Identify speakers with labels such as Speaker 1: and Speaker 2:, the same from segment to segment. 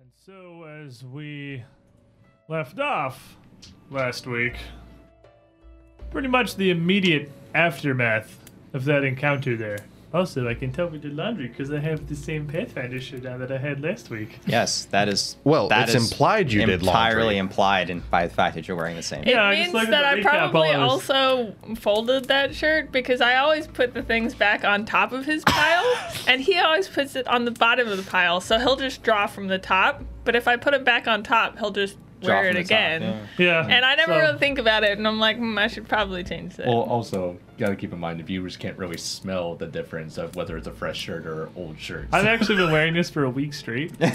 Speaker 1: And so, as we left off last week, pretty much the immediate aftermath of that encounter there. Also, I can tell we did laundry because I have the same Pathfinder shirt on that I had last week.
Speaker 2: Yes, that is
Speaker 3: Well,
Speaker 2: that
Speaker 3: it's
Speaker 2: is
Speaker 3: implied you did
Speaker 2: entirely
Speaker 3: laundry.
Speaker 2: implied in, by the fact that you're wearing the same.
Speaker 1: Yeah, I
Speaker 4: it
Speaker 1: just
Speaker 4: means
Speaker 1: looked at the
Speaker 4: that I
Speaker 1: recap
Speaker 4: probably
Speaker 1: all those-
Speaker 4: also folded that shirt because I always put the things back on top of his pile, and he always puts it on the bottom of the pile. So he'll just draw from the top. But if I put it back on top, he'll just
Speaker 2: Draw
Speaker 4: wear it
Speaker 2: from the top,
Speaker 4: again.
Speaker 2: yeah.
Speaker 1: Yeah.
Speaker 4: And I never
Speaker 1: so-
Speaker 4: really think about it, and I'm like, hmm, I should probably change that.
Speaker 5: Well, also, you gotta keep in mind the viewers can't really smell the difference of whether it's a fresh shirt or old shirt.
Speaker 1: I've actually been wearing this for a week straight. I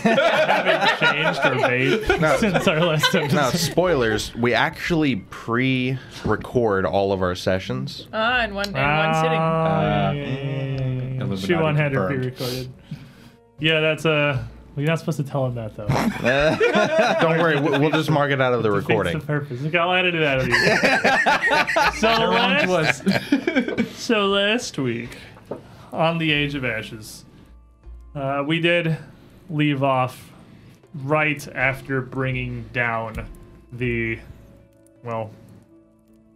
Speaker 1: haven't changed or bathed
Speaker 3: No.
Speaker 1: since our last episode.
Speaker 3: Now, spoilers, we actually pre record all of our sessions.
Speaker 4: ah, in one in one sitting.
Speaker 1: Ah,
Speaker 5: Uh,
Speaker 1: yeah, yeah, yeah, yeah.
Speaker 5: Illuminati
Speaker 1: She one had her
Speaker 5: confirmed.
Speaker 1: pre-recorded. Yeah, that's Uh, we're not supposed to tell him that though. Defeats
Speaker 3: Don't worry, we- we'll just mark it out of the
Speaker 1: the
Speaker 3: recording.
Speaker 1: purpose. Look, I'll edit it out of these. so last, so last week on the Age of Ashes, uh, we did leave off right after bringing down the, well,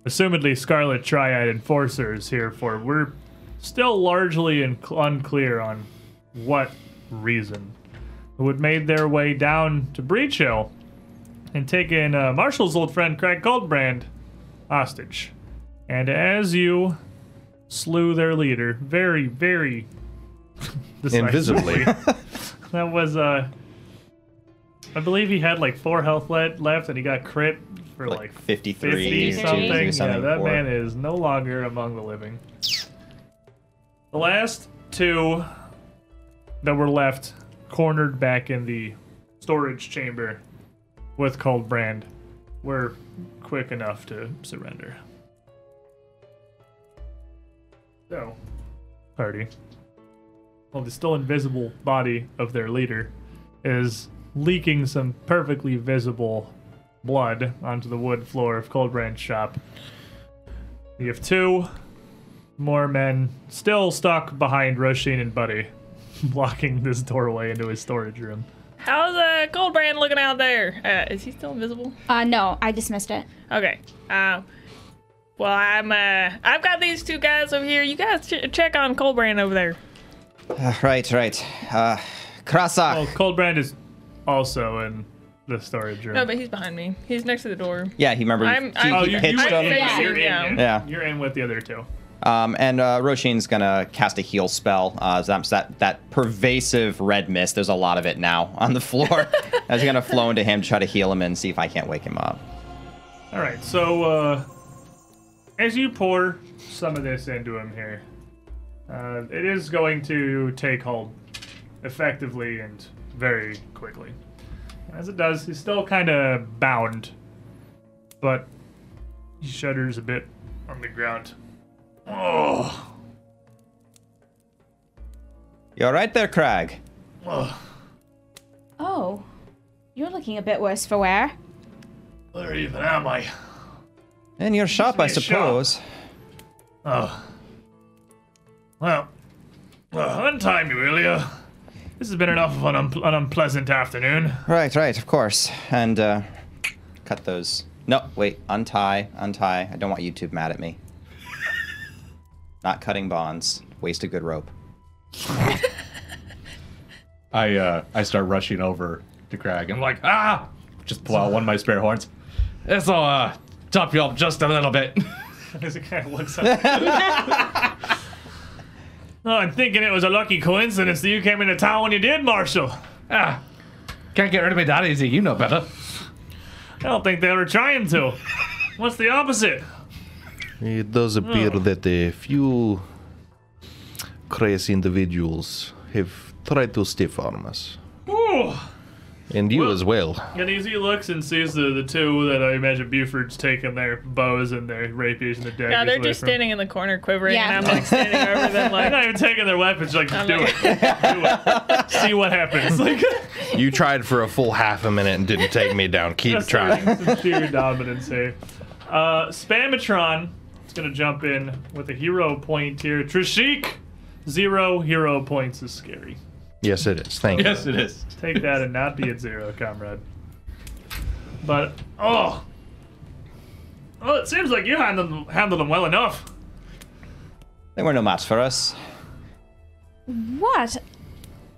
Speaker 1: assumedly Scarlet Triad enforcers here for. We're still largely in, unclear on what reason who had made their way down to Breach Hill and taken uh, Marshall's old friend Craig Goldbrand hostage. And as you slew their leader, very, very decisively-
Speaker 3: Invisibly.
Speaker 1: that was uh, I believe he had like four health le- left, and he got crit for
Speaker 2: Like
Speaker 1: like,
Speaker 2: 53,
Speaker 1: 50
Speaker 4: 52,
Speaker 1: something. Yeah,
Speaker 2: something
Speaker 1: that
Speaker 2: for-
Speaker 1: man is no longer among the living. The last two that were left cornered back in the storage chamber with Coldbrand were quick enough to surrender. So, party. Well, the still invisible body of their leader is leaking some perfectly visible blood onto the wood floor of Coldbrand's shop. You have two more men still stuck behind Roshin and Buddy, blocking this doorway into his storage room.
Speaker 4: How's uh, Goldbrand looking out there? Uh, is he still invisible?
Speaker 6: Uh, no, I dismissed it.
Speaker 4: Okay. Um. Well, I'm. Uh, I've got these two guys over here. You guys ch- check on Colbrand over there.
Speaker 2: Uh, right, right. Uh,
Speaker 1: Well,
Speaker 2: Krasach.
Speaker 1: Coldbrand is also in the storage room.
Speaker 4: No, but he's behind me. He's next to the door.
Speaker 2: yeah, he remember
Speaker 4: I'm-
Speaker 2: he,
Speaker 4: I'm-
Speaker 1: Oh,
Speaker 2: he
Speaker 4: you-
Speaker 2: pitched
Speaker 4: I'm
Speaker 2: him.
Speaker 4: facing-
Speaker 1: you're in,
Speaker 4: Yeah.
Speaker 1: in.
Speaker 2: Yeah.
Speaker 1: You're in with the other two.
Speaker 2: Um, and uh, Roshin's gonna cast a heal spell. Uh, so that's that that pervasive red mist. There's a lot of it now on the floor. That's gonna flow into him, try to heal him, and see if I can't wake him up.
Speaker 1: All right, so uh, as you pour some of this into him here, uh, it is going to take hold effectively and very quickly. As it does, he's still kind of bound, but he shudders a bit on the ground. Oh,
Speaker 2: You all right there, Crag?
Speaker 6: Oh, you're looking a bit worse for wear.
Speaker 1: where even am I?
Speaker 2: In your shop, I
Speaker 1: me a shot.
Speaker 2: suppose.
Speaker 1: Oh. Well, uh, untie me, will you? This has been enough of an, unple- an unpleasant afternoon.
Speaker 2: Right, right, of course. And uh, cut those. No, wait, untie, untie. I don't want YouTube mad at me. Not cutting bonds. Waste a good rope.
Speaker 5: I uh, I start rushing over to Crag. I'm like, ah! Just pull out one of my spare horns. This will uh, top you up just a little bit.
Speaker 1: As it kind of looks up. oh, I'm thinking it was a lucky coincidence that you came into town when you did, Marshall.
Speaker 5: ah, can't get rid of me that easy. You know better.
Speaker 1: I don't think they were trying to. What's the opposite?
Speaker 3: It does appear that a few crazy individuals have tried to stiff arm us.
Speaker 1: Ooh.
Speaker 3: And you as well.
Speaker 1: And as he looks and sees the, the two that I imagine Buford's taking their bows and their rapiers and their daggers.
Speaker 4: Yeah, they're
Speaker 1: away
Speaker 4: just
Speaker 1: from.
Speaker 4: standing in the corner quivering,
Speaker 6: Yeah.
Speaker 4: and I'm like standing over them
Speaker 1: They're
Speaker 4: like.
Speaker 1: not even taking their weapons. Like,
Speaker 4: I'm
Speaker 1: do
Speaker 4: like-
Speaker 1: it, do it, see what happens. Like,
Speaker 3: You tried for a full half a minute and didn't take me down. Keep
Speaker 1: That's
Speaker 3: trying.
Speaker 1: the sheer dominance here. Uh, Spamatron is going to jump in with a hero point here. Trishik, zero hero points is scary.
Speaker 3: Yes, it is. Thank
Speaker 5: Yes, it is.
Speaker 1: Take that and not be at zero, comrade. But oh, well, it seems like you handled them, handled them well enough.
Speaker 2: They were no match for us.
Speaker 6: What?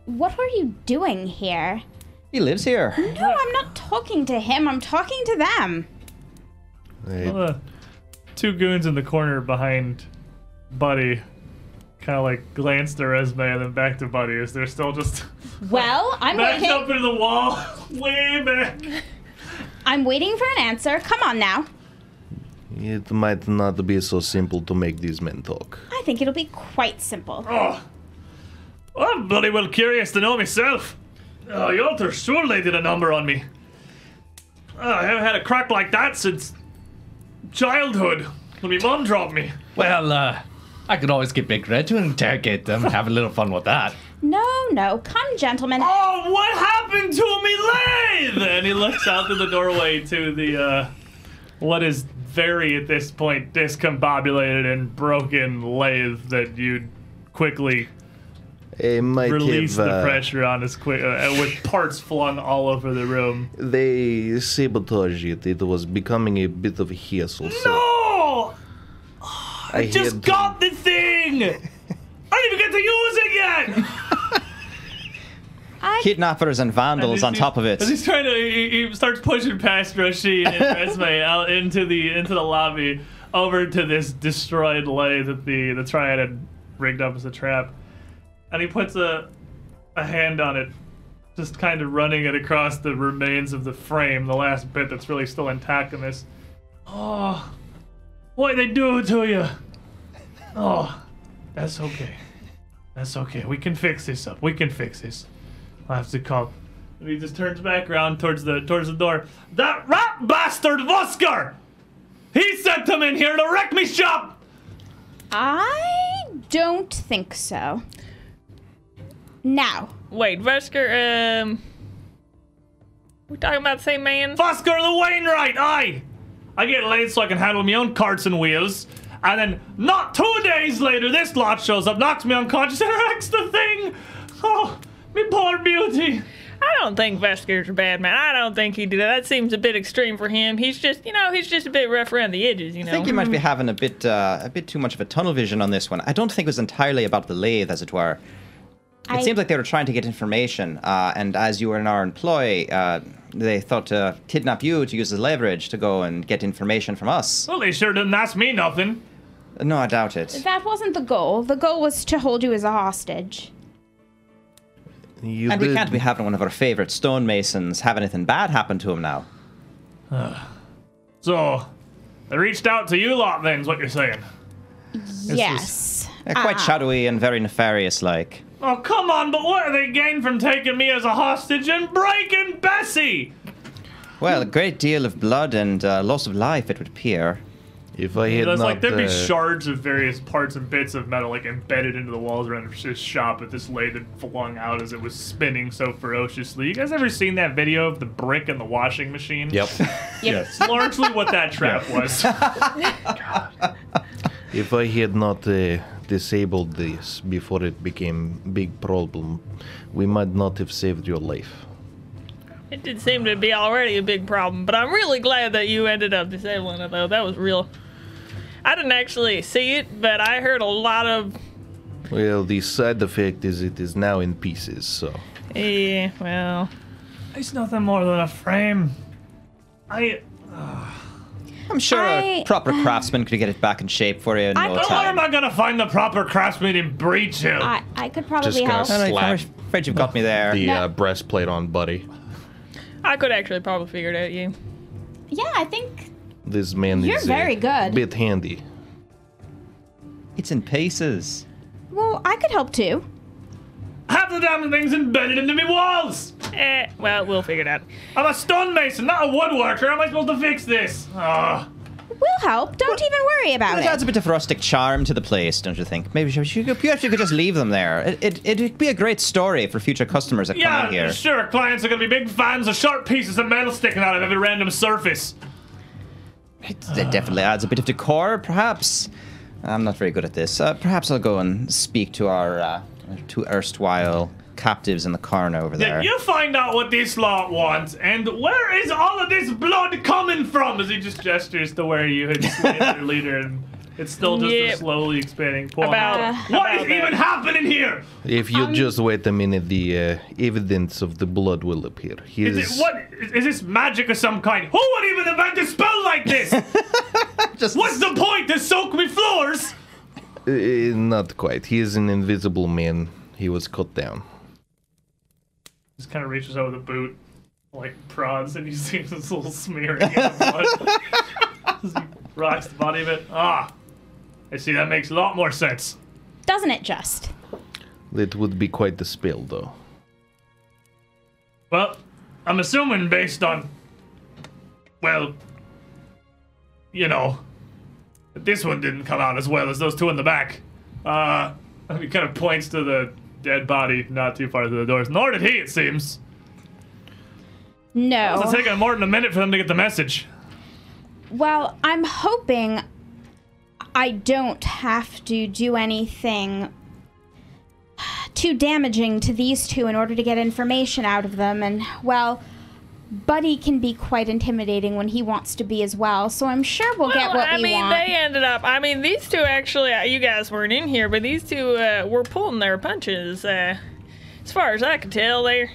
Speaker 6: What were you doing here?
Speaker 2: He lives here.
Speaker 6: No, I'm not talking to him. I'm talking to them.
Speaker 3: you. Hey,
Speaker 1: Well, the Uh, two goons in the corner behind Buddy kind of like glance their resume and then back to Buddy as they're still just
Speaker 6: Well, I'm
Speaker 1: backed
Speaker 6: waiting.
Speaker 1: up into the wall, way back.
Speaker 6: I'm waiting for an answer. Come on now.
Speaker 3: It might not be so simple to make these men talk.
Speaker 6: I think it'll be quite simple.
Speaker 1: Oh, I'm bloody well curious to know myself. Oh, Yalter surely did a number on me. Oh, I haven't had a crack like that since childhood when my mom dropped me.
Speaker 5: Well, uh, I could always get Big Red to interrogate them and have a little fun with that.
Speaker 6: No, no. Come, gentlemen.
Speaker 1: Oh, what happened to me lathe? And he looks out through the doorway to the, uh, what is very, at this point, discombobulated and broken lathe that you quickly
Speaker 3: It might
Speaker 1: release
Speaker 3: have,
Speaker 1: the
Speaker 3: uh,
Speaker 1: pressure on as quick, uh, with parts flung all over the room.
Speaker 3: They sabotaged it. It was becoming a bit of a hassle. So
Speaker 1: No!
Speaker 3: I
Speaker 1: Just
Speaker 3: had-
Speaker 1: got the thing! I didn't even get to use it yet!
Speaker 2: Kidnappers and vandals on top of it.
Speaker 1: As he's trying to, he, he starts pushing past Rashid and Resme out into the into the lobby, over to this destroyed lathe that the the triad had rigged up as a trap, and he puts a a hand on it, just kind of running it across the remains of the frame, the last bit that's really still intact in this. Oh, what they do to you? Oh, that's okay. That's okay. We can fix this up. We can fix this. I have to call. And he just turns back around towards the towards the door. That rat bastard Voskar! He sent him in here to wreck me shop!
Speaker 6: I don't think so. Now,
Speaker 4: Wait, Vesker, um. We're talking about the same man?
Speaker 1: Voskar the Wainwright, aye! I get laid so I can handle my own carts and wheels. And then not two days later, this lot shows up, knocks me unconscious, and wrecks the thing! Oh, me poor beauty!
Speaker 4: I don't think Vesker's a bad man. I don't think he did that. That seems a bit extreme for him. He's just, you know, he's just a bit rough around the edges, you know.
Speaker 2: I think you might be having a bit, uh, a bit too much of a tunnel vision on this one. I don't think it was entirely about the lathe, as it were. It
Speaker 6: I-
Speaker 2: seems like they were trying to get information, uh, and as you were in our employ, uh, they thought to kidnap you to use as leverage to go and get information from us.
Speaker 1: Well, they sure didn't ask me nothing.
Speaker 2: No, I doubt it.
Speaker 6: that wasn't the goal. The goal was to hold you as a hostage.
Speaker 3: You
Speaker 2: And we
Speaker 3: did-
Speaker 2: can't be having one of our favorite stonemasons have anything bad happen to him now.
Speaker 1: So, they reached out to you lot then, is what you're saying.
Speaker 6: yes.
Speaker 2: They're quite shadowy and very nefarious like.
Speaker 1: Oh, come on, but what do they gain from taking me as a hostage and breaking Bessie?
Speaker 2: Well, a great deal of blood and uh, loss of life, it would appear.
Speaker 3: If I had
Speaker 1: That's
Speaker 3: not,
Speaker 1: like there'd be
Speaker 3: uh,
Speaker 1: shards of various parts and bits of metal like embedded into the walls around his shop at this lathe had flung out as it was spinning so ferociously. You guys ever seen that video of the brick and the washing machine?
Speaker 3: Yep.
Speaker 1: It's
Speaker 5: Yes.
Speaker 1: largely what that trap was.
Speaker 3: If I had not uh, disabled this before it became big problem, we might not have saved your life.
Speaker 4: It did seem to be already a big problem, but I'm really glad that you ended up disabling it, though. That was real. I didn't actually see it, but I heard a lot of.
Speaker 3: Well, the side effect is it is now in pieces, so
Speaker 4: Yeah, eh, well.
Speaker 1: It's nothing more than a frame. I
Speaker 2: I'm sure a
Speaker 6: I-
Speaker 2: proper craftsman could get it back in shape for you in
Speaker 6: I
Speaker 2: no
Speaker 6: don't
Speaker 1: where am
Speaker 2: time.
Speaker 1: I gonna find the proper craftsman in Breach Hill?
Speaker 6: I, I could probably
Speaker 3: Just
Speaker 6: help.
Speaker 3: gotta
Speaker 2: I'm
Speaker 3: Slap.
Speaker 2: afraid you've got me there.
Speaker 3: the
Speaker 6: No.
Speaker 3: uh, breastplate on Buddy.
Speaker 4: I could actually probably figure it out, you.
Speaker 6: Yeah, I think
Speaker 3: This man
Speaker 6: You're
Speaker 3: is
Speaker 6: very
Speaker 3: uh,
Speaker 6: good.
Speaker 3: bit handy.
Speaker 2: It's in pieces.
Speaker 6: well, I could help too.
Speaker 1: Half the damn thing's embedded into me walls!
Speaker 4: Eh, well, we'll figure it out.
Speaker 1: I'm a stonemason, not a woodworker. How am I supposed to fix this? Ah.
Speaker 6: We'll help. Don't even worry about
Speaker 2: It adds a
Speaker 6: it.
Speaker 2: bit of rustic charm to the place, don't you think? Maybe you should, perhaps you could just leave them there. It, it, it'd be a great story for future customers that come
Speaker 1: yeah,
Speaker 2: in here.
Speaker 1: sure. Clients are gonna be big fans of sharp pieces of metal sticking out of every random surface.
Speaker 2: It, it definitely adds a bit of decor, perhaps. I'm not very good at this. Uh, perhaps I'll go and speak to our, uh, to erstwhile captives in the carn over
Speaker 1: Yeah,
Speaker 2: there.
Speaker 1: you find out what this lot wants, and where is all of this blood coming from? As he just gestures to where you had slain your leader, and it's still just
Speaker 4: Yeah.
Speaker 1: a slowly expanding pool.
Speaker 4: About- uh,
Speaker 1: What is
Speaker 4: about that.
Speaker 1: even happening here?
Speaker 3: If you
Speaker 6: Um,
Speaker 3: just wait a minute, the uh, evidence of the blood will appear. He
Speaker 1: Is it what? Is, is this magic of some kind? Who would even invent a spell like this?
Speaker 2: Just-
Speaker 1: What's the point to soak me floors?
Speaker 3: Uh, not quite. He is an invisible man. He was cut down.
Speaker 1: Just kind of reaches out with a boot, like prods, and you see this little smearing of blood. Just rocks the body of it. Ah, I see. That makes a lot more sense.
Speaker 6: Doesn't it just?
Speaker 3: That would be quite the spell, though.
Speaker 1: Well, I'm assuming based on, well, you know, that this one didn't come out as well as those two in the back. Uh, he kind of points to the dead body not too far to the doors. Nor did he, it seems.
Speaker 6: No.
Speaker 1: It's taking more than a minute for them to get the message.
Speaker 6: Well, I'm hoping I don't have to do anything too damaging to these two in order to get information out of them. And, well, Buddy can be quite intimidating when he wants to be as well, so I'm sure we'll, get
Speaker 4: Well,
Speaker 6: what
Speaker 4: I
Speaker 6: we
Speaker 4: mean,
Speaker 6: want.
Speaker 4: they ended up. I mean, these two actually. uh, You guys weren't in here, but these two uh, were pulling their punches. Uh, as far as I can tell, they.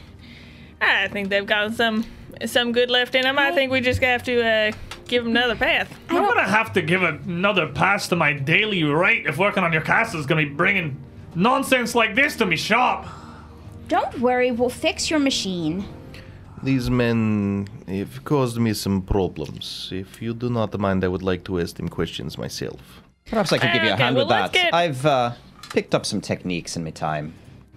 Speaker 4: I think they've gotten some some good left in them. I think we just have to uh, give them another path.
Speaker 1: I'm gonna have to give another pass to my daily rate if working on your castle is gonna be bringing nonsense like this to me shop.
Speaker 6: Don't worry, we'll fix your machine.
Speaker 3: These men have caused me some problems. If you do not mind, I would like to ask them questions myself.
Speaker 2: Perhaps I could give you a
Speaker 4: Okay,
Speaker 2: hand
Speaker 4: well,
Speaker 2: with
Speaker 4: let's
Speaker 2: that.
Speaker 4: get-
Speaker 2: I've uh, picked up some techniques in my time.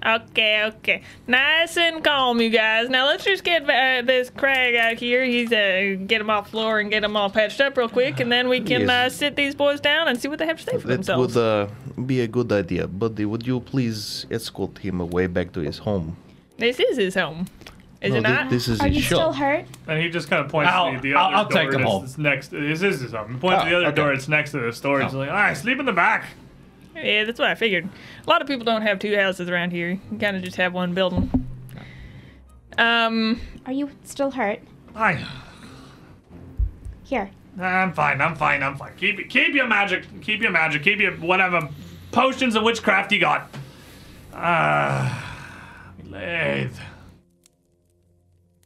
Speaker 4: Okay, okay. Nice and calm, you guys. Now let's just get uh, this Craig out here. He's uh, get him off floor and get him all patched up real quick, and then we can
Speaker 3: Yes.
Speaker 4: uh, sit these boys down and see what they have to say for
Speaker 3: That
Speaker 4: themselves.
Speaker 3: would uh, be a good idea. Buddy, would you please escort him away back to his home?
Speaker 4: This is his home, is
Speaker 3: No,
Speaker 4: it
Speaker 3: thi-
Speaker 4: not?
Speaker 3: this is
Speaker 6: Are
Speaker 3: his
Speaker 6: you
Speaker 3: shop.
Speaker 6: still hurt?
Speaker 1: And he just kind of points
Speaker 5: I'll-
Speaker 1: to the
Speaker 5: I'll-
Speaker 1: other
Speaker 5: I'll
Speaker 1: door.
Speaker 5: take 'em
Speaker 1: that's-
Speaker 5: all.
Speaker 1: that's next. This is something. Points to
Speaker 2: Oh,
Speaker 1: the other
Speaker 2: okay.
Speaker 1: door. It's next to the storage. He's
Speaker 5: Oh.
Speaker 1: like, all right, sleep in the back.
Speaker 4: Yeah, that's what I figured. A lot of people don't have two houses around here. You kind of just have one building. Um,
Speaker 6: Are you still hurt?
Speaker 1: I,
Speaker 6: Here.
Speaker 1: I'm fine. I'm fine. I'm fine. Keep keep your magic. Keep your magic. Keep your whatever potions of witchcraft you got. Ah, uh, lathe.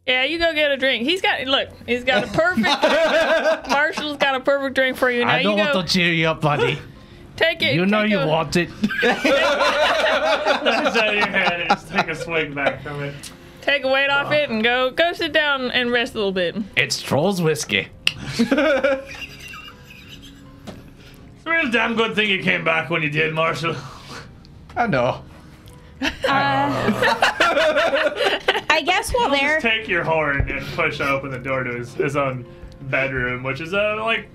Speaker 4: yeah, you go get a drink. He's got look. He's got a perfect. Marshall's got a perfect drink for you. Now
Speaker 5: I don't
Speaker 4: you go
Speaker 5: want to cheer you up, buddy.
Speaker 4: take it.
Speaker 5: You know
Speaker 4: take
Speaker 5: you
Speaker 4: a-
Speaker 5: want it.
Speaker 1: That's out of your head. and Just take a swig back from it.
Speaker 4: Take a weight off it and go go sit down and rest a little bit.
Speaker 5: It's Troll's whiskey.
Speaker 1: It's a real damn good thing you came back when you did, Marshall.
Speaker 5: I know.
Speaker 6: I guess while they're.
Speaker 1: Just take your horn and push open the door to his, his own bedroom, which is a like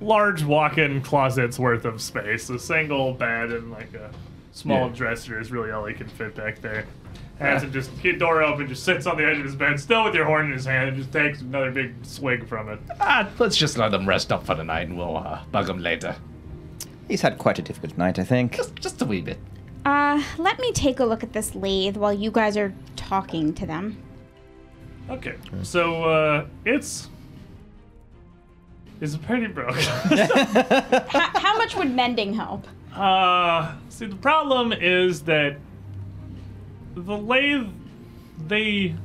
Speaker 1: large walk-in closet's worth of space. A single bed and like a small
Speaker 5: Yeah.
Speaker 1: dresser is really all he can fit back there. Hanson just he door open, just sits on the edge of his bed, still with your horn in his hand, and just takes another big swig from it.
Speaker 5: Ah, let's just let them rest up for the night and we'll uh, bug them later.
Speaker 2: He's had quite a difficult night, I think.
Speaker 5: Just, just a wee bit.
Speaker 6: Uh, let me take a look at this lathe while you guys are talking to them.
Speaker 1: Okay, so uh, it's it's pretty broken.
Speaker 6: How, how much would mending help?
Speaker 1: Uh, see, the problem is that the lathe, they,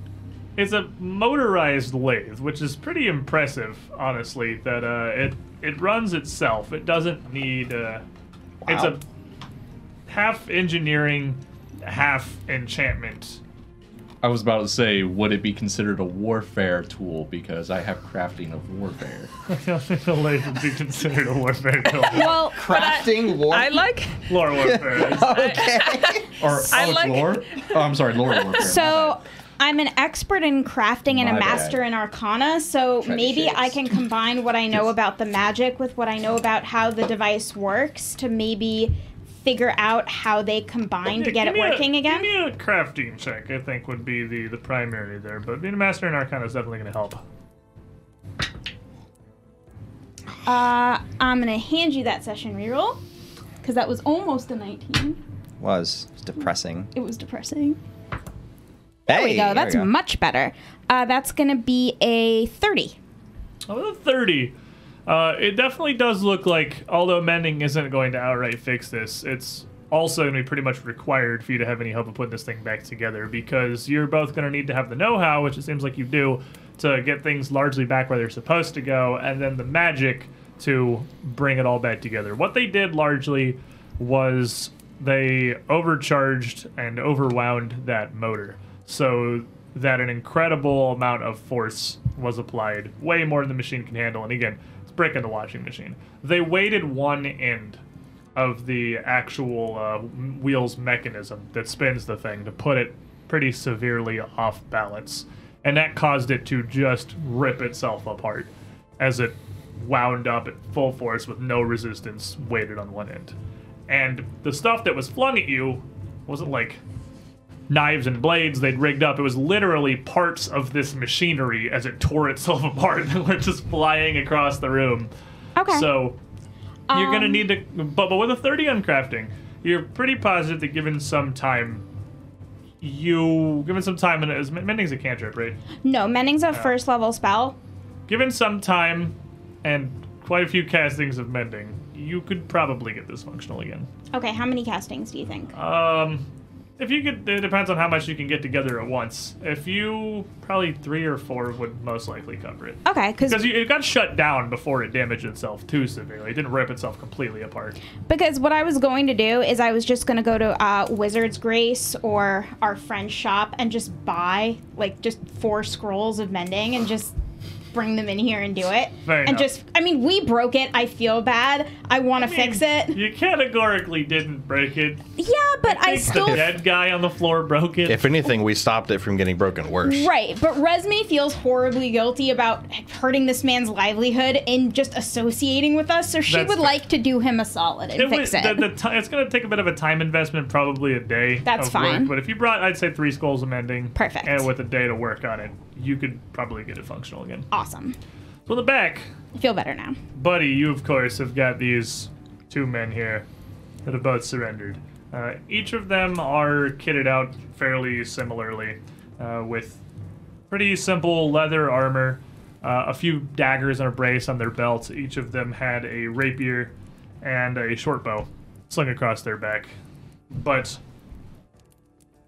Speaker 1: it's a motorized lathe, which is pretty impressive, honestly. That uh, it it runs itself. It doesn't need. Uh, It's
Speaker 2: Wow.
Speaker 1: a half engineering, half enchantment.
Speaker 5: I was about to say, would it be considered a warfare tool? Because I have crafting of warfare.
Speaker 1: I don't think the lathe would be considered a warfare tool.
Speaker 6: Well,
Speaker 2: Crafting war.
Speaker 4: I like
Speaker 1: Lore warfare.
Speaker 2: okay.
Speaker 5: Or
Speaker 4: I
Speaker 5: oh, it's
Speaker 4: like-
Speaker 5: lore? Oh, I'm sorry, lore warfare.
Speaker 6: so I'm an expert in crafting and
Speaker 5: My bad.
Speaker 6: a master in arcana, so
Speaker 2: Try to
Speaker 6: maybe
Speaker 2: share
Speaker 6: I
Speaker 2: this.
Speaker 6: can combine what I know about the magic with what I know about how the device works to maybe figure out how they combine to
Speaker 1: Yeah,
Speaker 6: get
Speaker 1: give
Speaker 6: it
Speaker 1: me a-
Speaker 6: working again.
Speaker 1: Give me a crafting check, I think, would be the, the primary there. But being a master in Arcana is definitely going to help.
Speaker 6: Uh, I'm gonna hand you that session reroll because that was almost a 19.
Speaker 2: Was it's depressing.
Speaker 6: It was depressing. There
Speaker 2: Hey,
Speaker 6: we go.
Speaker 2: there
Speaker 6: That's
Speaker 2: we go.
Speaker 6: much better. Uh, that's going to be a 30.
Speaker 1: Oh, the 30. Uh, it definitely does look like, although mending isn't going to outright fix this, it's also going to be pretty much required for you to have any help of putting this thing back together because you're both going to need to have the know how, which it seems like you do, to get things largely back where they're supposed to go, and then the magic to bring it all back together. What they did largely was they overcharged and overwound that motor so that an incredible amount of force was applied, way more than the machine can handle. And again, it's breaking the washing machine. They weighted one end of the actual uh, m- wheels mechanism that spins the thing to put it pretty severely off balance, and that caused it to just rip itself apart as it wound up at full force with no resistance weighted on one end. And the stuff that was flung at you wasn't like knives and blades they'd rigged up. It was literally parts of this machinery as it tore itself apart that were just flying across the room.
Speaker 6: Okay.
Speaker 1: So you're gonna
Speaker 6: Um,
Speaker 1: need to, but, but with a 30 on crafting, you're pretty positive that given some time, you given some time and as mending's a cantrip, right?
Speaker 6: No, Mending's a first level spell.
Speaker 1: Given some time and quite a few castings of mending, you could probably get this functional again.
Speaker 6: Okay, how many castings do you think?
Speaker 1: Um, if you could, it depends on how much you can get together at once. If you probably three or four would most likely cover it.
Speaker 6: Okay, because
Speaker 1: Because you- it got shut down before it damaged itself too severely. It didn't rip itself completely apart.
Speaker 6: Because what I was going to do is I was just going to go to uh, Wizard's Grace or our friend's shop and just buy like just four scrolls of mending and just bring them in here and do it.
Speaker 1: Fair
Speaker 6: and
Speaker 1: enough.
Speaker 6: just, I mean, we broke it. I feel bad. I want to fix it.
Speaker 1: You categorically didn't break it.
Speaker 6: Yeah, but I,
Speaker 1: think
Speaker 6: still.
Speaker 1: the dead guy on the floor broke it.
Speaker 3: If anything, we stopped it from getting broken worse.
Speaker 6: Right, but Resme feels horribly guilty about hurting this man's livelihood and just associating with us, so she
Speaker 1: That's
Speaker 6: would
Speaker 1: fair.
Speaker 6: like to do him a solid and
Speaker 1: It
Speaker 6: fix
Speaker 1: would-
Speaker 6: it.
Speaker 1: The, the ti- it's going to take a bit of a time investment, probably a day.
Speaker 6: That's
Speaker 1: of work,
Speaker 6: fine.
Speaker 1: but if you brought, I'd say three skulls of mending.
Speaker 6: Perfect.
Speaker 1: And with a day to work on it, you could probably get it functional again.
Speaker 6: awesome.
Speaker 1: So in the back,
Speaker 6: I feel better now.
Speaker 1: Buddy, you of course have got these two men here that have both surrendered. Uh, each of them are kitted out fairly similarly, uh, with pretty simple leather armor, uh, a few daggers and a brace on their belts. Each of them had a rapier and a short bow slung across their back. But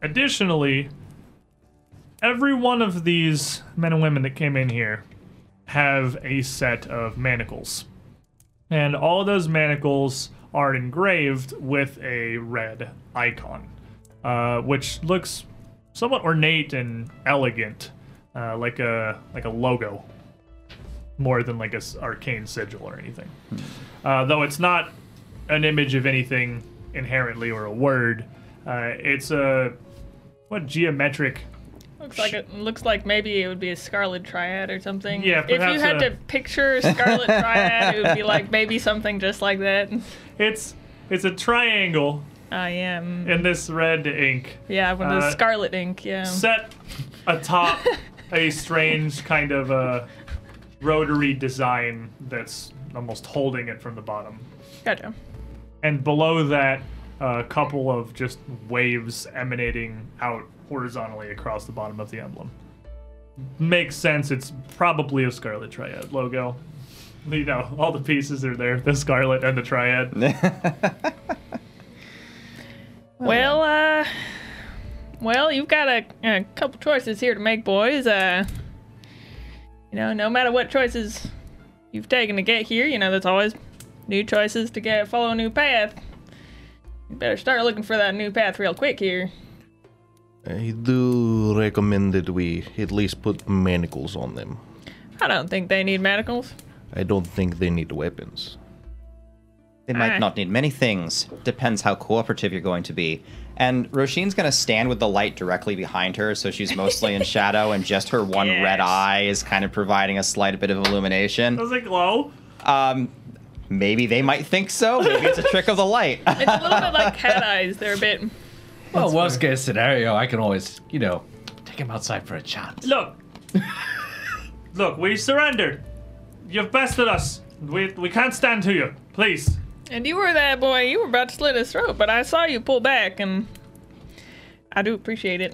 Speaker 1: additionally, every one of these men and women that came in here have a set of manacles. And all those manacles are engraved with a red icon, uh, which looks somewhat ornate and elegant, uh, like a like a logo, more than like a s- arcane sigil or anything. Uh, though it's not an image of anything inherently or a word. Uh, it's a what geometric
Speaker 4: Looks like it looks like maybe it would be a scarlet triad or something.
Speaker 1: Yeah,
Speaker 4: if you
Speaker 1: perhaps
Speaker 4: had
Speaker 1: a-
Speaker 4: to picture a scarlet triad, it would be like maybe something just like that.
Speaker 1: it's it's a triangle
Speaker 4: I am.
Speaker 1: in this red ink
Speaker 4: Yeah, one of
Speaker 1: Uh,
Speaker 4: those scarlet ink. Yeah.
Speaker 1: set atop a strange kind of a rotary design that's almost holding it from the bottom.
Speaker 4: Gotcha.
Speaker 1: And below that, a couple of just waves emanating out horizontally across the bottom of the emblem. Makes sense. It's probably a Scarlet Triad logo. You know, all the pieces are there the Scarlet and the Triad.
Speaker 4: Well, uh, well, you've got a, a couple choices here to make, boys. Uh, you know, no matter what choices you've taken to get here, you know, there's always new choices to get, follow a new path. You better start looking for that new path real quick here.
Speaker 3: I Uh, do recommend that we at least put manacles on them.
Speaker 4: I don't think they need manacles.
Speaker 3: I don't think they need weapons.
Speaker 2: They might
Speaker 4: Ah.
Speaker 2: not need many things. Depends how cooperative you're going to be. And Roshin's going to stand with the light directly behind her, so she's mostly in shadow, and just her one red
Speaker 4: Yes.
Speaker 2: eye is kind of providing a slight bit of illumination.
Speaker 1: Does it glow?
Speaker 2: Um, maybe they might think so. Maybe it's a trick of the light.
Speaker 4: It's a little bit like cat eyes. They're a bit.
Speaker 5: Well, worst case scenario, I
Speaker 3: Oh,
Speaker 5: can always, you know, take him outside for a chat.
Speaker 1: Look, look, we surrendered. You've bested us. We we can't stand to you. Please.
Speaker 4: And you were that boy. You were about to slit his throat, but I saw you pull back, and I do appreciate it.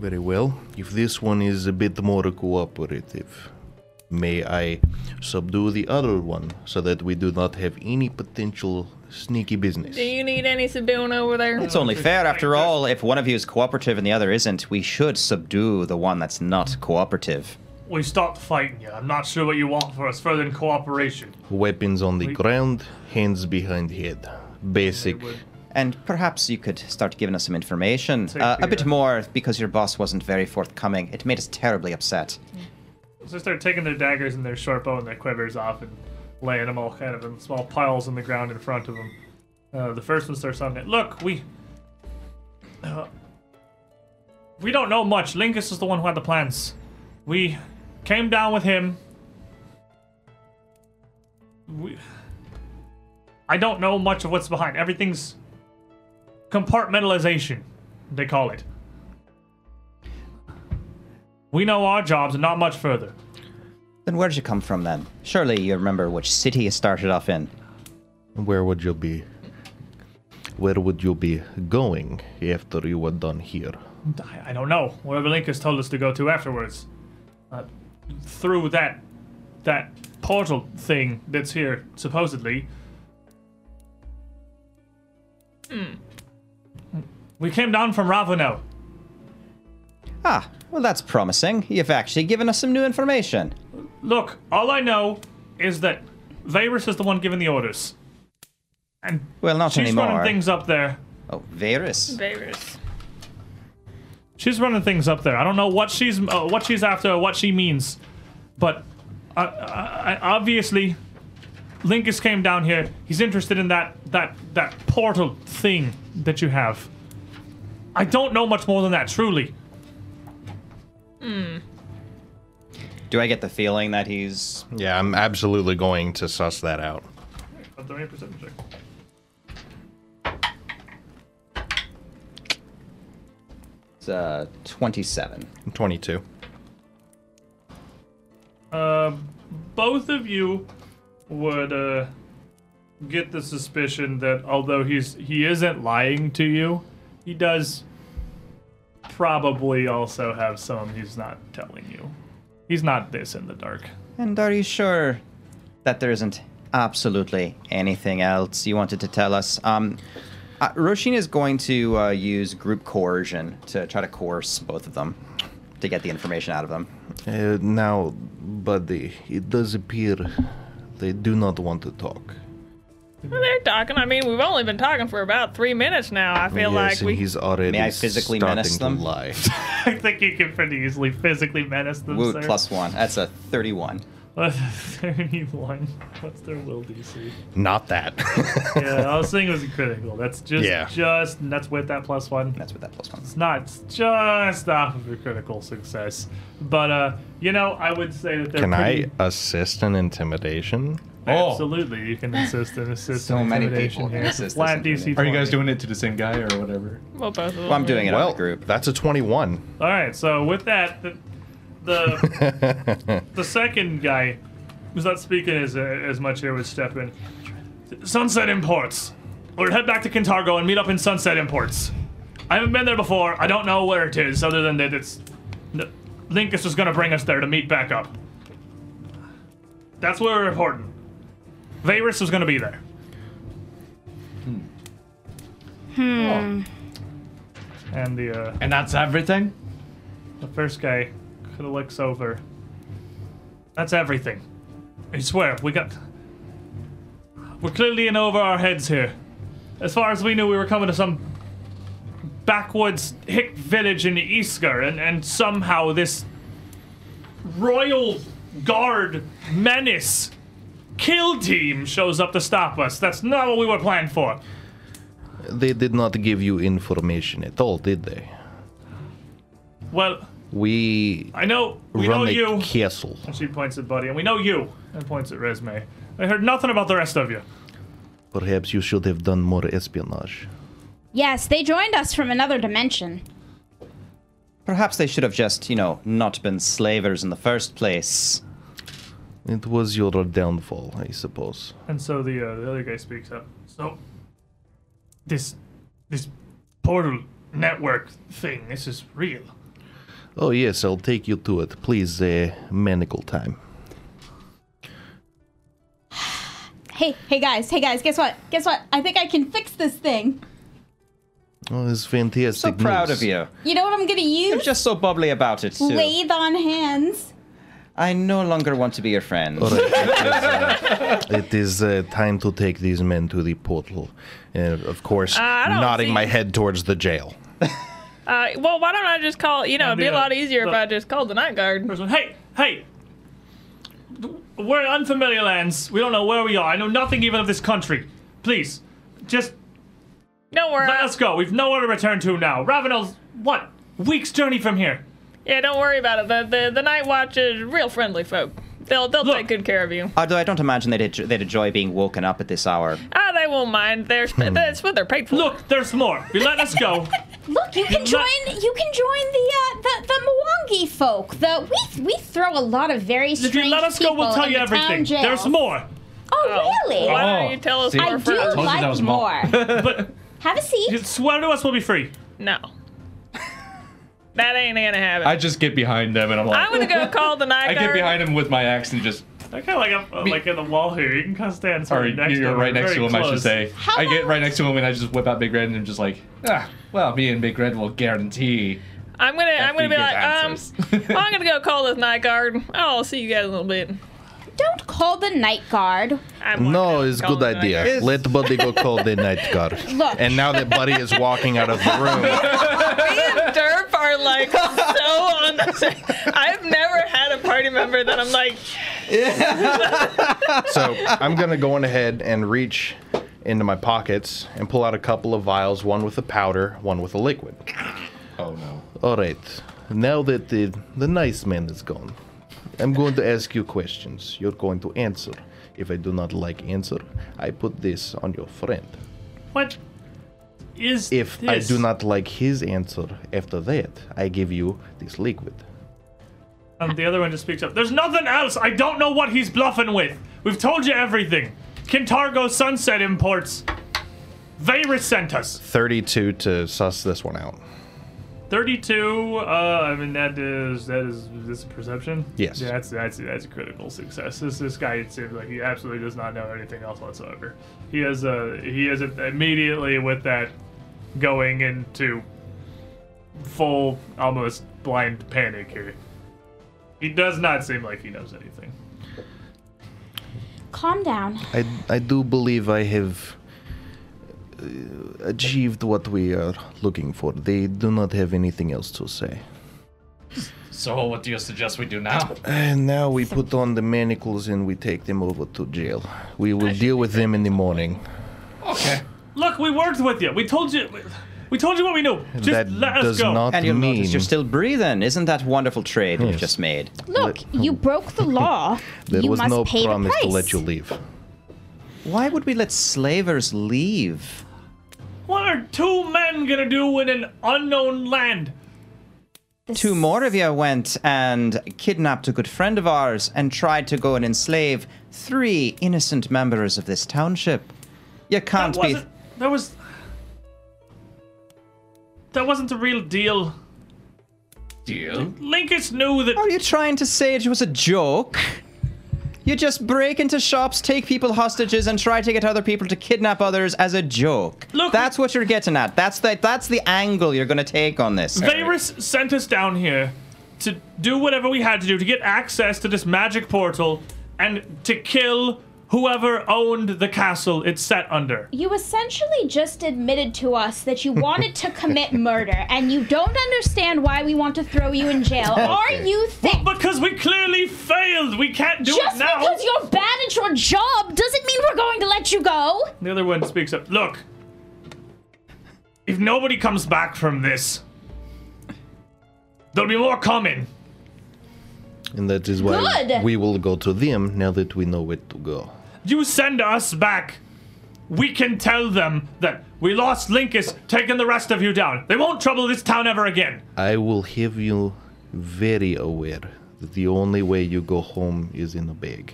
Speaker 3: Very well. If this one is a bit more cooperative, may I subdue the other one so that we do not have any potential sneaky business?
Speaker 4: Do you need any subduing over there?
Speaker 2: It's only fair, after all, if one of you is cooperative and the other isn't, we should subdue the one that's not cooperative.
Speaker 1: We stopped fighting you. I'm not sure what you want for us further than cooperation.
Speaker 3: Weapons on the ground, hands behind head. Basic.
Speaker 2: And perhaps you could start giving us some information. Uh, a
Speaker 1: the,
Speaker 2: bit
Speaker 1: uh,
Speaker 2: more, because your boss wasn't very forthcoming. It made us terribly upset.
Speaker 1: So they start taking their daggers and their short bow and their quivers off and laying them all kind of in small piles on the ground in front of them. Uh, the first one starts on it. Look, we. Uh, we don't know much. Linkus is the one who had the plans. We came down with him. We. I don't know much of what's behind. Everything's compartmentalization, they call it. We know our jobs and not much further.
Speaker 2: Then where'd you come from then? Surely you remember which city you started off in.
Speaker 3: Where would you be? Where would you be going after you were done here?
Speaker 1: I, I don't know. Wherever Linkus told us to go to afterwards. Uh, through that that portal thing that's here, supposedly. Hmm. We came down from Ravano.
Speaker 2: Ah, well, that's promising. You've actually given us some new information.
Speaker 1: Look, all I know is that Varus is the one giving the orders. And
Speaker 2: Well, not
Speaker 1: she's
Speaker 2: anymore.
Speaker 1: running things up there.
Speaker 2: Oh, Varus.
Speaker 4: Virus.
Speaker 1: She's running things up there. I don't know what she's uh, what she's after, or what she means, but uh, uh, obviously, Linkus came down here. He's interested in that that that portal thing that you have. I don't know much more than that, truly.
Speaker 2: Do I get the feeling that he's.
Speaker 3: Yeah, I'm absolutely going to suss that out.
Speaker 2: Uh, 27.
Speaker 3: 22.
Speaker 1: Uh, both of you would uh, get the suspicion that although he's he isn't lying to you, he does probably also have some he's not telling you. He's not this in the dark.
Speaker 2: And are you sure that there isn't absolutely anything else you wanted to tell us? Um, uh, Roshin is going to uh, use group coercion to try to coerce both of them to get the information out of them.
Speaker 3: Uh, now, buddy, it does appear they do not want to talk.
Speaker 4: Well, they're talking. I mean, we've only been talking for about three minutes now. I feel
Speaker 3: yes,
Speaker 4: like
Speaker 3: and
Speaker 4: we.
Speaker 3: he's already
Speaker 2: May I physically
Speaker 3: starting
Speaker 2: menace
Speaker 3: to
Speaker 2: them?
Speaker 3: lie.
Speaker 1: I think you can pretty easily physically menace them,
Speaker 2: Woot
Speaker 1: sir.
Speaker 2: plus one. That's a 31.
Speaker 1: 31. What's their will DC?
Speaker 3: not that.
Speaker 1: Yeah, I was saying it was critical. That's just,
Speaker 3: Yeah.
Speaker 1: just, and that's with that plus one.
Speaker 2: That's what that plus one is.
Speaker 1: It's not it's just off of a critical success. But, uh, you know, I would say that they're
Speaker 3: Can I
Speaker 1: pretty-
Speaker 3: assist in intimidation?
Speaker 5: Oh.
Speaker 1: Absolutely, you can assist and assist
Speaker 2: So
Speaker 1: in
Speaker 2: many
Speaker 1: intimidation
Speaker 2: people can
Speaker 1: here.
Speaker 2: assist
Speaker 1: Flat
Speaker 2: this
Speaker 1: DC.
Speaker 5: Are you guys
Speaker 1: 20.
Speaker 5: doing it to the same guy or whatever?
Speaker 4: well, both of them.
Speaker 2: Well, I'm doing it on
Speaker 3: well,
Speaker 2: the group.
Speaker 3: that's a 21.
Speaker 1: All right, so with that, the the, the second guy who's not speaking as uh, as much here would step in. Sunset Imports. We'll head back to Kintargo and meet up in Sunset Imports. I haven't been there before. I don't know where it is, other than that it's. that Linkus was going to bring us there to meet back up. That's where we're important. Varus was going to be there. Hmm. And the uh,
Speaker 5: And that's everything?
Speaker 1: the first guy kind of looks over. That's everything. I swear, we got. We're clearly in over our heads here. As far as we knew, we were coming to some backwoods hick village in Iskar, and, and somehow this royal guard menace kill team shows up to stop us. That's not what we were planned for.
Speaker 3: They did not give you information at all, did they?
Speaker 1: Well,
Speaker 3: We
Speaker 1: I know we
Speaker 3: run
Speaker 1: know
Speaker 3: a
Speaker 1: you.
Speaker 3: castle.
Speaker 1: She points at Buddy, and we know you. And points at Resume. I heard nothing about the rest of you.
Speaker 3: Perhaps you should have done more espionage.
Speaker 6: Yes, they joined us from another dimension.
Speaker 2: Perhaps they should have just, you know, not been slavers in the first place.
Speaker 3: It was your downfall, I suppose.
Speaker 1: And so the uh, the other guy speaks up. So this this portal network thing. This is real.
Speaker 3: Oh, yes, I'll take you to it. Please, uh, manacle time.
Speaker 6: Hey, hey guys, hey guys, guess what? Guess what? I think I can fix this thing.
Speaker 3: Oh, it's fantastic.
Speaker 2: So proud
Speaker 3: news.
Speaker 2: of you.
Speaker 6: You know what I'm gonna
Speaker 2: You're
Speaker 6: use?
Speaker 2: just so bubbly about it, too.
Speaker 6: Lathe on hands.
Speaker 2: I no longer want to be your friend.
Speaker 3: All right, it is, uh, it is uh, time to take these men to the portal. And of course,
Speaker 4: Ah, I don't
Speaker 3: nodding
Speaker 4: see-
Speaker 3: my head towards the jail.
Speaker 4: Uh, well, why don't I just call? You know, it'd be a
Speaker 1: Yeah,
Speaker 4: lot easier if
Speaker 1: but-
Speaker 4: I just called the night guard.
Speaker 1: Person, hey, hey! We're in unfamiliar lands. We don't know where we are. I know nothing even of this country. Please, just
Speaker 4: Don't worry.
Speaker 1: let us go. We've nowhere to return to now. Ravenel's, what? Week's journey from here.
Speaker 4: Yeah, don't worry about it. The the, the night watch is real friendly folk. They'll they'll
Speaker 1: Look.
Speaker 4: take good care of you.
Speaker 2: Although I don't imagine they'd, enj- they'd enjoy being woken up at this hour.
Speaker 4: Ah, they won't mind. They're sp- that's what they're paid for.
Speaker 1: Look, there's more. You let us go.
Speaker 6: Look, you can
Speaker 1: not-
Speaker 6: join. You can join the uh, the the Mwangi folk. The we we throw a lot of very strange
Speaker 1: If you let us go,
Speaker 6: people
Speaker 1: we'll tell
Speaker 6: in
Speaker 1: you
Speaker 6: the town
Speaker 1: everything.
Speaker 6: jail.
Speaker 1: There's more.
Speaker 6: Oh, really?
Speaker 4: Why don't
Speaker 5: Oh,
Speaker 4: you tell us
Speaker 5: see?
Speaker 4: more
Speaker 6: I do
Speaker 4: first?
Speaker 5: you that
Speaker 6: like
Speaker 5: was Maul.
Speaker 6: more.
Speaker 1: But
Speaker 6: Have a seat.
Speaker 1: just swear to us we'll be free.
Speaker 4: No, that ain't gonna happen.
Speaker 5: I just get behind them and I'm like,
Speaker 4: I'm gonna go call the night
Speaker 5: I
Speaker 4: guard.
Speaker 5: get behind him with my axe and just,
Speaker 1: I kind of like up, uh, like in the wall here. You can kind of stand
Speaker 5: or
Speaker 1: sort of next
Speaker 5: you're
Speaker 1: to
Speaker 5: right
Speaker 1: him.
Speaker 5: next to
Speaker 1: Very
Speaker 5: him, I should
Speaker 1: close.
Speaker 5: say.
Speaker 6: How
Speaker 5: I get
Speaker 6: about-
Speaker 5: right next to him and I just whip out Big Red and I'm just like, ah, well, me and Big Red will guarantee.
Speaker 4: I'm gonna I'm gonna be like um.
Speaker 5: Answers.
Speaker 4: I'm gonna go call the night guard. Oh, I'll see you guys in a little bit.
Speaker 6: Don't call the night guard.
Speaker 4: I'm
Speaker 3: No,
Speaker 4: walking out,
Speaker 3: it's
Speaker 4: call
Speaker 3: good
Speaker 4: the night
Speaker 3: idea.
Speaker 4: guard.
Speaker 2: Yes.
Speaker 3: Let Buddy go call the night guard.
Speaker 6: Look.
Speaker 3: And now that Buddy is walking out of the room,
Speaker 4: Me and Derp are like so on the same. I've never had a party member that I'm like,
Speaker 3: so I'm gonna go on ahead and reach into my pockets and pull out a couple of vials, one with a powder, one with a liquid.
Speaker 5: Oh no.
Speaker 3: All right. Now that the, the nice man is gone, I'm going to ask you questions. You're going to answer. If I do not like answer, I put this on your friend.
Speaker 1: What is
Speaker 3: If I
Speaker 1: this?
Speaker 3: do not like his answer after that, I give you this liquid.
Speaker 1: Um, the other one just speaks up. There's nothing else. I don't know what he's bluffing with. We've told you everything. Kintargo Sunset Imports. They resent us.
Speaker 3: 32 to suss this one out.
Speaker 1: 32. Uh, I mean that is that is this is perception.
Speaker 3: Yes.
Speaker 1: Yeah, that's that's that's a critical success. This this guy it seems like he absolutely does not know anything else whatsoever. He has a he has a, immediately with that going into full almost blind panic here. He does not seem like he knows anything.
Speaker 6: Calm down.
Speaker 3: I, I do believe I have uh, achieved what we are looking for. They do not have anything else to say.
Speaker 5: So what do you suggest we do now?
Speaker 3: And now we put on the manacles and we take them over to jail. We will deal with them in the morning.
Speaker 5: Okay.
Speaker 1: Look, we worked with you. We told you. We told you what we knew. Just
Speaker 3: that
Speaker 1: let us
Speaker 3: does
Speaker 1: go.
Speaker 3: not
Speaker 2: And you'll
Speaker 3: mean
Speaker 2: notice you're still breathing. Isn't that wonderful trade
Speaker 3: Yes.
Speaker 2: you've just made?
Speaker 6: Look, you broke the law.
Speaker 3: there
Speaker 6: you
Speaker 3: was
Speaker 6: must
Speaker 3: no
Speaker 6: pay the
Speaker 3: promise to
Speaker 6: price.
Speaker 3: let you leave.
Speaker 2: Why would we let slavers leave?
Speaker 1: What are two men gonna do in an unknown land?
Speaker 6: This-
Speaker 2: Two more of you went and kidnapped a good friend of ours and tried to go and enslave three innocent members of this township. You can't
Speaker 1: That
Speaker 2: be.
Speaker 1: wasn't. That was. That wasn't the real deal.
Speaker 5: Deal.
Speaker 1: Linkus knew that.
Speaker 2: Are you trying to say it was a joke? You just break into shops, take people hostages, and try to get other people to kidnap others as a joke.
Speaker 1: Look-
Speaker 2: that's what you're getting at. That's the that's the angle you're going to take on this.
Speaker 1: Varus sent us down here to do whatever we had to do to get access to this magic portal and to kill whoever owned the castle it sat under.
Speaker 6: You essentially just admitted to us that you wanted to commit murder, and you don't understand why we want to throw you in jail, or you think
Speaker 1: Because we clearly failed. We can't do
Speaker 6: just
Speaker 1: it now.
Speaker 6: because you're bad at your job doesn't mean we're going to let you go.
Speaker 1: The other one speaks up. Look, if nobody comes back from this, there'll be more coming.
Speaker 3: And that is why
Speaker 6: Good.
Speaker 3: we will go to them now that we know where to go.
Speaker 1: You send us back. We can tell them that we lost Linkus, taking the rest of you down. They won't trouble this town ever again.
Speaker 3: I will have you very aware that the only way you go home is in a bag.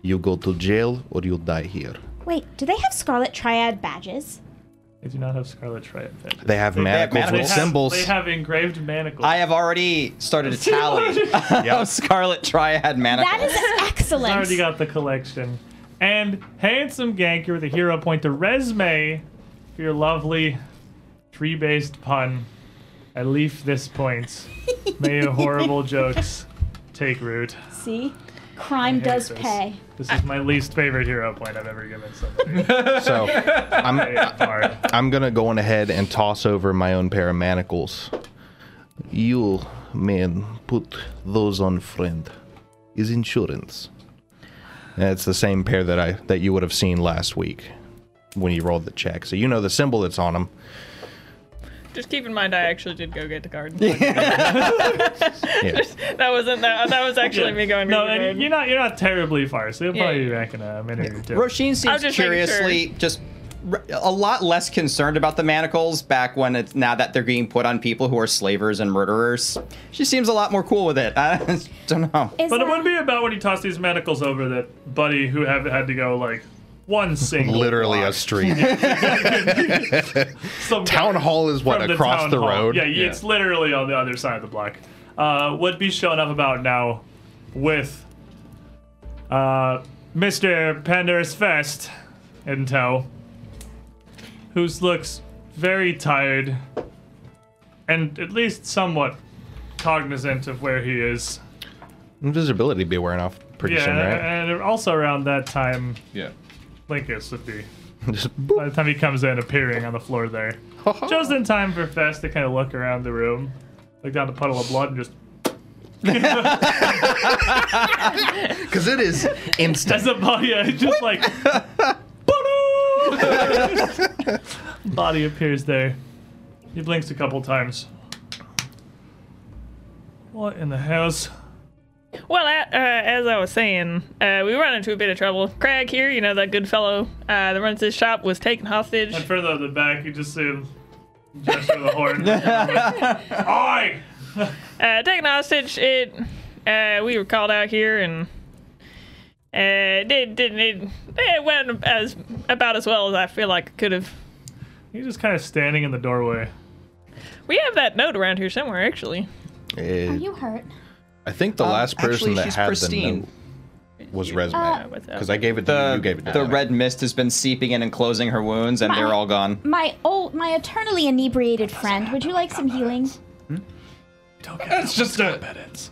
Speaker 3: You go to jail or you die here.
Speaker 6: Wait, do they have Scarlet Triad badges?
Speaker 1: They do not have scarlet stripe badges.
Speaker 3: They have manacles
Speaker 2: manacles.
Speaker 3: with
Speaker 1: They have-
Speaker 3: symbols.
Speaker 1: They have engraved manacles.
Speaker 2: I have already started a tally of Scarlet Triad
Speaker 6: That
Speaker 2: manacles.
Speaker 6: is excellent.
Speaker 1: I already got the collection. And handsome Ganker with a hero point to resume for your lovely tree-based pun. I leaf this point. May your horrible jokes take root.
Speaker 6: See? Crime
Speaker 1: hate
Speaker 6: does
Speaker 1: this.
Speaker 6: pay.
Speaker 1: This is my least favorite hero point I've ever given somebody.
Speaker 3: so
Speaker 1: Hey,
Speaker 3: I'm
Speaker 1: Bard.
Speaker 3: I'm gonna go on ahead and toss over my own pair of manacles. You man, put those on friend. Is insurance. That's the same pair that I that you would have seen last week when you rolled the check. So you know the symbol that's on them.
Speaker 4: Just keep in mind, I actually did go get the garden. that wasn't that. That was actually me going.
Speaker 1: No,
Speaker 4: to the
Speaker 1: and
Speaker 4: garden.
Speaker 1: you're not you're not terribly far, so you'll
Speaker 4: Yeah.
Speaker 1: probably be back in a minute or two.
Speaker 2: Roshin seems
Speaker 4: was just making
Speaker 2: curiously just r- a lot less concerned about the manacles back when it's now that they're being put on people who are slavers and murderers. She seems a lot more cool with it. I don't know.
Speaker 6: Is
Speaker 1: but it
Speaker 6: that-
Speaker 1: would be about when you toss these manacles over that buddy who have had to go like one single
Speaker 3: Literally a
Speaker 1: block.
Speaker 3: street.
Speaker 1: Some guy
Speaker 3: town hall is what
Speaker 1: from
Speaker 3: across
Speaker 1: town
Speaker 3: the,
Speaker 1: hall.
Speaker 3: road.
Speaker 1: Yeah, it's literally on the other side of the block. Uh, would be showing up about now with uh, Mr. Pender's Fest in tow, who looks very tired and at least somewhat cognizant of where he is.
Speaker 3: Invisibility be wearing off pretty
Speaker 1: Yeah,
Speaker 3: soon, right?
Speaker 1: and also around that time,
Speaker 5: Yeah.
Speaker 1: Linkus would be
Speaker 3: Just boop.
Speaker 1: By the time he comes in, appearing on the floor there. Just in time for Fest to kind of look around the room, look down the puddle of blood, and just
Speaker 3: Because it is
Speaker 1: as
Speaker 3: instant.
Speaker 1: a body, yeah, just like. "Ba-doo!" body appears there. He blinks a couple times. What in the house?
Speaker 4: Well, a- uh, as I was saying, uh, we run into a bit of trouble. Craig here, you know that good fellow uh, that runs this shop, was taken hostage.
Speaker 1: And further to the back, you just see him gesture the horn. Oi!
Speaker 4: Uh, taken hostage. It. Uh, we were called out here and. Uh, did didn't it, it went as about as well as I feel like it could have.
Speaker 1: He's just kind of standing in the doorway.
Speaker 4: We have that note around here somewhere, actually.
Speaker 6: Are
Speaker 3: Uh,
Speaker 6: you hurt?
Speaker 3: I think the
Speaker 2: Um,
Speaker 3: last person
Speaker 2: actually,
Speaker 3: that
Speaker 2: she's
Speaker 3: had
Speaker 2: pristine.
Speaker 3: the note was resume.
Speaker 6: Uh,
Speaker 3: Because I gave it to you, you gave it to
Speaker 2: The
Speaker 3: me.
Speaker 2: red mist has been seeping in and closing her wounds, and they're all gone.
Speaker 6: My old, my eternally inebriated friend, would you like some healing?
Speaker 5: It's just a minutes.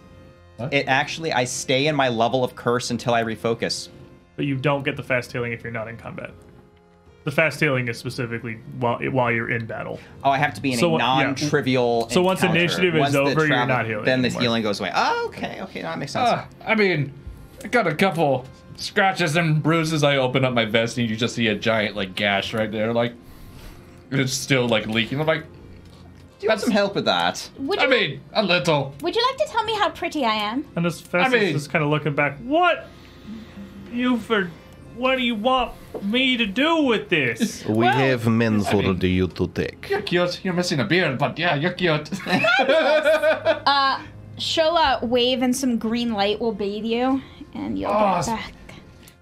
Speaker 2: It actually, I stay in my level of curse until I refocus.
Speaker 1: but you don't get the fast healing if you're not in combat. The fast healing is specifically while while you're in battle.
Speaker 2: Oh, I have to be in
Speaker 1: So,
Speaker 2: a
Speaker 1: yeah.
Speaker 2: non-trivial.
Speaker 1: So once
Speaker 2: encounter.
Speaker 1: initiative is
Speaker 2: Once the
Speaker 1: over, you're
Speaker 2: travel-
Speaker 1: not healing
Speaker 2: Then the
Speaker 1: anymore. Ah.
Speaker 2: healing goes away. Oh, okay, okay, that makes sense.
Speaker 5: Uh, I mean, I got a couple scratches and bruises. I open up my vest and you just see a giant like gash right there, like it's still like leaking. I'm like,
Speaker 2: Do you have some help with that?
Speaker 6: Would
Speaker 5: I
Speaker 6: you,
Speaker 5: mean, a little.
Speaker 6: would you like to tell me how pretty I am?
Speaker 1: And this Festus
Speaker 5: I mean-
Speaker 1: is kind of looking back. What you for? What do you want me to do with this?
Speaker 3: We have men for
Speaker 5: mean-
Speaker 3: you to take.
Speaker 5: You're cute. You're missing a beard, but yeah, you're cute.
Speaker 6: She'll uh, wave and some green light will bathe you, and you'll
Speaker 5: Oh,
Speaker 6: get back.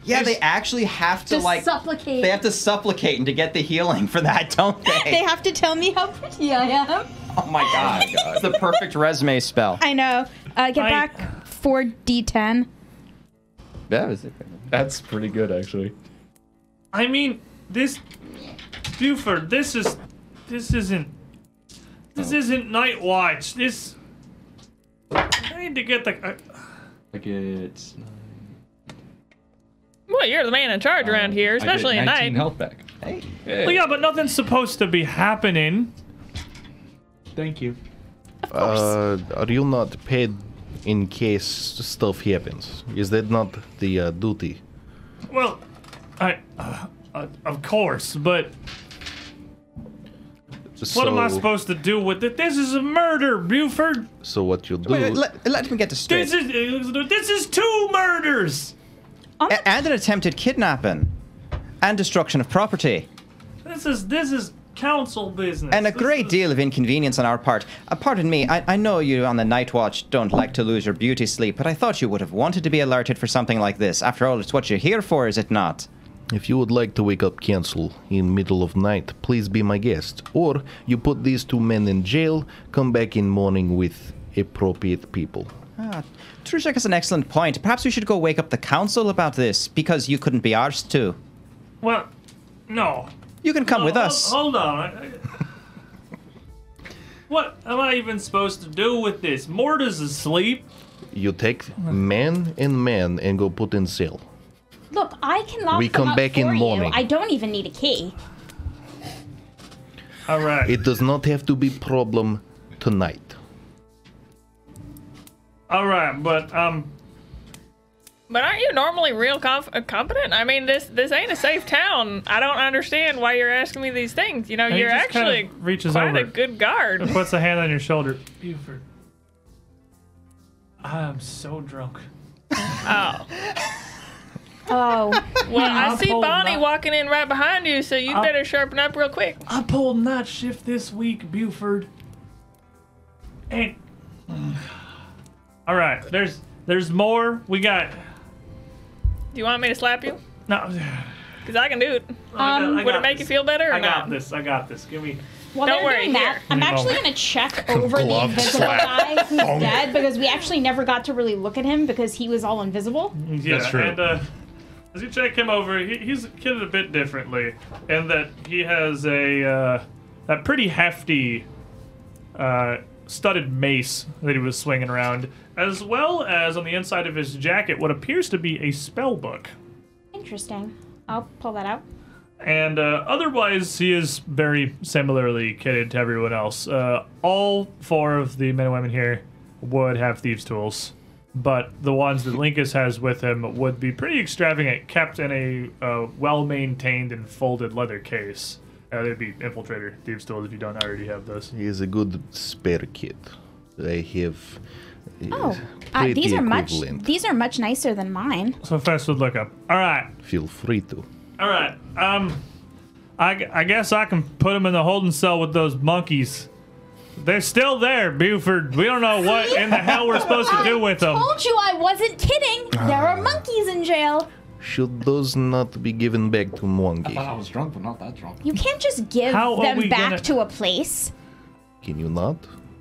Speaker 2: Yeah, they actually have to
Speaker 6: Just
Speaker 2: like.
Speaker 6: supplicate.
Speaker 2: They have to supplicate and to get the healing for that, don't they?
Speaker 6: They have to tell me how pretty I am.
Speaker 2: oh my god, it's the perfect resume spell.
Speaker 6: I know. Uh, get
Speaker 1: I-
Speaker 6: back 4d10.
Speaker 2: That was it.
Speaker 5: That's pretty good, actually.
Speaker 1: I mean, this Buford. This is this isn't this
Speaker 5: Oh.
Speaker 1: isn't Night Watch. This I need to get the. uh, I,
Speaker 5: Like it's.
Speaker 4: Well, you're the man in charge
Speaker 1: Um,
Speaker 4: around here, especially at night.
Speaker 5: health back.
Speaker 2: Hey,
Speaker 1: well, yeah, but nothing's supposed to be happening.
Speaker 5: Thank you.
Speaker 3: Uh, are you not paid in case stuff happens? Is that not the uh, duty?
Speaker 1: Well, I, uh, uh, of course, but what am I supposed to do with it? This is a murder, Buford.
Speaker 3: So what you do?
Speaker 2: wait, wait, let, let me get this straight.
Speaker 1: This is this is two murders.
Speaker 2: A- and an attempted kidnapping, and destruction of property,
Speaker 1: This is this is council business.
Speaker 2: and a
Speaker 1: This
Speaker 2: great
Speaker 1: is-
Speaker 2: deal of inconvenience on our part. Uh, pardon me, I, I know you on the night watch don't like to lose your beauty sleep, but I thought you would have wanted to be alerted for something like this. After all, it's what you're here for, is it not?
Speaker 3: If you would like to wake up council in middle of night, please be my guest. Or you put these two men in jail, come back in morning with appropriate people.
Speaker 2: Ah, Trushek has an excellent point. Perhaps we should go wake up the council about this, because you couldn't be ours too.
Speaker 1: Well, no.
Speaker 2: You can come
Speaker 1: Oh,
Speaker 2: with
Speaker 1: hol-
Speaker 2: us.
Speaker 1: Hold on. I- I- what am I even supposed to do with this? Morta's asleep.
Speaker 3: You take man and man and go put in cell.
Speaker 6: Look, I can lock
Speaker 3: We
Speaker 6: them
Speaker 3: come
Speaker 6: up
Speaker 3: back in
Speaker 6: for you.
Speaker 3: morning.
Speaker 6: I don't even need a key.
Speaker 1: All right.
Speaker 3: It does not have to be problem tonight.
Speaker 1: All right, but um,
Speaker 4: But aren't you normally real conf- uh, competent? I mean, this this ain't a safe town. I don't understand why you're asking me these things. You know,
Speaker 1: he
Speaker 4: you're
Speaker 1: just kind
Speaker 4: actually
Speaker 1: of reaches
Speaker 4: quite a
Speaker 1: over.
Speaker 4: good guard.
Speaker 1: puts a hand on your shoulder. Buford, I am so drunk.
Speaker 4: Oh,
Speaker 6: Oh,
Speaker 4: well, I
Speaker 1: I'll
Speaker 4: see
Speaker 1: pull
Speaker 4: Bonnie
Speaker 1: my-
Speaker 4: walking in right behind you, so you
Speaker 1: I'll-
Speaker 4: better sharpen up real quick.
Speaker 1: I pulled night shift this week, Buford. And all right, there's there's more. We got
Speaker 4: Do you want me to slap you?
Speaker 1: no.
Speaker 4: Because I can do it.
Speaker 1: I got- I
Speaker 4: Um, Would
Speaker 1: got
Speaker 4: it make you
Speaker 1: this.
Speaker 4: feel better or
Speaker 1: I
Speaker 4: not?
Speaker 1: got this. I got this. Give me.
Speaker 6: while
Speaker 4: Don't
Speaker 6: they're
Speaker 4: worry,
Speaker 6: doing that,
Speaker 4: here.
Speaker 6: I'm
Speaker 1: Give me a
Speaker 6: actually
Speaker 1: moment.
Speaker 6: gonna check over the
Speaker 3: Glove
Speaker 6: invisible
Speaker 3: slap.
Speaker 6: guy who's dead because we actually never got to really look at him because he was all invisible.
Speaker 1: Yeah,
Speaker 5: That's true.
Speaker 1: And uh, as you check him over, he, he's kitted a bit differently, in that he has a uh, a pretty hefty uh, studded mace that he was swinging around, as well as on the inside of his jacket what appears to be a spell book.
Speaker 6: Interesting. I'll pull that out.
Speaker 1: And uh, otherwise, he is very similarly kitted to everyone else. Uh, all four of the men and women here would have thieves' tools, but the ones that Linkus has with him would be pretty extravagant, kept in a uh, well maintained and folded leather case. Uh, they'd be infiltrator thieves' tools if you don't already have those.
Speaker 3: He is a good spare kid. I have. uh,
Speaker 6: Oh, uh, these
Speaker 3: pretty
Speaker 6: are much
Speaker 3: equivalent.
Speaker 6: these are much nicer than mine.
Speaker 1: So first would look up. All right,
Speaker 3: Feel free to.
Speaker 1: all right. Um, I, g- I guess I can put him in the holding cell with those monkeys. They're still there, Buford. We don't know what in the hell we're supposed to do with them.
Speaker 6: Told you I wasn't kidding. There are monkeys in jail.
Speaker 3: Should those not be given back to Mwangi?
Speaker 5: I was drunk, but not that drunk.
Speaker 6: You can't just give
Speaker 1: How are we
Speaker 6: them back
Speaker 1: gonna-
Speaker 6: to a place.
Speaker 3: Can you not?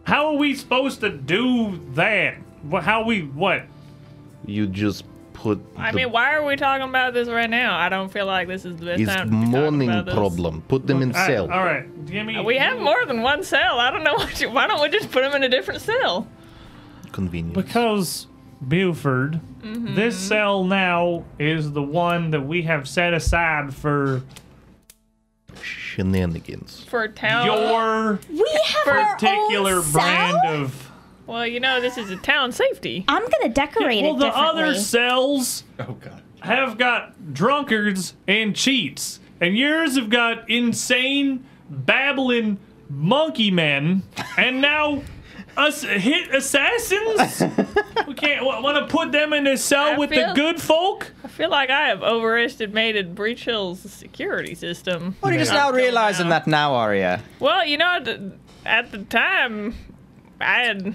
Speaker 1: How are we supposed to do that? What, how we what?
Speaker 3: You just put.
Speaker 4: I
Speaker 3: the-
Speaker 4: mean, why are we talking about this right now? I don't feel like this is the best
Speaker 3: It's
Speaker 4: time to be talking
Speaker 3: morning
Speaker 4: about this.
Speaker 3: problem. Put them in
Speaker 1: All right,
Speaker 3: cell.
Speaker 1: all right, give
Speaker 6: Uh,
Speaker 1: me.
Speaker 4: We have more than one cell. I don't know what you, why don't we just put them in a different cell?
Speaker 3: Convenient.
Speaker 1: because Buford.
Speaker 6: Mm-hmm.
Speaker 1: This cell now is the one that we have set aside for
Speaker 3: Shenanigans.
Speaker 4: for
Speaker 6: Oh.
Speaker 4: town.
Speaker 1: your
Speaker 6: We have our
Speaker 1: particular
Speaker 6: own
Speaker 1: brand
Speaker 6: cell?
Speaker 1: of.
Speaker 4: well, you know, this is a town safety.
Speaker 6: I'm gonna decorate
Speaker 1: Well,
Speaker 6: it
Speaker 1: the
Speaker 6: differently.
Speaker 1: other cells
Speaker 5: Oh god.
Speaker 1: have got drunkards and cheats, and yours have got insane, babbling monkey men, and now us hit assassins. we can't want to put them in a cell
Speaker 4: I
Speaker 1: with the
Speaker 4: feel-
Speaker 1: good folk.
Speaker 4: I feel like I have overestimated Breach Hill's security system.
Speaker 2: What are you just now realizing that now, are you?
Speaker 4: Well, you know, th- at the time, I had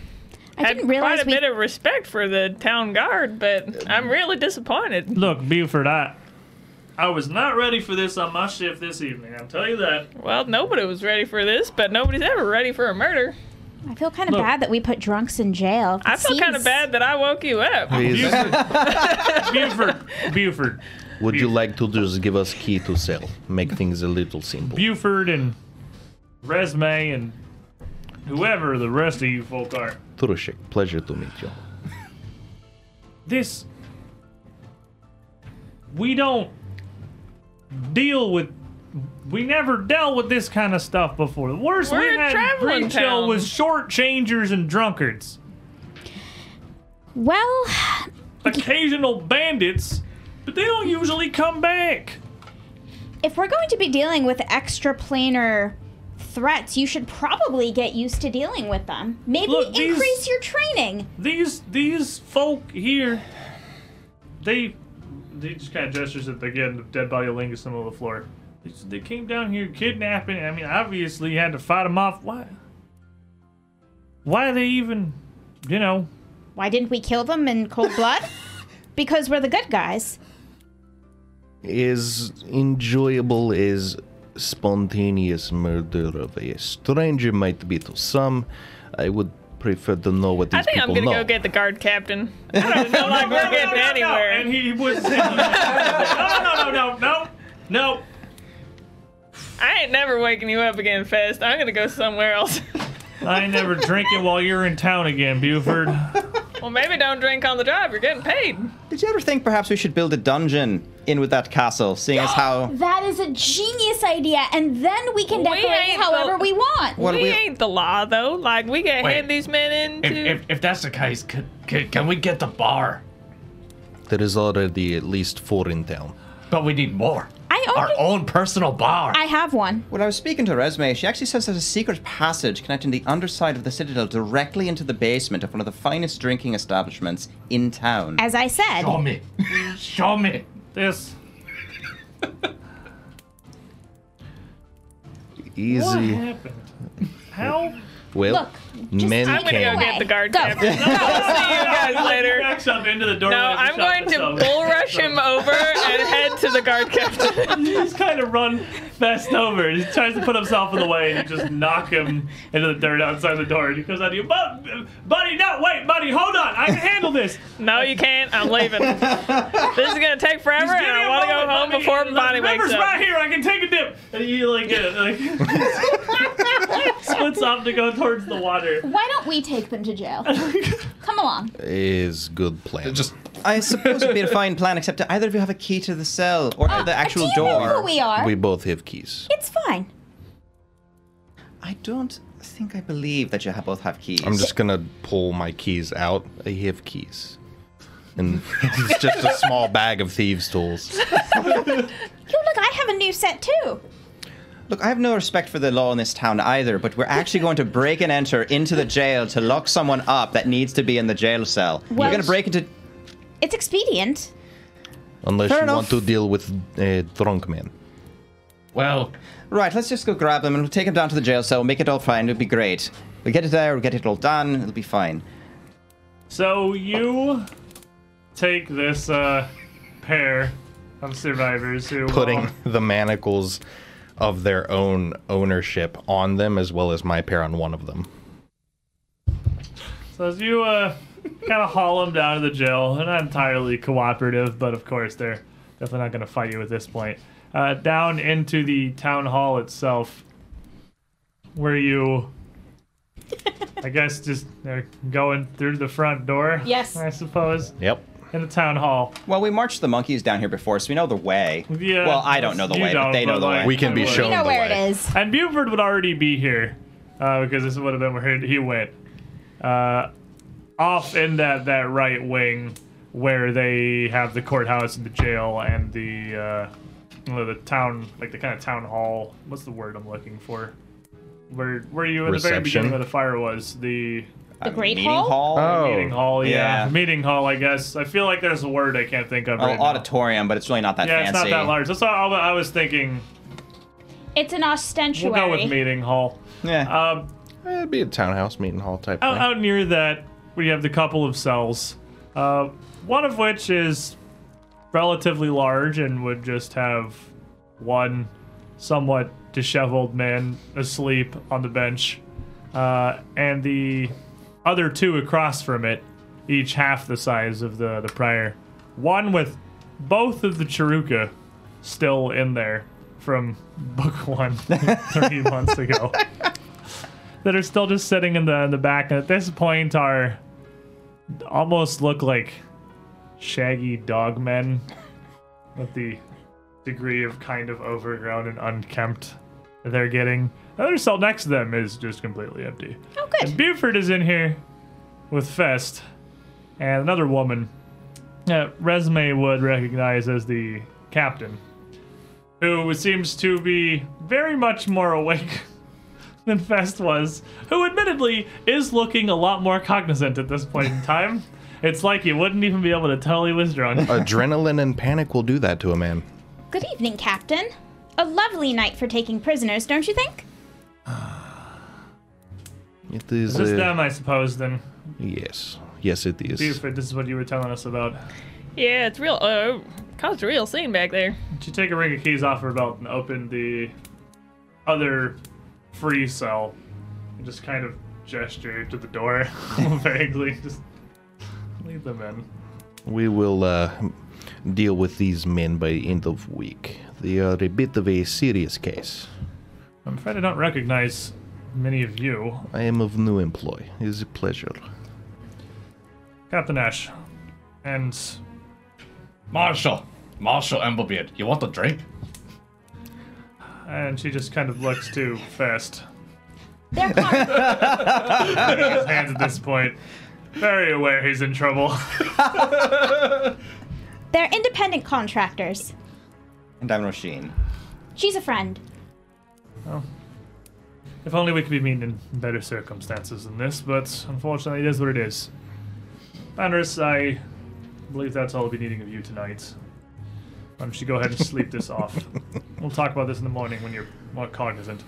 Speaker 6: I
Speaker 4: had
Speaker 6: didn't
Speaker 4: quite
Speaker 6: realize
Speaker 4: a
Speaker 6: we
Speaker 4: bit of respect for the town guard, but I'm really disappointed.
Speaker 1: Look, Buford, I. I was not ready for this on my shift this evening. I'll tell you that.
Speaker 4: Well, nobody was ready for this, but nobody's ever ready for a murder.
Speaker 6: I feel kind of
Speaker 1: Look.
Speaker 6: bad that we put drunks in jail.
Speaker 4: I feel kind of bad that I woke you up.
Speaker 3: Please,
Speaker 1: Buford, Buford,
Speaker 3: would you like to just give us key to cell? Make things a little simple.
Speaker 1: Buford, and Resume, and whoever the rest of you folk are.
Speaker 3: Turushek, pleasure to meet you.
Speaker 1: this we don't deal with we never dealt with this kind of stuff before. The worst
Speaker 4: We're
Speaker 1: we
Speaker 4: a
Speaker 1: had in
Speaker 4: traveling
Speaker 1: Green Hill
Speaker 4: town.
Speaker 1: was shortchangers and drunkards.
Speaker 6: Well,
Speaker 1: Occasional bandits, but they don't usually come back.
Speaker 6: if we're going to be dealing with extraplanar threats, you should probably get used to dealing with them. Maybe
Speaker 1: Look, these-
Speaker 6: increase your training.
Speaker 1: These these folk here they they just kind of gestures at the again the dead body of Lingus in the middle of the floor. They, they came down here kidnapping. I mean, obviously you had to fight them off. Why? Why they even? You know,
Speaker 6: Why didn't we kill them in cold blood? because we're the good guys.
Speaker 3: as enjoyable as spontaneous murder of a stranger might be to some, I would prefer to know what these
Speaker 4: I think I'm
Speaker 3: people
Speaker 4: gonna
Speaker 3: know.
Speaker 4: go get the guard captain. I don't feel like we're getting anywhere.
Speaker 1: And he was. no, no, no, no, no, no.
Speaker 4: I ain't never waking you up again, Fest. I'm gonna go somewhere else.
Speaker 1: I ain't never drinking while you're in town again, Buford.
Speaker 4: well, maybe don't drink on the job. You're getting paid.
Speaker 2: Did you ever think perhaps we should build a dungeon in with that castle, seeing as how
Speaker 6: That is a genius idea, and then we can
Speaker 4: We
Speaker 6: decorate
Speaker 4: ain't
Speaker 6: however
Speaker 4: built-
Speaker 6: we want.
Speaker 2: What
Speaker 4: we,
Speaker 2: we-
Speaker 4: ain't the law though. Like we can
Speaker 7: Wait.
Speaker 4: hand these men into.
Speaker 7: If, if, if that's the case, could, could, can we get the bar?
Speaker 3: There is already at least four in town.
Speaker 7: But we need more.
Speaker 6: I
Speaker 7: Our
Speaker 6: already,
Speaker 7: own personal bar.
Speaker 6: I have one.
Speaker 2: When I was speaking to Resme, she actually says there's a secret passage connecting the underside of the citadel directly into the basement of one of the finest drinking establishments in town.
Speaker 6: As I said,
Speaker 7: Show me. Show me.
Speaker 1: This. What
Speaker 3: Easy.
Speaker 1: happened? How?
Speaker 3: Well,
Speaker 6: Look, just-
Speaker 3: men
Speaker 4: I'm gonna go
Speaker 3: came.
Speaker 4: get the guard
Speaker 6: Go.
Speaker 4: captain. I'll see you guys later.
Speaker 1: Backs up into the door.
Speaker 4: No, I'm going to bull rush him over and head to the guard captain.
Speaker 1: He's kind of run fast over. He tries to put himself in the way, and you just knock him into the dirt outside the door. And he goes out to you, "Bu- buddy, no, wait, buddy, hold on, I can handle this.
Speaker 4: No, you can't. I'm leaving. This is gonna take forever,
Speaker 1: Give
Speaker 4: and
Speaker 1: me
Speaker 4: I
Speaker 1: a
Speaker 4: want to go
Speaker 1: moment,
Speaker 4: home
Speaker 1: buddy.
Speaker 4: before
Speaker 1: The
Speaker 4: Bonnie wakes
Speaker 1: river's right
Speaker 4: up.
Speaker 1: here. I can take a dip. And he like, uh, like splits off to go towards the water.
Speaker 6: why don't we take them to jail? Come along.
Speaker 3: Is good plan.
Speaker 5: Just
Speaker 2: I suppose it'd be a fine plan, except either of you have a key to the cell or
Speaker 6: Uh,
Speaker 2: to Uh, the actual
Speaker 6: Do you
Speaker 2: door.
Speaker 6: know who we are?
Speaker 3: we both have keys.
Speaker 6: it's fine.
Speaker 2: I don't think I believe that you ha- both have keys.
Speaker 3: I'm just gonna pull my keys out. I have keys. And it's just a small bag of thieves' tools.
Speaker 6: Yo, look, I have a new set too.
Speaker 2: Look, I have no respect for the law in this town either, but we're actually going to break and enter into the jail to lock someone up that needs to be in the jail cell.
Speaker 6: Well-
Speaker 2: We're going to break into.
Speaker 6: It's expedient.
Speaker 3: Unless
Speaker 2: Fair
Speaker 3: you
Speaker 2: enough.
Speaker 3: want to deal with uh, drunk men.
Speaker 7: Well,
Speaker 2: Right, let's just go grab them and we'll take them down to the jail cell. We'll make it all fine. It'll be great. We'll get it there. We'll get it all done. It'll be fine.
Speaker 1: So you take this uh, pair of survivors who
Speaker 3: Putting
Speaker 2: Oh.
Speaker 1: will-
Speaker 3: the manacles of their own ownership on them as well as my pair on one of them.
Speaker 1: So as you uh, kind of haul them down to the jail, they're not entirely cooperative, but of course they're definitely not going to fight you at this point. Uh, down into the town hall itself, where you, I guess, just they're going through the front door.
Speaker 6: Yes.
Speaker 1: I suppose
Speaker 3: Yep.
Speaker 1: in the town hall.
Speaker 2: Well, we marched the monkeys down here before, so we know the way.
Speaker 1: Yeah.
Speaker 2: Well, I don't know the
Speaker 1: You
Speaker 2: way, but
Speaker 1: don't,
Speaker 2: they know
Speaker 1: but,
Speaker 2: the
Speaker 1: like-
Speaker 2: way.
Speaker 3: We can be
Speaker 1: We
Speaker 6: You
Speaker 3: shown
Speaker 6: know
Speaker 3: the
Speaker 6: where
Speaker 3: way.
Speaker 6: it is.
Speaker 1: And Buford would already be here uh, because this would have been where he went. Uh, off in that, that right wing where they have the courthouse and the jail and the uh, you know, the town, like the kind of town hall. What's the word I'm looking for? Where were you in the very
Speaker 3: Reception?
Speaker 1: beginning of the fire was the
Speaker 6: The Great
Speaker 2: Meeting
Speaker 6: Hall?
Speaker 3: Oh,
Speaker 2: hall?
Speaker 1: Oh. meeting hall? Yeah.
Speaker 2: yeah.
Speaker 1: meeting hall. I guess I feel like there's a word I can't think of.
Speaker 2: Well,
Speaker 1: right now.
Speaker 2: auditorium, but it's really not that
Speaker 1: Yeah,
Speaker 2: fancy.
Speaker 1: it's not that large. That's all I I was thinking.
Speaker 6: It's an ostentuary.
Speaker 1: We'll go with meeting hall.
Speaker 2: Yeah.
Speaker 1: Um,
Speaker 3: It'd Eh, be a townhouse meeting hall type
Speaker 1: out,
Speaker 3: thing.
Speaker 1: out near that, we have the couple of cells, uh, one of which is relatively large and would just have one somewhat disheveled man asleep on the bench, uh, and the other two across from it, each half the size of the, the prior. One with both of the Chiruka still in there from book one three months ago that are still just sitting in the in the back and at this point are almost look like shaggy dog men with the degree of kind of overgrown and unkempt that they're getting. The other cell next to them is just completely empty.
Speaker 6: Oh, good.
Speaker 1: And Buford is in here with Fest and another woman that Resume would recognize as the captain, who seems to be very much more awake than Fest was, who admittedly is looking a lot more cognizant at this point in time. It's like you wouldn't even be able to tell he was drunk.
Speaker 3: Adrenaline and panic will do that to a man.
Speaker 6: Good evening, Captain. A lovely night for taking prisoners, don't you think?
Speaker 3: It is.
Speaker 1: Just um,
Speaker 3: uh,
Speaker 1: them, I suppose, then.
Speaker 3: yes. Yes, it is.
Speaker 1: Buford, this is what you were telling us about.
Speaker 4: Yeah, it's real. Uh, Caused a real scene back there.
Speaker 1: She take a ring of keys off her belt and open the other free cell and just kind of gesture to the door vaguely. Just leave them in.
Speaker 3: We will uh, deal with these men by end of week. They are a bit of a serious case.
Speaker 1: I'm afraid I don't recognize many of you.
Speaker 3: I am of new employ. It is a pleasure.
Speaker 1: Captain Ash. And
Speaker 5: Marshall, Marshall Emberbeard, you want a drink?
Speaker 1: and she just kind of looks to Fest.
Speaker 6: They're called,
Speaker 1: His hands at this point. Very aware he's in trouble.
Speaker 6: they're independent contractors.
Speaker 2: And I'm Roshin.
Speaker 6: She's a friend.
Speaker 1: if only we could be meeting in better circumstances than this, but unfortunately it is what it is. Andrus, I believe that's all I'll be needing of you tonight. Why don't you go ahead and sleep this off? We'll talk about this in the morning when you're more cognizant.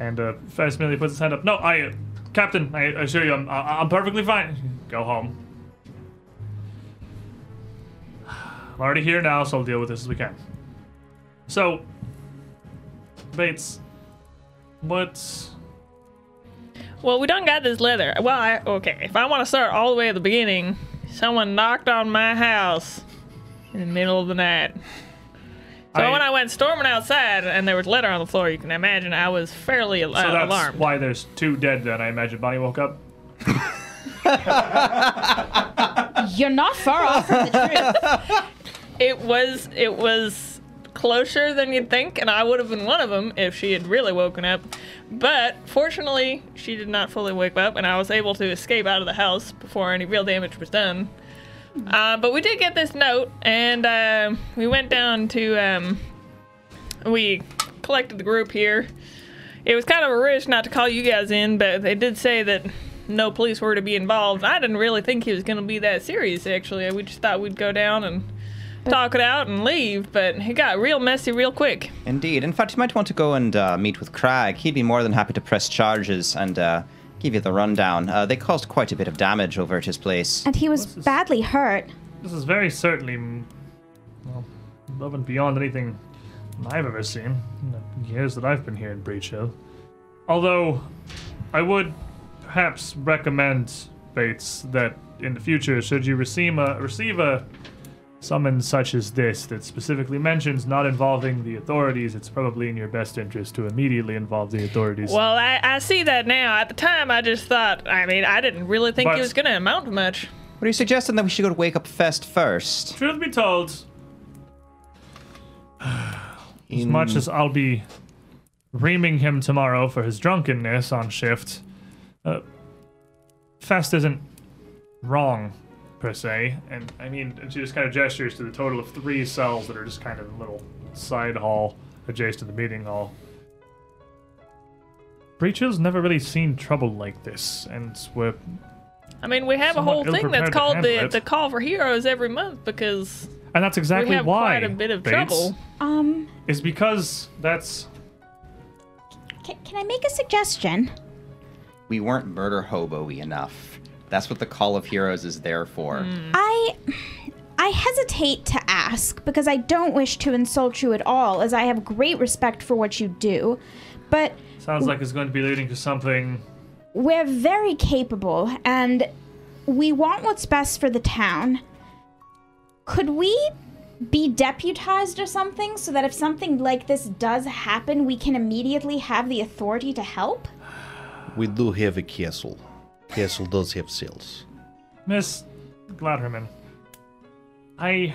Speaker 1: And uh, Ferris merely puts his hand up. No, I, uh, Captain, I assure you, I'm, I- I'm perfectly fine. Go home. I'm already here now, so I'll deal with this as we can. So, Bates, what?
Speaker 4: Well, we done got this leather. Well, I, okay. If I want to start all the way at the beginning, someone knocked on my house in the middle of the night. So
Speaker 1: I-
Speaker 4: when I went storming outside and there was leather on the floor, you can imagine I was fairly al-
Speaker 1: So that's
Speaker 4: alarmed.
Speaker 1: why there's two dead then. I imagine Bonnie woke up.
Speaker 6: You're not far off from the truth.
Speaker 4: It was it was closer than you'd think, and I would have been one of them if she had really woken up. But fortunately, she did not fully wake up, and I was able to escape out of the house before any real damage was done. Uh, but we did get this note, and um we went down to um, we collected the group here. It was kind of a risk not to call you guys in, but they did say that no police were to be involved. I didn't really think he was going to be that serious, actually. We just thought we'd go down and talk it out and leave, but it got real messy real quick.
Speaker 2: Indeed. In fact, you might want to go and uh, meet with Crag. He'd be more than happy to press charges and uh, give you the rundown. Uh, they caused quite a bit of damage over at his place.
Speaker 6: And he was badly hurt.
Speaker 1: This is very certainly, mm, well, above and beyond anything I've ever seen in the years that I've been here in Breach Hill. Although, I would perhaps recommend, Bates, that in the future, should you receive a, receive a summons such as this that specifically mentions not involving the authorities, it's probably in your best interest to immediately involve the authorities.
Speaker 4: Well, I, I see that now. At the time, I just thought, I mean, I didn't really think
Speaker 1: But-
Speaker 4: it was going to amount to much.
Speaker 2: What are you suggesting that we should go to Wake Up Fest first?
Speaker 1: Truth be told, as much as I'll be reaming him tomorrow for his drunkenness on shift, uh, Fest isn't wrong per se. And I mean, and she just kind of gestures to the total of three cells that are just kind of a little side hall adjacent to the meeting hall. Breachill's never really seen trouble like this, and we're
Speaker 4: I mean, we have
Speaker 1: Somewhat
Speaker 4: a whole thing
Speaker 1: ill-prepared
Speaker 4: that's
Speaker 1: to
Speaker 4: called
Speaker 1: handle
Speaker 4: the,
Speaker 1: it.
Speaker 4: the Call for Heroes every month because
Speaker 1: and that's exactly
Speaker 4: we have
Speaker 1: why
Speaker 4: quite a bit of
Speaker 1: Bates,
Speaker 4: trouble.
Speaker 6: Um,
Speaker 1: is because that's
Speaker 6: can, can I make a suggestion?
Speaker 2: We weren't murder hobo-y enough. That's what the Call of Heroes is there for.
Speaker 6: I I hesitate to ask because I don't wish to insult you at all as I have great respect for what you do, but
Speaker 1: Sounds like it's going to be leading to something.
Speaker 6: we're very capable and we want what's best for the town. Could we be deputized or something so that if something like this does happen, we can immediately have the authority to help?
Speaker 3: We do have a castle. Castle does have cells.
Speaker 1: Miss Gladderman, I.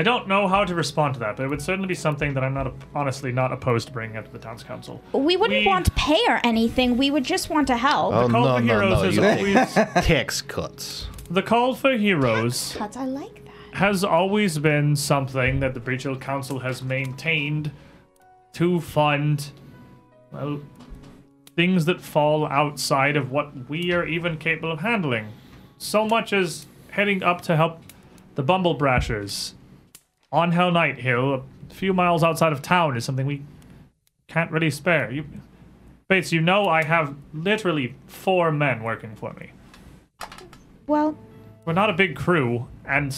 Speaker 1: I don't know how to respond to that, but it would certainly be something that I'm not honestly not opposed to bringing up to the town's council.
Speaker 6: We wouldn't
Speaker 1: We-
Speaker 6: want pay or anything. We would just want to help.
Speaker 3: Oh
Speaker 1: Call
Speaker 3: no
Speaker 1: for
Speaker 3: no
Speaker 1: Heroes
Speaker 3: no!
Speaker 1: has
Speaker 3: You
Speaker 1: always
Speaker 3: tax cuts.
Speaker 1: the call for heroes
Speaker 6: Cuts, I like that.
Speaker 1: has always been something that the Breach Hill Council has maintained to fund, well, things that fall outside of what we are even capable of handling. So much as heading up to help the Bumblebrashers on Hell Night Hill, a few miles outside of town, is something we can't really spare. You, Bates, you know I have literally four men working for me
Speaker 6: Well,
Speaker 1: we're not a big crew, and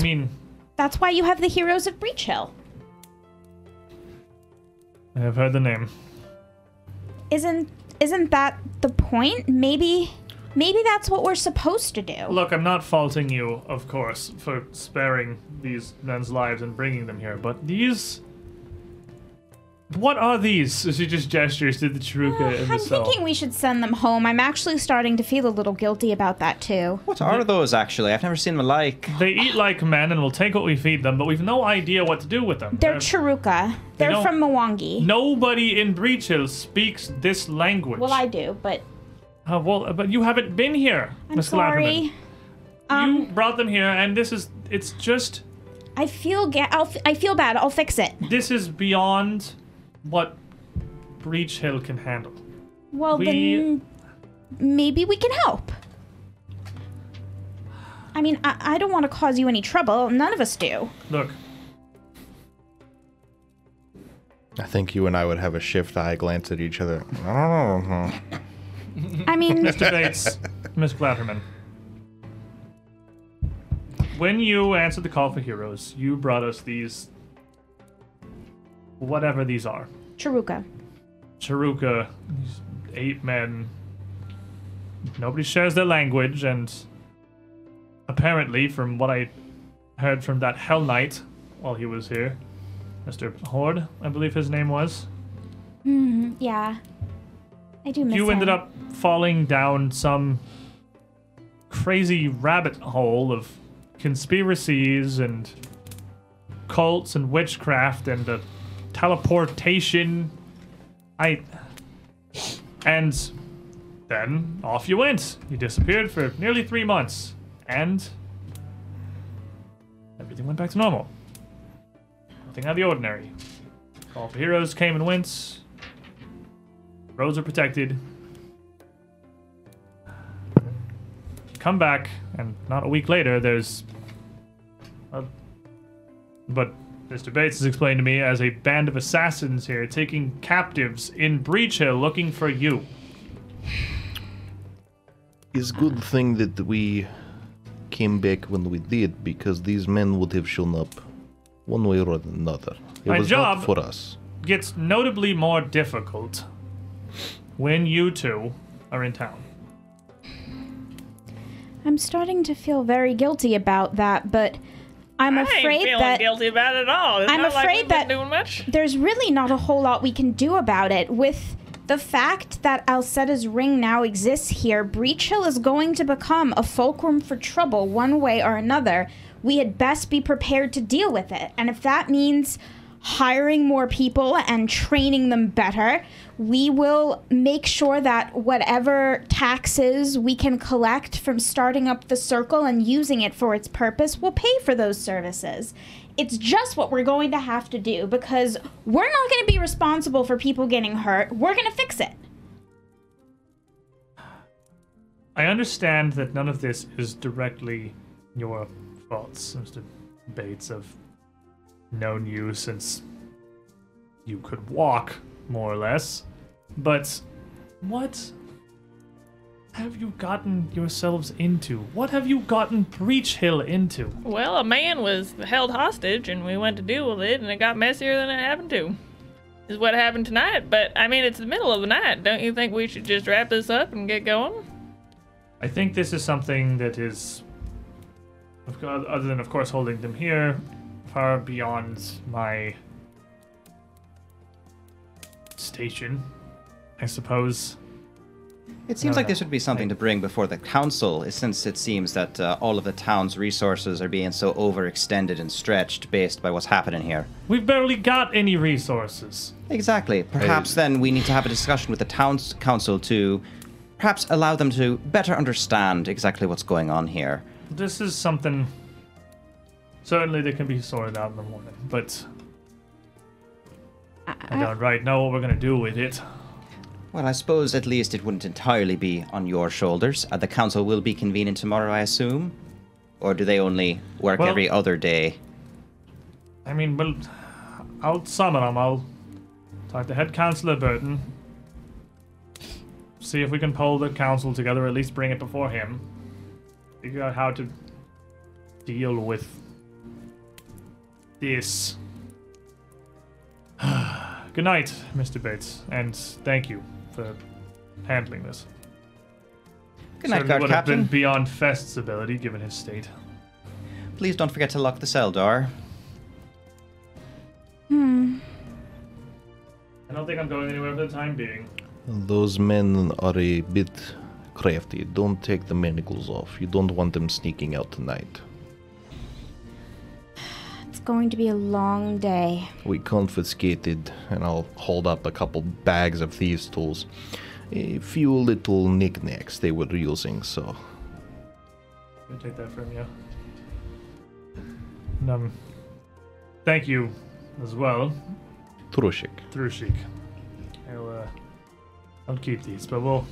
Speaker 1: I mean,
Speaker 6: that's why you have the heroes of Breach Hill.
Speaker 1: I have heard the name.
Speaker 6: Isn't isn't that the point? Maybe maybe that's what we're supposed to do.
Speaker 1: Look, I'm not faulting you, of course, for sparing these men's lives and bringing them here, but these. What are these? So she just gestures to the Chiruka and the
Speaker 6: I'm
Speaker 1: cell.
Speaker 6: thinking we should send them home. I'm actually starting to feel a little guilty about that too.
Speaker 2: What are those actually? I've never seen them like.
Speaker 1: They eat like men and will take what we feed them, but we've no idea what to do with them.
Speaker 6: They're
Speaker 1: They're-
Speaker 6: Chiruka. They're
Speaker 1: don't-
Speaker 6: from Mwangi.
Speaker 1: Nobody in Breach Hill speaks this language.
Speaker 6: Well, I do, but
Speaker 1: Uh, well, but you haven't been here,
Speaker 6: I'm
Speaker 1: Miss Laverman.
Speaker 6: sorry. Um,
Speaker 1: you brought them here, and this is. It's just.
Speaker 6: I feel ga- I'll f- I feel bad. I'll fix it.
Speaker 1: This is beyond what Breach Hill can handle.
Speaker 6: Well,
Speaker 1: We-
Speaker 6: then maybe we can help. I mean, I, I don't want to cause you any trouble. None of us do.
Speaker 1: Look,
Speaker 3: I think you and I would have a shift eye glance at each other. I don't know.
Speaker 6: I mean,
Speaker 1: Mr. Bates, Miss Glatterman. When you answered the call for heroes, you brought us these. Whatever these are.
Speaker 6: Chiruka.
Speaker 1: Charuka, these eight men. Nobody shares their language, and apparently, from what I heard from that Hell Knight while he was here, Mr. Horde, I believe his name was,
Speaker 6: Yeah. I do miss
Speaker 1: you ended
Speaker 6: him.
Speaker 1: up falling down some crazy rabbit hole of conspiracies and cults and witchcraft and uh, teleportation. I and then off you went. You disappeared for nearly three months, and everything went back to normal. Nothing out of the ordinary. All the heroes came and went. Roads are protected. Come back, and not a week later, there's. A, but Mr. Bates has explained to me as a band of assassins here taking captives in Breach Hill looking for you.
Speaker 3: It's good thing that we came back when we did because these men would have shown up one way or another. It
Speaker 1: My
Speaker 3: was
Speaker 1: job-
Speaker 3: not for us.
Speaker 1: Gets notably more difficult when you two are in town.
Speaker 6: I'm starting to feel very guilty about that, but I'm
Speaker 4: I ain't
Speaker 6: afraid
Speaker 4: feeling
Speaker 6: that
Speaker 4: guilty about it at all. It's
Speaker 6: I'm
Speaker 4: not like
Speaker 6: afraid
Speaker 4: we've
Speaker 6: that-
Speaker 4: been doing much.
Speaker 6: there's really not a whole lot we can do about it. With the fact that Alcetta's ring now exists here, Breach Hill is going to become a fulcrum for trouble one way or another. We had best be prepared to deal with it. And if that means hiring more people and training them better, we will make sure that whatever taxes we can collect from starting up the circle and using it for its purpose will pay for those services. It's just what we're going to have to do because we're not going to be responsible for people getting hurt. We're going to fix it.
Speaker 1: I understand that none of this is directly your fault, Mr. Bates. I've known you since you could walk, more or less. But what have you gotten yourselves into? What have you gotten Breach Hill into?
Speaker 4: Well, a man was held hostage, and we went to deal with it, and it got messier than it happened to. Is what happened tonight. But I mean, it's the middle of the night. Don't you think we should just wrap this up and get going?
Speaker 1: I think this is something that is, of co- other than of course holding them here, far beyond my station, I suppose.
Speaker 2: It seems
Speaker 1: No,
Speaker 2: like
Speaker 1: no.
Speaker 2: this would be something to bring before the council, eh, since it seems that uh, all of the town's resources are being so overextended and stretched based by what's happening here.
Speaker 1: We've barely got any resources.
Speaker 2: Exactly. Perhaps then we need to have a discussion with the town's council to perhaps allow them to better understand exactly what's going on here.
Speaker 1: This is something certainly that can be sorted out in the morning, but I don't right know what we're gonna do with it.
Speaker 2: Well, I suppose at least it wouldn't entirely be on your shoulders. Uh, the council will be convening tomorrow, I assume? Or do they only work
Speaker 1: Well-
Speaker 2: every other day?
Speaker 1: I mean, well, I'll summon them. I'll talk to head counselor Burton. See if we can pull the council together, at least bring it before him. Figure out how to deal with this. Good night, Mr. Bates, and thank you for handling this.
Speaker 2: Good night,
Speaker 1: Certainly
Speaker 2: guard
Speaker 1: would
Speaker 2: captain.
Speaker 1: have been beyond Fest's ability given his state.
Speaker 2: Please don't forget to lock the cell door.
Speaker 1: I don't think I'm going anywhere for the time being.
Speaker 3: Those men are a bit crafty. Don't take the manacles off. You don't want them sneaking out tonight.
Speaker 6: It's going to be a long day.
Speaker 3: We confiscated, and I'll hold up a couple bags of thieves' tools. A few little knickknacks they were using, so
Speaker 1: I'm gonna take that from you. And, um, thank you as well,
Speaker 3: Trushik.
Speaker 1: Thrushik. I'll, uh, I'll keep these, but we'll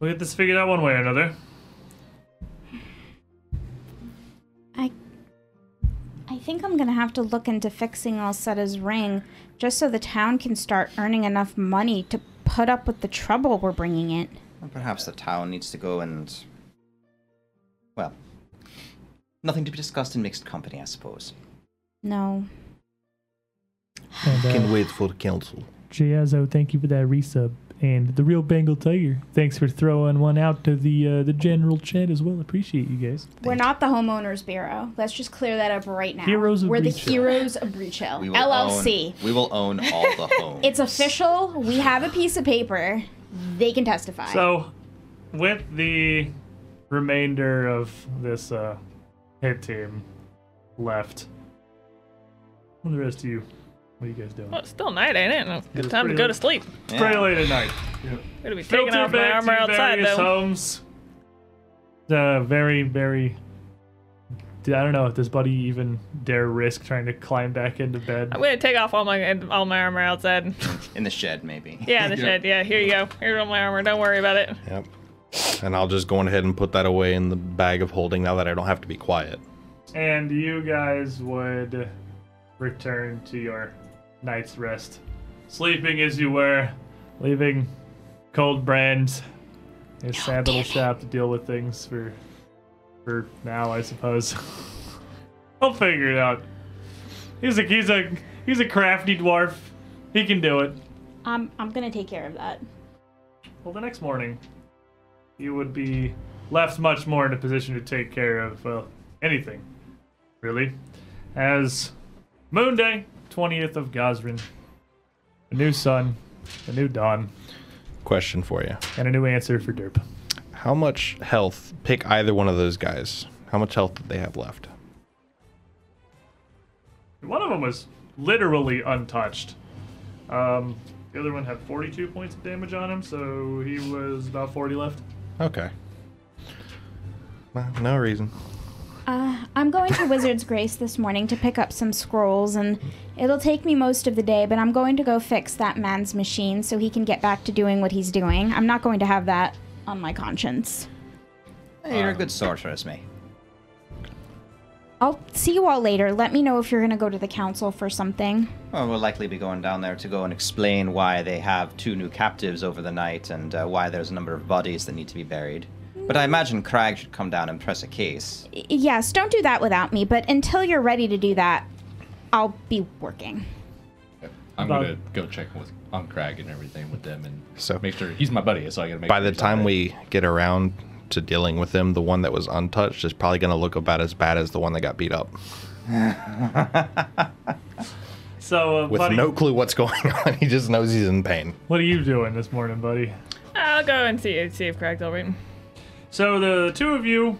Speaker 1: we'll get this figured out one way or another.
Speaker 6: I I think I'm gonna have to look into fixing Alcetta's ring, just so the town can start earning enough money to put up with the trouble we're bringing it.
Speaker 2: And Perhaps the town needs to go and. Well. Nothing to be discussed in mixed company, I suppose.
Speaker 6: No.
Speaker 3: Can wait for council.
Speaker 1: Jazo, uh, thank you for that resub. And the real Bengal Tiger, thanks for throwing one out to the uh, the general chat as well. Appreciate you guys.
Speaker 6: We're not the homeowners bureau. Let's just clear that up right now.
Speaker 1: Heroes of
Speaker 6: We're
Speaker 1: Breach
Speaker 6: the
Speaker 1: Hill.
Speaker 6: heroes of Breach Hill.
Speaker 2: We will
Speaker 6: LLC.
Speaker 2: Own, we will own all the homes.
Speaker 6: It's official. We have a piece of paper. They can testify.
Speaker 1: So, with the remainder of this uh, hit team left, what are the rest of you? What are you guys doing?
Speaker 4: Well, it's still night, ain't it? It's a
Speaker 1: It's
Speaker 4: good time to
Speaker 1: pretty
Speaker 4: go to
Speaker 1: late.
Speaker 4: sleep.
Speaker 1: It's Pretty late at night.
Speaker 4: Gonna be taking
Speaker 1: Filter
Speaker 4: off my
Speaker 1: back
Speaker 4: armor
Speaker 1: to
Speaker 4: outside
Speaker 1: various
Speaker 4: though.
Speaker 1: homes. The very, very. I don't know if this buddy even dare risk trying to climb back into bed.
Speaker 4: I'm gonna take off all my all my armor outside.
Speaker 2: In the shed, maybe.
Speaker 4: Yeah, the shed. Yeah, here you go. Here's all my armor. Don't worry about it.
Speaker 3: Yep. And I'll just go on ahead and put that away in the bag of holding now that I don't have to be quiet.
Speaker 1: And you guys would return to your night's rest, sleeping as you were, leaving Cold Brand, his sad little shop to deal with things for for now, I suppose. I'll figure it out. He's a he's a he's a crafty dwarf. He can do it.
Speaker 6: I'm I'm gonna take care of that.
Speaker 1: Well, the next morning, you would be left much more in a position to take care of, well, anything, really. As Moon Day, 20th of Gazrin, a new sun, a new dawn,
Speaker 3: Question for you.
Speaker 1: and a new answer for Derp.
Speaker 3: How much health, pick either one of those guys, how much health did they have left?
Speaker 1: One of them was literally untouched. Um, the other one had 42 points of damage on him, so he was about 40 left.
Speaker 3: Okay. Well, no reason.
Speaker 6: Uh, I'm going to Wizard's Grace this morning to pick up some scrolls, and it'll take me most of the day, but I'm going to go fix that man's machine so he can get back to doing what he's doing. I'm not going to have that on my conscience.
Speaker 2: Hey,
Speaker 1: Um,
Speaker 2: you're a good sorceress, me.
Speaker 6: I'll see you all later. Let me know if you're going to go to the council for something.
Speaker 2: Well, we'll likely be going down there to go and explain why they have two new captives over the night and uh, why there's a number of bodies that need to be buried. But I imagine Crag should come down and press a case.
Speaker 6: Y- yes, don't do that without me, but until you're ready to do that, I'll be working.
Speaker 5: I'm
Speaker 1: About-
Speaker 5: gonna go check with on Crag and everything with them and
Speaker 3: So-
Speaker 5: make sure he's my buddy, so I gotta make.
Speaker 3: By
Speaker 5: sure
Speaker 3: the
Speaker 5: he's
Speaker 3: time
Speaker 5: alright.
Speaker 3: we get around to dealing with him, the one that was untouched is probably going to look about as bad as the one that got beat up.
Speaker 1: So, uh,
Speaker 3: With
Speaker 1: buddy,
Speaker 3: no clue what's going on, he just knows he's in pain.
Speaker 1: what are you doing this morning, buddy?
Speaker 4: I'll go and see see if Crag's all right.
Speaker 1: So the two of you,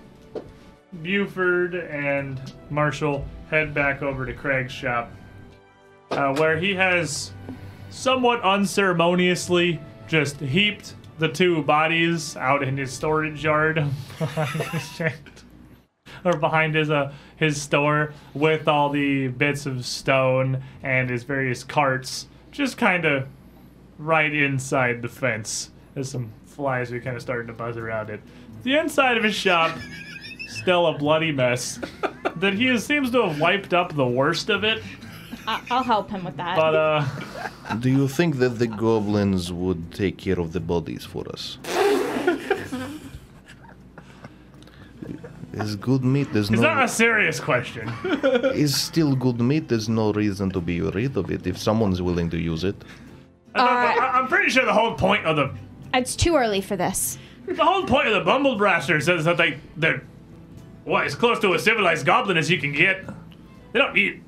Speaker 1: Buford and Marshall, head back over to Craig's shop, uh, where he has somewhat unceremoniously just heaped the two bodies out in his storage yard behind his shed, or behind his uh, his store with all the bits of stone and his various carts, just kind of right inside the fence. There's some flies we kind of starting to buzz around it. The inside of his shop, still a bloody mess. That he seems to have wiped up the worst of it,
Speaker 6: I- I'll help him with that.
Speaker 1: but uh,
Speaker 3: Do you think that the goblins would take care of the bodies for us? It's good meat. There's
Speaker 1: It's not
Speaker 3: no.
Speaker 1: a serious question.
Speaker 3: It's still good meat. There's no reason to be rid of it if someone's willing to use it.
Speaker 1: I- I- I'm pretty sure the whole point of the
Speaker 6: It's too early for this.
Speaker 1: The whole point of the Bumble Blaster says that they they're what as close to a civilized goblin as you can get. They don't eat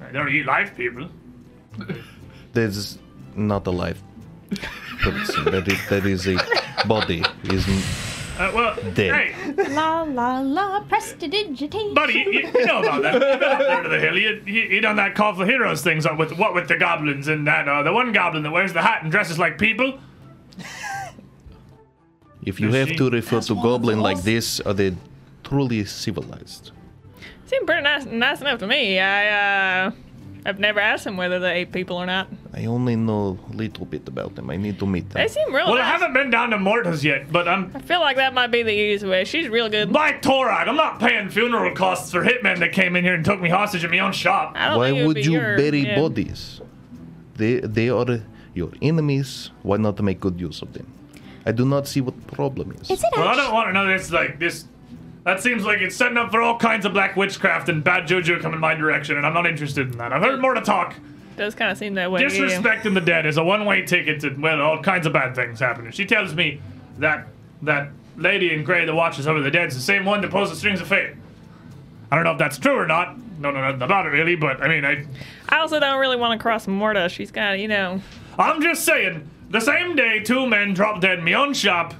Speaker 1: they don't eat live people.
Speaker 3: There's not a life. person, but it, there is a body. Is
Speaker 1: Uh, well,
Speaker 3: Dead.
Speaker 1: hey,
Speaker 6: La la la prestidigitation.
Speaker 1: buddy, you, you, you know about that. You've been up there to the hill. You, you, you done that call for heroes things up with what with the goblins and that uh, the one goblin that wears the hat and dresses like people.
Speaker 3: if you
Speaker 1: Does
Speaker 3: have
Speaker 1: she-
Speaker 3: to refer to goblin like this, are they truly civilized?
Speaker 4: Seemed pretty nice, nice enough to me. I, uh, I've never asked them whether they ate people or not.
Speaker 3: I only know a little bit about them. I need to meet
Speaker 4: They
Speaker 3: them.
Speaker 4: seem real
Speaker 1: Well, I
Speaker 4: nice.
Speaker 1: haven't been down to Morta's yet, but I'm
Speaker 4: I feel like that might be the easiest way. She's real good.
Speaker 1: like Torag. I'm not paying funeral costs for hitmen that came in here and took me hostage at my own shop.
Speaker 4: I don't
Speaker 3: Why
Speaker 4: think it would,
Speaker 3: would
Speaker 4: be
Speaker 3: you
Speaker 4: your-
Speaker 3: bury
Speaker 4: yeah.
Speaker 3: bodies? They they are your enemies. Why not make good use of them? I do not see what the problem is.
Speaker 6: Is it
Speaker 1: Well, I
Speaker 6: actually?
Speaker 1: don't want to know this. Like this, that seems like it's setting up for all kinds of black witchcraft and bad juju coming my direction, and I'm not interested in that. I've heard more to talk.
Speaker 4: Does kind of seem that way. yeah.
Speaker 1: Disrespecting the dead is a one-way ticket to well, all kinds of bad things happen. If she tells me that that lady in gray that watches over the dead is the same one that pulls the strings of fate, I don't know if that's true or not. No, no, nothing about it really. But I mean, I
Speaker 4: I also don't really want to cross Morta. She's got, you know,
Speaker 1: I'm just saying, the same day two men drop dead in my own shop,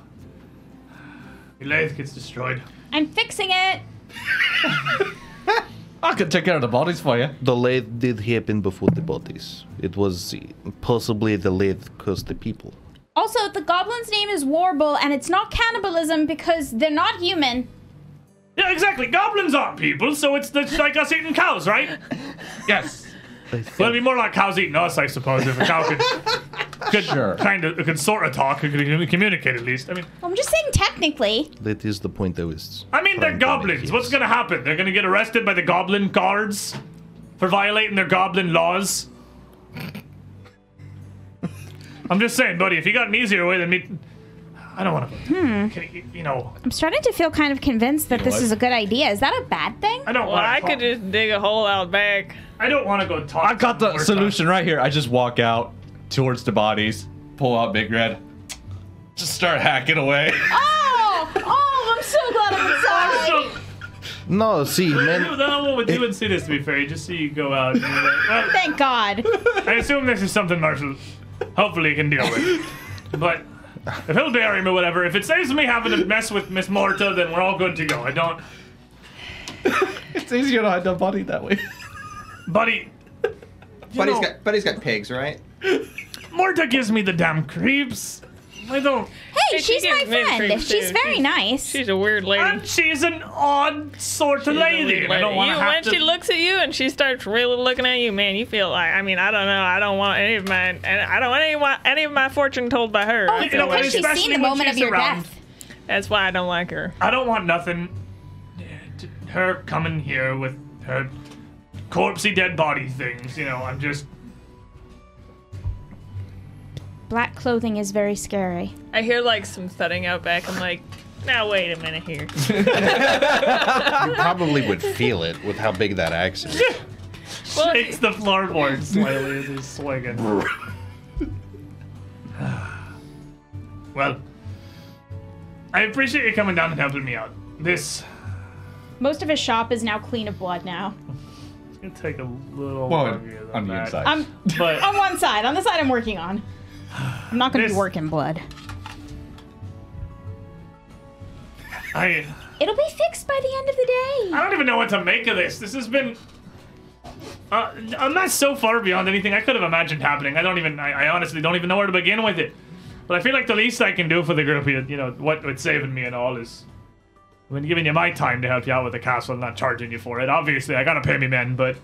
Speaker 1: Elaith gets destroyed.
Speaker 6: I'm fixing it.
Speaker 5: I could take care of the bodies for you.
Speaker 3: The lathe did happen before the bodies. It was possibly the lathe cursed the people.
Speaker 6: Also, the goblin's name is Warble, and it's not cannibalism because they're not human.
Speaker 1: Yeah, exactly. Goblins aren't people, so it's, it's like us eating cows, right?
Speaker 5: Yes.
Speaker 1: Well, it'd be more like cows eating us, I suppose, if a cow could, could
Speaker 5: Sure.
Speaker 1: kind of could sort of talk, could communicate at least. I mean,
Speaker 6: I'm just saying, technically,
Speaker 3: That is the point I was.
Speaker 1: I mean, they're
Speaker 3: trying to make
Speaker 1: goblins.
Speaker 3: here.
Speaker 1: What's gonna happen? They're gonna get arrested by the goblin guards for violating their goblin laws. I'm just saying, buddy. If you got an easier way than me, I don't want to.
Speaker 4: Hmm.
Speaker 1: Can you, you know,
Speaker 6: I'm starting to feel kind of convinced that this is a good idea. Is that a bad thing?
Speaker 1: I don't
Speaker 4: well,
Speaker 1: want.
Speaker 4: I could just dig a hole out back.
Speaker 1: I don't want to go talk.
Speaker 5: I've got
Speaker 1: to
Speaker 5: the
Speaker 1: them.
Speaker 5: solution right here. I just walk out towards the bodies, pull out Big Red, just start hacking away.
Speaker 6: Oh, oh, I'm so glad I'm
Speaker 1: I'm
Speaker 6: inside.
Speaker 1: so-
Speaker 3: No, see,
Speaker 1: No,
Speaker 3: man.
Speaker 1: that one would even see this, to be fair. You just see you go out. And you're like, well,
Speaker 6: Thank God.
Speaker 1: I assume this is something Marshall hopefully can deal with. But if he'll bury him or whatever, if it saves me having to mess with Miss Morta, then we're all good to go. I don't.
Speaker 5: it's easier to hide the body that way.
Speaker 1: Uh-huh. Buddy,
Speaker 2: But he's got, but he's got pigs, right?
Speaker 1: Morta gives me the damn creeps. I don't.
Speaker 6: Hey,
Speaker 4: she
Speaker 6: she's my
Speaker 4: gives men
Speaker 6: friend.
Speaker 4: creeps,
Speaker 6: She's
Speaker 4: too.
Speaker 6: very
Speaker 4: She's-
Speaker 6: nice.
Speaker 4: She's a weird lady.
Speaker 1: And she's an odd sort of lady. and I don't want
Speaker 4: you,
Speaker 1: to
Speaker 4: when
Speaker 1: have
Speaker 4: she
Speaker 1: to.
Speaker 4: looks at you and she starts really looking at you, man, you feel like I mean, I don't know, I don't want any of my, and I don't want any, wa- any of my fortune told by her. I
Speaker 1: Oh, you know
Speaker 4: feel
Speaker 1: what?
Speaker 4: like-
Speaker 6: Because she's
Speaker 1: especially
Speaker 6: seen the
Speaker 1: when
Speaker 6: moment
Speaker 1: she's
Speaker 6: of your
Speaker 1: around.
Speaker 6: death.
Speaker 4: that's why I don't like her.
Speaker 1: I don't want nothing. eh, to- Her coming here with her corpsey dead body things. You know, I'm just.
Speaker 6: Black clothing is very scary.
Speaker 4: I hear like some thudding out back. I'm like, now wait a minute here.
Speaker 3: You probably would feel it with how big that axe is.
Speaker 4: Well,
Speaker 1: Shakes the floorboard slightly as he's swinging. well, I appreciate you coming down and helping me out. This
Speaker 6: Most of his shop is now clean of blood now.
Speaker 1: it's gonna take a little
Speaker 5: Well,
Speaker 1: longer than
Speaker 5: on the
Speaker 1: that,
Speaker 5: inside.
Speaker 6: I'm
Speaker 1: but
Speaker 6: on one side, on the side I'm working on. I'm not going to
Speaker 1: This-
Speaker 6: be working blood.
Speaker 1: I
Speaker 6: It'll be fixed by the end of the day.
Speaker 1: I don't even know what to make of this. This has been. Uh, a mess so far beyond anything I could have imagined happening. I don't even. I, I honestly don't even know where to begin with it. But I feel like the least I can do for the group, you you know, what with saving me and all is. I've been giving you my time to help you out with the castle and not charging you for it. Obviously, I gotta pay me men, but.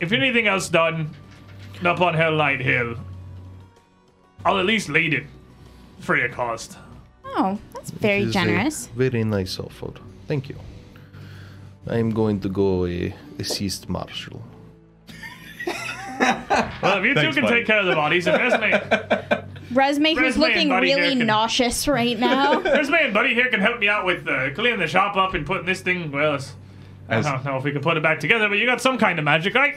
Speaker 1: If anything else done up on Hell Knight Hill, I'll at least lead it free of cost.
Speaker 6: Oh, that's very
Speaker 3: It is a
Speaker 6: generous.
Speaker 3: Very nice offer. Thank you. I'm going to go uh, assist Marshall.
Speaker 1: Well, if you
Speaker 5: Thanks,
Speaker 1: two can
Speaker 5: buddy.
Speaker 1: take care of the bodies, if Esme,
Speaker 6: Resume, who's
Speaker 1: Resume and
Speaker 6: looking
Speaker 1: Buddy
Speaker 6: really
Speaker 1: Durkin.
Speaker 6: nauseous right now.
Speaker 1: There's man, buddy here can help me out with uh, cleaning the shop up and putting this thing. Well, it's, I
Speaker 5: As-
Speaker 1: don't know if we can put it back together, but you got some kind of magic, right?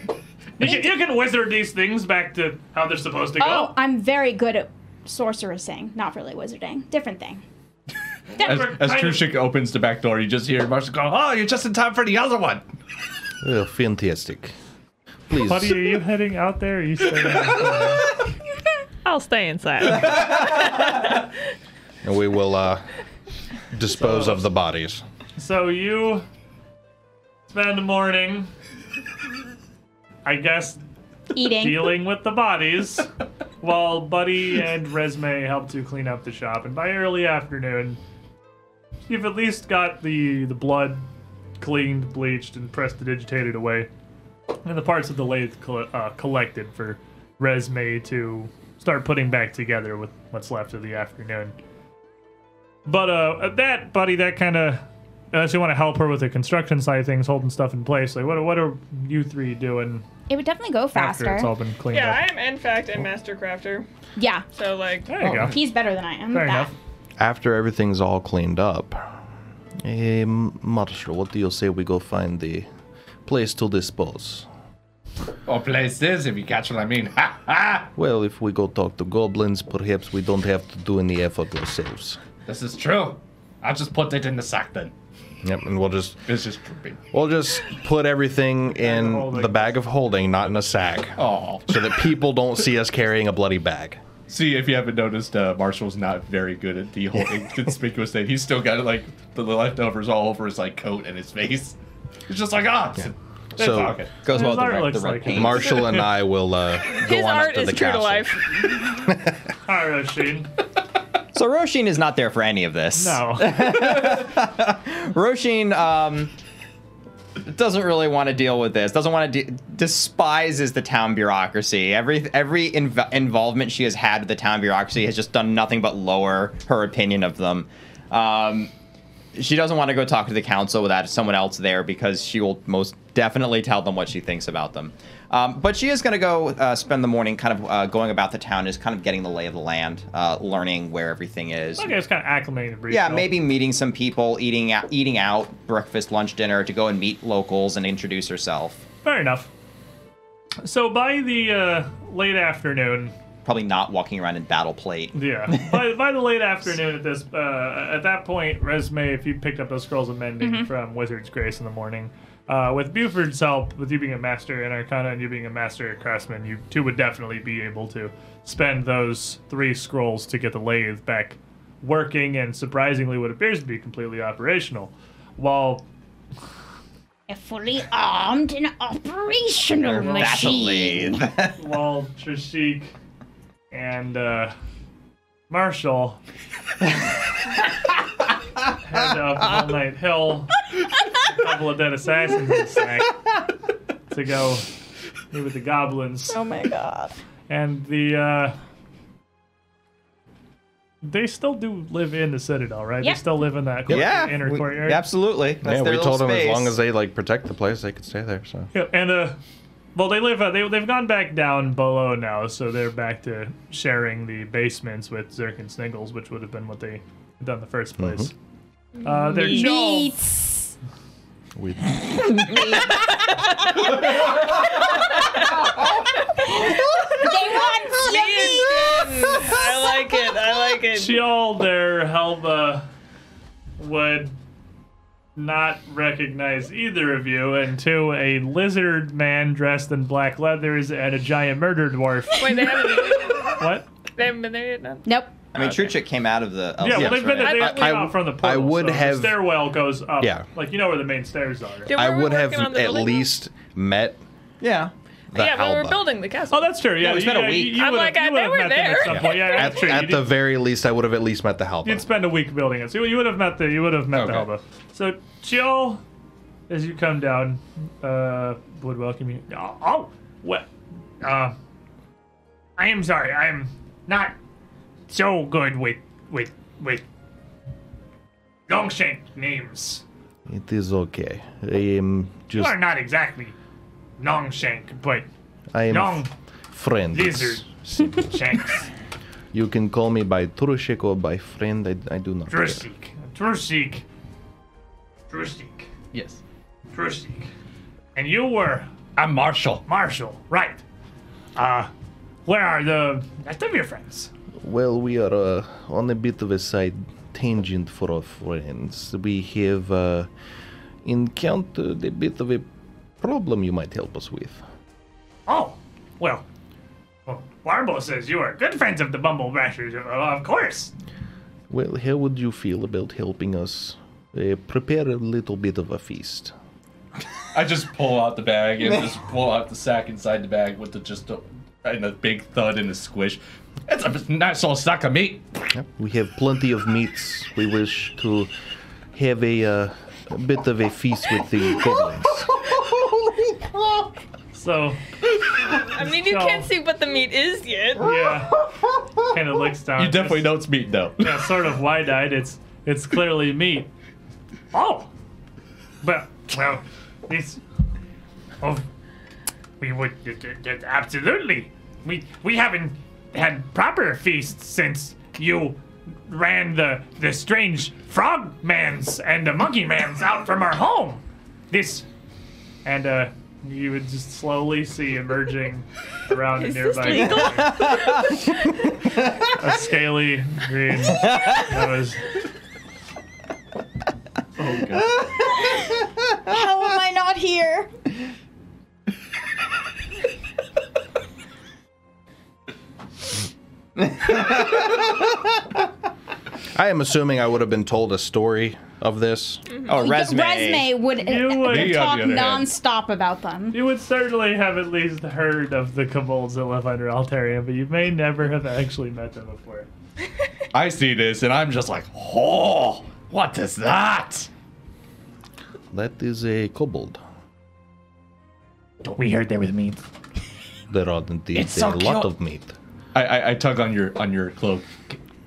Speaker 1: You can, you can wizard these things back to how they're supposed to go.
Speaker 6: oh, I'm very good at sorceressing, not really wizarding. Different thing.
Speaker 5: As,
Speaker 1: We're
Speaker 5: as
Speaker 1: kind of-
Speaker 5: Trushik opens the back door, you just hear Marshall go, "Oh, you're just in time for the other one."
Speaker 3: Oh, fantastic. Please.
Speaker 1: Buddy, are you heading out there? Or are you staying?
Speaker 4: I'll stay inside.
Speaker 3: And we will uh, dispose of the bodies.
Speaker 1: so you spend the morning, I guess,
Speaker 6: Eating.
Speaker 1: dealing with the bodies, while Buddy and Resme help to clean up the shop. And by early afternoon, you've at least got the the blood cleaned, bleached, and prestidigitated away, and the parts of the lathe coll- uh, collected for Resme to start putting back together with what's left of the afternoon. But uh, that buddy, that kind of. Unless you want to help her with the construction side of things, holding stuff in place, like what, what are you three doing
Speaker 6: It would definitely go
Speaker 1: after
Speaker 6: faster.
Speaker 1: it's all been cleaned up?
Speaker 4: yeah, I am in fact a master crafter.
Speaker 6: Yeah.
Speaker 4: So like,
Speaker 1: There you go.
Speaker 6: He's better than I am.
Speaker 1: Fair
Speaker 6: at that.
Speaker 1: enough.
Speaker 3: After everything's all cleaned up, eh, Marshal, what do you say we go find the place to dispose?
Speaker 5: Or Oh, place this if you catch what I mean. Ha ha!
Speaker 3: Well, if we go talk to goblins, perhaps we don't have to do any effort ourselves.
Speaker 5: This is true. I'll just put it in the sack then.
Speaker 3: Yep, and we'll just
Speaker 5: It's just dripping.
Speaker 3: we'll just put everything in
Speaker 1: holding.
Speaker 3: the bag of holding, not in a sack,
Speaker 5: Oh.
Speaker 3: so that people don't see us carrying a bloody bag.
Speaker 5: See, if you haven't noticed, uh, Marshall's not very good at the whole inconspicuous thing. He's still got like the leftovers all over his like coat and his face. It's just like ah. it's- it's
Speaker 3: So-
Speaker 5: pocket.
Speaker 2: Goes well
Speaker 1: His
Speaker 2: with the
Speaker 1: art
Speaker 2: red,
Speaker 1: looks
Speaker 2: the red
Speaker 1: like it.
Speaker 2: paint.
Speaker 3: Marshall and I will uh, go
Speaker 4: his
Speaker 3: on up
Speaker 4: art
Speaker 3: to
Speaker 4: is
Speaker 3: the
Speaker 4: true to
Speaker 3: castle.
Speaker 4: life.
Speaker 1: Hi, Roshin.
Speaker 2: So Roshin is not there for any of this.
Speaker 1: No.
Speaker 2: Roshin um, doesn't really want to deal with this. Doesn't want to de- despises the town bureaucracy. Every every inv- involvement she has had with the town bureaucracy has just done nothing but lower her opinion of them. Um, she doesn't want to go talk to the council without someone else there because she will most definitely tell them what she thinks about them. Um, but she is going to go uh, spend the morning kind of uh, going about the town, just kind of getting the lay of the land, uh, learning where everything is.
Speaker 1: okay, it's kind of acclimating the breeze.
Speaker 2: Yeah,
Speaker 1: though.
Speaker 2: maybe meeting some people, eating out, eating out, breakfast, lunch, dinner, to go and meet locals and introduce herself.
Speaker 1: Fair enough. So by the uh, late afternoon,
Speaker 2: Probably not walking around in battle plate.
Speaker 1: yeah, by, by the late afternoon at this, uh, at that point, resume. If you picked up those scrolls of mending from Wizard's Grace in the morning, uh, with Buford's help, with you being a master in Arcana and you being a master craftsman, you two would definitely be able to spend those three scrolls to get the lathe back working and surprisingly what appears to be completely operational. While
Speaker 6: A fully armed and operational
Speaker 2: That's a
Speaker 6: machine.
Speaker 2: lathe.
Speaker 1: Lol, Trishik, and uh, Marshall head up All Night Hill, a couple of dead assassins in the sack, to go meet with the goblins.
Speaker 6: Oh my god.
Speaker 1: And the. Uh, they still do live in the citadel, right?
Speaker 6: Yep.
Speaker 1: They still live in that court,
Speaker 2: yeah,
Speaker 1: inner
Speaker 2: we-
Speaker 1: courtyard.
Speaker 2: absolutely. That's their
Speaker 3: yeah, we
Speaker 2: little
Speaker 3: told them as
Speaker 2: space.
Speaker 3: long as they like protect the place, they could stay there. So
Speaker 1: Yeah, and uh, well, they live. Uh, they they've gone back down below now, so they're back to sharing the basements with Zerk and Sniggles, which would have been what they had done in the first
Speaker 3: Mm-hmm.
Speaker 1: place. Uh, they're chill.
Speaker 6: Meats.
Speaker 3: we
Speaker 6: They want meats.
Speaker 4: I like it. I like it.
Speaker 1: Chill there, Helba uh, would not recognize either of you, and two, a lizard man dressed in black leathers and a giant murder dwarf.
Speaker 4: Wait, they haven't,
Speaker 1: what?
Speaker 4: they haven't been there yet. No.
Speaker 6: Nope.
Speaker 2: I mean, Truchik came out of the.
Speaker 1: Yeah,
Speaker 2: elsewhere,
Speaker 1: well, they've been
Speaker 2: right?
Speaker 1: they
Speaker 4: I-
Speaker 1: came
Speaker 4: I-
Speaker 1: out from the
Speaker 3: I
Speaker 1: portal,
Speaker 3: would
Speaker 1: so
Speaker 3: have-
Speaker 1: the stairwell goes up.
Speaker 3: Yeah.
Speaker 1: like you know where the main stairs are.
Speaker 4: Dude,
Speaker 3: I
Speaker 4: were we
Speaker 3: would have
Speaker 4: working on the
Speaker 3: at
Speaker 4: building? Oh,
Speaker 3: least met
Speaker 2: Yeah. Oh,
Speaker 3: the
Speaker 4: yeah, we were
Speaker 3: Halba.
Speaker 4: building the castle.
Speaker 1: Oh, that's true. Yeah,
Speaker 2: Yeah, it's been
Speaker 1: you-
Speaker 2: a
Speaker 1: yeah,
Speaker 2: week.
Speaker 1: you- you
Speaker 4: I'm
Speaker 1: would've-
Speaker 4: like, I-
Speaker 1: you would've
Speaker 4: they
Speaker 1: met
Speaker 4: were
Speaker 1: them
Speaker 4: there.
Speaker 1: At some point. Yeah, that's
Speaker 3: At,
Speaker 1: true.
Speaker 3: at
Speaker 1: you
Speaker 3: the
Speaker 1: did-
Speaker 3: very least, I would have at least met the Halba.
Speaker 1: you'd spend a week building it, so you would have met the you would have met the
Speaker 5: Okay.
Speaker 1: Helba. So Chiol, as you come down, uh, would welcome you. Oh, oh what? Uh, I am sorry. I am not so good with with with longshank names.
Speaker 3: It is okay. I am
Speaker 1: You
Speaker 3: just
Speaker 1: are not exactly longshank, but
Speaker 3: I am
Speaker 1: long
Speaker 3: friends.
Speaker 1: lizard. shanks.
Speaker 3: You can call me by Trushik or by friend. I, I do not. care.
Speaker 1: Drusik. Drusik. Drusik.
Speaker 5: Yes.
Speaker 1: Drusik. And you were
Speaker 5: I'm Marshall.
Speaker 1: Marshall, right? Uh, where are the rest of your friends?
Speaker 3: Well, we are uh, on a bit of a side tangent for our friends. We have uh, encountered a bit of a problem you might help us with.
Speaker 1: Oh, well, well Larbo says you are good friends of the Bumble Bashers, uh, of course.
Speaker 3: Well, how would you feel about helping us uh, prepare a little bit of a feast?
Speaker 5: I just pull out the bag and just pull out the sack inside the bag with the just a, and a big thud and a squish. It's a nice old sack of meat.
Speaker 3: We have plenty of meats. We wish to have a, uh, a bit of a feast with the goblins.
Speaker 1: So
Speaker 4: I mean, you
Speaker 1: So-
Speaker 4: can't see what the meat is yet.
Speaker 1: yeah, kind of looks down.
Speaker 5: You definitely know it's meat, though.
Speaker 1: Yeah, sort of wide-eyed. It's it's clearly meat. Oh, but well, this. Oh, we would d- d- d- absolutely. We we haven't had proper feasts since you ran the the strange frog mans and the monkey mans out from our home. This and uh. You would just slowly see emerging around
Speaker 4: Is this legal?
Speaker 1: a scaly green nose.
Speaker 6: How am I not here?
Speaker 3: I am assuming I would have been told a story of this.
Speaker 2: Oh, resume.
Speaker 6: Resume would uh,
Speaker 1: You would-
Speaker 5: Me, on
Speaker 6: talk
Speaker 5: the other hand.
Speaker 6: nonstop about them.
Speaker 1: You would certainly have at least heard of the kobolds that live under Altaria, but you may never have actually met them before.
Speaker 5: I see this and I'm just like, oh, what is that?
Speaker 3: That is a kobold.
Speaker 1: We heard there was meat.
Speaker 3: There are indeed
Speaker 7: It's
Speaker 3: a
Speaker 7: so
Speaker 3: lot
Speaker 7: cute.
Speaker 3: of meat.
Speaker 5: I, I, I tug on your on your cloak.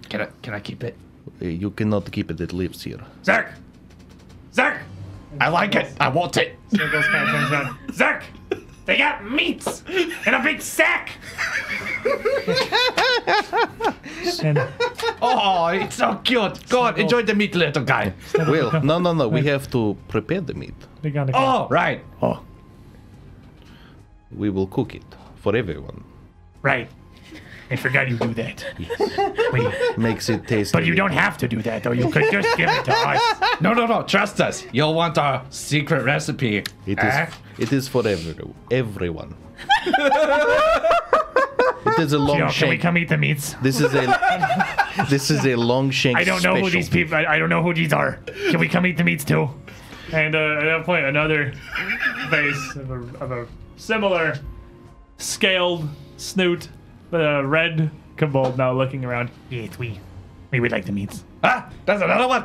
Speaker 7: Can I can I keep it?
Speaker 3: Uh, You cannot keep it. It lives here.
Speaker 1: Zerk! Zerk!
Speaker 5: I like it. I want it.
Speaker 1: Circles kind of comes down. Zerk! They got meats in a big sack! and
Speaker 7: Oh, it's so cute. Go on, enjoy the meat, little guy.
Speaker 3: Well, no, no, no. We have to prepare the meat.
Speaker 1: they got a
Speaker 7: Oh,
Speaker 5: Right.
Speaker 3: We will cook it for everyone.
Speaker 1: Right. I forgot you do that. Wait,
Speaker 3: Makes it taste.
Speaker 1: but you don't have to do that, though. You could just give it to us.
Speaker 5: No, no, no. Trust us. You'll want our secret recipe.
Speaker 3: It is.
Speaker 5: Eh?
Speaker 3: It is for every, everyone. it is a long
Speaker 1: Yo, oh, can we
Speaker 3: shank.
Speaker 1: come eat the meats?
Speaker 3: This is a. this is a long shank.
Speaker 1: I don't know who
Speaker 3: special.
Speaker 1: these people. I, I don't know who these are. Can we come eat the meats too? And uh, at that point, another face of a, of a similar scaled snoot, the red kobold now looking around. Yes, we we would like the meats.
Speaker 5: Ah, there's another one.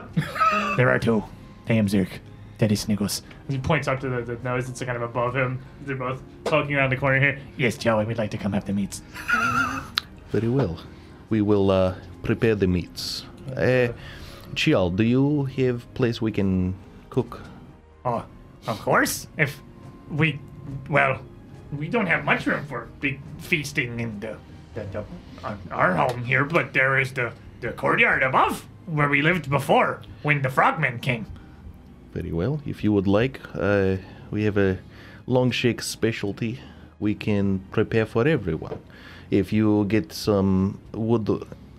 Speaker 1: There are two. I am Zerk. That is Sniggles. He points up to the, the nose that's kind of above him. They're both poking around the corner here. Yes, Joey, we'd like to come have the meats.
Speaker 3: Very well. We will uh, prepare the meats. Uh, Chial, do you have place we can cook?
Speaker 1: Oh, of course. If we, well, we don't have much room for big feasting in the, the, the on our home here, but there is the the courtyard above where we lived before when the frogmen came.
Speaker 3: Very well. If you would like, uh, we have a long shake specialty we can prepare for everyone. If you get some wood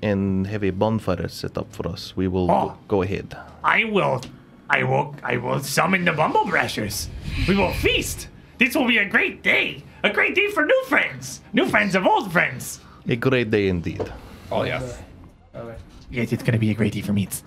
Speaker 3: and have a bonfire set up for us, we will
Speaker 1: Oh.
Speaker 3: go ahead.
Speaker 1: I will, I will, I will summon the bumble brushers. We will feast. This will be a great day. A great day for new friends, new friends of old friends.
Speaker 3: A great day indeed.
Speaker 5: Oh yes.
Speaker 1: Yes, it's gonna be a great day for meats.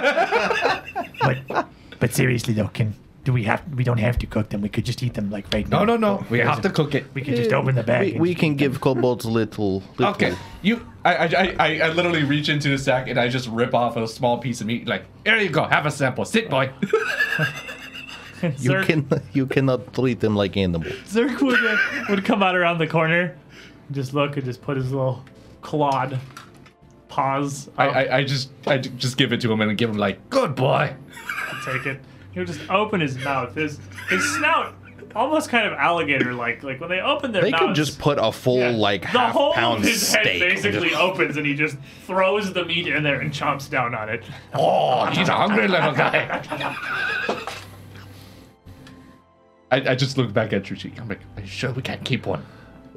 Speaker 1: But, but seriously though, can do we have? We don't have to cook them. We could just eat them like right
Speaker 5: No, no, no. We have to cook it.
Speaker 1: We could just open the bag.
Speaker 3: We, we can give kobolds little. little
Speaker 5: Okay, you. I, I, I- I, I literally reach into the sack and I just rip off a small piece of meat. Like, here you go, have a sample. Sit, boy.
Speaker 3: You can you cannot treat them like animals.
Speaker 1: Zerk would, uh, would come out around the corner, just look and just put his little clawed paws
Speaker 5: I,
Speaker 1: up,
Speaker 5: I, I just, I j- just give it to him and give him like, good boy.
Speaker 1: take it. He would just open his mouth. His his snout almost kind of alligator like. Like when they open their
Speaker 3: They
Speaker 1: mouths,
Speaker 3: could just put a full
Speaker 1: Yeah.
Speaker 3: like
Speaker 1: the
Speaker 3: half
Speaker 1: whole
Speaker 3: pound
Speaker 1: of his
Speaker 3: steak.
Speaker 1: head
Speaker 3: and
Speaker 1: basically
Speaker 3: just-
Speaker 1: opens, and he just throws the meat in there and chomps down on it.
Speaker 5: Oh, he's a hungry little guy. I, I just looked back at Truchi. I'm like, are you sure we can't keep one?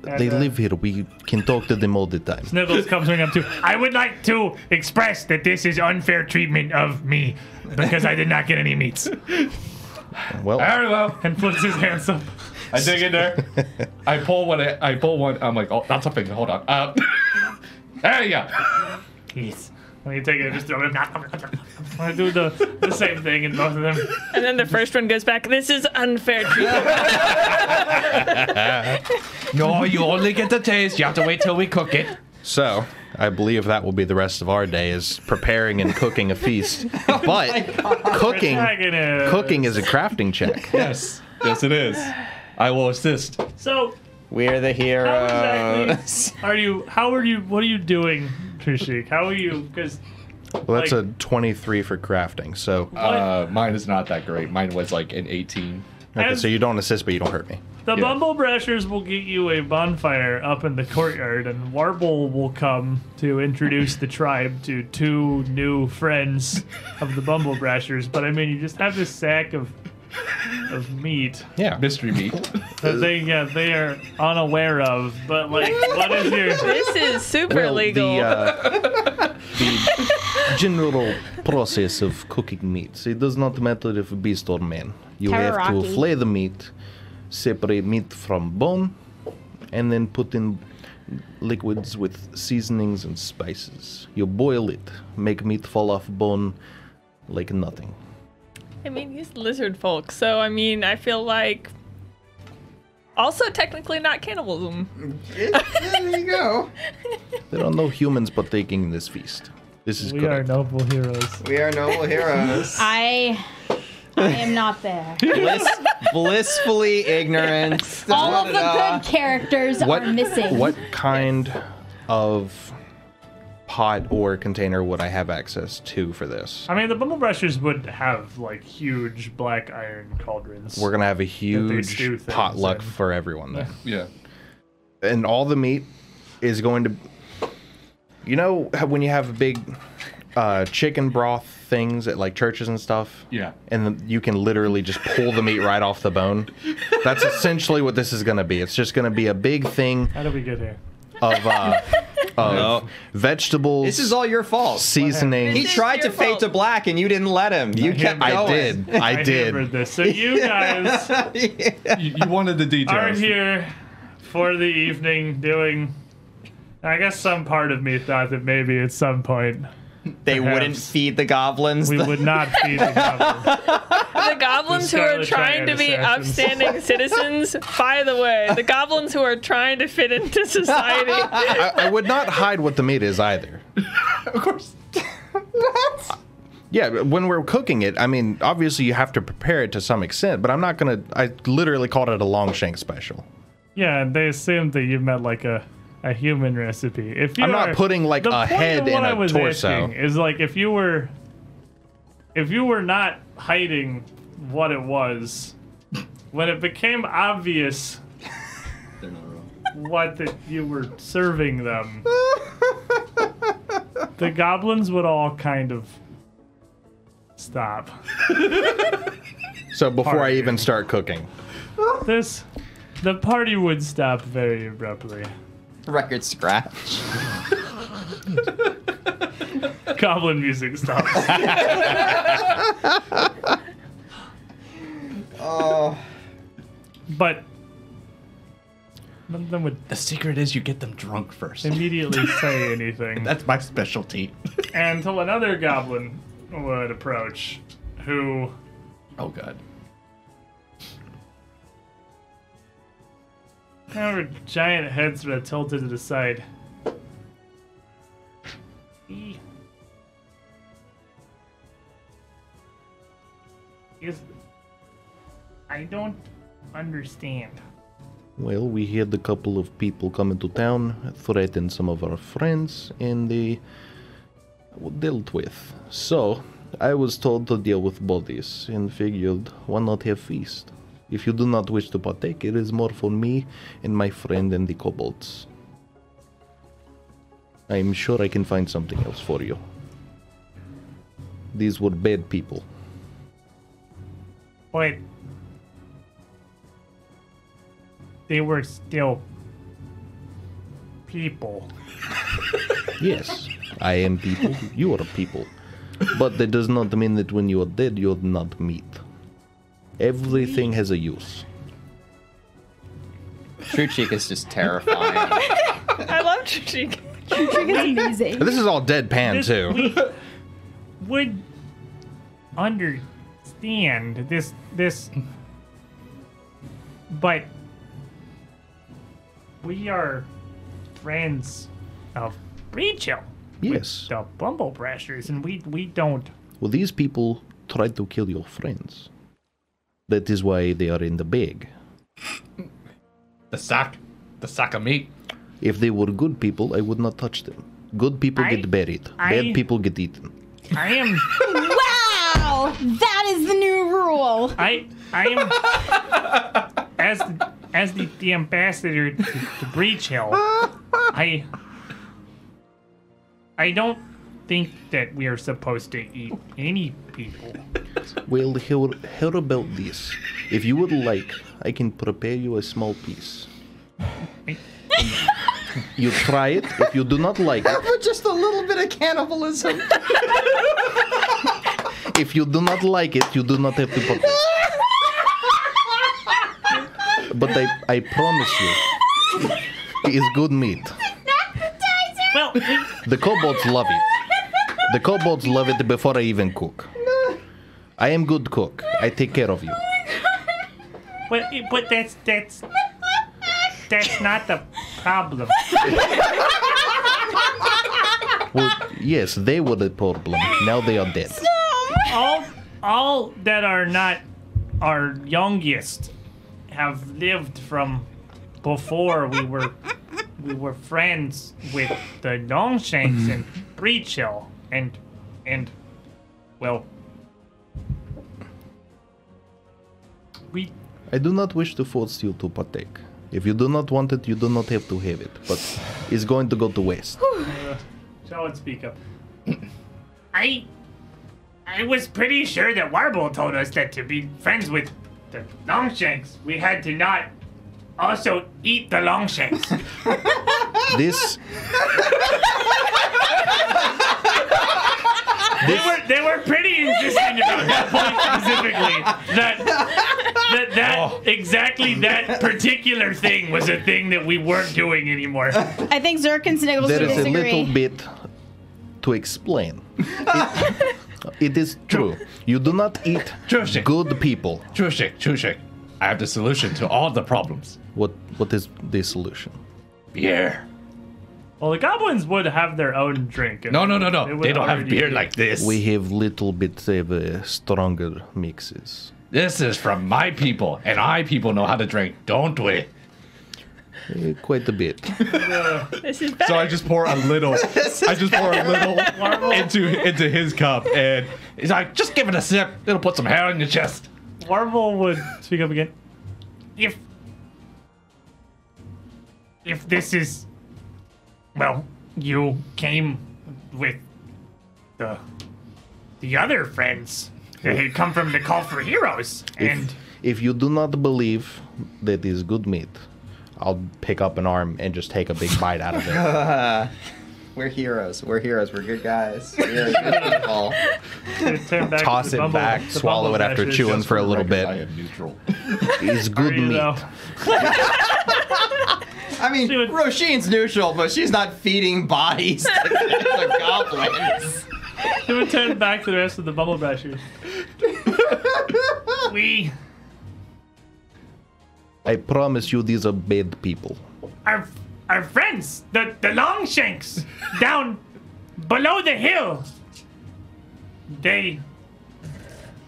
Speaker 3: they
Speaker 1: And, uh,
Speaker 3: live here. We can talk to them all the time.
Speaker 1: Sniffles comes running up to. I would like to express that this is unfair treatment of me because I did not get any meats.
Speaker 3: Well,
Speaker 5: Very well.
Speaker 1: And flips his hands up.
Speaker 5: I dig in there. I pull one. I, I pull one. I'm like, oh, that's a finger. Hold on. Uh, there you go.
Speaker 1: Yes. And you take it and just throw it. I do the, the same thing in both of them.
Speaker 4: And then the first one goes back, this is unfair treatment.
Speaker 7: No, you only get the taste. You have to wait till we cook it.
Speaker 3: so I believe that will be the rest of our day is preparing and cooking a feast. but cooking,
Speaker 1: Dragon is-
Speaker 3: cooking is a crafting check.
Speaker 5: Yes. Yes, it is. I will assist.
Speaker 1: So
Speaker 2: We're the heroes.
Speaker 1: how exactly are you? How are you? What are you doing, Trishik? How are you? Because
Speaker 3: Well, that's
Speaker 1: Like-
Speaker 3: a 23 for crafting. So,
Speaker 5: Uh, mine is not that great. Mine was like an 18.
Speaker 3: okay,
Speaker 1: as-
Speaker 3: so you don't assist, but you don't hurt me.
Speaker 1: the
Speaker 5: yeah.
Speaker 1: Bumble Brashers will get you a bonfire up in the courtyard, and Warble will come to introduce the tribe to two new friends of the Bumble Brashers. But I mean, you just have this sack of of meat
Speaker 5: Yeah. Mystery meat.
Speaker 1: that they uh, they are unaware of. But like, what is your
Speaker 4: this is super
Speaker 3: Well,
Speaker 4: legal.
Speaker 3: The, uh, the general process of cooking meats. It does not matter if beast or man. You have to
Speaker 6: Teriyaki.
Speaker 3: flay the meat, separate meat from bone, and then put in liquids with seasonings and spices. You boil it, make meat fall off bone like nothing.
Speaker 4: I mean, he's lizard folk, so I mean, I feel like also technically not cannibalism.
Speaker 2: there you go.
Speaker 3: There are no humans partaking in this feast. This is
Speaker 1: we are
Speaker 3: correct.
Speaker 1: noble heroes.
Speaker 2: We are noble heroes.
Speaker 6: I, I am not there.
Speaker 2: Bliss, blissfully ignorant.
Speaker 6: All of the
Speaker 2: Da-da-da.
Speaker 6: good characters
Speaker 3: what
Speaker 6: are missing.
Speaker 3: what kind of pot or container would I have access to for this?
Speaker 1: I mean, the bumble brushers would have like huge black iron cauldrons.
Speaker 3: We're gonna have a
Speaker 1: stew
Speaker 3: huge
Speaker 1: things
Speaker 3: potluck
Speaker 1: in.
Speaker 3: for everyone then,
Speaker 5: Yeah.
Speaker 3: and all the meat is going to. You know how when you have big uh, chicken broth things at like churches and stuff.
Speaker 5: Yeah.
Speaker 3: And the, you can literally just pull the meat right off the bone. That's essentially what this is gonna be. It's just gonna be a big thing
Speaker 1: How do we get here?
Speaker 3: of uh, of vegetables.
Speaker 2: This is all your fault.
Speaker 3: seasoning.
Speaker 2: He
Speaker 4: This is
Speaker 2: tried to
Speaker 4: your
Speaker 2: fade
Speaker 4: fault.
Speaker 2: to black and you didn't let him. You kept going.
Speaker 3: I did. I
Speaker 1: hammered
Speaker 3: did.
Speaker 1: this. So you guys
Speaker 5: You, you wanted the details.
Speaker 1: are here for the evening doing. I guess some part of me thought that maybe at some point
Speaker 2: They
Speaker 1: Perhaps
Speaker 2: wouldn't feed the goblins.
Speaker 1: we
Speaker 2: the-
Speaker 1: would not feed the goblins.
Speaker 4: The goblins
Speaker 1: The
Speaker 4: who are
Speaker 1: Scarlet
Speaker 4: trying
Speaker 1: Triad
Speaker 4: to be
Speaker 1: assassins.
Speaker 4: upstanding citizens, by the way, the goblins who are trying to fit into society.
Speaker 3: I, I would not hide what the meat is either.
Speaker 5: Of course.
Speaker 3: Yeah, but when we're cooking it, I mean, obviously you have to prepare it to some extent, but I'm not gonna. I literally called it a long shank special.
Speaker 1: yeah, and they assumed that you meant like a. A human recipe. If you
Speaker 3: I'm not
Speaker 1: are-
Speaker 3: putting, like,
Speaker 1: the
Speaker 3: a
Speaker 1: point of
Speaker 3: head
Speaker 1: what
Speaker 3: in
Speaker 1: I
Speaker 3: a
Speaker 1: was
Speaker 3: torso.
Speaker 1: asking Is like if you were, if you were not hiding what it was, when it became obvious
Speaker 8: They're not wrong.
Speaker 1: what that you were serving them. the goblins would all kind of stop.
Speaker 3: So before I
Speaker 1: Party.
Speaker 3: even start cooking,
Speaker 1: This the party would stop very abruptly.
Speaker 2: Record scratch.
Speaker 1: Goblin music stops.
Speaker 2: Oh.
Speaker 1: but none of them would
Speaker 7: The secret is you get them drunk first.
Speaker 1: immediately say anything.
Speaker 7: That's my specialty.
Speaker 1: Until another goblin would approach who
Speaker 7: Oh god.
Speaker 1: Our giant heads were tilted to the side. He is. I don't understand.
Speaker 3: well, we had a couple of people come into town, threaten some of our friends, and they were dealt with. So I was told to deal with bodies and figured why not have feast. If you do not wish to partake, it is more for me and my friend and the kobolds. I am sure I can find something else for you. These were bad people.
Speaker 1: Wait. They were still people.
Speaker 3: Yes, I am people. You are people. But that does not mean that when you are dead, you're not meat. Everything has a use.
Speaker 2: True Cheek is just terrifying.
Speaker 4: I love Chichik.
Speaker 6: amazing.
Speaker 3: This is all deadpan,
Speaker 1: This-
Speaker 3: too.
Speaker 1: we would understand this this but we are friends of Rachel,
Speaker 3: Yes.
Speaker 1: the Bumble Brashers, and we we don't
Speaker 3: Well, these people tried to kill your friends. That is why they are in the bag.
Speaker 5: The sack. The sack of meat.
Speaker 3: If they were good people, I would not touch them. Good people
Speaker 1: I-
Speaker 3: get buried.
Speaker 1: I-
Speaker 3: Bad people get eaten.
Speaker 1: I am
Speaker 6: Wow! That is the new rule.
Speaker 1: I I am as the, as the, the ambassador to, to Breach Hill. I I don't think that we are supposed to eat any people.
Speaker 3: Well, how, how about this? If you would like, I can prepare you a small piece. you try it. If you do not like it,
Speaker 2: but just a little bit of cannibalism.
Speaker 3: if you do not like it, you do not have to prepare. But I, I promise you, it is good meat.
Speaker 1: Well, we,
Speaker 3: The kobolds love it. The kobolds love it before I even cook. I am good cook. I take care of you.
Speaker 1: but but that's that's that's not the problem.
Speaker 3: Well, yes, they were the problem. Now they are dead.
Speaker 1: All all that are not our youngest have lived from before we were we were friends with the Longshanks and Breach Hill and and well we
Speaker 3: I do not wish to force you to partake. If you do not want it, you do not have to have it. But it's going to go to waste.
Speaker 1: shall I speak up. I I was pretty sure that Warble told us that to be friends with the Longshanks, we had to not also eat the Longshanks.
Speaker 3: This
Speaker 1: They were they were pretty insistent about that point specifically. That that that
Speaker 5: Oh.
Speaker 1: exactly that particular thing was a thing that we weren't doing anymore.
Speaker 6: I think Zerk and Sniggles
Speaker 3: there
Speaker 6: would
Speaker 3: is a
Speaker 6: disagree.
Speaker 3: little bit to explain. It- it is true. You do not eat
Speaker 5: Joshi.
Speaker 3: good people.
Speaker 5: Chushik, Chushik. I have the solution to all the problems.
Speaker 3: What what is the solution?
Speaker 5: Beer.
Speaker 1: Well, the goblins would have their own drink.
Speaker 5: No, no, no, no.
Speaker 1: They
Speaker 5: They,
Speaker 1: would
Speaker 5: don't have
Speaker 1: already
Speaker 5: beer
Speaker 1: be-
Speaker 5: like this.
Speaker 3: We have little bit of uh, stronger mixes.
Speaker 5: This is from my people, and I people know how to drink, don't we?
Speaker 3: Eh, Quite a bit.
Speaker 4: This is better.
Speaker 5: So I just pour a little. I just pour a little into into his cup, and he's like, "Just give it a sip. It'll put some hair on your chest."
Speaker 1: Warble would speak up again. If if this is well, you came with the the other friends that had come from the call for heroes and.
Speaker 3: If, if you do not believe that is good meat, I'll pick up an arm and just take a big bite out of it.
Speaker 2: We're heroes. We're heroes. We're good guys. We're good people.
Speaker 1: turn back to
Speaker 3: Toss
Speaker 1: the
Speaker 3: it
Speaker 1: bumble-
Speaker 3: back,
Speaker 1: the
Speaker 3: swallow it
Speaker 1: bumble
Speaker 3: after
Speaker 1: matches.
Speaker 3: chewing for a little
Speaker 5: I
Speaker 3: bit.
Speaker 5: am neutral.
Speaker 3: It's good
Speaker 1: You
Speaker 3: meat.
Speaker 1: know,
Speaker 2: I mean,
Speaker 1: She would-
Speaker 2: Roisin's neutral, but she's not feeding bodies to the goblins.
Speaker 1: she would turn back to the rest of the bubble bashers. we
Speaker 3: I promise you, these are bad people.
Speaker 1: are our friends, the the Longshanks, down below the hill. They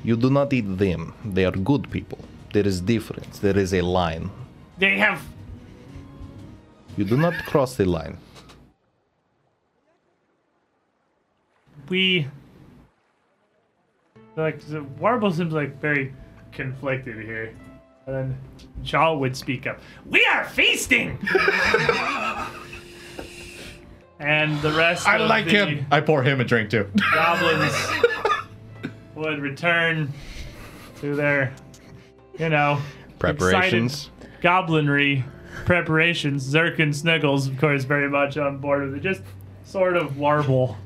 Speaker 3: You do not eat them. They are good people. There is difference. There is a line.
Speaker 1: they have
Speaker 3: You do not cross the line.
Speaker 1: we like the Warble seems like very conflicted here. And then Jaw would speak up. We are feasting. and the rest.
Speaker 5: I
Speaker 1: of
Speaker 5: like
Speaker 1: the
Speaker 5: him. I pour him a drink too.
Speaker 1: Goblins would return to their, you know,
Speaker 3: Preparations.
Speaker 1: goblinry preparations. Zerkin Sniggles, of course, very much on board with it. Just sort of warble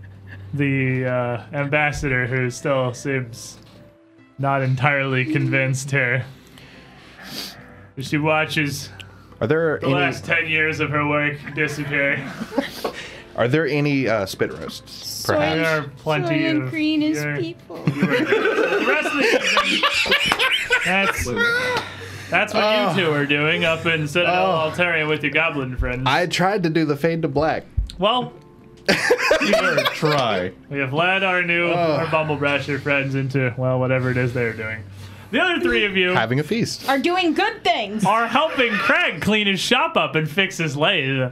Speaker 1: the uh, ambassador, who still seems not entirely convinced here. She watches
Speaker 3: Are there
Speaker 1: the
Speaker 3: any?
Speaker 1: last 10 years of her work disappear.
Speaker 3: Are there any uh, spit roasts?
Speaker 1: There
Speaker 3: Perhaps.
Speaker 1: are plenty
Speaker 6: Soylent
Speaker 1: of.
Speaker 6: Green is
Speaker 1: your-
Speaker 6: people.
Speaker 1: the rest of the season. That's, that's what you two are doing up in Citadel Altaria with your goblin friends.
Speaker 3: I tried to do the fade to black.
Speaker 1: well,
Speaker 5: Better try.
Speaker 1: We have led our new, our Bumble Brasher friends into, well, whatever it is they're doing. The other three of you
Speaker 3: Having a feast.
Speaker 6: Are doing good things.
Speaker 1: are helping Craig clean his shop up and fix his lathe.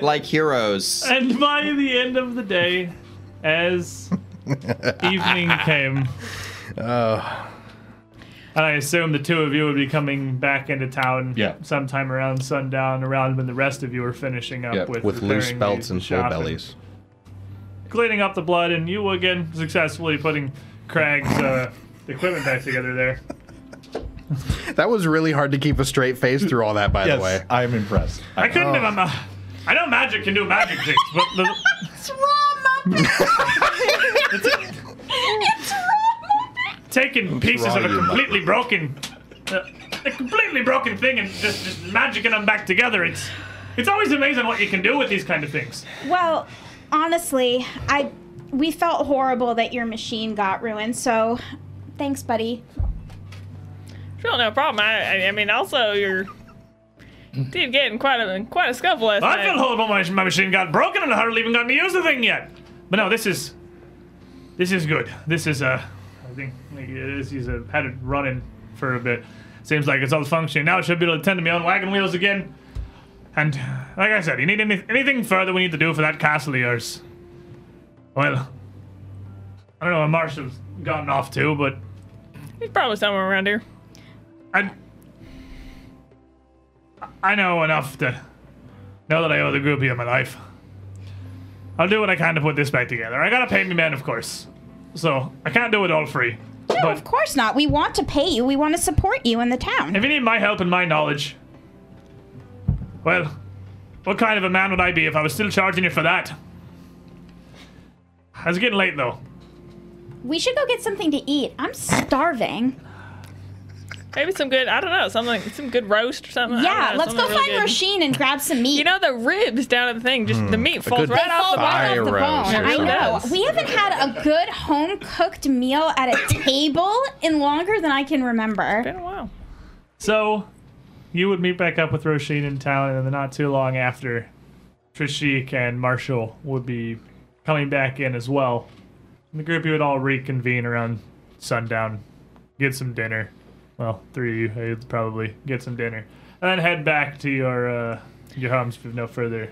Speaker 2: like heroes.
Speaker 1: And by the end of the day, as evening came, I assume the two of you would be coming back into town
Speaker 5: Yeah.
Speaker 1: sometime around sundown, around when the rest of you are finishing up
Speaker 5: Yeah,
Speaker 1: with,
Speaker 3: with loose
Speaker 1: repairing
Speaker 3: belts
Speaker 1: the
Speaker 3: and full
Speaker 1: shop
Speaker 3: bellies.
Speaker 1: cleaning up the blood, and you again successfully putting Craig's uh, equipment back together there.
Speaker 3: That was really hard to keep a straight face through all that, by the way.
Speaker 5: I'm impressed.
Speaker 1: I couldn't have. I'm a, I know magic can do magic things, but the,
Speaker 6: It's raw muppet. it's raw muppet.
Speaker 1: taking pieces
Speaker 3: wrong
Speaker 1: of a
Speaker 3: with you,
Speaker 1: completely broken, uh, a completely broken thing and just just magicking them back together. It's it's always amazing what you can do with these kind of things.
Speaker 6: Well, honestly, I we felt horrible that your machine got ruined. So, thanks, buddy.
Speaker 4: Sure, no problem. I, I, I mean, also you're did get in quite a quite a scuffle last
Speaker 1: I feel
Speaker 4: night.
Speaker 1: horrible. My, my machine got broken, and I hardly even gotten to use the thing yet. But no, this is this is good. This is uh, I think like, this is uh, had it running for a bit. Seems like it's all functioning now. I should be able to tend to my own wagon wheels again. And like I said, you need any, anything further we need to do for that castle of yours? Well, I don't know where Marshall's gotten off to, but
Speaker 4: He's probably somewhere around here.
Speaker 1: I I know enough to know that I owe the groupie of my life. I'll do what I can to put this back together. I gotta pay me man, of course. So I can't do it all free.
Speaker 6: No,
Speaker 1: but
Speaker 6: of course not. We want to pay you. We want to support you in the town.
Speaker 1: if you need my help and my knowledge, well, what kind of a man would I be if I was still charging you for that? It's getting late though.
Speaker 6: We should go get something to eat. I'm starving.
Speaker 4: Maybe some good. I don't know. Something. Some good roast or something. I don't
Speaker 6: Yeah,
Speaker 4: know,
Speaker 6: let's go
Speaker 4: something really
Speaker 6: find
Speaker 4: good.
Speaker 6: Rasheen and grab some meat.
Speaker 4: You know the ribs down at the thing. Just
Speaker 2: Hmm,
Speaker 4: the meat falls
Speaker 3: good
Speaker 4: right
Speaker 6: They
Speaker 4: off
Speaker 6: fall
Speaker 4: the bottom.
Speaker 6: right off the
Speaker 3: Fire roast
Speaker 6: bone.
Speaker 3: or
Speaker 6: I know.
Speaker 4: something.
Speaker 6: We haven't had a good home cooked meal at a table in longer than I can remember.
Speaker 4: Been a while.
Speaker 1: So, you would meet back up with Roisin in town, and then not too long after, Trishik and Marshall would be coming back in as well. And the group you would all reconvene around sundown, get some dinner. Well, three of you you'd probably get some dinner, and then head back to your uh, your homes with no further.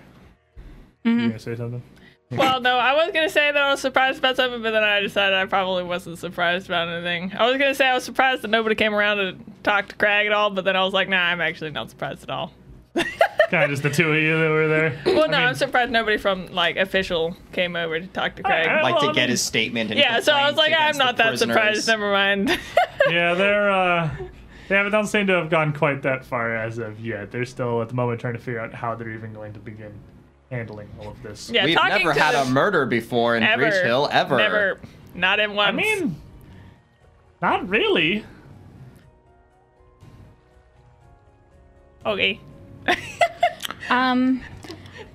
Speaker 1: You gonna say something?
Speaker 4: Well, no, I was gonna say that I was surprised about something, but then I decided I probably wasn't surprised about anything. I was gonna say I was surprised that nobody came around to talk to Craig at all, but then I was like, nah, I'm actually not surprised at all.
Speaker 1: kind of just the two of you that were there.
Speaker 4: Well, no, I'm surprised nobody from like official came over to talk to Craig.
Speaker 1: I-
Speaker 2: Like
Speaker 1: Well,
Speaker 2: to
Speaker 1: mean-
Speaker 2: get his statement. And
Speaker 4: yeah, so I was
Speaker 2: complaints
Speaker 4: like, I'm
Speaker 2: against
Speaker 4: not
Speaker 2: the
Speaker 4: that
Speaker 2: prisoners.
Speaker 4: surprised. Never mind.
Speaker 1: yeah, they're uh, they haven't don't seem to have gone quite that far as of yet. They're still at the moment trying to figure out how they're even going to begin handling all of this.
Speaker 4: yeah,
Speaker 2: We've
Speaker 4: talking
Speaker 2: never
Speaker 4: to
Speaker 2: had
Speaker 4: the-
Speaker 2: a murder before in
Speaker 4: ever,
Speaker 2: Breach Hill ever.
Speaker 4: Never, not in once.
Speaker 1: I mean, not really.
Speaker 4: okay.
Speaker 6: Um,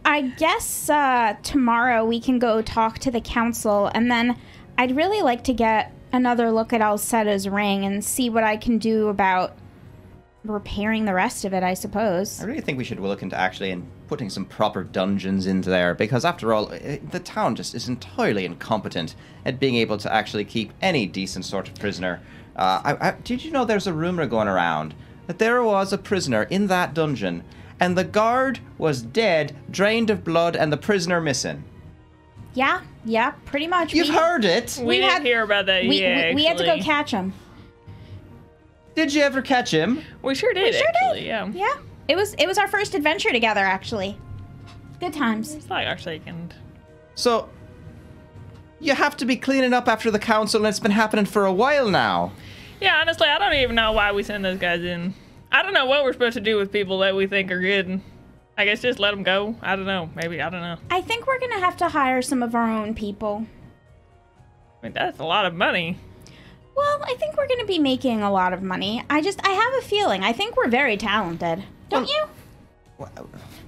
Speaker 6: I guess uh, tomorrow we can go talk to the council, and then I'd really like to get another look at Alcetta's ring and see what I can do about repairing the rest of it. I suppose.
Speaker 2: I really think we should look into actually and putting some proper dungeons into there because after all, i the town just is entirely incompetent at being able to actually keep any decent sort of prisoner. Uh, I, I, did you know there's a rumor going around that there was a prisoner in that dungeon, and the guard was dead, drained of blood, and the prisoner missing.
Speaker 6: Yeah, yeah, pretty much.
Speaker 2: You've
Speaker 6: we,
Speaker 2: heard it.
Speaker 4: We, didn't
Speaker 6: had-
Speaker 4: hear about that.
Speaker 6: We,
Speaker 4: yeah,
Speaker 6: we, we had to go
Speaker 4: actually.
Speaker 6: catch him.
Speaker 2: Did you ever catch him?
Speaker 4: We sure did,
Speaker 6: Sure
Speaker 4: actually.
Speaker 6: did.
Speaker 4: Yeah.
Speaker 6: Yeah. It was it was our first adventure together actually. Good times.
Speaker 4: It's like our second.
Speaker 2: So, you have to be cleaning up after the council, and it's been happening for a while now.
Speaker 4: Yeah, honestly, I don't even know why we send those guys in. I don't know what we're supposed to do with people that we think are good. I guess just let them go. I don't know. Maybe I don't know.
Speaker 6: I think we're going to have to hire some of our own people.
Speaker 4: I mean, that's a lot of money.
Speaker 6: Well, I think we're going to be making a lot of money. I just I have a feeling. I think we're very talented. Don't you?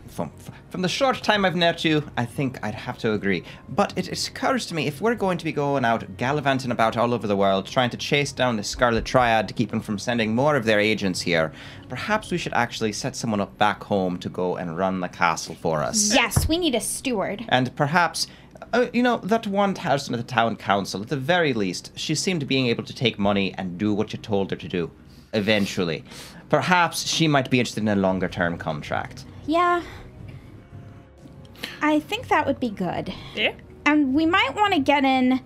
Speaker 2: From, from the short time I've known you, I think I'd have to agree. But it, it occurs to me if we're going to be going out gallivanting about all over the world, trying to chase down the Scarlet Triad to keep them from sending more of their agents here, perhaps we should actually set someone up back home to go and run the castle for us.
Speaker 6: Yes, we need a steward.
Speaker 2: And perhaps, uh, you know, that one person at the town council, at the very least, she seemed being able to take money and do what you told her to do, eventually. Perhaps she might be interested in a longer term contract.
Speaker 6: Yeah. I think that would be good.
Speaker 4: Yeah.
Speaker 6: And we might want to get in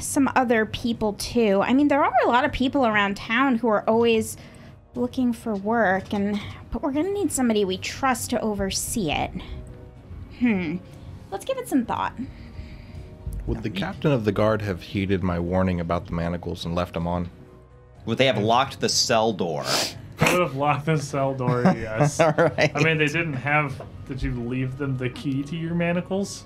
Speaker 6: some other people too. I mean, there are a lot of people around town who are always looking for work and but we're going to need somebody we trust to oversee it. Hmm. Let's give it some thought.
Speaker 3: Would the captain of the guard have heeded my warning about the manacles and left them on?
Speaker 2: Would they have locked the cell door?
Speaker 1: I would have locked the cell door, yes.
Speaker 2: All
Speaker 1: I
Speaker 2: right.
Speaker 1: mean, they didn't have. Did you leave them the key to your manacles?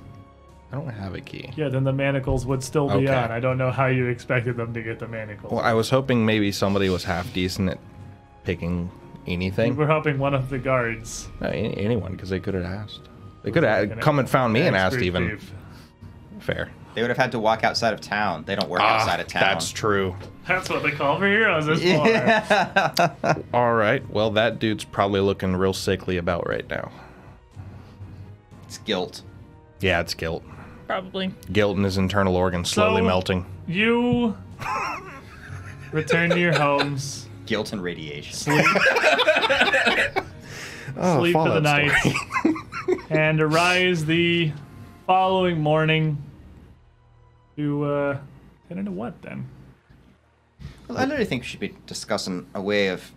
Speaker 3: I don't have a key.
Speaker 1: Yeah, then the manacles would still be
Speaker 3: Okay.
Speaker 1: on. I don't know how you expected them to get the manacles.
Speaker 3: Well, I was hoping maybe somebody was half decent at picking anything.
Speaker 1: We're helping one of the guards.
Speaker 3: No, a- anyone, because they could have asked. They could have come and found me and asked
Speaker 1: Expert
Speaker 3: even.
Speaker 1: thief.
Speaker 3: Fair.
Speaker 2: they would have had to walk outside of town. They don't work outside of town.
Speaker 3: Ah, That's true.
Speaker 1: That's what they call for heroes. Is for.
Speaker 3: All right. Well, that dude's probably looking real sickly about right now.
Speaker 2: It's guilt.
Speaker 3: Yeah, it's guilt.
Speaker 4: Probably.
Speaker 3: Guilt in his internal organs slowly
Speaker 1: So-
Speaker 3: melting.
Speaker 1: You return to your homes,
Speaker 2: Guilt and radiation.
Speaker 1: sleep, Oh, sleep for the
Speaker 3: Fallout
Speaker 1: night, and arise the following morning to uh, get into what then?
Speaker 2: Well, I really think we should be discussing a way of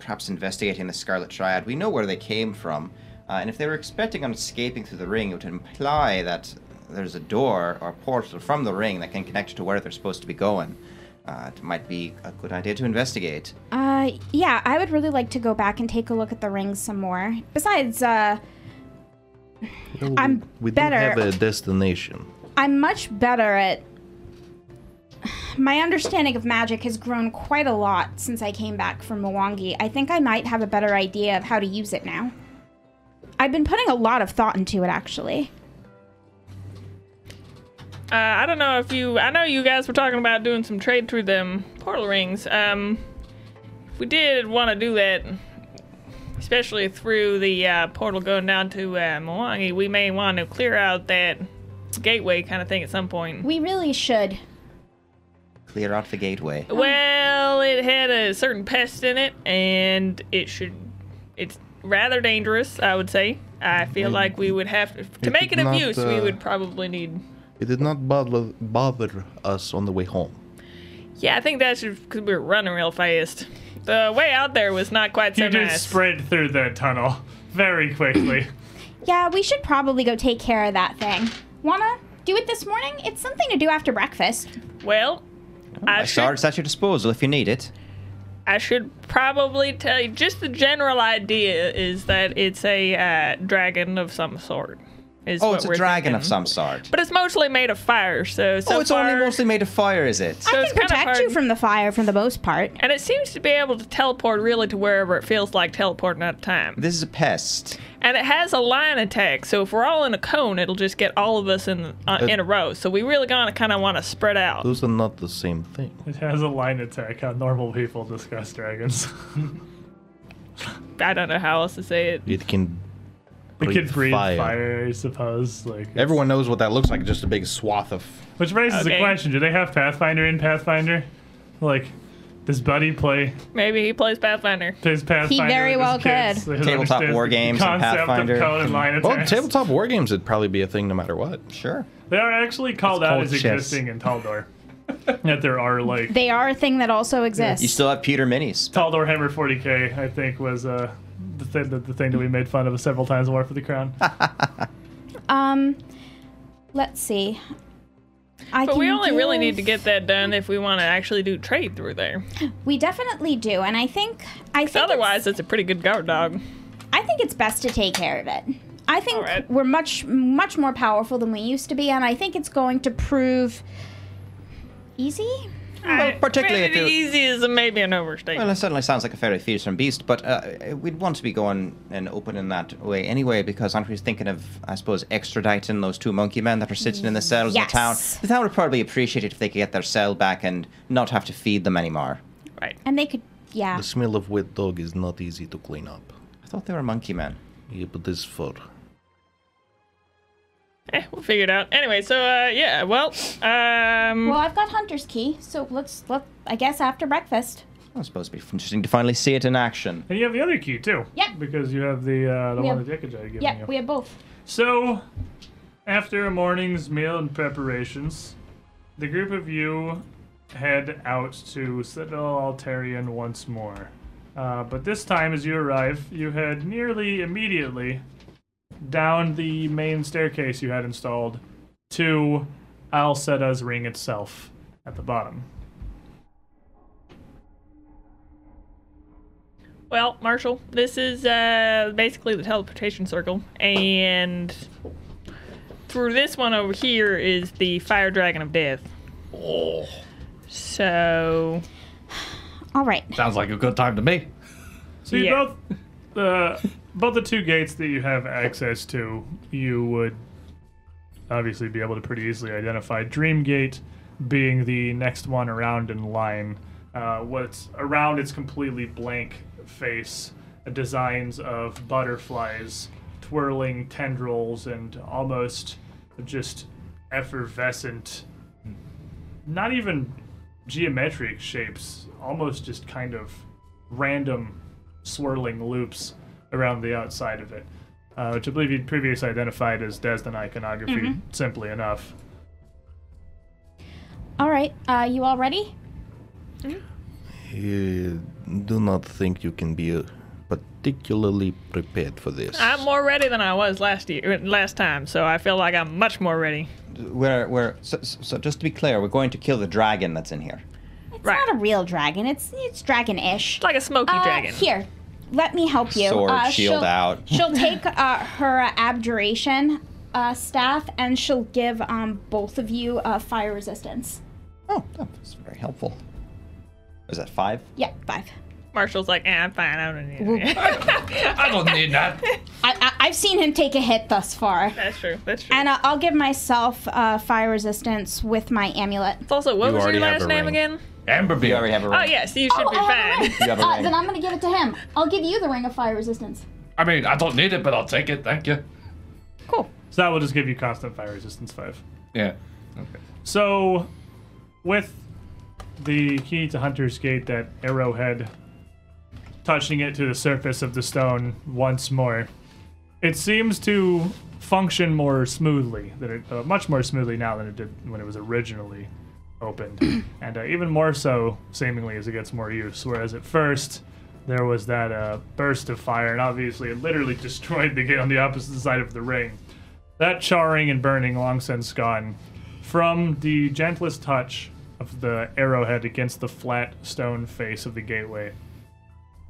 Speaker 2: perhaps investigating the Scarlet Triad. We know where they came from, uh, and if they were expecting on escaping through the ring, it would imply that there's a door or portal from the ring that can connect to where they're supposed to be going. Uh, it might be a good idea to investigate.
Speaker 6: Uh, yeah, I would really like to go back and take a look at the rings some more. Besides, uh, I'm
Speaker 3: we
Speaker 6: better.
Speaker 3: do have a destination.
Speaker 6: I'm much better at. My understanding of magic has grown quite a lot since I came back from Mwangi. I think I might have a better idea of how to use it now. I've been putting a lot of thought into it, actually.
Speaker 4: Uh, I don't know if you. I know you guys were talking about doing some trade through them portal rings. Um, if we did want to do that, especially through the uh, portal going down to uh, Milwaukee, we may want to clear out that gateway kind of thing at some point.
Speaker 6: We really should.
Speaker 2: Clear out the gateway.
Speaker 4: Well, it had a certain pest in it, and it should. It's rather dangerous, I would say. I feel like we would have to, to
Speaker 3: it
Speaker 4: make it
Speaker 3: did
Speaker 4: of
Speaker 3: not,
Speaker 4: use. we
Speaker 3: uh,
Speaker 4: would probably need.
Speaker 3: It did not bother, bother us on the way home.
Speaker 4: Yeah, I think that's because we were running real fast. The way out there was not quite so
Speaker 1: You just
Speaker 4: nice.
Speaker 1: sprint through the tunnel very quickly.
Speaker 6: Yeah, we should probably go take care of that thing. Wanna do it this morning? It's something to do after breakfast.
Speaker 4: well, I
Speaker 2: Oh, My
Speaker 4: should,
Speaker 2: shard's at your disposal if you need it.
Speaker 4: I should probably tell you. Just the general idea is that it's a uh, dragon of some sort. Is
Speaker 2: Oh,
Speaker 4: what
Speaker 2: it's a
Speaker 4: we're
Speaker 2: dragon of
Speaker 4: thinking.
Speaker 2: some sort.
Speaker 4: But it's mostly made of fire, so so
Speaker 2: oh, it's only
Speaker 4: far-
Speaker 2: mostly made of fire, is it?
Speaker 4: So
Speaker 6: I
Speaker 4: it's
Speaker 6: can
Speaker 4: kinda
Speaker 6: protect you
Speaker 4: hard.
Speaker 6: from the fire for the most part.
Speaker 4: And it seems to be able to teleport really to wherever it feels like teleporting at a time.
Speaker 2: This is a pest.
Speaker 4: And it has a line attack, so if we're all in a cone, it'll just get all of us in uh, in a row. So we really gonna kind of want to spread out.
Speaker 3: Those are not the same thing.
Speaker 1: it has a line attack. How normal people discuss dragons.
Speaker 4: I don't know how else to say it.
Speaker 3: It can.
Speaker 1: It
Speaker 3: breathe
Speaker 1: could breathe fire. I suppose. Like,
Speaker 3: Everyone knows what that looks like. Just a big swath of.
Speaker 1: which raises
Speaker 4: Okay.
Speaker 1: a question: Do they have Pathfinder in Pathfinder? Like, does Buddy play
Speaker 4: Maybe he plays Pathfinder.
Speaker 1: plays Pathfinder?
Speaker 6: very
Speaker 1: with his
Speaker 6: well
Speaker 1: kids?
Speaker 6: could.
Speaker 1: Does he
Speaker 2: Tabletop
Speaker 1: understand
Speaker 2: war
Speaker 1: the
Speaker 2: games and
Speaker 1: concept of
Speaker 2: Pathfinder. Oh,
Speaker 1: code and line
Speaker 3: Well,
Speaker 1: attacks?
Speaker 3: tabletop war games would probably be a thing no matter what.
Speaker 2: Sure.
Speaker 1: They are actually called
Speaker 3: It's
Speaker 1: out
Speaker 3: called
Speaker 1: as
Speaker 3: chess.
Speaker 1: existing in Taldor. that there are like
Speaker 6: They are a thing that also exists.
Speaker 2: You still have Peter Minis.
Speaker 1: Taldor Hammer 40k. I think was uh, the thing the, the thing that we made fun of several times in War for the Crown.
Speaker 6: Ah. um, let's see. I
Speaker 4: But we
Speaker 6: can
Speaker 4: only really need to get
Speaker 6: give-
Speaker 4: that done if we want to actually do trade through there.
Speaker 6: We definitely do, and I think I think
Speaker 4: Otherwise, it's a pretty good guard dog.
Speaker 6: it's- I think it's best to take care of it. I think
Speaker 4: Alright.
Speaker 6: we're much much more powerful than we used to be, and I think it's going to prove easy.
Speaker 4: Well,
Speaker 2: particularly if
Speaker 4: maybe
Speaker 2: you-
Speaker 4: easy is maybe an overstatement.
Speaker 2: Well, that certainly sounds like a fairly fearsome beast, but uh, we'd want to be going and open in that way anyway, because aren't we thinking of, I suppose, extraditing those two monkey men that are sitting in the cells in the town?
Speaker 6: Yes.
Speaker 2: The town would probably appreciate it if they could get their cell back and not have to feed them anymore.
Speaker 4: right.
Speaker 6: And they could, yeah.
Speaker 3: The smell of wet dog is not easy to clean up.
Speaker 2: I thought they were monkey men.
Speaker 3: Yeah, but this fur.
Speaker 4: Eh, we'll figure it out. Anyway, so uh, yeah, well, um,
Speaker 6: Well, I've got Hunter's key, so let's let. I guess after breakfast.
Speaker 2: I suppose it'd be interesting to finally see it in action.
Speaker 1: and you have the other key too.
Speaker 6: Yep.
Speaker 1: Because you have the uh, the
Speaker 6: We
Speaker 1: one
Speaker 6: have-
Speaker 1: that Dekajai gave
Speaker 6: Yeah,
Speaker 1: you.
Speaker 6: we have both.
Speaker 1: So, after a morning's meal and preparations, the group of you head out to Citadel Altarian once more. Uh, but this time, as you arrive, you head nearly immediately down the main staircase you had installed to Alcetta's ring itself at the bottom.
Speaker 4: well, Marshall, this is uh, basically the teleportation circle, and through this one over here is the fire dragon of death. Oh. So
Speaker 6: All right.
Speaker 7: Sounds like a good time to me.
Speaker 1: So you
Speaker 4: Yeah.
Speaker 1: both, uh, both the two gates that you have access to, you would obviously be able to pretty easily identify. Dreamgate being the next one around in line. Uh, what's around its completely blank face, designs of butterflies, twirling tendrils, and almost just effervescent, not even geometric shapes, almost just kind of random swirling loops around the outside of it, uh, which I believe you'd previously identified as Desdin iconography, simply enough.
Speaker 6: All right. Uh, you all ready?
Speaker 3: You do not think you can be uh, particularly prepared for this.
Speaker 1: Ah.
Speaker 4: I'm more ready than I was last year, last time. So I feel like I'm much more ready.
Speaker 2: We're, we're so, so just to be clear, we're going to kill the dragon that's in here.
Speaker 6: It's
Speaker 4: Right.
Speaker 6: not a real dragon. It's it's dragon-ish.
Speaker 4: It's like a smoky
Speaker 6: Uh,
Speaker 4: dragon.
Speaker 6: Here, let me help you.
Speaker 2: Sword,
Speaker 6: Uh,
Speaker 2: shield
Speaker 6: she'll-
Speaker 2: out.
Speaker 6: She'll take uh, her uh, abjuration uh, staff and she'll give um, both of you uh, fire resistance.
Speaker 2: Oh, that's very helpful. Is that five?
Speaker 6: Yeah, five.
Speaker 4: Marshall's like, eh, I'm fine. I don't need it.
Speaker 7: I don't need that.
Speaker 6: I, I, I've seen him take a hit thus far.
Speaker 4: That's true. That's true.
Speaker 6: And uh, I'll give myself uh, fire resistance with my amulet.
Speaker 4: It's also, what
Speaker 3: You
Speaker 4: was
Speaker 3: already
Speaker 4: your
Speaker 3: have
Speaker 4: last
Speaker 3: a
Speaker 4: name
Speaker 3: ring.
Speaker 4: again?
Speaker 7: Amberbeard.
Speaker 2: You already have a ring.
Speaker 4: Oh yes, you should
Speaker 6: Oh,
Speaker 4: be
Speaker 6: I have a
Speaker 4: fine.
Speaker 6: ring.
Speaker 2: You have a
Speaker 6: Uh,
Speaker 2: ring.
Speaker 6: Then I'm going to give it to him. I'll give you the ring of fire resistance.
Speaker 7: I mean, I don't need it, but I'll take it. Thank you.
Speaker 1: So that will just give you constant fire resistance five.
Speaker 5: Yeah.
Speaker 1: So, with the key to Hunter's Gate, that arrowhead touching it to the surface of the stone once more, it seems to function more smoothly than it, uh, much more smoothly now than it did when it was originally opened, and uh, even more so seemingly as it gets more use. Whereas at first. There was that uh, burst of fire, and obviously it literally destroyed the gate on the opposite side of the ring. That charring and burning long since gone, from the gentlest touch of the arrowhead against the flat stone face of the gateway,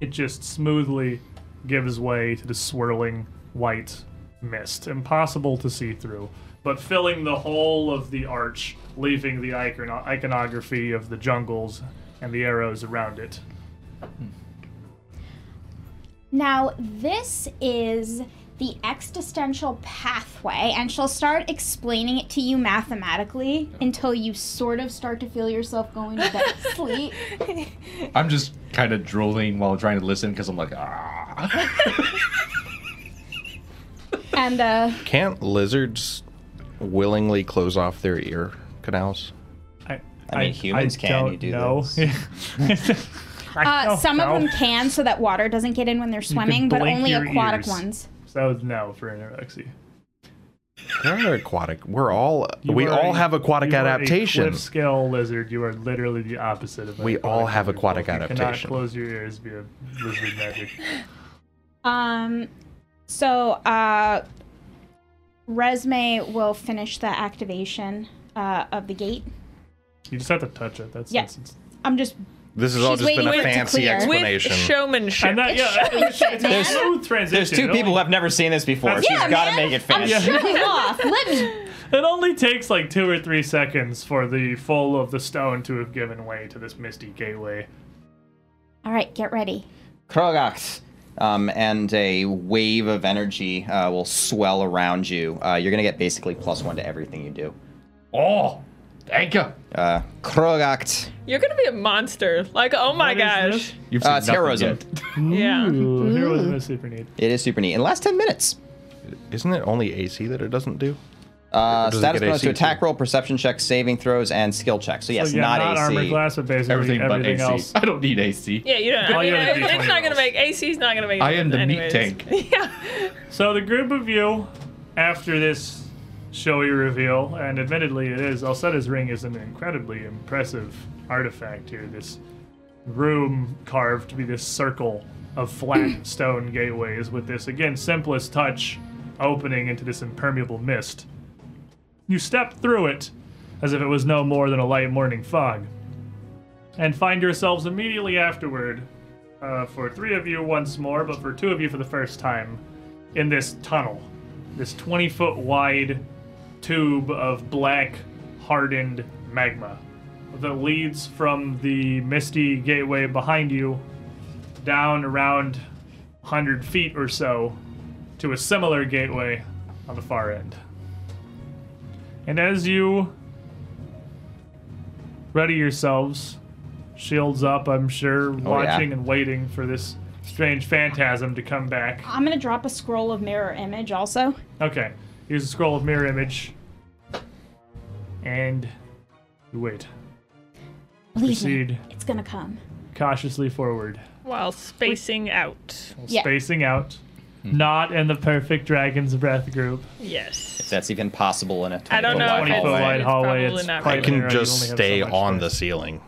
Speaker 1: it just smoothly gives way to the swirling white mist, impossible to see through, but filling the whole of the arch, leaving the icon- iconography of the jungles and the arrows around it.
Speaker 6: Now, this is the existential pathway, and she'll start explaining it to you mathematically until you sort of start to feel yourself going to bed sleep.
Speaker 5: I'm just kind of drooling while trying to listen because I'm like, ah.
Speaker 2: oh,
Speaker 6: And uh,
Speaker 3: Can't lizards willingly close off their ear canals?
Speaker 1: I,
Speaker 2: I mean, humans can,
Speaker 1: don't
Speaker 2: you do
Speaker 1: know. I
Speaker 6: uh,
Speaker 1: don't
Speaker 6: some
Speaker 1: know.
Speaker 6: of them can so that water doesn't get in when they're swimming, but
Speaker 1: blink
Speaker 6: only
Speaker 1: your
Speaker 6: aquatic
Speaker 1: ears.
Speaker 6: ones.
Speaker 1: So no for anorexia.
Speaker 3: They're aquatic. We're all
Speaker 1: You
Speaker 3: we
Speaker 1: are
Speaker 3: all
Speaker 1: a-
Speaker 3: have aquatic
Speaker 1: you are a
Speaker 3: adaptation.
Speaker 1: cliff scale lizard. You are literally the opposite of.
Speaker 3: We all have aquatic
Speaker 1: You cannot
Speaker 3: adaptation.
Speaker 1: close your ears via lizard magic.
Speaker 6: Um, so uh, Resme will finish the activation uh, of the gate.
Speaker 1: You just have to touch it. That's
Speaker 6: Yeah.
Speaker 1: it's- it's-
Speaker 6: I'm just
Speaker 3: This has all
Speaker 6: She's
Speaker 3: just been
Speaker 6: waiting
Speaker 3: a
Speaker 6: for it to
Speaker 3: fancy
Speaker 6: clear. With
Speaker 4: With
Speaker 3: explanation.
Speaker 4: showmanship.
Speaker 1: And that, yeah, it's, it's a
Speaker 6: man.
Speaker 1: smooth transition.
Speaker 2: There's two
Speaker 1: It
Speaker 2: people who
Speaker 1: only-
Speaker 2: have never seen this before. She's
Speaker 6: yeah,
Speaker 2: got to
Speaker 6: man.
Speaker 2: make it
Speaker 6: I'm
Speaker 2: finish.
Speaker 6: showing off. Let me.
Speaker 1: It only takes like two or three seconds for the full of the stone to have given way to this misty gateway.
Speaker 6: All right, get ready.
Speaker 2: Krogax. Um, and a wave of energy uh, will swell around you. Uh, you're going to get basically plus one to everything you do.
Speaker 5: Oh, thank you.
Speaker 2: Uh, Krogax.
Speaker 4: You're gonna be a monster. Like, oh my
Speaker 1: What is
Speaker 4: gosh.
Speaker 5: You've
Speaker 2: Uh,
Speaker 5: said nothing
Speaker 2: terrorism.
Speaker 5: yet.
Speaker 4: Yeah.
Speaker 1: Ooh, here was no super need.
Speaker 2: It is super neat. In the last 10 minutes,
Speaker 3: Isn't it only AC that it doesn't do?
Speaker 2: uh,
Speaker 3: Does it
Speaker 2: status
Speaker 3: get
Speaker 2: bonus to
Speaker 3: AC too?
Speaker 2: attack roll, perception checks, saving throws, and skill checks. So, yes,
Speaker 1: So, yeah,
Speaker 2: not,
Speaker 1: not,
Speaker 2: AC.
Speaker 1: armor class, but basically
Speaker 5: Everything,
Speaker 1: everything,
Speaker 5: but AC.
Speaker 1: else.
Speaker 5: I don't need AC.
Speaker 4: Yeah, you don't.
Speaker 1: All
Speaker 4: I mean,
Speaker 1: you have to do
Speaker 4: it's
Speaker 1: is
Speaker 4: not gonna
Speaker 1: rolls.
Speaker 4: make AC's not gonna make.
Speaker 5: I
Speaker 4: it
Speaker 5: am the meat
Speaker 4: anyways.
Speaker 5: tank.
Speaker 4: Yeah.
Speaker 1: So the group of you, after this showy reveal, and admittedly it is, Alcetta's ring is an incredibly impressive artifact here. This room carved to be this circle of flat stone gateways with this, again, simplest touch opening into this impermeable mist. You step through it as if it was no more than a light morning fog, and find yourselves immediately afterward, uh, for three of you once more, but for two of you for the first time, in this tunnel, this 20 foot wide tube of black, hardened magma that leads from the misty gateway behind you down around 100 feet or so to a similar gateway on the far end. And as you ready yourselves, shields up, I'm sure, watching and waiting for this strange phantasm to come back.
Speaker 6: I'm gonna drop a scroll of mirror image also.
Speaker 1: Okay. Here's a scroll of mirror image. And you wait.
Speaker 6: Leave me.
Speaker 1: Proceed
Speaker 6: It's gonna come.
Speaker 1: cautiously forward.
Speaker 4: While spacing out.
Speaker 6: Yeah.
Speaker 1: Spacing out. Not in the perfect dragon's breath group.
Speaker 4: Yes.
Speaker 2: If that's even possible in a 20
Speaker 4: I don't
Speaker 2: foot
Speaker 4: know
Speaker 2: wide
Speaker 4: if it's-
Speaker 1: Twenty foot
Speaker 2: hallway.
Speaker 1: wide
Speaker 4: it's
Speaker 1: hallway.
Speaker 4: probably
Speaker 1: It's
Speaker 4: not
Speaker 1: quite
Speaker 3: I
Speaker 4: Right
Speaker 3: can
Speaker 1: narrow, you
Speaker 3: just
Speaker 1: only have so
Speaker 3: stay
Speaker 1: much
Speaker 3: on the
Speaker 1: space.
Speaker 3: ceiling.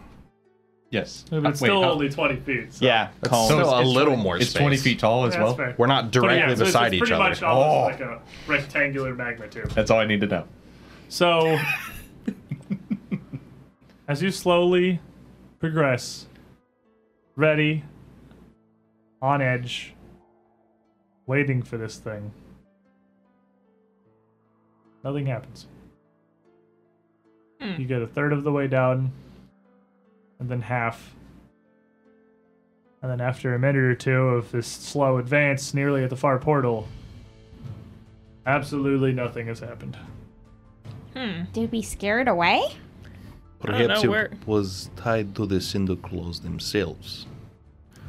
Speaker 5: Yes.
Speaker 1: But it's
Speaker 5: Wait,
Speaker 1: still
Speaker 5: how-
Speaker 1: only twenty feet. So
Speaker 2: Yeah, cone.
Speaker 3: So a
Speaker 5: it's
Speaker 3: little
Speaker 5: 20
Speaker 3: more
Speaker 5: It's
Speaker 3: space.
Speaker 5: 20 feet tall as
Speaker 1: that's
Speaker 5: well.
Speaker 1: fair.
Speaker 3: We're not directly
Speaker 1: so, yeah, so
Speaker 3: beside
Speaker 1: it's,
Speaker 3: each
Speaker 1: it's
Speaker 3: other. Oh.
Speaker 1: pretty much all just like a rectangular magnitude.
Speaker 5: That's all I need to know.
Speaker 1: So, as you slowly progress, ready, on edge, waiting for this thing, nothing happens. You get a third of the way down, and then half. And then, after a minute or two of this slow advance, nearly at the far portal, absolutely nothing has happened.
Speaker 6: Did we scare it away?
Speaker 4: know
Speaker 3: Perhaps
Speaker 4: where-
Speaker 3: it was tied to the cinder claws themselves.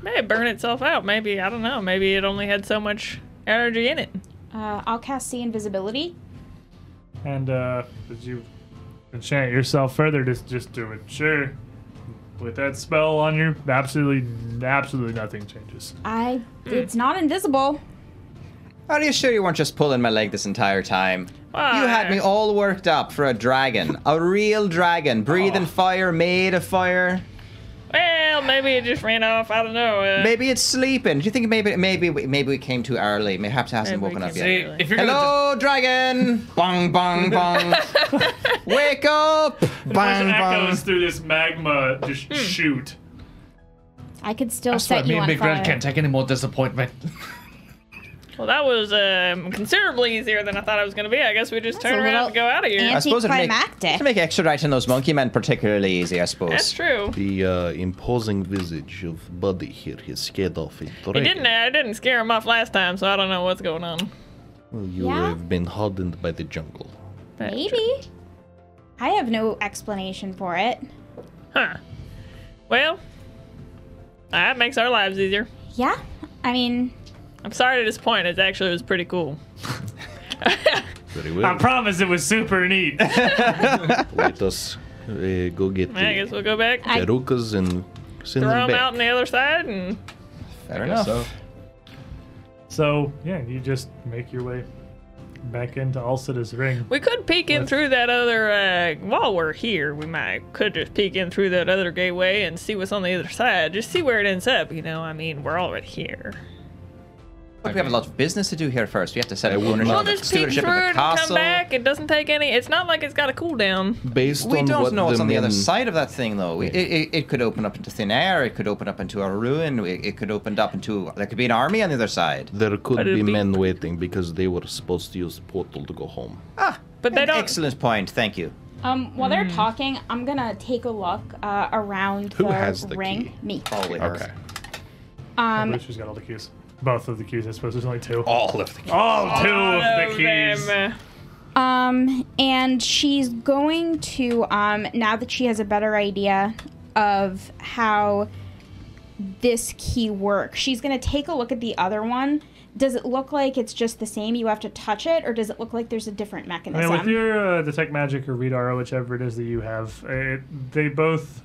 Speaker 4: May burn itself out. Maybe I don't know. Maybe it only had so much energy in it.
Speaker 6: Uh, I'll cast see invisibility.
Speaker 1: And uh, as you enchant yourself further, just just do it. Sure. With that spell on you, absolutely, absolutely nothing changes.
Speaker 6: I. It's not invisible.
Speaker 2: Are you sure you weren't just pulling my leg this entire time?
Speaker 4: Why?
Speaker 2: You had me all worked up for a dragon, a real dragon, breathing fire, made of fire.
Speaker 4: Well, maybe it just ran off. I don't know. Uh,
Speaker 2: Maybe it's sleeping. Do you think maybe maybe we- maybe we came too early? Perhaps it hasn't
Speaker 4: Maybe we
Speaker 2: woken up
Speaker 4: came
Speaker 2: yet.
Speaker 4: too
Speaker 7: If you're gonna
Speaker 2: Hello, dragon! Bong, bong, bong! Wake up! Bong, bong!
Speaker 1: echoes through this magma just shoot.
Speaker 6: I could still
Speaker 7: just, I
Speaker 6: set
Speaker 7: swear, me
Speaker 6: you
Speaker 7: and
Speaker 6: on
Speaker 7: Big
Speaker 6: fire.
Speaker 7: Red can't take any more disappointment.
Speaker 4: Well, that was um, considerably easier than I thought it was going to be. I guess we just
Speaker 6: That's
Speaker 4: turn
Speaker 6: a
Speaker 4: around
Speaker 6: little
Speaker 4: and go out of here.
Speaker 2: I suppose it'd make,
Speaker 6: Anticlimactic.
Speaker 2: it'd make extraditing those monkey men particularly easy, I suppose.
Speaker 4: That's true.
Speaker 3: The uh, imposing visage of Buddy here has scared off a
Speaker 4: He
Speaker 3: dragon.
Speaker 4: didn't. I didn't scare him off last time, so I don't know what's going on.
Speaker 3: You
Speaker 6: Yeah?
Speaker 3: have been hardened by the jungle.
Speaker 6: Maybe. I have no explanation for it.
Speaker 4: Huh. Well, that makes our lives easier.
Speaker 6: Yeah. I mean,
Speaker 4: I'm sorry to disappoint. It actually was pretty cool.
Speaker 3: Very
Speaker 1: I
Speaker 3: well.
Speaker 1: promise it was super neat.
Speaker 3: Let us uh, go get
Speaker 4: I guess
Speaker 3: the
Speaker 4: we'll go back,
Speaker 6: I-
Speaker 3: Jarukas and send
Speaker 4: throw
Speaker 3: them
Speaker 4: him
Speaker 3: back.
Speaker 4: out on the other side, and
Speaker 2: Fair enough.
Speaker 1: so yeah, you just make your way back into Alcida's ring.
Speaker 4: We could peek in through that other. Uh, while we're here, we might could just peek in through that other gateway and see what's on the other side. Just see where it ends up. You know, I mean, we're already here.
Speaker 2: But we have a lot of business to do here first. We have to set up
Speaker 3: will
Speaker 2: ownership,
Speaker 4: We'll
Speaker 3: not-
Speaker 2: of the
Speaker 4: just peek
Speaker 2: stewardship
Speaker 4: through
Speaker 2: of the
Speaker 4: and come
Speaker 2: castle.
Speaker 4: back. It doesn't take any. It's not like it's got a cooldown.
Speaker 3: Based
Speaker 2: We
Speaker 3: on
Speaker 2: don't
Speaker 3: what
Speaker 2: know what's
Speaker 3: the
Speaker 2: on the other
Speaker 3: men-
Speaker 2: side of that thing, though. It, it, it could open up into thin air. It could open up into a ruin. It, it could open up into there could be an army on the other side.
Speaker 3: There could
Speaker 4: But it'd
Speaker 3: be
Speaker 4: be-
Speaker 3: men waiting because they were supposed to use the portal to go home.
Speaker 4: But they
Speaker 2: An
Speaker 4: don't.
Speaker 2: Excellent point. Thank you.
Speaker 6: Um, while they're talking, I'm gonna take a look uh, around
Speaker 3: Who
Speaker 6: the
Speaker 3: has the
Speaker 6: ring.
Speaker 3: key?
Speaker 6: Me.
Speaker 2: Holy
Speaker 3: Okay.
Speaker 2: Ah,
Speaker 1: I
Speaker 6: Um,
Speaker 1: believe she's got all the keys. Both of the keys, I suppose. There's only two.
Speaker 3: All of the
Speaker 1: All two of
Speaker 4: All
Speaker 1: the
Speaker 4: of
Speaker 1: keys.
Speaker 4: them.
Speaker 6: um, and she's going to um, now that she has a better idea of how this key works, she's gonna take a look at the other one. Does it look like it's just the same? You have to touch it, or does it look like there's a different
Speaker 1: I mean,
Speaker 6: mechanism?
Speaker 1: with your uh, detect magic or read aura, whichever it is that you have, it, they both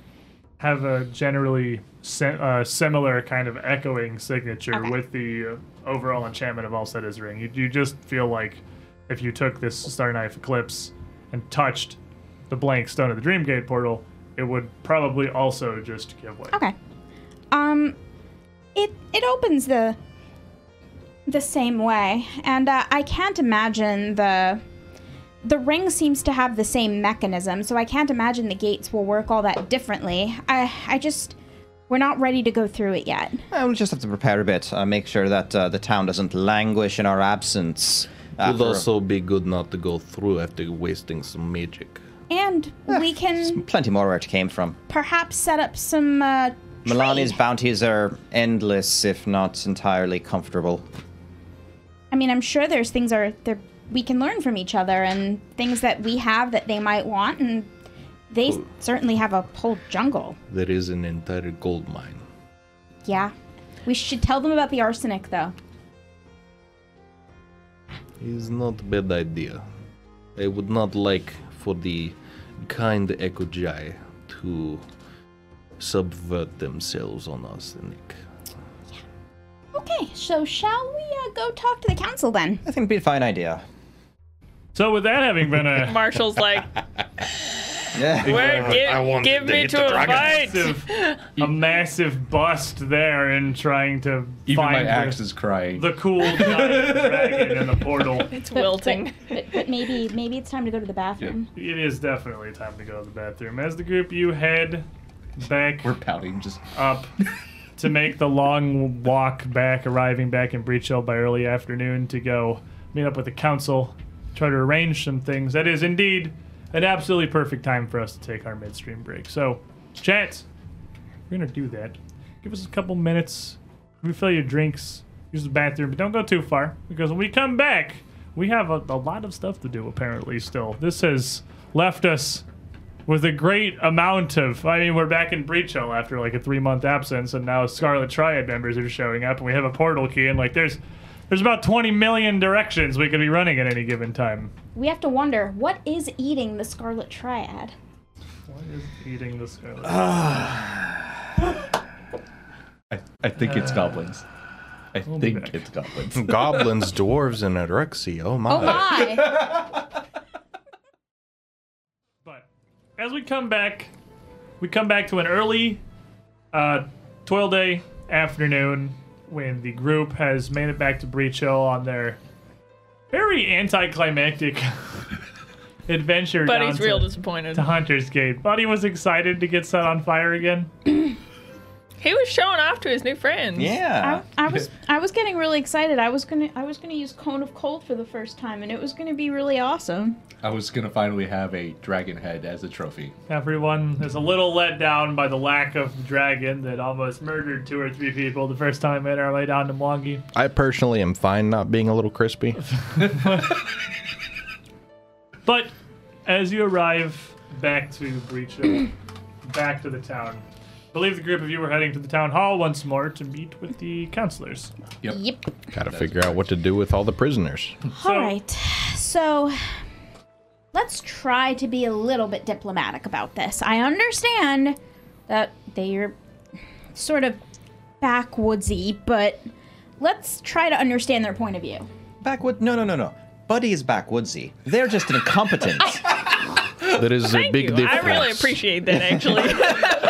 Speaker 1: have a generally si- uh, similar kind of echoing signature
Speaker 6: Okay.
Speaker 1: with the uh, overall enchantment of Alcetta's ring. You, you just feel like if you took this Star Knife Eclipse and touched the blank stone of the Dreamgate portal, it would probably also just give way.
Speaker 6: Okay. Um, it it opens the the same way, and uh, I can't imagine the the ring seems to have the same mechanism, so I can't imagine the gates will work all that differently. I I just we're not ready to go through it yet.
Speaker 2: Uh, we'll just have to prepare a bit. Uh, make sure that uh, the town doesn't languish in our absence. Uh,
Speaker 3: It would
Speaker 2: for-
Speaker 3: also be good not to go through after wasting some magic.
Speaker 6: And we can
Speaker 2: plenty more where it came from.
Speaker 6: perhaps set up some uh,
Speaker 2: Milani's
Speaker 6: trade.
Speaker 2: bounties are endless, if not entirely comfortable.
Speaker 6: I mean, I'm sure there's things are there we can learn from each other and things that we have that they might want, and they certainly have a whole jungle.
Speaker 3: There is an entire gold mine.
Speaker 6: Yeah. We should tell them about the arsenic, though.
Speaker 3: It's not a bad idea. I would not like for the kind Ekojai to subvert themselves on arsenic.
Speaker 6: Okay, so shall we uh, go talk to the council then?
Speaker 2: I think it'd be a fine idea.
Speaker 1: So, with that having been a
Speaker 4: Uh, Marshall's like,
Speaker 2: Yeah.
Speaker 4: where, give, give me to a fight.
Speaker 1: massive, a massive bust there in trying to
Speaker 5: Even
Speaker 1: find
Speaker 5: my
Speaker 1: the-
Speaker 5: axe is crying.
Speaker 1: the cool giant dragon in the portal.
Speaker 4: It's wilting.
Speaker 6: But, but maybe maybe it's time to go to the bathroom.
Speaker 1: It is definitely time to go to the bathroom. As the group, you head back
Speaker 5: We're pouting. Just
Speaker 1: up to make the long walk back, arriving back in Breach Hill by early afternoon to go meet up with the council, try to arrange some things. That is indeed an absolutely perfect time for us to take our midstream break. So, chat, we're going to do that. Give us a couple minutes, refill your drinks, use the bathroom, but don't go too far because when we come back, we have a, a lot of stuff to do apparently still. This has left us with a great amount of. I mean, we're back in Breach Hill after like a three month absence, and now Scarlet Triad members are showing up, and we have a portal key, and like there's there's about 20 million directions we could be running at any given time.
Speaker 6: We have to wonder what is eating the Scarlet Triad?
Speaker 1: What is eating the Scarlet?
Speaker 5: I, I think it's goblins. I
Speaker 1: be
Speaker 5: think
Speaker 1: back.
Speaker 5: it's goblins.
Speaker 3: Goblins, dwarves, and anorexia. Oh my.
Speaker 6: Oh my!
Speaker 1: But as we come back, we come back to an early uh, toil day afternoon when the group has made it back to Breach Hill on their very anticlimactic adventure.
Speaker 4: But
Speaker 1: down
Speaker 4: he's
Speaker 1: to-
Speaker 4: real disappointed.
Speaker 1: to Hunter's Gate. Buddy was excited to get set on fire again.
Speaker 4: He was showing off to his new friends.
Speaker 2: Yeah.
Speaker 6: I, I was I was getting really excited. I was gonna I was gonna use Cone of Cold for the first time, and it was gonna be really awesome.
Speaker 5: I was gonna finally have a dragon head as a trophy.
Speaker 1: Everyone is a little let down by the lack of the dragon that almost murdered two or three people the first time we made our way down to Mwangi.
Speaker 3: I personally am fine not being a little crispy.
Speaker 1: But as you arrive back to Breach Hill, back to the town, I believe the group of you were heading to the town hall once more to meet with the counselors.
Speaker 6: Yep.
Speaker 3: Gotta figure out what to do with all the prisoners.
Speaker 1: So-
Speaker 6: All right. So let's try to be a little bit diplomatic about this. I understand that they are sort of backwoodsy, but let's try to understand their point of view.
Speaker 2: Backwood? No, no, no, no. Buddy is backwoodsy. They're just incompetent.
Speaker 3: There is a
Speaker 4: Thank
Speaker 3: big
Speaker 4: you.
Speaker 3: difference.
Speaker 4: I really appreciate that, actually.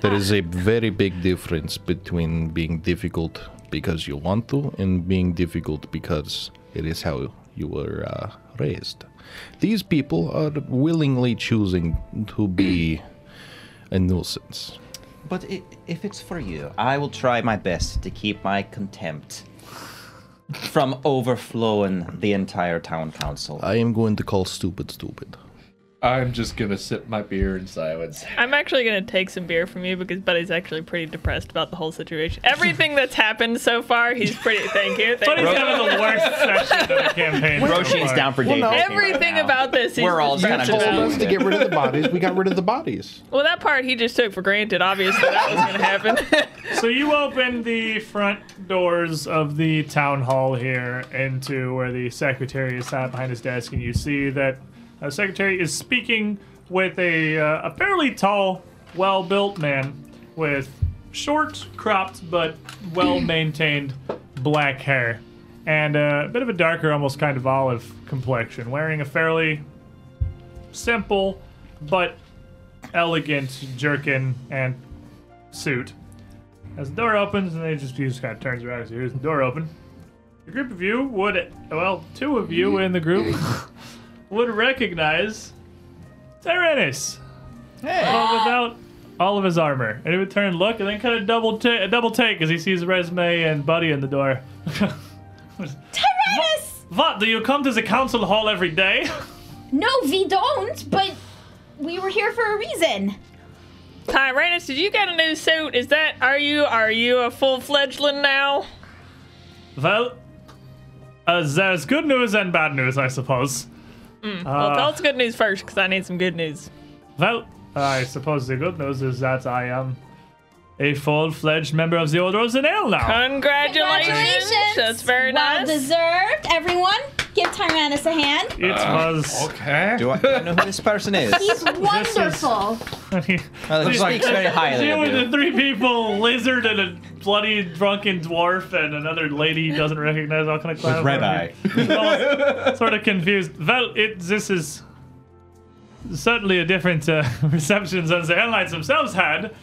Speaker 3: There is a very big difference between being difficult because you want to and being difficult because it is how you were uh, raised. These people are willingly choosing to be a nuisance.
Speaker 2: but i if it's for you, I will try my best to keep my contempt from overflowing the entire town council.
Speaker 3: I am going to call stupid stupid.
Speaker 5: I'm just gonna sip my beer in silence.
Speaker 4: I'm actually gonna take some beer from you because Buddy's actually pretty depressed about the whole situation. Everything that's happened so far, he's pretty. Thank you. Thank
Speaker 1: Buddy's
Speaker 4: you.
Speaker 1: having the worst session of the campaign. so
Speaker 2: Roshin's
Speaker 1: far.
Speaker 2: down for dating. right
Speaker 4: Everything
Speaker 2: now.
Speaker 4: about this, he's
Speaker 2: We're all
Speaker 4: depressed
Speaker 2: kinda just-
Speaker 4: about.
Speaker 2: us to get
Speaker 3: rid of the bodies. We got rid of the bodies.
Speaker 4: Well, that part he just took for granted. Obviously, that was gonna happen.
Speaker 1: So you open the front doors of the town hall here into where the secretary is sat behind his desk, and you see that a secretary is speaking with a uh, a fairly tall, well-built man with short, cropped but well-maintained black hair and a bit of a darker, almost kind of olive complexion, wearing a fairly simple but elegant jerkin and suit. As the door opens, and they just he just kind of turns around and says, here's the door open. The group of you would, well, two of you in the group would recognize Tyrannus, but without all of his armor. And he would turn, and look, and then kind of double ta- double take as he sees Resume and Buddy in the door.
Speaker 6: Tyrannus!
Speaker 1: What? Do you come to the council hall every day?
Speaker 6: No, we don't, but we were here for a reason.
Speaker 4: Tyrannus, did you get a new suit? Is that are you are you a full fledgling now?
Speaker 1: well, uh, there's good news and bad news, I suppose.
Speaker 4: well, tell us good news first, because I need some good news.
Speaker 1: Well, I suppose the good news is that I am a full-fledged member of the Order of the Nail now.
Speaker 4: Congratulations! That's very
Speaker 6: well
Speaker 4: nice.
Speaker 6: deserved. Everyone, give Tyrannus a hand.
Speaker 1: It
Speaker 2: Ah,
Speaker 1: was.
Speaker 5: Okay.
Speaker 2: Do I, do I know who this person is?
Speaker 6: He's wonderful.
Speaker 2: Uh, he speaks very highly
Speaker 1: Deal
Speaker 2: of
Speaker 1: with
Speaker 2: you.
Speaker 1: the three people: lizard and a bloody drunken dwarf, and another lady he doesn't recognize. How can I climb?
Speaker 2: Red eye.
Speaker 1: Sort of confused. Well, it this is certainly a different uh, reception than the Hell Knights themselves had.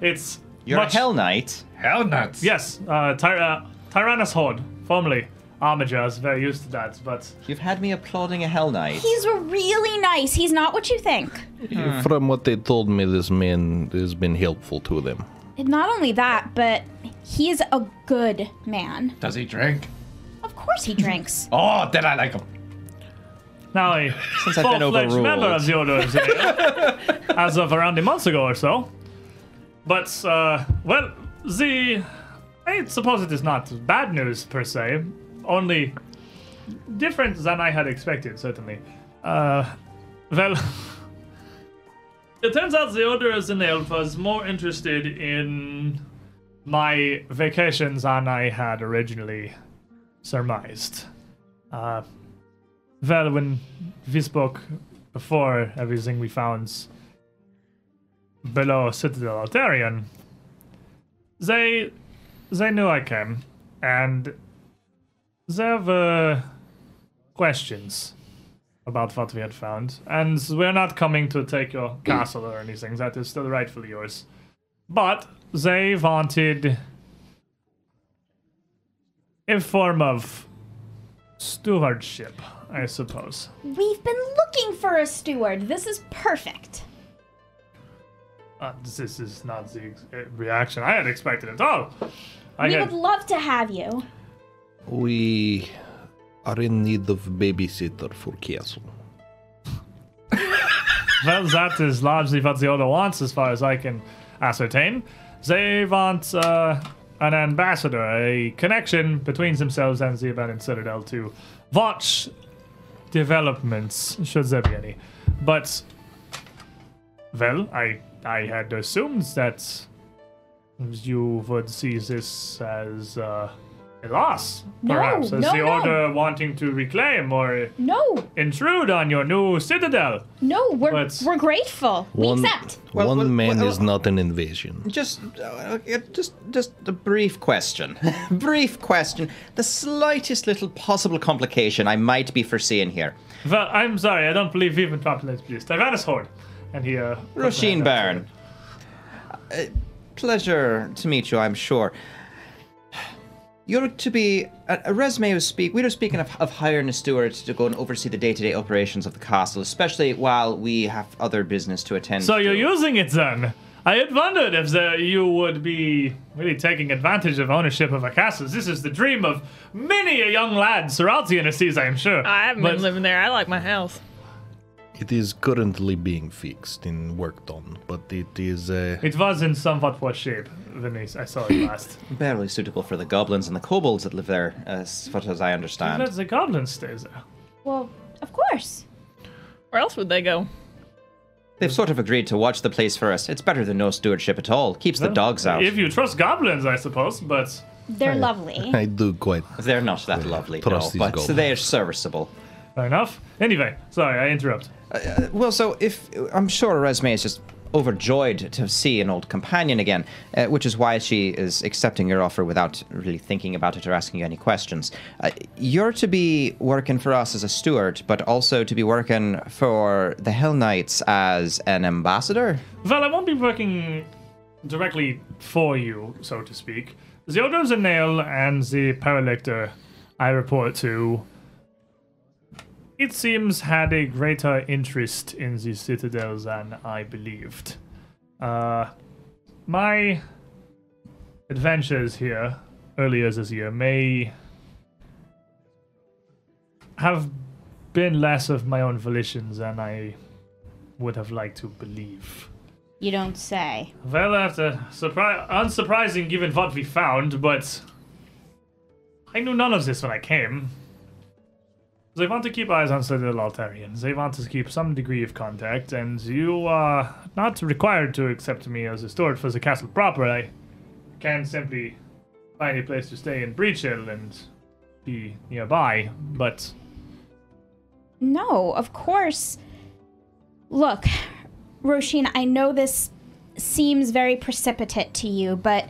Speaker 1: It's
Speaker 2: You're
Speaker 1: much
Speaker 2: a Hell Knight.
Speaker 5: Hell nuts.
Speaker 1: Yes, uh, Ty- uh, Tyrannus Horde, formerly Armiger, is very used to that, but
Speaker 2: You've had me applauding a Hell Knight.
Speaker 6: He's really nice. He's not what you think.
Speaker 3: From what they told me, this man has been helpful to them.
Speaker 6: And not only that, but he's a good man.
Speaker 5: Does he drink?
Speaker 6: Of course he drinks.
Speaker 5: Oh, then I like him.
Speaker 1: now a
Speaker 2: I've been
Speaker 1: full-fledged member
Speaker 2: overruled.
Speaker 1: of the Order of Zendaya, as of around a month ago or so. But, uh, well, the... I suppose it is not bad news, per se, only different than I had expected, certainly. Uh, well... It turns out the Order of the Nail was more interested in my vacations than I had originally surmised. Uh, well, when we spoke before everything we found below Citadel Altarian, they they knew I came, and there were questions about what we had found. And we're not coming to take your castle or anything, that is still rightfully yours. But they wanted a form of stewardship, I suppose.
Speaker 6: We've been looking for a steward. This is perfect.
Speaker 1: Uh, this is not the ex- uh, reaction I had expected at all. I
Speaker 6: we
Speaker 1: had,
Speaker 6: would love to have you.
Speaker 3: We are in need of babysitter for Castle.
Speaker 1: well, that is largely what the Order wants, as far as I can ascertain. They want uh, an ambassador, a connection between themselves and the abandoned citadel to watch developments, should there be any. But, well, I I had assumed that you would see this as uh, loss,
Speaker 6: No,
Speaker 1: perhaps, as
Speaker 6: no,
Speaker 1: the
Speaker 6: no.
Speaker 1: Order wanting to reclaim or
Speaker 6: No,
Speaker 1: intrude on your new citadel.
Speaker 6: no, we're
Speaker 1: Let's-
Speaker 6: we're grateful. we accept.
Speaker 2: Well,
Speaker 3: one
Speaker 2: well,
Speaker 3: man
Speaker 2: well-
Speaker 3: is not an invasion.
Speaker 2: Just, uh, uh, just, just a brief question. brief question. The slightest little possible complication I might be foreseeing here.
Speaker 1: Well, I'm sorry, I don't believe we've been properly placed. Tyrannus Horde. And he, uh. puts my
Speaker 2: Roisin
Speaker 1: hand up to
Speaker 2: Byrne. Uh, pleasure to meet you, I'm sure. You're to be a, a resume of speak. We are speaking of, of hiring a steward to go and oversee the day-to-day operations of the castle, especially while we have other business to attend.
Speaker 1: So you're
Speaker 2: to.
Speaker 1: using it then? I had wondered if the, you would be really taking advantage of ownership of a castle. This is the dream of many a young lad throughout the inner seas, I am sure.
Speaker 4: I haven't
Speaker 1: But-
Speaker 4: been living there. I like my house.
Speaker 3: It is currently being fixed and worked on, but it is. Uh,
Speaker 1: It was in somewhat poor shape when I I saw it last.
Speaker 2: barely suitable for the goblins and the kobolds that live there, as far as I understand.
Speaker 1: Let the goblins stay there.
Speaker 6: Well, of course.
Speaker 4: Where else would they go?
Speaker 2: They've sort of agreed to watch the place for us. It's better than no stewardship at all. Keeps the dogs out.
Speaker 1: If you trust goblins, I suppose, but
Speaker 6: They're lovely.
Speaker 3: I do quite.
Speaker 2: They're not that lovely, no,
Speaker 3: Trust these
Speaker 2: but
Speaker 3: goblins.
Speaker 2: they're serviceable.
Speaker 1: fair enough. Anyway, sorry, I interrupt.
Speaker 2: Well, so if I'm sure Resume is just overjoyed to see an old companion again, uh, which is why she is accepting your offer without really thinking about it or asking you any questions. Uh, you're to be working for us as a steward, but also to be working for the Hell Knights as an ambassador.
Speaker 1: Well, I won't be working directly for you, so to speak. The Order's a nail and the Paralector I report to, it seems, had a greater interest in the Citadel than I believed. Uh, my adventures here earlier this year may have been less of my own volition than I would have liked to believe.
Speaker 6: You don't say.
Speaker 1: Well, after surpri- unsurprising given what we found, but I knew none of this when I came. They want to keep eyes on Citadel Altarian. They want to keep some degree of contact, and you are not required to accept me as a steward for the castle proper. I can simply find a place to stay in Breach Hill and be nearby, but
Speaker 6: No, of course. Look, Roshin, I know this seems very precipitate to you, but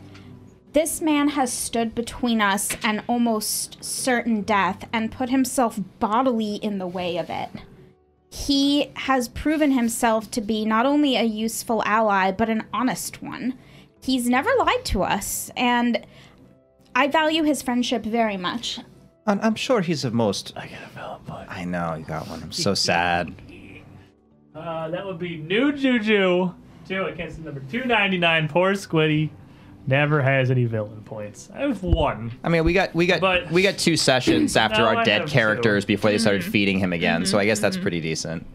Speaker 6: this man has stood between us and almost certain death and put himself bodily in the way of it. He has proven himself to be not only a useful ally, but an honest one. He's never lied to us, and I value his friendship very much.
Speaker 2: And I'm sure he's of most. I get a villain I know you got one. I'm so sad.
Speaker 1: Uh, that would be New Juju. Two against the number 299. Poor Squiddy. Never has any villain points. I have one.
Speaker 2: I mean, we got we got
Speaker 1: But-
Speaker 2: we got two sessions after
Speaker 1: No,
Speaker 2: our
Speaker 1: I
Speaker 2: dead
Speaker 1: have
Speaker 2: characters before they started feeding him again. So I guess that's pretty decent.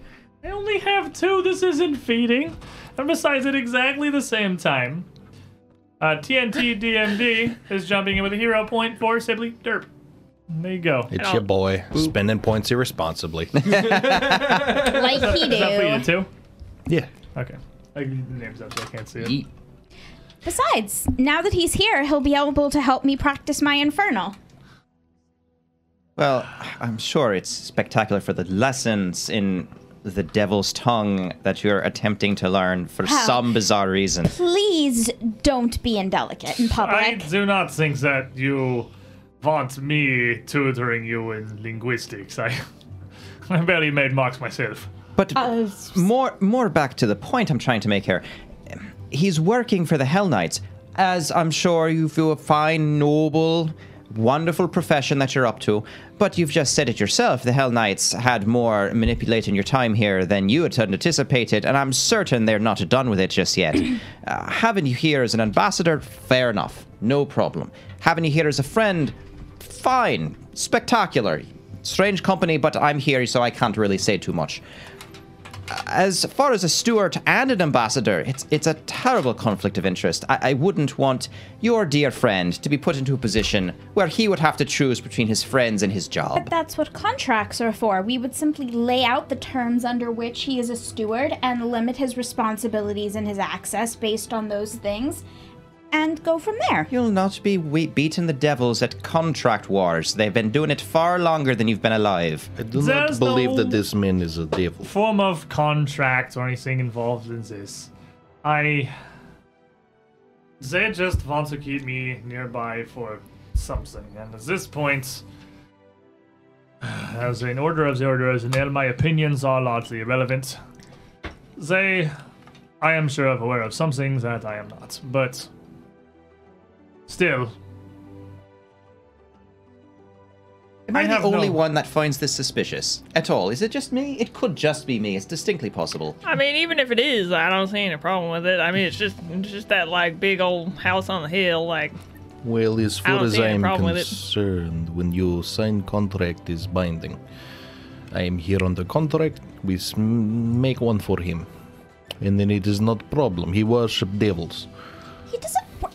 Speaker 1: I only have two. This isn't feeding. And besides, at exactly the same time, uh, TNT DMD is jumping in with a hero point for Sibley Derp. There you go.
Speaker 3: It's your
Speaker 4: Oh.
Speaker 3: boy spending points irresponsibly.
Speaker 6: Like he
Speaker 1: Is that for you
Speaker 6: do.
Speaker 1: too?
Speaker 3: yeah.
Speaker 1: Okay. I, the name's up, so I can't see it.
Speaker 2: Yeet.
Speaker 6: Besides, now that he's here, he'll be able to help me practice my infernal.
Speaker 2: Well, I'm sure it's spectacular for the lessons in the devil's tongue that you're attempting to learn for
Speaker 6: How?
Speaker 2: some bizarre reason.
Speaker 6: Please don't be indelicate in
Speaker 1: I
Speaker 6: public.
Speaker 1: do not think that you want me tutoring you in linguistics. I, I barely made marks myself.
Speaker 2: But
Speaker 6: Uh,
Speaker 2: more more back to the point I'm trying to make here. Um, He's working for the Hell Knights, as I'm sure you feel a fine, noble, wonderful profession that you're up to. But you've just said it yourself. The Hell Knights had more manipulating your time here than you had anticipated, and I'm certain they're not done with it just yet. uh, having you here as an ambassador, fair enough, no problem. Having you here as a friend, fine, spectacular. Strange company, but I'm here, so I can't really say too much as far as a steward and an ambassador, it's it's a terrible conflict of interest. I, I wouldn't want your dear friend to be put into a position where he would have to choose between his friends and his job.
Speaker 6: that's what contracts are for. We would simply lay out the terms under which he is a steward and limit his responsibilities and his access based on those things. and go from there.
Speaker 2: You'll not be we- beating the devils at contract wars. They've been doing it far longer than you've been alive.
Speaker 3: I do
Speaker 1: There's
Speaker 3: not believe
Speaker 1: no-
Speaker 3: that this man is a devil.
Speaker 1: form of contract or anything involved in this. I. They just want to keep me nearby for something, and at this point, as an order of the order of the nail, my opinions are largely irrelevant. They. I am sure of aware of something that I am not, but. Still.
Speaker 2: Am I,
Speaker 1: I
Speaker 2: the
Speaker 1: have
Speaker 2: only
Speaker 1: no-
Speaker 2: one that finds this suspicious at all? Is it just me? It could just be me. It's distinctly possible.
Speaker 4: I mean, even if it is, I don't see any problem with it. I mean, it's just it's just that like big old house on the hill. Like,
Speaker 3: Well, as
Speaker 4: I
Speaker 3: far
Speaker 4: don't
Speaker 3: as
Speaker 4: see
Speaker 3: I
Speaker 4: any
Speaker 3: am
Speaker 4: problem with it.
Speaker 3: concerned, when you sign contract is binding. I am here on the contract. We s- make one for him, and then it is not problem. He worship devils.
Speaker 6: He doesn't. wor-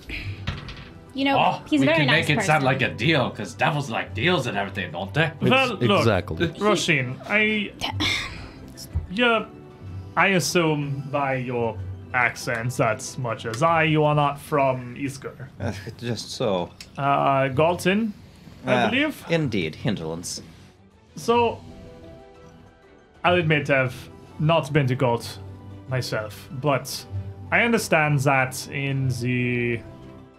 Speaker 6: You know,
Speaker 7: Oh,
Speaker 6: he's a
Speaker 7: we
Speaker 6: very
Speaker 7: can
Speaker 6: nice
Speaker 7: make it
Speaker 6: person.
Speaker 7: sound like a deal, because devils like deals and everything, don't they?
Speaker 1: Well, look,
Speaker 3: exactly.
Speaker 1: Roshin, I. Yeah, I assume by your accents, that's much as I, you are not from Isker.
Speaker 2: Uh, just so.
Speaker 1: Uh, Galton, I
Speaker 2: Uh,
Speaker 1: believe.
Speaker 2: Indeed, hindrance.
Speaker 1: So, I'll admit I've not been to Galt myself, but I understand that in the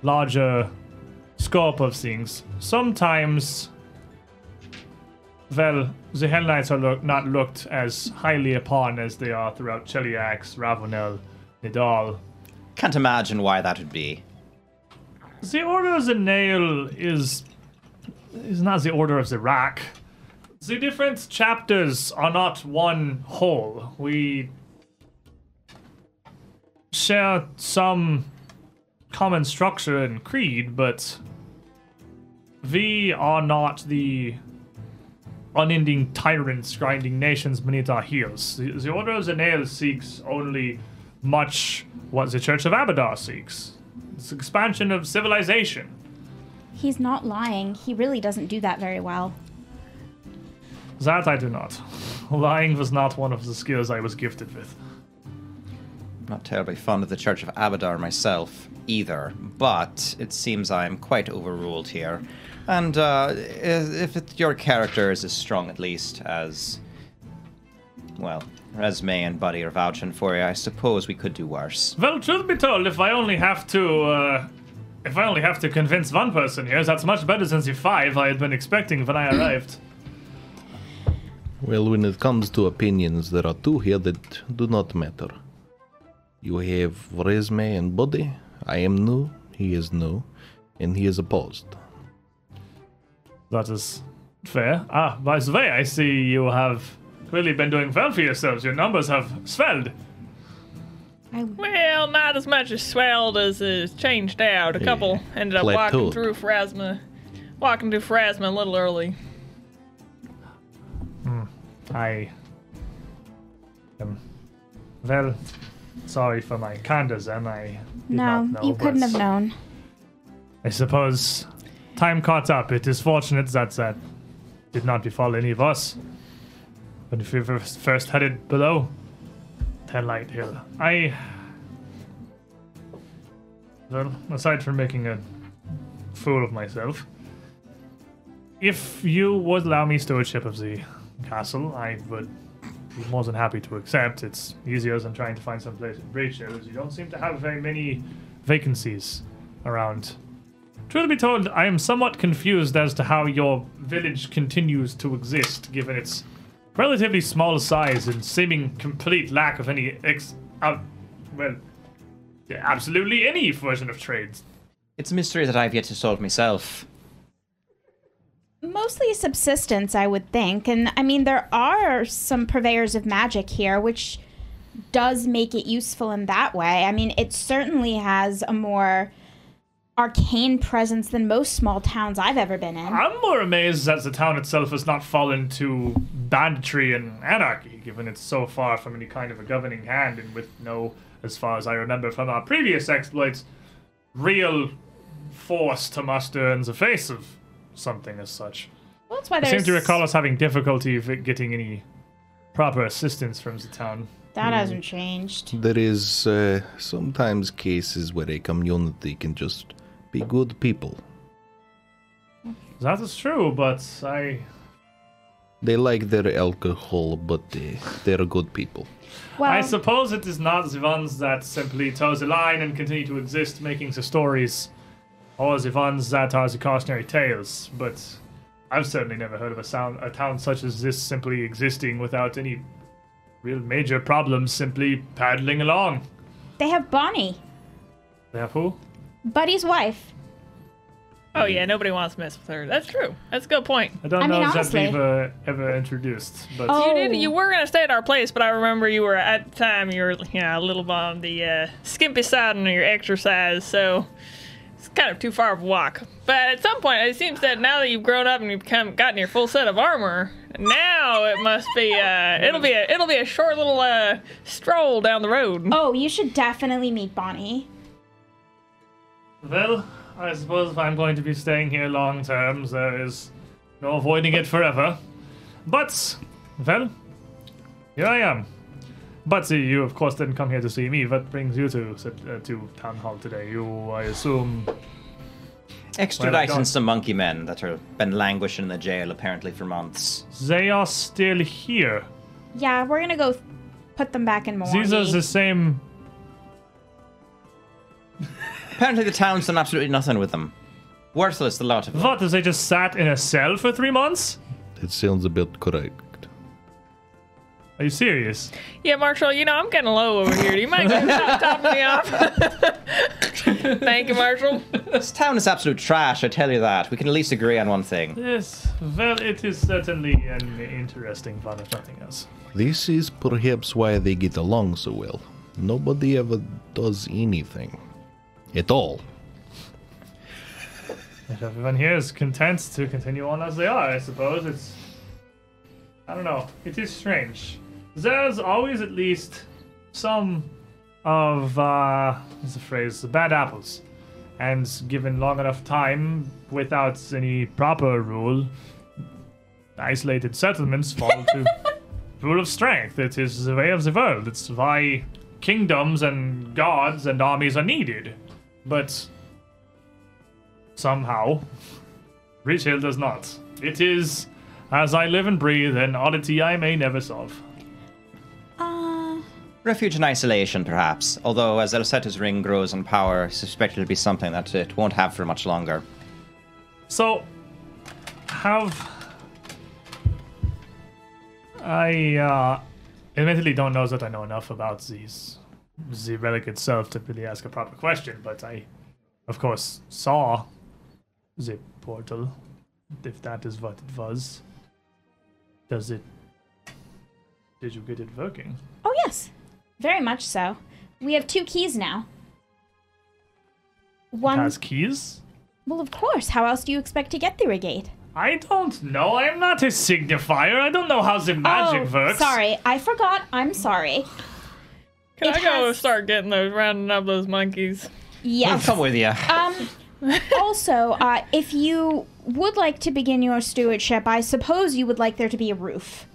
Speaker 1: larger scope of things, sometimes, well, the Hell Knights are look, not looked as highly upon as they are throughout Cheliax, Ravenel, Nidal.
Speaker 2: Can't imagine why that would be.
Speaker 1: The Order of the Nail is is not the Order of the Rack. The different chapters are not one whole. We share some common structure and creed, but we are not the unending tyrants grinding nations beneath our heels. The, the Order of the Nail seeks only much what the Church of Abadar seeks. It's expansion of civilization.
Speaker 6: He's not lying. He really doesn't do that very well.
Speaker 1: That I do not. Lying was not one of the skills I was gifted with.
Speaker 2: Not terribly fond of the Church of Abadar myself either, but it seems I am quite overruled here. And uh, i- if it, your character is as strong, at least, as. Well, Resme and Buddy are vouching for you, I suppose we could do worse.
Speaker 1: Well, truth be told, if I only have to, uh, if I only have to convince one person here, that's much better than the five I had been expecting when I arrived.
Speaker 3: Well, when it comes to opinions, there are two here that do not matter. You have Resme and Body. I am new, he is new, and he is opposed.
Speaker 1: That is fair. Ah, by the way, I see you have really been doing well for yourselves. Your numbers have swelled.
Speaker 6: I,
Speaker 4: well, not as much as swelled as is changed out. A couple ended up walking
Speaker 3: plateaued.
Speaker 4: through Phrasma, walking through Phrasma a little early.
Speaker 1: I am well. Sorry for my candor, then I did
Speaker 6: no,
Speaker 1: not know,
Speaker 6: you couldn't
Speaker 1: but-
Speaker 6: have known.
Speaker 1: I suppose time caught up. It is fortunate that that did not befall any of us. But if we were first headed below Light Hill, I. Well, aside from making a fool of myself, if you would allow me stewardship of the castle, I would be more than happy to accept. It's easier than trying to find some place in Breachhill, as you don't seem to have very many vacancies around. Truth be told, I am somewhat confused as to how your village continues to exist, given its relatively small size and seeming complete lack of any ex. out well, absolutely any version of trades.
Speaker 2: It's a mystery that I've yet to solve myself.
Speaker 6: Mostly subsistence, I would think. And I mean, there are some purveyors of magic here, which does make it useful in that way. I mean, it certainly has a more arcane presence than most small towns I've ever been in.
Speaker 1: I'm more amazed that the town itself has not fallen to banditry and anarchy, given it's so far from any kind of a governing hand and with no, as far as I remember from our previous exploits, real force to muster in the face of something as such.
Speaker 6: Well, that's why
Speaker 1: I
Speaker 6: there's
Speaker 1: seem to recall us having difficulty v- getting any proper assistance from the town.
Speaker 6: That hasn't changed.
Speaker 3: There is uh, sometimes cases where a community can just be good people.
Speaker 1: That is true, but I
Speaker 3: They like their alcohol, but they, they're good people.
Speaker 6: Well,
Speaker 1: I suppose it is not the ones that simply toe the line and continue to exist making the stories, or the ones that are the cautionary tales, but I've certainly never heard of a, sound, a town such as this simply existing without any real major problems, simply paddling along.
Speaker 6: they have Bonnie,
Speaker 1: Therefore,
Speaker 6: Buddy's wife.
Speaker 4: Oh yeah, nobody wants to mess with her. That's true. That's a good point.
Speaker 1: I don't
Speaker 6: I
Speaker 1: know
Speaker 6: mean,
Speaker 1: if that
Speaker 6: honestly-
Speaker 1: we've uh, ever introduced, but
Speaker 6: Oh.
Speaker 4: You did. You were gonna stay at our place, but I remember you were at the time you were you know, a little on the uh, skimpy side on your exercise, so it's kind of too far of a walk. But at some point, it seems that now that you've grown up and you've become gotten your full set of armor, now it must be uh, it'll be a it'll be a short little uh, stroll down the road.
Speaker 6: Oh, you should definitely meet Bonnie.
Speaker 1: well, I suppose if I'm going to be staying here long term, there is no avoiding it forever. But, well, here I am. But see, you of course didn't come here to see me. What brings you to Sep- uh, to town hall today? You, I assume.
Speaker 2: Extraditing
Speaker 1: done.
Speaker 2: some monkey men that have been languishing in the jail apparently for months.
Speaker 1: They are still here.
Speaker 6: Yeah, we're gonna go put them back in Milwaukee.
Speaker 1: These are the same.
Speaker 2: Apparently, the town's done absolutely nothing with them. Worthless, the lot of them.
Speaker 1: What? They just sat in a cell for three months?
Speaker 3: It sounds about correct.
Speaker 1: Are you serious?
Speaker 4: Yeah, Marshall, you know, I'm getting low over here. Do you mind just top, topping me off? Thank you, Marshall.
Speaker 2: This town is absolute trash, I tell you that. We can at least agree on one thing.
Speaker 1: Yes. Well, it is certainly an interesting one, if nothing else.
Speaker 3: This is perhaps why they get along so well. Nobody ever does anything. At all.
Speaker 1: If everyone here is content to continue on as they are, I suppose it's. I don't know. It is strange. There's always at least some of, uh, what's the phrase, the bad apples. And given long enough time without any proper rule, isolated settlements fall to rule of strength. It is the way of the world. It's why kingdoms and gods and armies are needed. But somehow. Rich Hill does not. It is, as I live and breathe, an oddity I may never solve.
Speaker 6: Uh,
Speaker 2: Refuge and isolation, perhaps. Although, as Elsetta's ring grows in power, I suspect it'll be something that it won't have for much longer.
Speaker 1: So, have I uh, admittedly don't know that I know enough about these the relic itself to really ask a proper question, but I, of course, saw the portal. If that is what it was, does it? Did you get it working?
Speaker 6: oh yes, very much so. We have two keys now. One.
Speaker 1: Has keys?
Speaker 6: Well, of course. How else do you expect to get through a gate?
Speaker 1: I don't know. I'm not a signifier. I don't know how the magic
Speaker 6: oh,
Speaker 1: works.
Speaker 6: sorry, I forgot. I'm sorry.
Speaker 4: Can
Speaker 6: It
Speaker 4: I go
Speaker 6: has-
Speaker 4: start getting those, rounding up those monkeys?
Speaker 2: I'll
Speaker 6: Yes.
Speaker 2: come with you.
Speaker 6: Um, also, uh, if you would like to begin your stewardship, I suppose you would like there to be a roof.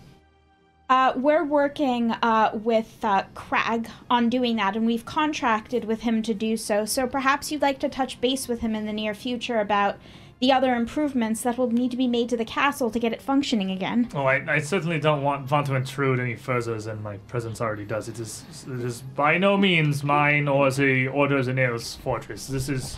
Speaker 6: Uh, we're working uh, with uh, Crag on doing that, and we've contracted with him to do so. So perhaps you'd like to touch base with him in the near future about the other improvements that will need to be made to the castle to get it functioning again.
Speaker 1: Oh, I, I certainly don't want, want to intrude any further than my presence already does. It is, it is by no means mine or the Orders and Ales fortress. This is,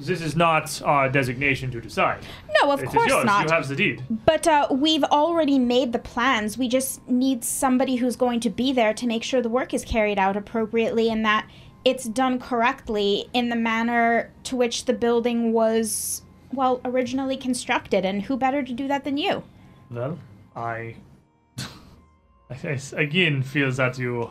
Speaker 1: this is not our designation to decide.
Speaker 6: No, of
Speaker 1: It is
Speaker 6: course
Speaker 1: yours.
Speaker 6: not.
Speaker 1: You have the deed.
Speaker 6: But uh, we've already made the plans. We just need somebody who's going to be there to make sure the work is carried out appropriately and that it's done correctly in the manner to which the building was, well, originally constructed. And who better to do that than you?
Speaker 1: Well, I, I guess, again feel that you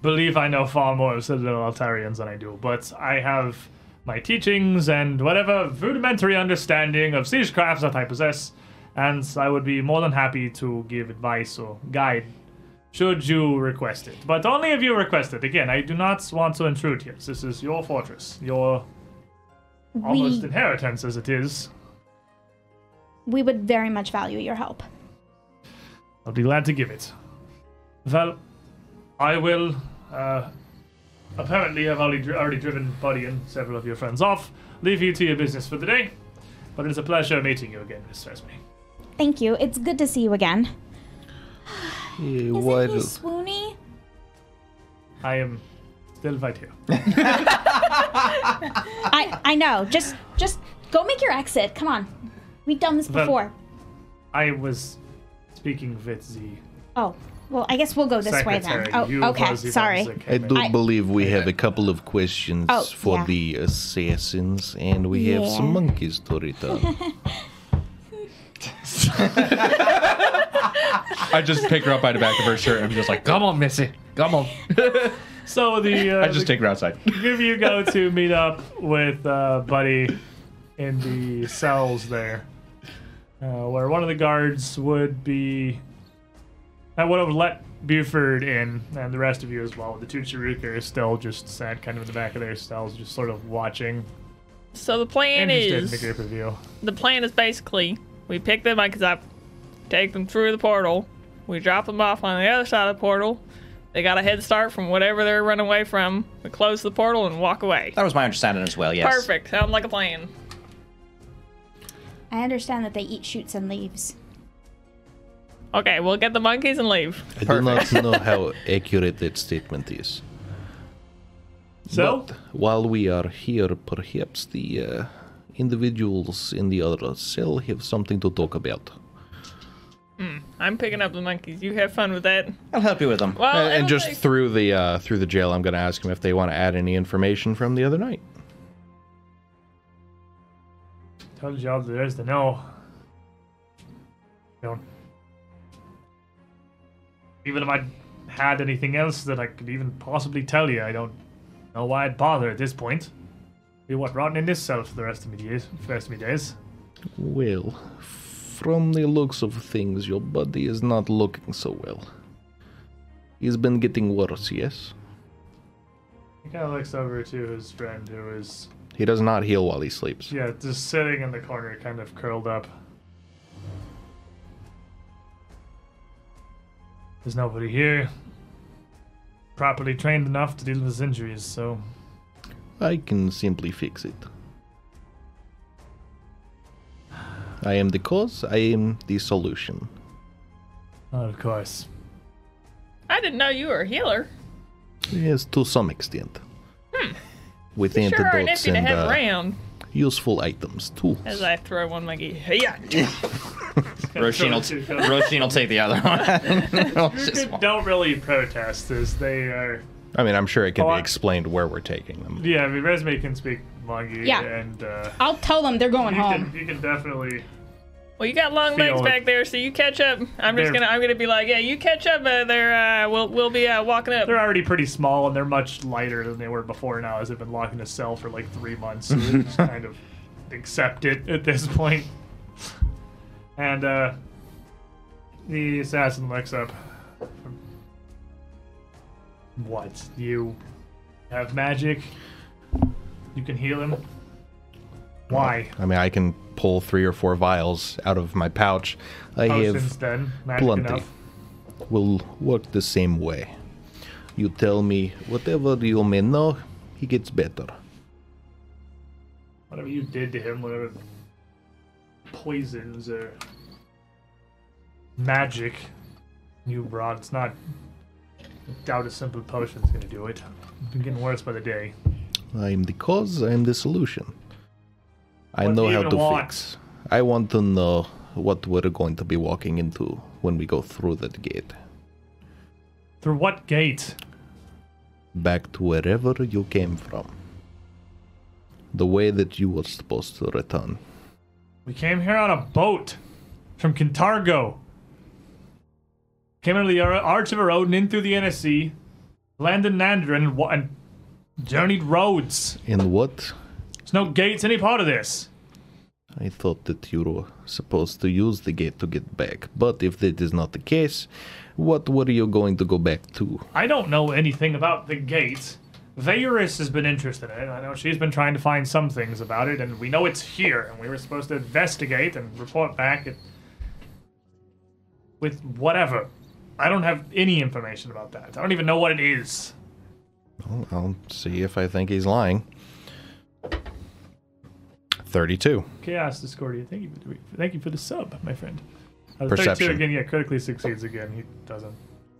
Speaker 1: believe I know far more of Citadel Altarians than I do, but I have my teachings and whatever rudimentary understanding of siege crafts that I possess, and I would be more than happy to give advice or guide should you request it. But only if you request it. Again, I do not want to intrude here. This is your fortress, your almost
Speaker 6: We,
Speaker 1: inheritance as it is.
Speaker 6: we would very much value your help.
Speaker 1: I'll be glad to give it. Well, I will. Uh, apparently, I've already, dri- already driven Buddy and several of your friends off. Leave you to your business for the day. But it's a pleasure meeting you again, Miss Resme.
Speaker 6: Thank you. It's good to see you again.
Speaker 3: Yeah,
Speaker 6: Isn't
Speaker 3: why
Speaker 6: he
Speaker 3: do-
Speaker 6: swoony?
Speaker 1: I am still right here.
Speaker 6: I I know. Just just go make your exit. Come on. We've done this
Speaker 1: Well-
Speaker 6: before.
Speaker 1: I was speaking with the
Speaker 6: Oh. Well, I guess we'll go this
Speaker 1: secretary.
Speaker 6: way then. Oh,
Speaker 1: You
Speaker 6: okay.
Speaker 1: was the
Speaker 6: Sorry.
Speaker 1: ones that
Speaker 3: I
Speaker 1: came
Speaker 3: do
Speaker 1: in.
Speaker 6: I-
Speaker 3: believe we have a couple of questions
Speaker 6: Oh,
Speaker 3: for
Speaker 6: yeah.
Speaker 3: the assassins, and we have some
Speaker 6: Yeah.
Speaker 3: monkeys to return.
Speaker 5: I just pick her up by the back of her shirt and I'm just like, come on, Missy. Come on.
Speaker 1: So the uh,
Speaker 5: I just
Speaker 1: the
Speaker 5: take her outside.
Speaker 1: group you go to meet up with uh, Buddy in the cells there, uh, where one of the guards would be. I would have let Buford in, and the rest of you as well. The two Chiruka are still just sat kind of in the back of their cells, just sort of watching,
Speaker 4: So the plan
Speaker 1: interested in the
Speaker 4: is
Speaker 1: group of you.
Speaker 4: the plan is basically we pick them up because I take them through the portal. We drop them off on the other side of the portal. They got a head start from whatever they're running away from. We close the portal and walk away.
Speaker 2: That was my understanding as well. Yes.
Speaker 4: Perfect. Sounds like a plan.
Speaker 6: I understand that they eat shoots and leaves.
Speaker 4: Okay, we'll get the monkeys and leave.
Speaker 3: I do not know how accurate that statement is.
Speaker 1: So
Speaker 3: But while we are here, perhaps the uh, individuals in the other cell have something to talk about.
Speaker 4: I'm picking up the monkeys. You have fun with that.
Speaker 2: I'll help you with them.
Speaker 6: Oh,
Speaker 4: Well,
Speaker 3: Uh, and, and
Speaker 4: it'll
Speaker 3: just
Speaker 4: take-
Speaker 3: through the uh, through the jail, I'm going to ask him if they want to add any information from the other night.
Speaker 1: Told y'all there is to know. Don't. Even if I had anything else that I could even possibly tell you, I don't know why I'd bother at this point. Be what rotten in this cell for the rest of me days. For the rest of me days.
Speaker 3: Well, from the looks of things, your body is not looking so well. He's been getting worse, yes?
Speaker 1: He kind of looks over to his friend who is,
Speaker 3: He does not heal while he sleeps.
Speaker 1: yeah, just sitting in the corner, kind of curled up. There's nobody here properly trained enough to deal with his injuries, so
Speaker 3: I can simply fix it. I am the cause, I am the solution.
Speaker 1: of course.
Speaker 4: I didn't know you were a healer.
Speaker 3: Yes, to some extent. With
Speaker 4: Sure are
Speaker 3: antidotes
Speaker 4: nifty to
Speaker 3: and
Speaker 4: have
Speaker 3: uh,
Speaker 4: around.
Speaker 3: useful items, too.
Speaker 4: As I throw one monkey. Yeah.
Speaker 2: Roisin will,
Speaker 1: Sure,
Speaker 2: t-
Speaker 1: sure.
Speaker 2: Roisin will take the other one. I'll just
Speaker 1: They don't really protest as they are.
Speaker 3: I mean, I'm sure it can
Speaker 1: Oh,
Speaker 3: be
Speaker 1: I-
Speaker 3: explained where we're taking them.
Speaker 1: Yeah, I mean, Resume can speak Mongi,
Speaker 6: Yeah. Um.
Speaker 1: and uh,
Speaker 6: I'll tell them they're going
Speaker 1: you, can,
Speaker 6: home.
Speaker 1: you can definitely.
Speaker 4: Well, you got long legs
Speaker 1: Feel it.
Speaker 4: back there, so you catch up. I'm
Speaker 1: They're-
Speaker 4: just gonna. I'm gonna be like, yeah, you catch up. Uh, there, uh, we'll we'll be uh, walking up.
Speaker 1: They're already pretty small, and they're much lighter than they were before now, as they've been locked in a cell for like three months. So they just kind of accept it at this point. And uh, the assassin looks up. What? You have magic? You can heal him? Why?
Speaker 3: I mean, I can pull three or four vials out of my pouch. I
Speaker 1: potions
Speaker 3: have
Speaker 1: Oh, then. Magic
Speaker 3: plenty.
Speaker 1: enough.
Speaker 3: Will work the same way. You tell me whatever you may know, he gets better.
Speaker 1: Whatever you did to him, whatever poisons or magic you brought, it's not. I doubt a simple potion's gonna do it. It's been getting worse by the day.
Speaker 3: I am the cause, I am the solution. I
Speaker 1: What do
Speaker 3: know
Speaker 1: you
Speaker 3: how
Speaker 1: even
Speaker 3: to
Speaker 1: want?
Speaker 3: fix. I want to know what we're going to be walking into when we go through that gate.
Speaker 1: Through what gate?
Speaker 3: Back to wherever you came from. The way that you were supposed to return.
Speaker 1: We came here on a boat from Kintargo. Came into the Ar- Arch of Erodin, in through the NSC, landed in Nandrin, and, wa- and journeyed roads.
Speaker 3: And what
Speaker 1: There's no gates any part of this.
Speaker 3: I thought that you were supposed to use the gate to get back, but if that is not the case, what were you going to go back to?
Speaker 1: I don't know anything about the gate. Veyuris has been interested in it. I know she's been trying to find some things about it, and we know it's here, and we were supposed to investigate and report back at, with whatever. I don't have any information about that. I don't even know what it is.
Speaker 3: I'll- I'll see if I think he's lying. 32.
Speaker 1: Chaos Discordia, thank you for doing, thank you for the sub, my friend. Uh, the
Speaker 3: Perception.
Speaker 1: 32 again, yeah, critically succeeds again. He doesn't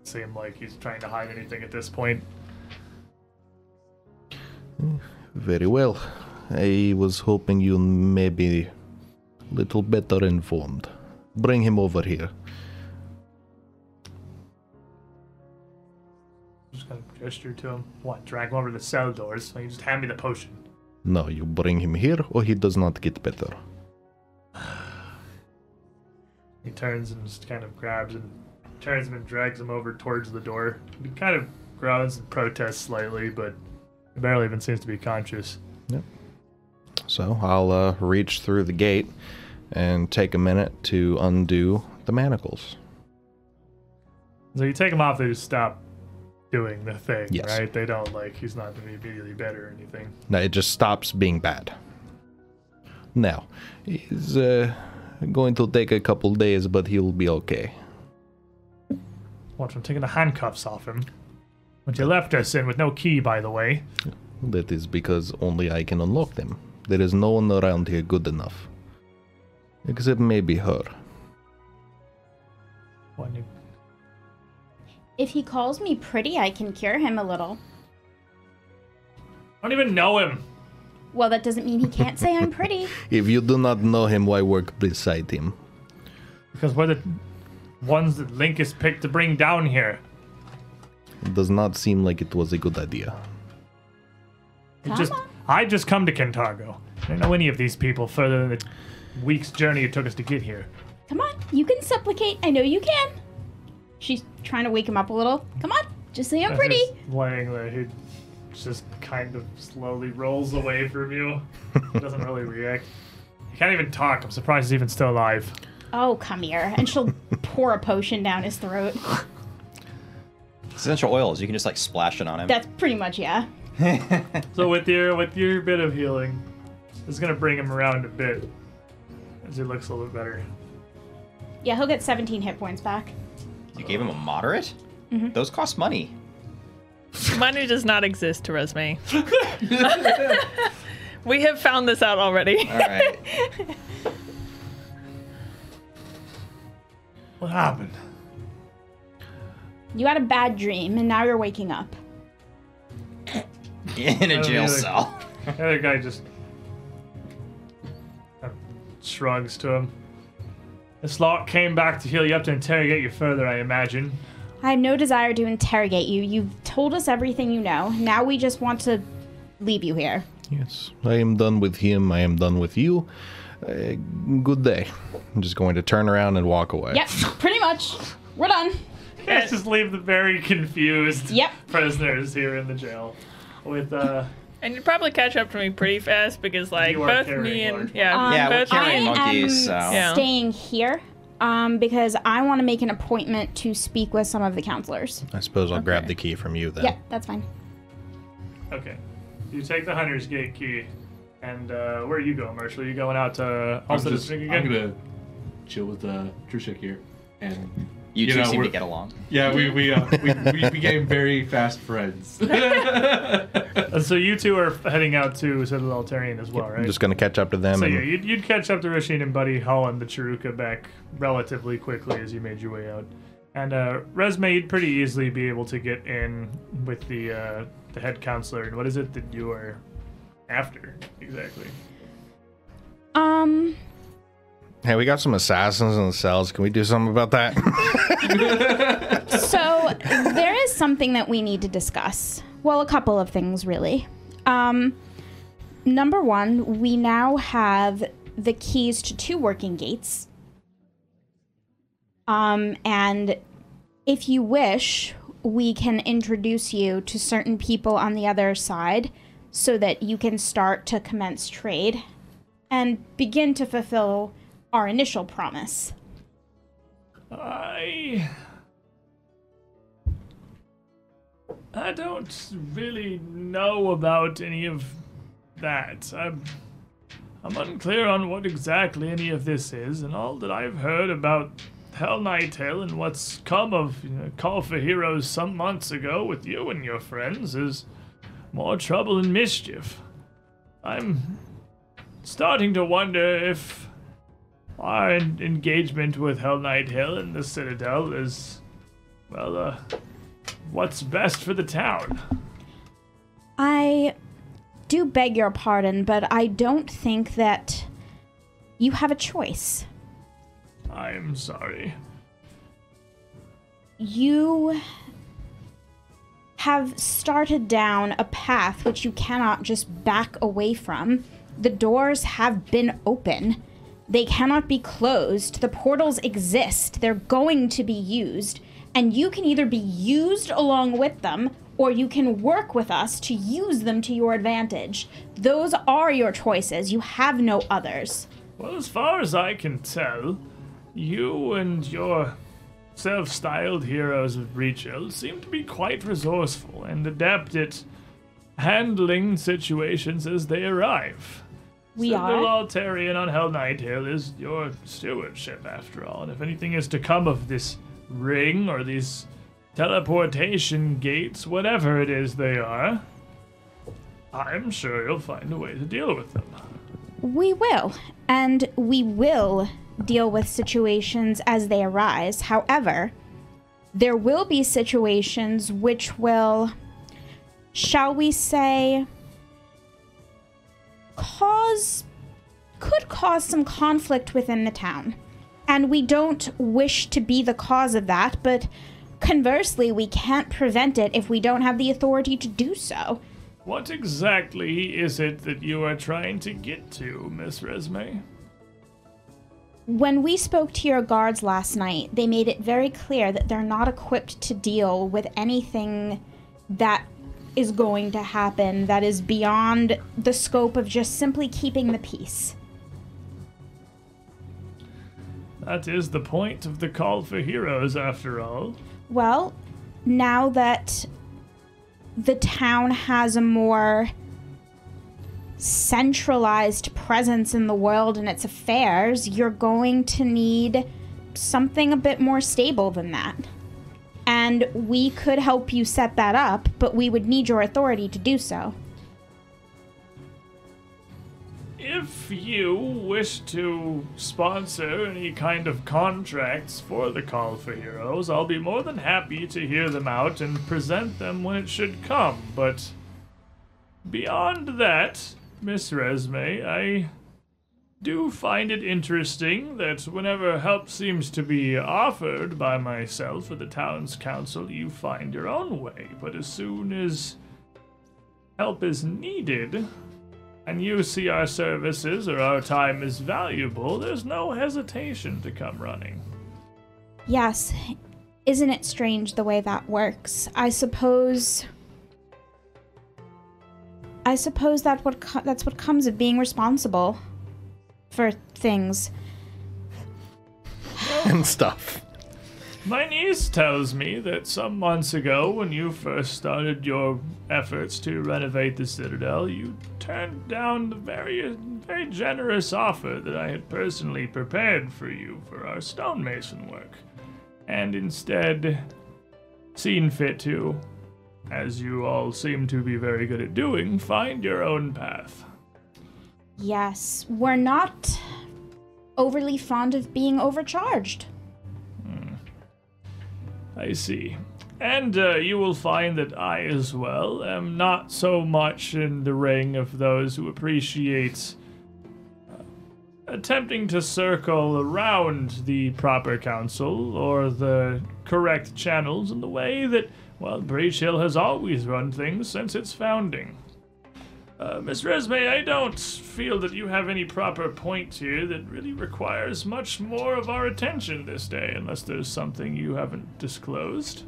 Speaker 1: seem like he's trying to hide anything at this point.
Speaker 3: Very well. I was hoping you may be a little better informed. Bring him over here.
Speaker 1: Just gonna gesture to him. What? Drag him over to the cell doors. Like, just hand me the potion.
Speaker 3: No, you bring him here or he does not get better.
Speaker 1: He turns and just kind of grabs and turns him and drags him over towards the door. He kind of groans and protests slightly, but he barely even seems to be conscious.
Speaker 3: So I'll uh, reach through the gate and take a minute to undo the manacles.
Speaker 1: So you take him off, they just stop doing the thing,
Speaker 3: Yes.
Speaker 1: right? They don't like he's not gonna be immediately better or anything.
Speaker 3: No, it just stops being bad. Now, he's uh, going to take a couple days, but he'll be okay.
Speaker 1: Watch, I'm taking the handcuffs off him. Which he left us in with no key, by the way.
Speaker 3: That is because only I can unlock them. There is no one around here good enough. Except maybe her.
Speaker 1: When you-
Speaker 6: If he calls me pretty, I can cure him a little.
Speaker 1: I don't even know him.
Speaker 6: Well, that doesn't mean he can't say I'm pretty.
Speaker 3: If you do not know him, why work beside him?
Speaker 1: Because we're the ones that Link is picked to bring down here.
Speaker 3: It does not seem like it was a good idea.
Speaker 1: It just I just come to Kentargo. I don't know any of these people further than the week's journey it took us to get here.
Speaker 6: Come on, you can supplicate. I know you can. She's trying to wake him up a little. Come on, just say I'm pretty.
Speaker 1: He's laying there, he just kind of slowly rolls away from you. Doesn't really react. He can't even talk. I'm surprised he's even still alive.
Speaker 6: Oh, come here. And she'll pour a potion down his throat.
Speaker 2: Essential oils. You can just like splash it on him.
Speaker 6: That's pretty much, yeah.
Speaker 1: So with your with your bit of healing, it's gonna bring him around a bit as he looks a little bit better.
Speaker 6: Yeah, he'll get 17 hit points back.
Speaker 2: you gave him a moderate. Those cost money.
Speaker 4: Money does not exist to resume. we have found this out already.
Speaker 2: All right.
Speaker 1: What happened?
Speaker 6: You had a bad dream, and now you're waking up.
Speaker 2: In a jail
Speaker 1: really.
Speaker 2: cell.
Speaker 1: The other guy just kind of shrugs to him. This lot came back to heal you up to interrogate you further, I imagine.
Speaker 6: I have no desire to interrogate you. You've told us everything you know. Now we just want to leave you here.
Speaker 3: Yes, I am done with him. I am done with you. Uh, good day. I'm just going to turn around and walk away.
Speaker 6: Yep, pretty much. We're done.
Speaker 1: Let's just leave the very confused
Speaker 6: Yep.
Speaker 1: prisoners here in the jail with uh
Speaker 4: And you'd probably catch up to me pretty fast because, like,
Speaker 1: You are
Speaker 4: both
Speaker 1: carrying
Speaker 4: me and
Speaker 1: large
Speaker 4: yeah,
Speaker 6: Um,
Speaker 2: Yeah, we're
Speaker 4: both
Speaker 2: carrying
Speaker 4: me and-
Speaker 2: large- monkeys,
Speaker 6: I am
Speaker 2: so-
Speaker 4: Yeah.
Speaker 6: staying here um, because I want to make an appointment to speak with some of the counselors.
Speaker 3: I suppose I'll grab the key from you then.
Speaker 6: Yep, that's fine.
Speaker 1: Okay. You take the hunter's gate key and uh where are you going, Marshall? Are you going out to also
Speaker 5: I'm, just,
Speaker 1: to
Speaker 5: I'm
Speaker 1: drink again?
Speaker 5: gonna chill with uh, Trushik here, and
Speaker 2: You,
Speaker 5: You
Speaker 2: two
Speaker 5: know,
Speaker 2: seem to
Speaker 5: we're-
Speaker 2: get along.
Speaker 5: yeah, we we, uh, we we became very fast friends.
Speaker 1: Uh, so you two are heading out to Citadel Altarian as well,
Speaker 3: I'm
Speaker 1: right?
Speaker 3: just going to catch up to them.
Speaker 1: so
Speaker 3: and
Speaker 1: yeah, you'd, you'd catch up to Rashid and Buddy Hull and the Chiruka back relatively quickly as you made your way out. And uh, Resme, you'd pretty easily be able to get in with the uh, the head counselor. And what is it that you are after exactly?
Speaker 6: Um,
Speaker 3: Hey, we got some assassins in the cells. Can we do something about that?
Speaker 6: so there is something that we need to discuss. Well, a couple of things, really. Um, number one, we now have the keys to two working gates. Um, and if you wish, we can introduce you to certain people on the other side so that you can start to commence trade and begin to fulfill our initial promise.
Speaker 1: I. I don't really know about any of that. I'm, I'm unclear on what exactly any of this is, and all that I've heard about Hell Night Tale and what's come of you know, Call for Heroes some months ago with you and your friends is more trouble and mischief. I'm starting to wonder if our en- engagement with Hell Knight Hill and the Citadel is, well, uh, what's best for the town.
Speaker 6: I do beg your pardon, but I don't think that you have a choice.
Speaker 1: I'm sorry.
Speaker 6: You have started down a path which you cannot just back away from. The doors have been open. They cannot be closed. The portals exist. They're going to be used. And you can either be used along with them or you can work with us to use them to your advantage. Those are your choices. You have no others.
Speaker 1: Well, as far as I can tell, you and your self styled heroes of Breach Hill seem to be quite resourceful and adept at handling situations as they arrive.
Speaker 6: We
Speaker 1: The
Speaker 6: are.
Speaker 1: Altarian on Hell Night Hill is your stewardship, after all, and if anything is to come of this ring or these teleportation gates, whatever it is they are, I'm sure you'll find a way to deal with them.
Speaker 6: We will. And we will deal with situations as they arise. However, there will be situations which will, shall we say, cause, could cause some conflict within the town. And we don't wish to be the cause of that, but conversely, we can't prevent it if we don't have the authority to do so.
Speaker 1: What exactly is it that you are trying to get to, Miss Resme?
Speaker 6: When we spoke to your guards last night, they made it very clear that they're not equipped to deal with anything that is going to happen that is beyond the scope of just simply keeping the peace.
Speaker 1: That is the point of the call for heroes, after all.
Speaker 6: Well, now that the town has a more centralized presence in the world and its affairs, you're going to need something a bit more stable than that. And we could help you set that up, but we would need your authority to do so.
Speaker 1: If you wish to sponsor any kind of contracts for the Call for Heroes, I'll be more than happy to hear them out and present them when it should come. But beyond that, Miss Resme, I do find it interesting that whenever help seems to be offered by myself or the town's council, you find your own way. But as soon as help is needed, and you see our services or our time is valuable, there's no hesitation to come running.
Speaker 6: Yes, isn't it strange the way that works? I suppose. I suppose that what co- that's what comes of being responsible for things.
Speaker 3: and stuff.
Speaker 1: My niece tells me that some months ago, when you first started your efforts to renovate the citadel, you turned down the very, very generous offer that I had personally prepared for you for our stonemason work, and instead seen fit to, as you all seem to be very good at doing, find your own path.
Speaker 6: Yes, we're not overly fond of being overcharged.
Speaker 1: I see. And uh, you will find that I, as well, am not so much in the ring of those who appreciate uh, attempting to circle around the proper council or the correct channels in the way that, well, Breach Hill has always run things since its founding. Uh, Miss Resme, I don't feel that you have any proper point here that really requires much more of our attention this day, unless there's something you haven't disclosed.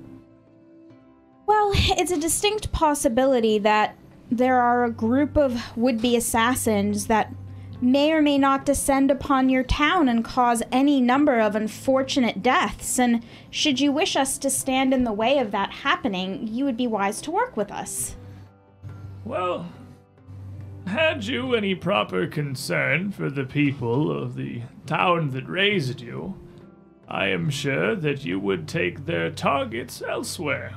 Speaker 6: Well, it's a distinct possibility that there are a group of would be assassins that may or may not descend upon your town and cause any number of unfortunate deaths. And should you wish us to stand in the way of that happening, you would be wise to work with us.
Speaker 1: Well, had you any proper concern for the people of the town that raised you, I am sure that you would take their targets elsewhere.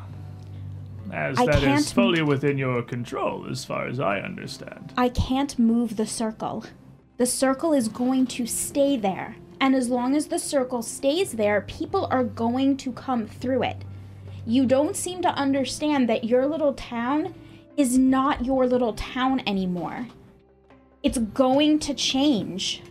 Speaker 1: As
Speaker 6: I
Speaker 1: that
Speaker 6: can't-
Speaker 1: is fully within your control, as far as I understand.
Speaker 6: I can't move the circle. The circle is going to stay there. And as long as the circle stays there, people are going to come through it. You don't seem to understand that your little town is not your little town anymore. It's going to change.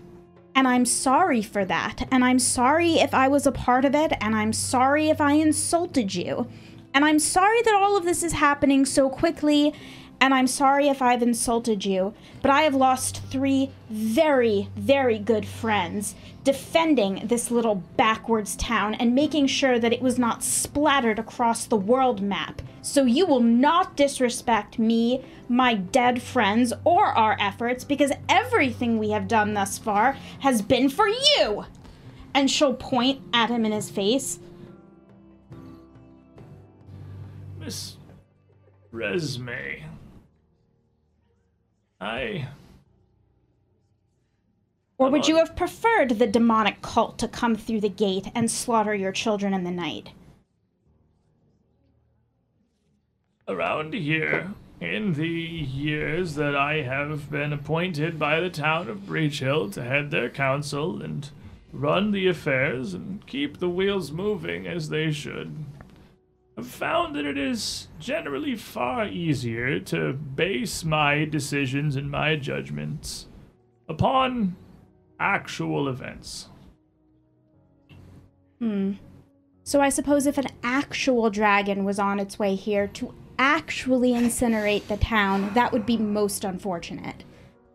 Speaker 6: And I'm sorry for that. And I'm sorry if I was a part of it. And I'm sorry if I insulted you. And I'm sorry that all of this is happening so quickly. And I'm sorry if I've insulted you. But I have lost three very, very good friends defending this little backwards town and making sure that it was not splattered across the world map. So you will not disrespect me, my dead friends, or our efforts because everything we have done thus far has been for you! And she'll point at him in his face.
Speaker 1: Miss Resme, I.
Speaker 6: Or would you have preferred the demonic cult to come through the gate and slaughter your children in the night?
Speaker 1: around here in the years that I have been appointed by the town of Breach Hill to head their council and run the affairs and keep the wheels moving as they should. I've found that it is generally far easier to base my decisions and my judgments upon actual events.
Speaker 6: So I suppose if an actual dragon was on its way here to actually incinerate the town, that would be most unfortunate.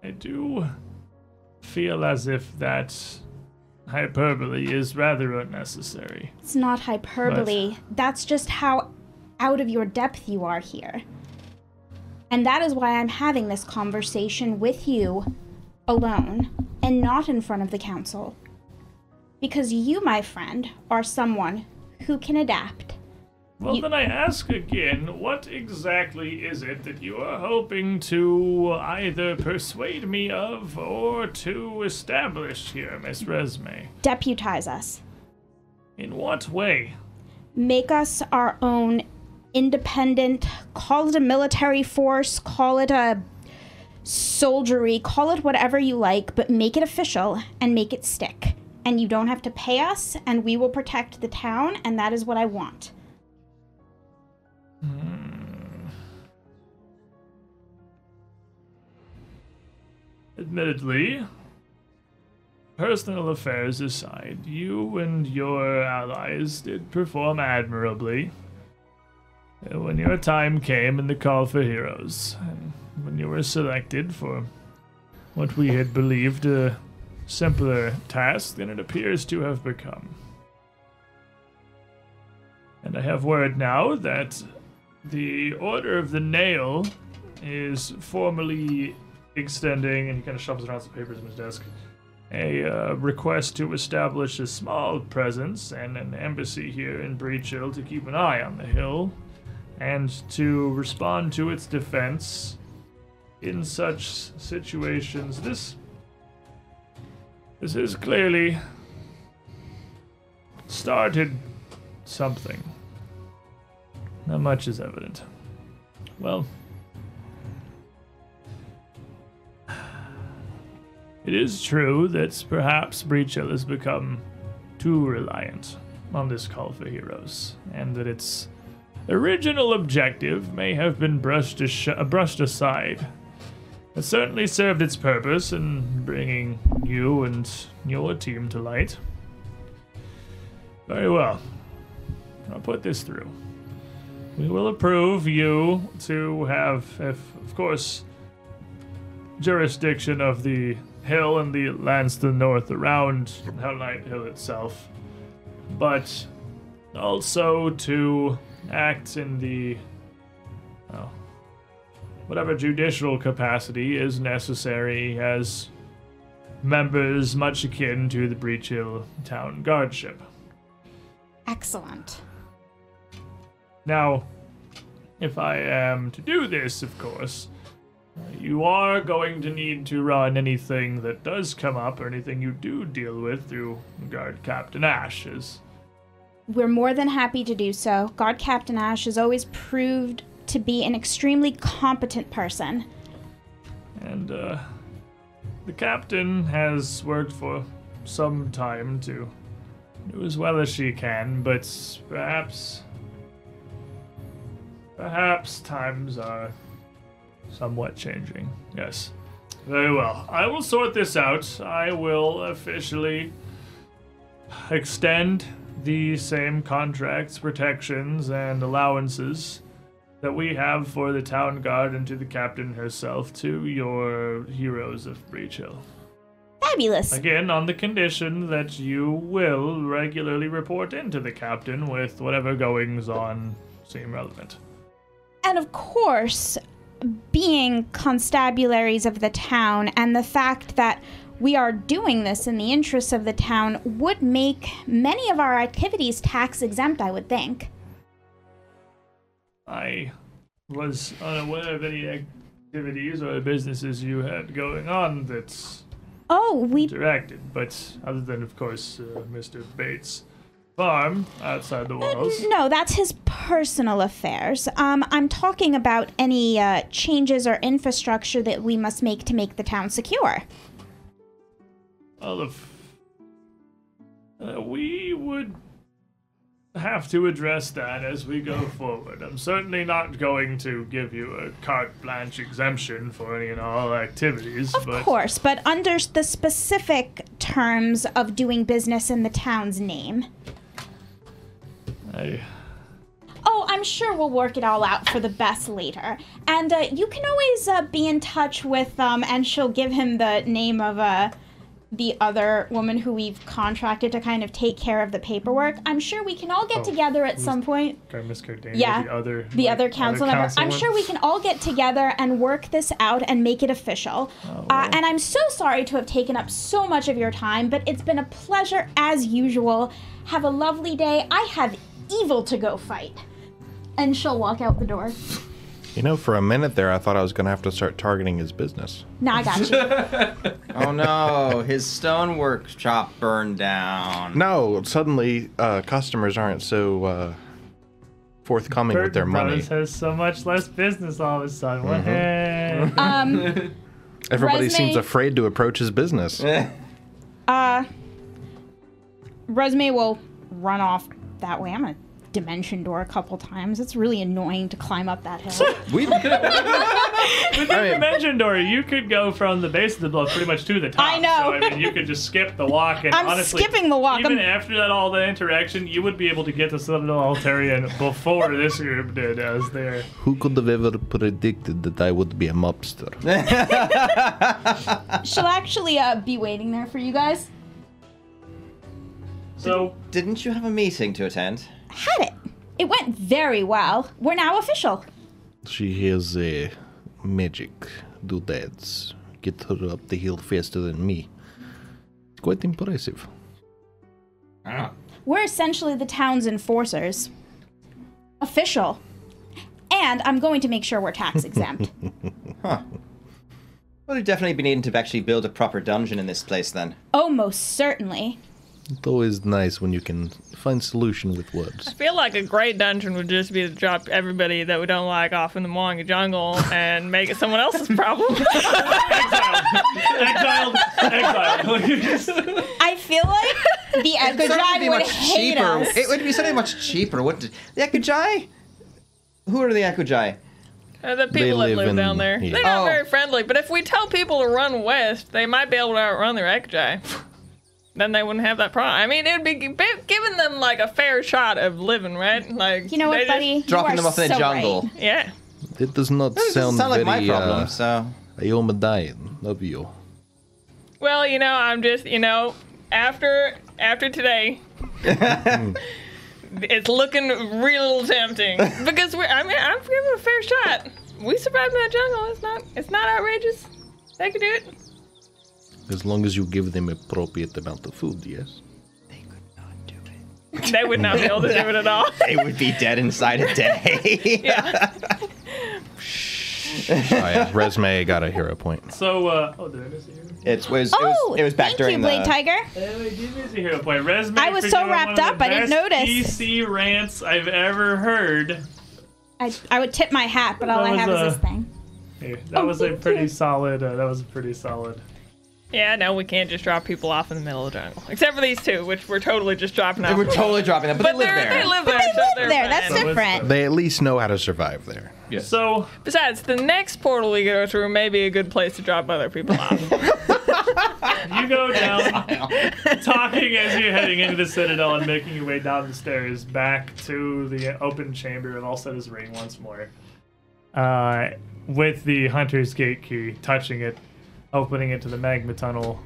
Speaker 1: I do feel as if that hyperbole is rather unnecessary.
Speaker 6: It's not hyperbole. That's just how out of your depth you are here. And that is why I'm having this conversation with you alone and not in front of the council. Because you, my friend, are someone who can adapt.
Speaker 1: Well,
Speaker 6: You-
Speaker 1: then I ask again, what exactly is it that you are hoping to either persuade me of or to establish here, Miss Resme?
Speaker 6: Deputize us,
Speaker 1: In what way?
Speaker 6: make us our own independent, call it a military force, call it a soldiery, call it whatever you like, but make it official and make it stick. And you don't have to pay us, and we will protect the town, and that is what I want.
Speaker 1: Admittedly, personal affairs aside, you and your allies did perform admirably. Uh, When your time came in the call for heroes, and when you were selected for what we had believed a simpler task than it appears to have become. And I have word now that the Order of the Nail is formally extending, and he kind of shuffles around some papers in his desk, a uh, request to establish a small presence and an embassy here in Breach Hill to keep an eye on the hill and to respond to its defense in such situations. This this is clearly started something. Not much is evident. Well, It is true that perhaps Breach Hill has become too reliant on this call for heroes, and that its original objective may have been brushed, ash- uh, brushed aside. It certainly served its purpose in bringing you and your team to light. Very well. I'll put this through. We will approve you to have, if, of course, jurisdiction of the hill and the lands to the north around Hellnight Hill itself, but also to act in the oh, whatever judicial capacity is necessary as members much akin to the Breach Hill Town Guardship.
Speaker 6: Excellent.
Speaker 1: Now, if I am to do this, of course, You are going to need to run anything that does come up or anything you do deal with through Guard Captain Ash. As
Speaker 6: We're more than happy to do so. Guard Captain Ash has always proved to be an extremely competent person.
Speaker 1: And uh, the captain has worked for some time to do as well as she can, but perhaps. Perhaps times are somewhat changing. Yes. Very well. I will sort this out. I will officially extend the same contracts, protections, and allowances that we have for the town guard and to the captain herself to your heroes of Breach Hill.
Speaker 6: Fabulous.
Speaker 1: Again, on the condition that you will regularly report into the captain with whatever goings on seem relevant.
Speaker 6: And of course, being constabularies of the town and the fact that we are doing this in the interests of the town would make many of our activities tax exempt, I would think.
Speaker 1: I was unaware of any activities or businesses you had going on that's
Speaker 6: Oh, we
Speaker 1: interacted, but other than, of course, uh, Mr. Bates' farm outside the walls.
Speaker 6: No, that's his personal affairs. Um, I'm talking about any uh, changes or infrastructure that we must make to make the town secure.
Speaker 1: Well, if uh, we would have to address that as we go forward. I'm certainly not going to give you a carte blanche exemption for any and all activities,
Speaker 6: Of
Speaker 1: but
Speaker 6: course, but under s- the specific terms of doing business in the town's name.
Speaker 1: I,
Speaker 6: Oh, I'm sure we'll work it all out for the best later. And uh, you can always uh, be in touch with, um, and she'll give him the name of uh, the other woman who we've contracted to kind of take care of the paperwork. I'm sure we can all get
Speaker 1: Oh,
Speaker 6: together at some point.
Speaker 1: I Miss Cardania,
Speaker 6: Yeah,
Speaker 1: the other
Speaker 6: the
Speaker 1: like,
Speaker 6: other council member. I'm sure we can all get together and work this out and make it official. uh, and I'm so sorry to have taken up so much of your time, but it's been a pleasure as usual. Have a lovely day. I have evil to go fight. And she'll walk out the door.
Speaker 3: You know, for a minute there, I thought I was going to have to start targeting his business.
Speaker 6: Now I got you.
Speaker 2: Oh no, his stone workshop burned down.
Speaker 3: No, suddenly uh, customers aren't so uh, forthcoming with their money. Mm-hmm.
Speaker 1: Brothers has so much less business all of a sudden. What the heck?
Speaker 6: Um,
Speaker 3: Everybody
Speaker 6: Resume-
Speaker 3: seems afraid to approach his business.
Speaker 2: Eh.
Speaker 6: uh, Resume will run off that way. I'm a dimension door a couple times. It's really annoying to climb up that hill.
Speaker 3: we, I
Speaker 1: You
Speaker 3: mean,
Speaker 1: mentioned, Dory, you could go from the base of the bluff pretty much to the top.
Speaker 6: I
Speaker 1: So, I
Speaker 6: know.
Speaker 1: mean, you could just skip the walk. And
Speaker 6: I'm
Speaker 1: honestly,
Speaker 6: skipping the walk.
Speaker 1: Even
Speaker 6: I'm-
Speaker 1: after that, all the interaction, you would be able to get to Citadel Altarian before this group did, as their
Speaker 3: who could have ever predicted that I would be a mobster?
Speaker 2: Eh.
Speaker 6: She'll actually uh, be waiting there for you guys.
Speaker 1: So
Speaker 2: Didn't you have a meeting to attend?
Speaker 6: had it. It went very well. We're now official.
Speaker 3: She hears the magic doodads get her up the hill faster than me. It's quite impressive.
Speaker 5: Ah,
Speaker 6: We're essentially the town's enforcers. Official. And I'm going to make sure we're tax exempt.
Speaker 2: Well, we'd definitely be needing to actually build a proper dungeon in this place then.
Speaker 6: oh, most certainly.
Speaker 3: It's always nice when you can find solution with words.
Speaker 4: I feel like a great dungeon would just be to drop everybody that we don't like off in the Mwanga jungle and make it someone else's problem.
Speaker 1: exiled, exiled.
Speaker 6: I feel like the Ekojai would hate
Speaker 2: cheaper.
Speaker 6: us.
Speaker 2: It would be something much cheaper, wouldn't it? The Akujai? Who are the Akujai?
Speaker 4: Or Uh, the people
Speaker 3: live
Speaker 4: that live
Speaker 3: in-
Speaker 4: down there.
Speaker 3: yeah.
Speaker 4: They're not
Speaker 2: Oh.
Speaker 4: very friendly, but if we tell people to run west, they might be able to outrun their Ekjai. then they wouldn't have that problem. I mean, it would be gi- bi- giving them like a fair shot of living, right? Like
Speaker 6: You know
Speaker 4: they
Speaker 6: what,
Speaker 4: just-
Speaker 6: buddy? You
Speaker 2: Dropping
Speaker 6: are
Speaker 2: them off in
Speaker 6: so
Speaker 2: the jungle.
Speaker 6: right.
Speaker 4: Yeah.
Speaker 3: It does not
Speaker 2: It doesn't
Speaker 3: sound,
Speaker 2: sound like
Speaker 3: very,
Speaker 2: my problem,
Speaker 3: uh,
Speaker 2: so.
Speaker 3: I am a dying of you.
Speaker 4: Well, you know, I'm just, you know, after after today, it's looking real tempting because we. I mean, I'm giving it a fair shot. We survived that jungle. It's not. It's not outrageous. They can do it.
Speaker 3: As long as you give them appropriate amount of food, yes.
Speaker 4: They would not be able to do it at all.
Speaker 2: They would be dead inside a day.
Speaker 4: Yeah.
Speaker 3: Oh, yeah. Resume got a hero point.
Speaker 1: So, uh, oh, did I miss a hero?
Speaker 2: It's, it was, it
Speaker 6: Oh,
Speaker 2: was, it was back
Speaker 6: thank
Speaker 2: during
Speaker 6: you,
Speaker 2: the.
Speaker 6: Blade Tiger.
Speaker 1: Oh, I did miss a hero point. Resume
Speaker 6: I was
Speaker 1: for
Speaker 6: so
Speaker 1: doing
Speaker 6: wrapped
Speaker 1: one of the
Speaker 6: up, I didn't
Speaker 1: best
Speaker 6: notice.
Speaker 1: DC rants I've ever heard.
Speaker 6: I, I would tip my hat, but all
Speaker 1: That
Speaker 6: I
Speaker 1: was,
Speaker 6: have
Speaker 1: uh,
Speaker 6: is this thing.
Speaker 1: Here,
Speaker 6: Oh,
Speaker 1: that was a pretty solid. Uh, that was a pretty solid.
Speaker 4: Yeah, no, we can't just drop people off in the middle of the jungle. Except for these two, which we're totally just dropping off.
Speaker 2: We're totally dropping that, but,
Speaker 4: but
Speaker 2: they live
Speaker 4: they're-
Speaker 2: there.
Speaker 4: they live there.
Speaker 6: But they
Speaker 4: so
Speaker 6: live
Speaker 4: they're
Speaker 6: there.
Speaker 4: fine.
Speaker 6: That's
Speaker 1: So it's
Speaker 6: different.
Speaker 3: They at least know how to survive there.
Speaker 5: Yes.
Speaker 1: So,
Speaker 4: Besides, the next portal we go through may be a good place to drop other people off.
Speaker 1: You go down, talking as you're heading into the citadel and making your way down the stairs back to the open chamber and also this ring once more. Uh, with the hunter's gate key, touching it, opening it to the magma tunnel,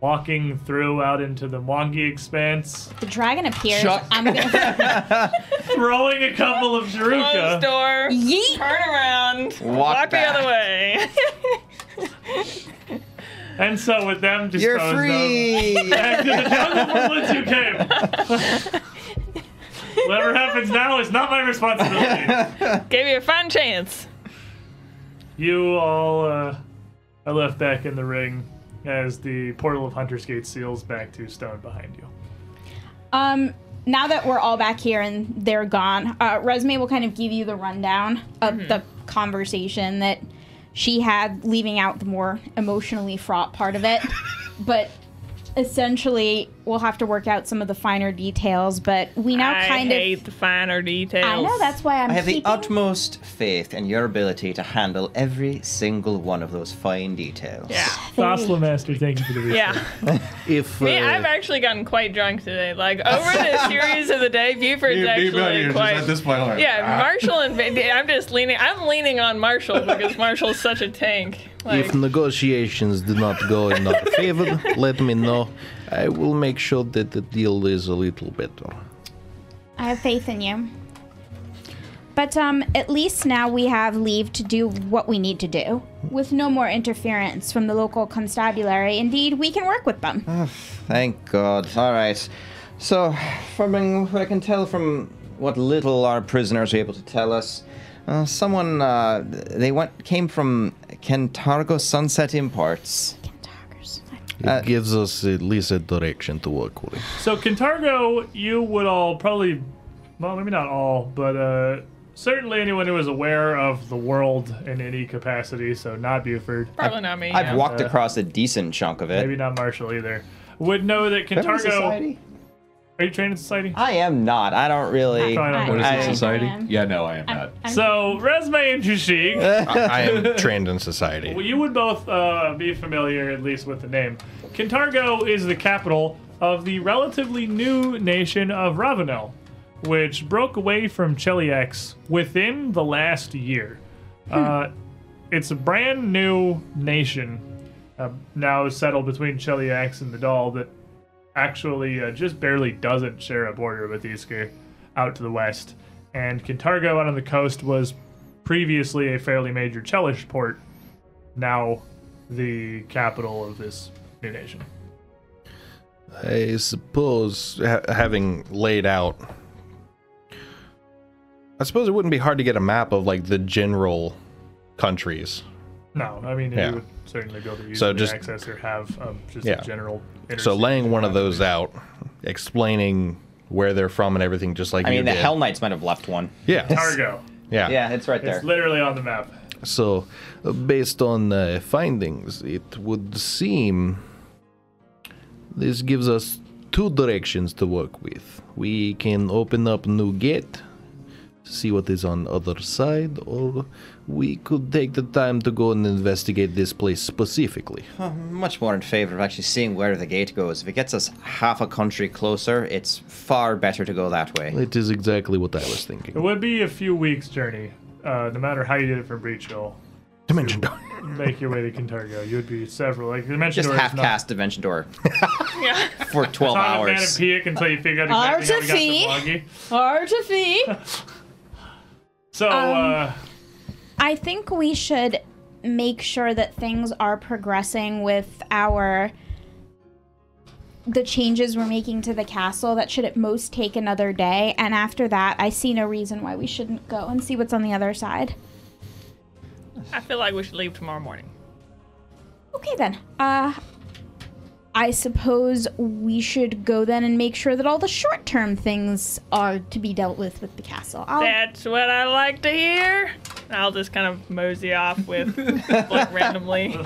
Speaker 1: walking through out into the Mwangi expanse,
Speaker 6: The dragon appears.
Speaker 8: Chuck.
Speaker 6: I'm gonna
Speaker 1: throwing a couple of
Speaker 4: Close
Speaker 1: Druka.
Speaker 4: door.
Speaker 6: yeet.
Speaker 4: Turn around. Walk,
Speaker 2: back.
Speaker 4: the other way.
Speaker 1: And so with them just
Speaker 2: You're
Speaker 1: goes down
Speaker 2: free.
Speaker 4: um,
Speaker 1: back to the jungle from whence you came. Whatever happens now is not my responsibility.
Speaker 4: Gave you a fine chance.
Speaker 1: You all uh, are left back in the ring as the portal of Hunter's Gate seals back to stone behind you.
Speaker 6: Um, now that we're all back here and they're gone, uh, Resume will kind of give you the rundown of
Speaker 4: Mm-hmm.
Speaker 6: the conversation that she had, leaving out the more emotionally fraught part of it. but essentially, we'll have to work out some of the finer details. But we now
Speaker 4: I
Speaker 6: kind
Speaker 4: hate
Speaker 6: of.
Speaker 4: the finer details.
Speaker 6: I know that's why I'm
Speaker 2: I have the
Speaker 6: keeping-
Speaker 2: utmost faith in your ability to handle every single one of those fine details.
Speaker 4: Yeah.
Speaker 1: Fossil Master, thank you for the research.
Speaker 4: Yeah.
Speaker 3: If
Speaker 4: Me,
Speaker 3: uh,
Speaker 4: I've actually gotten quite drunk today. Like, over the series of the day, Buford's actually quite.
Speaker 5: at this point. Like,
Speaker 4: yeah,
Speaker 5: ah.
Speaker 4: Marshall and Vin- I'm just leaning. I'm leaning on Marshall because Marshall's such a tank. Like,
Speaker 3: if negotiations do not go in our favor, let me know. I will make sure that the deal is a little uh, better.
Speaker 6: I have faith in you. But um, at least now we have leave to do what we need to do, with no more interference from the local constabulary. Indeed, we can work with them.
Speaker 2: Thank God. All right. So, from what I can tell from what little our prisoners are able to tell us, uh, someone uh, they went came from Kentargo Sunset Imports.
Speaker 6: Doggers.
Speaker 3: It gives us at least a direction to work with.
Speaker 1: So, Kintargo, you would all probably, well, maybe not all, but uh, certainly anyone who is aware of the world in any capacity, so not Buford,
Speaker 4: probably not me. yeah.
Speaker 2: I've walked across a decent chunk of it.
Speaker 1: uh, maybe not Marshall either, would know that
Speaker 2: Remember
Speaker 1: Kintargo.
Speaker 2: society?
Speaker 1: Are you trained in society?
Speaker 2: I am not. I don't really.
Speaker 1: Probably not.
Speaker 6: I-
Speaker 5: What is it,
Speaker 2: I-
Speaker 5: society?
Speaker 6: I am.
Speaker 5: Yeah, no, I am not.
Speaker 6: I'm-
Speaker 1: So, Resume and Jushik.
Speaker 3: I, I am trained in society.
Speaker 1: Well, you would both uh, be familiar, at least, with the name. Kintargo is the capital of the relatively new nation of Ravenel, which broke away from Cheliax within the last year. Uh, it's a brand new nation uh, now settled between Cheliax and Nadal that actually uh, just barely doesn't share a border with Iskir out to the west. And Kintargo out on the coast was previously a fairly major Chelish port now the capital of this new nation.
Speaker 3: I suppose, ha- having laid out, I suppose it wouldn't be hard to get a map of like the general countries.
Speaker 1: No, I mean,
Speaker 3: Yeah.
Speaker 1: you would certainly be able to use
Speaker 3: So
Speaker 1: the
Speaker 3: just-
Speaker 1: access or have um, just
Speaker 3: Yeah.
Speaker 1: a general.
Speaker 3: So
Speaker 1: interstate.
Speaker 3: laying one of those out, explaining where they're from and everything, just like
Speaker 2: I
Speaker 3: you
Speaker 2: mean, the
Speaker 3: did.
Speaker 2: Hell Knights might have left one.
Speaker 3: Yeah,
Speaker 1: Targo.
Speaker 3: yeah,
Speaker 2: Yeah, it's right there.
Speaker 1: It's literally on the map.
Speaker 3: So, uh, based on uh, findings, it would seem this gives us two directions to work with. We can open up new gate, see what is on other side, or we could take the time to go and investigate this place specifically.
Speaker 2: much more in favor of actually seeing where the gate goes. If it gets us half a country closer, it's far better to go that way.
Speaker 3: It is exactly what I was
Speaker 1: It
Speaker 3: thinking.
Speaker 1: would be a few weeks' journey, uh, no matter how you did it from Breach Hill.
Speaker 3: Dimension door.
Speaker 1: Make your way to Kintargo. You would be several. Like, the mention
Speaker 2: Just
Speaker 1: door is
Speaker 2: half
Speaker 1: not-
Speaker 2: cast Dimension Door
Speaker 4: Yeah.
Speaker 2: for 12
Speaker 1: Not a
Speaker 2: hours.
Speaker 1: Manapeic until you figure out exactly how we got to Wongi.
Speaker 6: Artifi.
Speaker 1: So, uh,
Speaker 6: I think we should make sure that things are progressing with our the changes we're making to the castle that should at most take another day and after that I see no reason why we shouldn't go and see what's on the other side.
Speaker 4: I feel like we should leave tomorrow morning.
Speaker 6: Okay then. Uh I suppose we should go then and make sure that all the short-term things are to be dealt with with the castle. I'll,
Speaker 4: That's what I like to hear. And I'll just kind of mosey off with like randomly.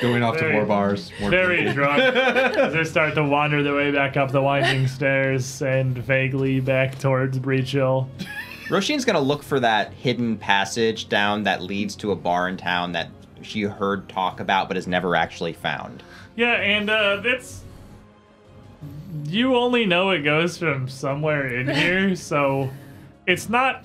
Speaker 5: Going off to
Speaker 1: Very-
Speaker 5: more bars. More
Speaker 1: Very
Speaker 5: people.
Speaker 1: drunk as they start to wander their way back up the winding stairs and vaguely back towards Breach Hill.
Speaker 2: Roshin's gonna look for that hidden passage down that leads to a bar in town that she heard talk about but has never actually found.
Speaker 1: Yeah, and uh, it's. You only know it goes from somewhere in here, so it's not.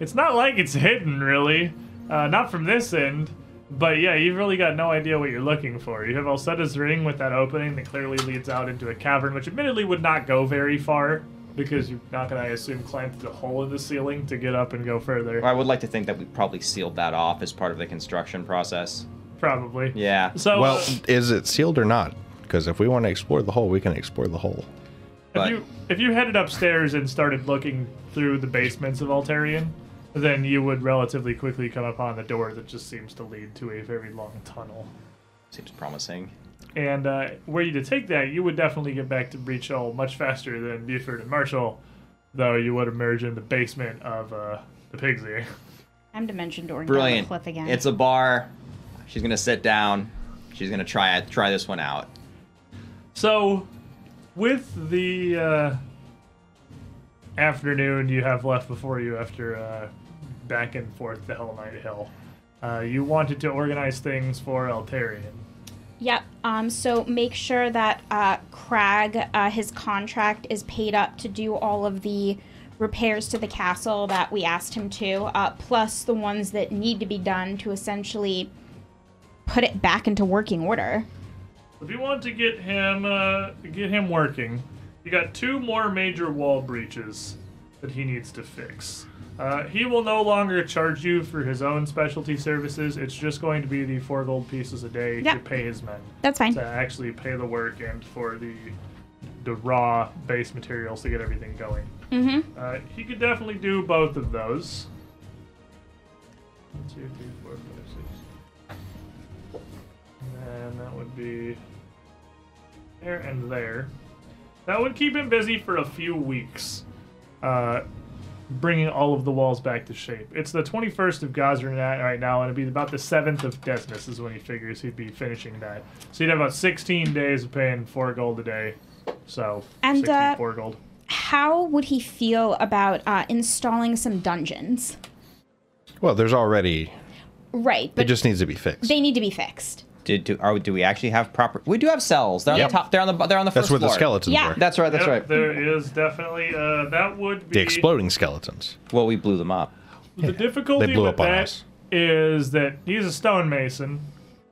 Speaker 1: It's not like it's hidden, really. Uh, not from this end. But yeah, you've really got no idea what you're looking for. You have Alcetta's ring with that opening that clearly leads out into a cavern, which admittedly would not go very far because you're not going to, I assume, climb through the hole in the ceiling to get up and go further.
Speaker 2: I would like to think that we probably sealed that off as part of the construction process.
Speaker 1: Probably.
Speaker 2: Yeah.
Speaker 1: So,
Speaker 3: Well,
Speaker 1: uh,
Speaker 3: is it sealed or not? Because if we want to explore the hole, we can explore the hole.
Speaker 1: If
Speaker 2: But-
Speaker 1: you if you headed upstairs and started looking through the basements of Altarian, then you would relatively quickly come upon the door that just seems to lead to a very long tunnel.
Speaker 2: Seems promising.
Speaker 1: And uh, were you to take that, you would definitely get back to Breach Hill much faster than Buford and Marshall, though you would emerge in the basement of uh, the Pig's Ear.
Speaker 6: I'm dimension dooring down the
Speaker 2: Brilliant.
Speaker 6: cliff again.
Speaker 2: It's a bar. She's gonna sit down. She's gonna try it. Try this one out.
Speaker 1: So, with the uh, afternoon you have left before you after uh, back and forth the Hell Knight Hill, uh, you wanted to organize things for Altarian.
Speaker 6: Yep. Um, so make sure that uh, Crag, uh, his contract is paid up to do all of the repairs to the castle that we asked him to, uh, plus the ones that need to be done to essentially put it back into working order.
Speaker 1: If you want to get him uh, get him working, you got two more major wall breaches that he needs to fix. Uh, he will no longer charge you for his own specialty services. It's just going to be the four gold pieces a day
Speaker 6: Yeah.
Speaker 1: to pay his men.
Speaker 6: That's fine.
Speaker 1: to actually pay the work and for the the raw base materials to get everything going.
Speaker 6: Mm-hmm.
Speaker 1: Uh, he could definitely do both of those. One, two, three, four, five, six. And that would be there and there. That would keep him busy for a few weeks, uh, bringing all of the walls back to shape. It's the 21st of Gazra na- right now, and it'd be about the 7th of Desmus is when he figures he'd be finishing that. So he'd have about 16 days of paying four gold a day. So
Speaker 6: And,
Speaker 1: 16
Speaker 6: uh,
Speaker 1: four gold.
Speaker 6: How would he feel about uh, installing some dungeons?
Speaker 3: Well, there's already.
Speaker 6: Right,
Speaker 3: It
Speaker 6: but
Speaker 3: just needs to be fixed.
Speaker 6: they need to be fixed.
Speaker 2: Did do, are, do we actually have proper? We do have cells. They're
Speaker 3: Yep.
Speaker 2: on the top. They're on the. bu- They're on the
Speaker 3: That's
Speaker 2: first
Speaker 3: where the
Speaker 2: floor.
Speaker 3: skeletons
Speaker 6: Yeah.
Speaker 3: were.
Speaker 2: That's right. That's
Speaker 1: Yep,
Speaker 2: right.
Speaker 1: There is definitely uh, that would be
Speaker 3: the exploding skeletons.
Speaker 2: Well, we blew them up.
Speaker 1: The difficulty
Speaker 3: They blew
Speaker 1: with
Speaker 3: up on
Speaker 1: that
Speaker 3: us.
Speaker 1: is that he's a stonemason.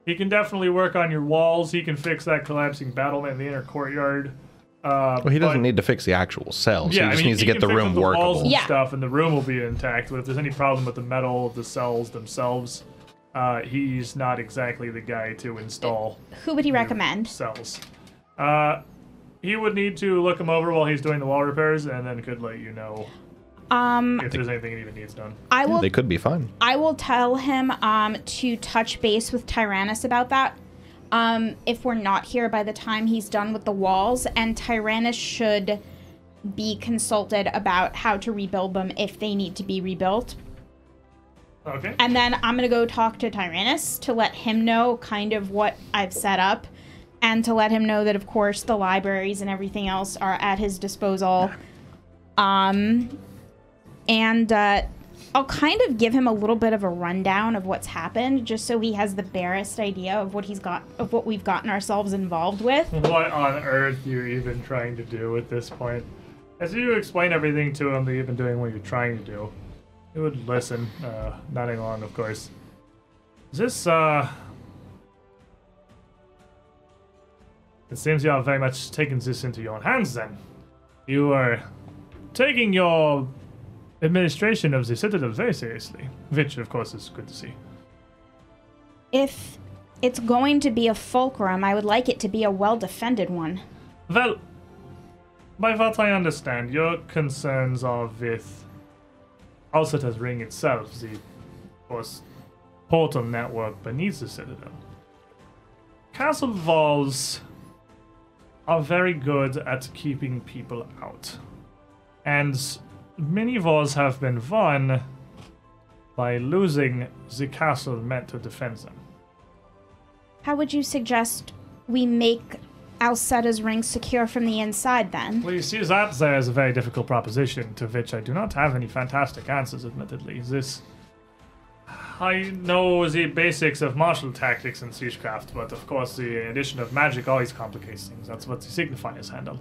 Speaker 1: He can definitely work on your walls. He can fix that collapsing battlement in the inner courtyard. Uh,
Speaker 3: Well, he doesn't
Speaker 1: but-
Speaker 3: need to fix the actual cells.
Speaker 1: Yeah,
Speaker 3: he
Speaker 1: I
Speaker 3: just
Speaker 1: mean,
Speaker 3: needs to
Speaker 1: he
Speaker 3: get the
Speaker 1: can fix up
Speaker 3: room
Speaker 1: walls
Speaker 3: workable.
Speaker 1: and
Speaker 6: Yeah.
Speaker 1: stuff, and the room will be intact. But if there's any problem with the metal of the cells themselves, uh, he's not exactly the guy to install
Speaker 6: Who would he recommend?
Speaker 1: cells. Uh, he would need to look him over while he's doing the wall repairs, and then could let you know
Speaker 6: Um,
Speaker 1: if there's anything that even needs done.
Speaker 6: I will
Speaker 3: They could be fun.
Speaker 6: I will tell him um, to touch base with Tyrannus about that. Um, if we're not here by the time he's done with the walls, and Tyrannus should be consulted about how to rebuild them if they need to be rebuilt.
Speaker 1: Okay.
Speaker 6: And then I'm gonna go talk to Tyrannus to let him know kind of what I've set up, and to let him know that of course the libraries and everything else are at his disposal. Um, and uh, I'll kind of give him a little bit of a rundown of what's happened, just so he has the barest idea of what he's got of what we've gotten ourselves involved with.
Speaker 1: what on earth you're even trying to do at this point. As you explain everything to him that you've been doing what you're trying to do, he would listen, uh, nodding along, of course. Is this, uh. It seems you are very much taking this into your own hands then. You are taking your administration of the Citadel very seriously, which, of course, is good to see.
Speaker 6: If it's going to be a fulcrum, I would like it to be a well-defended one.
Speaker 1: Well, by what I understand, your concerns are with Alceta's ring itself, the, of course, portal network beneath the Citadel. Castle walls are very good at keeping people out. And many wars have been won by losing the castle meant to defend them.
Speaker 6: How would you suggest we make Alcetta's ring secure from the inside then?
Speaker 1: Well, you see, that there is a very difficult proposition to which I do not have any fantastic answers, admittedly. This. I know the basics of martial tactics and siegecraft, but of course, the addition of magic always complicates things. That's what the signifiers handle.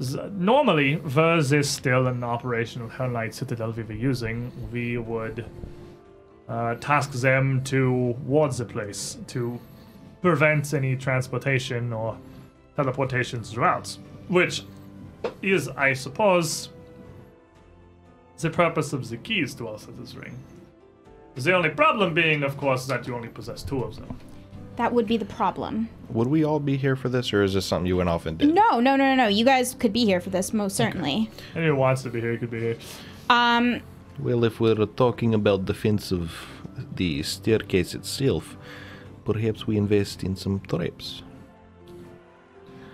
Speaker 1: Z- Normally, were this still an operation of Hellknight Citadel we were using, we would uh, task them to ward the place to prevent any transportation or teleportations throughout, which is, I suppose, the purpose of the keys to Alceta's ring. The only problem being, of course, that you only possess two of them.
Speaker 6: That would be the problem.
Speaker 3: Would we all be here for this, or is this something you went off and did?
Speaker 6: No, no, no, no, no. You guys could be here for this, most certainly.
Speaker 1: Anyone wants to be here could be here.
Speaker 6: Um,
Speaker 3: Well, if we're talking about defense of the staircase itself, perhaps we invest in some traps.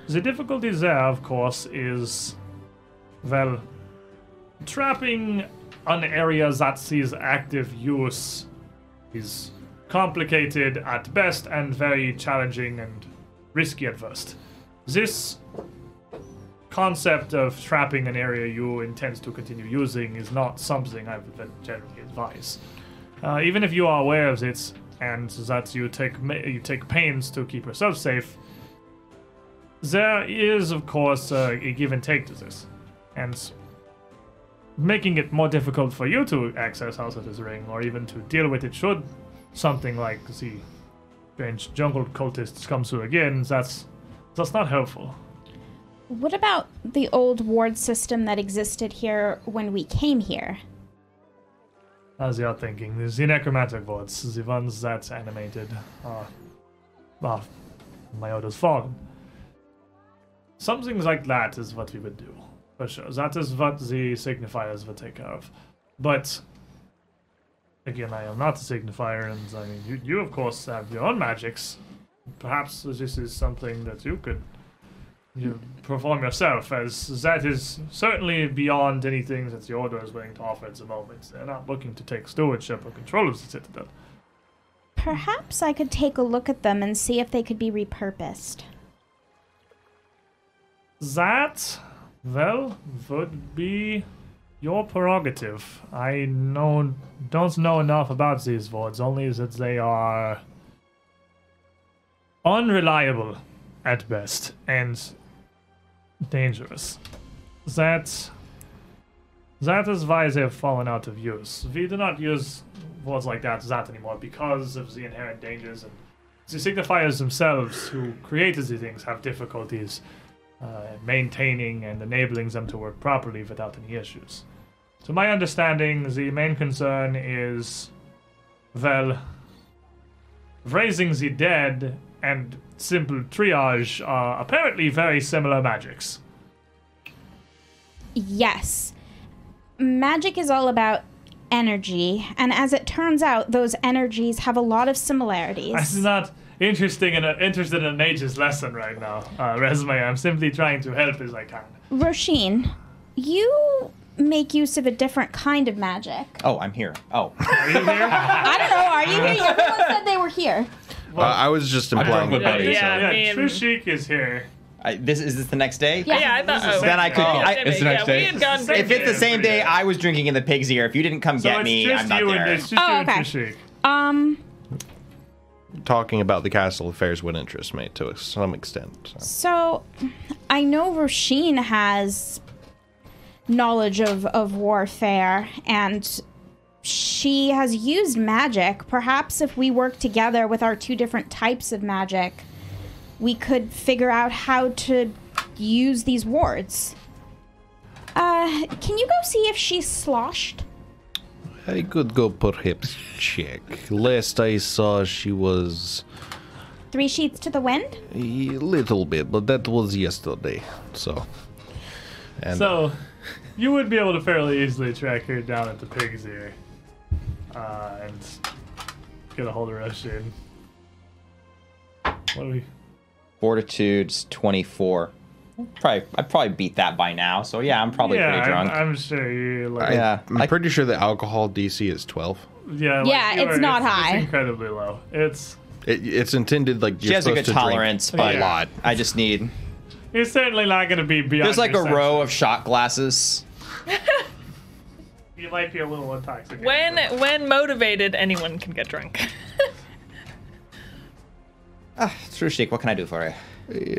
Speaker 1: The difficulty there, of course, is well, trapping an area that sees active use is complicated at best and very challenging and risky at first. This concept of trapping an area you intend to continue using is not something I would generally advise. Uh, even if you are aware of it and that you take ma- you take pains to keep yourself safe, there is, of course, uh, a give and take to this, and making it more difficult for you to access House of His Ring or even to deal with it should something like the strange jungle cultists come through again. That's that's not helpful.
Speaker 6: what about the old ward system that existed here when we came here?
Speaker 1: As you're thinking, there's the necromantic boards, the ones that animated are, are my order's fallen. Something like that is what we would do, for sure. That is what the signifiers would take care of. But, again, I am not a signifier, and I mean, you, you of course have your own magics. Perhaps this is something that you could you perform yourself, as that is certainly beyond anything that the Order is willing to offer at the moment. They're not looking to take stewardship or control of the Citadel.
Speaker 6: Perhaps I could take a look at them and see if they could be repurposed.
Speaker 1: That, well, would be your prerogative. I know, don't know enough about these wards, only that they are unreliable at best and dangerous. That that is why they've fallen out of use. We do not use words like that that anymore because of the inherent dangers and the signifiers themselves who created the things have difficulties uh, maintaining and enabling them to work properly without any issues. To my understanding, the main concern is, well, raising the dead and simple triage are apparently very similar magics.
Speaker 6: Yes. Magic is all about energy, and as it turns out, those energies have a lot of
Speaker 1: I'm
Speaker 6: similarities.
Speaker 1: not interesting in a, interested in nature's lesson right now, uh, resume. I'm simply trying to help as I can.
Speaker 6: Roshin, you make use of a different kind of magic.
Speaker 2: Oh, I'm here. Oh,
Speaker 6: I don't know, are you here? Everyone said they were here.
Speaker 3: Uh, I was just implying.
Speaker 5: with
Speaker 1: this-
Speaker 4: yeah, I mean-
Speaker 1: True Sheik is here.
Speaker 2: I, this is this the next day?
Speaker 6: Yeah.
Speaker 4: Yeah, I thought.
Speaker 1: is
Speaker 4: Oh,
Speaker 1: Then
Speaker 2: I could-
Speaker 4: yeah,
Speaker 2: I-
Speaker 5: It's the next
Speaker 4: yeah,
Speaker 5: day.
Speaker 4: We had gone.
Speaker 1: It's the
Speaker 2: If
Speaker 4: back-
Speaker 2: it's the same day I was drinking in the pig's ear, if you didn't come
Speaker 1: So
Speaker 2: get
Speaker 1: it's
Speaker 2: me,
Speaker 1: just
Speaker 2: I'm not
Speaker 1: you
Speaker 2: there.
Speaker 1: and it's just
Speaker 6: Oh,
Speaker 1: you and
Speaker 6: okay.
Speaker 1: True Sheik.
Speaker 6: Um,
Speaker 3: talking about the castle affairs would interest me to some extent. so.
Speaker 6: so I know Roshin has knowledge of, of warfare and she has used magic. Perhaps if we work together with our two different types of magic, we could figure out how to use these wards. Uh, can you go see if she's sloshed?
Speaker 3: I could go perhaps check. Last I saw, she was
Speaker 6: Three sheets to the wind?
Speaker 3: a little bit, but that was yesterday. So. And
Speaker 1: So, you would be able to fairly easily track her down at the pig's ear. Uh, and get a hold of Roshin. What do we?
Speaker 2: Fortitude's 24. Probably, I probably beat that by now. So yeah, I'm probably
Speaker 1: yeah,
Speaker 2: pretty drunk.
Speaker 1: I'm, I'm sure you like.
Speaker 2: yeah,
Speaker 3: I'm
Speaker 2: like-
Speaker 3: pretty sure the alcohol DC is 12.
Speaker 1: yeah, like,
Speaker 6: Yeah,
Speaker 1: you
Speaker 6: it's
Speaker 1: are-
Speaker 6: not high.
Speaker 1: It's incredibly low. It's
Speaker 3: It, it's intended like
Speaker 2: she
Speaker 3: you're
Speaker 2: has a
Speaker 3: supposed
Speaker 2: good
Speaker 3: to drink
Speaker 2: tolerance, but
Speaker 1: Yeah.
Speaker 2: lot. I just need.
Speaker 1: it's certainly not going to be beyond.
Speaker 2: There's like
Speaker 1: your
Speaker 2: a row
Speaker 1: senses.
Speaker 2: of shot glasses.
Speaker 1: You might be a little intoxicated.
Speaker 4: When when motivated, anyone can get drunk.
Speaker 2: Ah, True Sheik, what can I do for you?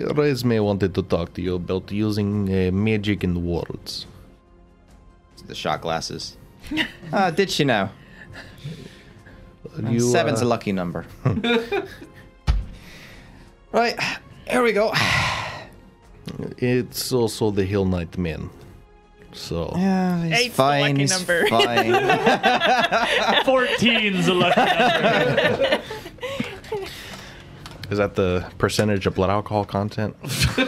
Speaker 3: Uh, Resme wanted to talk to you about using uh, magic in words.
Speaker 2: The shot glasses. Ah, did she know?
Speaker 3: You,
Speaker 2: Seven's
Speaker 3: uh,
Speaker 2: a lucky number. right, here we go.
Speaker 3: It's also the Hill Knight men. So
Speaker 2: Yeah, he's
Speaker 4: Eight's the
Speaker 2: fine.
Speaker 4: lucky
Speaker 2: he's
Speaker 4: number.
Speaker 2: fine.
Speaker 1: 14's a lucky number.
Speaker 3: is that the percentage of blood alcohol content?
Speaker 1: so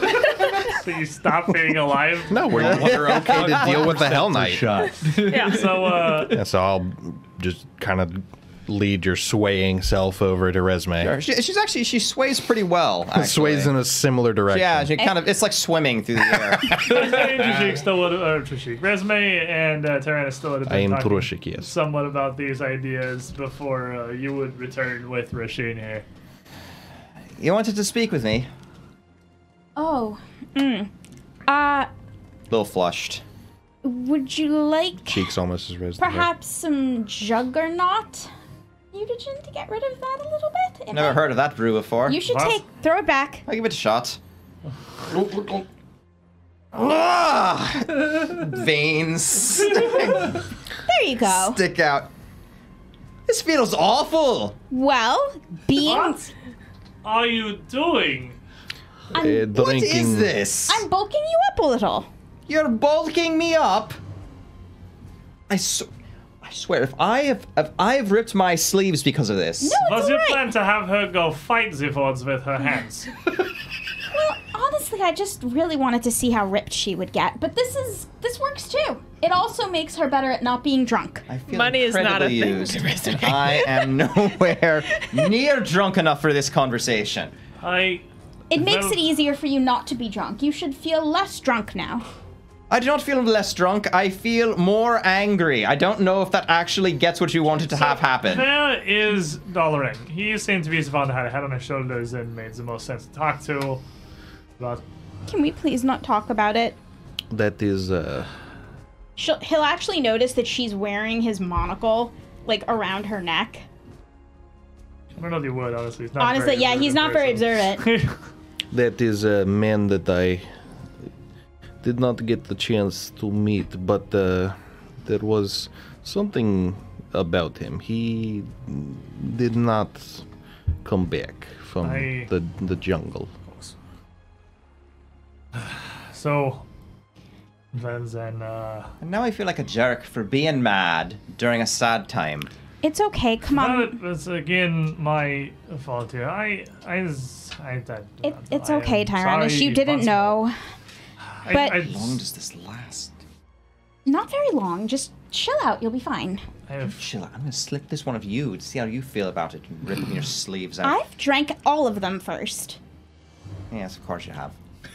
Speaker 1: you stop being alive.
Speaker 3: No, we're, we're okay to deal with the Hell Knight.
Speaker 8: Shot.
Speaker 4: yeah.
Speaker 1: So uh,
Speaker 3: Yeah, so I'll just kind of lead your swaying self over to Resme.
Speaker 2: she, she's actually she sways pretty well. Actually.
Speaker 3: Sways in a similar direction.
Speaker 2: yeah, she kind of it's like swimming through the air.
Speaker 1: Resume and Trishik still would, uh, Trishik. Resume and uh, Tyrannus still would have been
Speaker 3: I am
Speaker 1: talking
Speaker 3: Trishik, yes.
Speaker 1: somewhat about these ideas before uh, you would return with Rasheen here.
Speaker 2: you wanted to speak with me?
Speaker 6: Oh. Mm. Uh,
Speaker 2: A little flushed.
Speaker 6: would you like
Speaker 3: Cheeks almost as red. as the hair.
Speaker 6: perhaps some juggernaut mutagen to get rid of that a little bit? It
Speaker 2: Never
Speaker 6: might-
Speaker 2: heard of that brew before.
Speaker 6: You should
Speaker 1: What?
Speaker 6: take throw it back.
Speaker 2: I'll give it a shot. Ah! Veins
Speaker 6: There you go.
Speaker 2: stick out. This feels awful.
Speaker 6: Well, being
Speaker 1: What are you doing?
Speaker 3: Uh,
Speaker 6: I'm,
Speaker 2: What
Speaker 3: drinking.
Speaker 2: is this?
Speaker 6: I'm bulking you up a little.
Speaker 2: You're bulking me up. I, sw- I swear, if I have, if I have ripped my sleeves because of this.
Speaker 6: No, it's
Speaker 1: Was your
Speaker 6: alright.
Speaker 1: plan to have her go fight Zivords with her hands?
Speaker 6: Well, honestly, I just really wanted to see how ripped she would get, but this is this works too. It also makes her better at not being drunk.
Speaker 2: I feel
Speaker 4: Money is not a
Speaker 2: incredibly
Speaker 4: thing
Speaker 2: used,
Speaker 4: to resume.
Speaker 2: and I am nowhere near drunk enough for this conversation.
Speaker 1: I
Speaker 6: It makes
Speaker 1: Well-
Speaker 6: it easier for you not to be drunk. You should feel less drunk now.
Speaker 2: I do not feel less drunk. I feel more angry. I don't know if that actually gets what you wanted to have happen.
Speaker 1: There is Dollaring. He seemed to be someone who had a head on his shoulders and made the most sense to talk to. But
Speaker 6: Can we please not talk about it?
Speaker 3: That is uh,
Speaker 6: She'll, he'll actually notice that she's wearing his monocle like around her neck.
Speaker 1: I don't know if you would, honestly. He's not a
Speaker 6: Honestly,
Speaker 1: very
Speaker 6: yeah, he's not very
Speaker 1: person.
Speaker 6: observant.
Speaker 3: that is a man that I did not get the chance to meet, but uh, there was something about him. He did not come back from
Speaker 1: I-
Speaker 3: the the jungle.
Speaker 1: so, then, then, uh,
Speaker 2: And now I feel like a jerk for being mad during a sad time.
Speaker 6: It's okay. Come
Speaker 1: Well,
Speaker 6: on.
Speaker 1: it was again my fault here. I, I, s- I, I-
Speaker 6: It, it's
Speaker 1: I am
Speaker 6: okay, Tyrannus.
Speaker 1: sorry,
Speaker 6: You didn't
Speaker 1: but
Speaker 6: know.
Speaker 1: I-
Speaker 6: but-
Speaker 1: I,
Speaker 2: How long does this last?
Speaker 6: Not very long. Just chill out. You'll be fine.
Speaker 1: I have-
Speaker 2: Chill. out. I'm gonna slip this one of you to see how you feel about it. Ripping your sleeves out.
Speaker 6: I've drank all of them first.
Speaker 2: Yes, of course you have.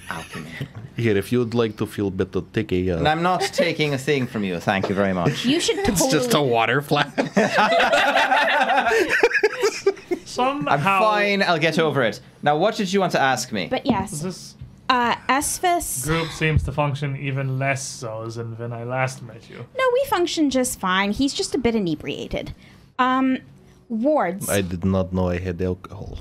Speaker 2: Alchemy.
Speaker 3: Here, if you'd like to feel better, take a. Uh,
Speaker 2: and I'm not taking a thing from you. Thank you very much.
Speaker 6: You should totally.
Speaker 3: water flask.
Speaker 2: I'm
Speaker 1: somehow
Speaker 2: fine. I'll get over it. Now, what did you want to ask me?
Speaker 6: But yes,
Speaker 1: This
Speaker 6: uh, Esphis.
Speaker 1: group seems to function even less so than when I last met you.
Speaker 6: No, we function just fine. He's just a bit inebriated. Um, wards.
Speaker 3: I did not know I had alcohol.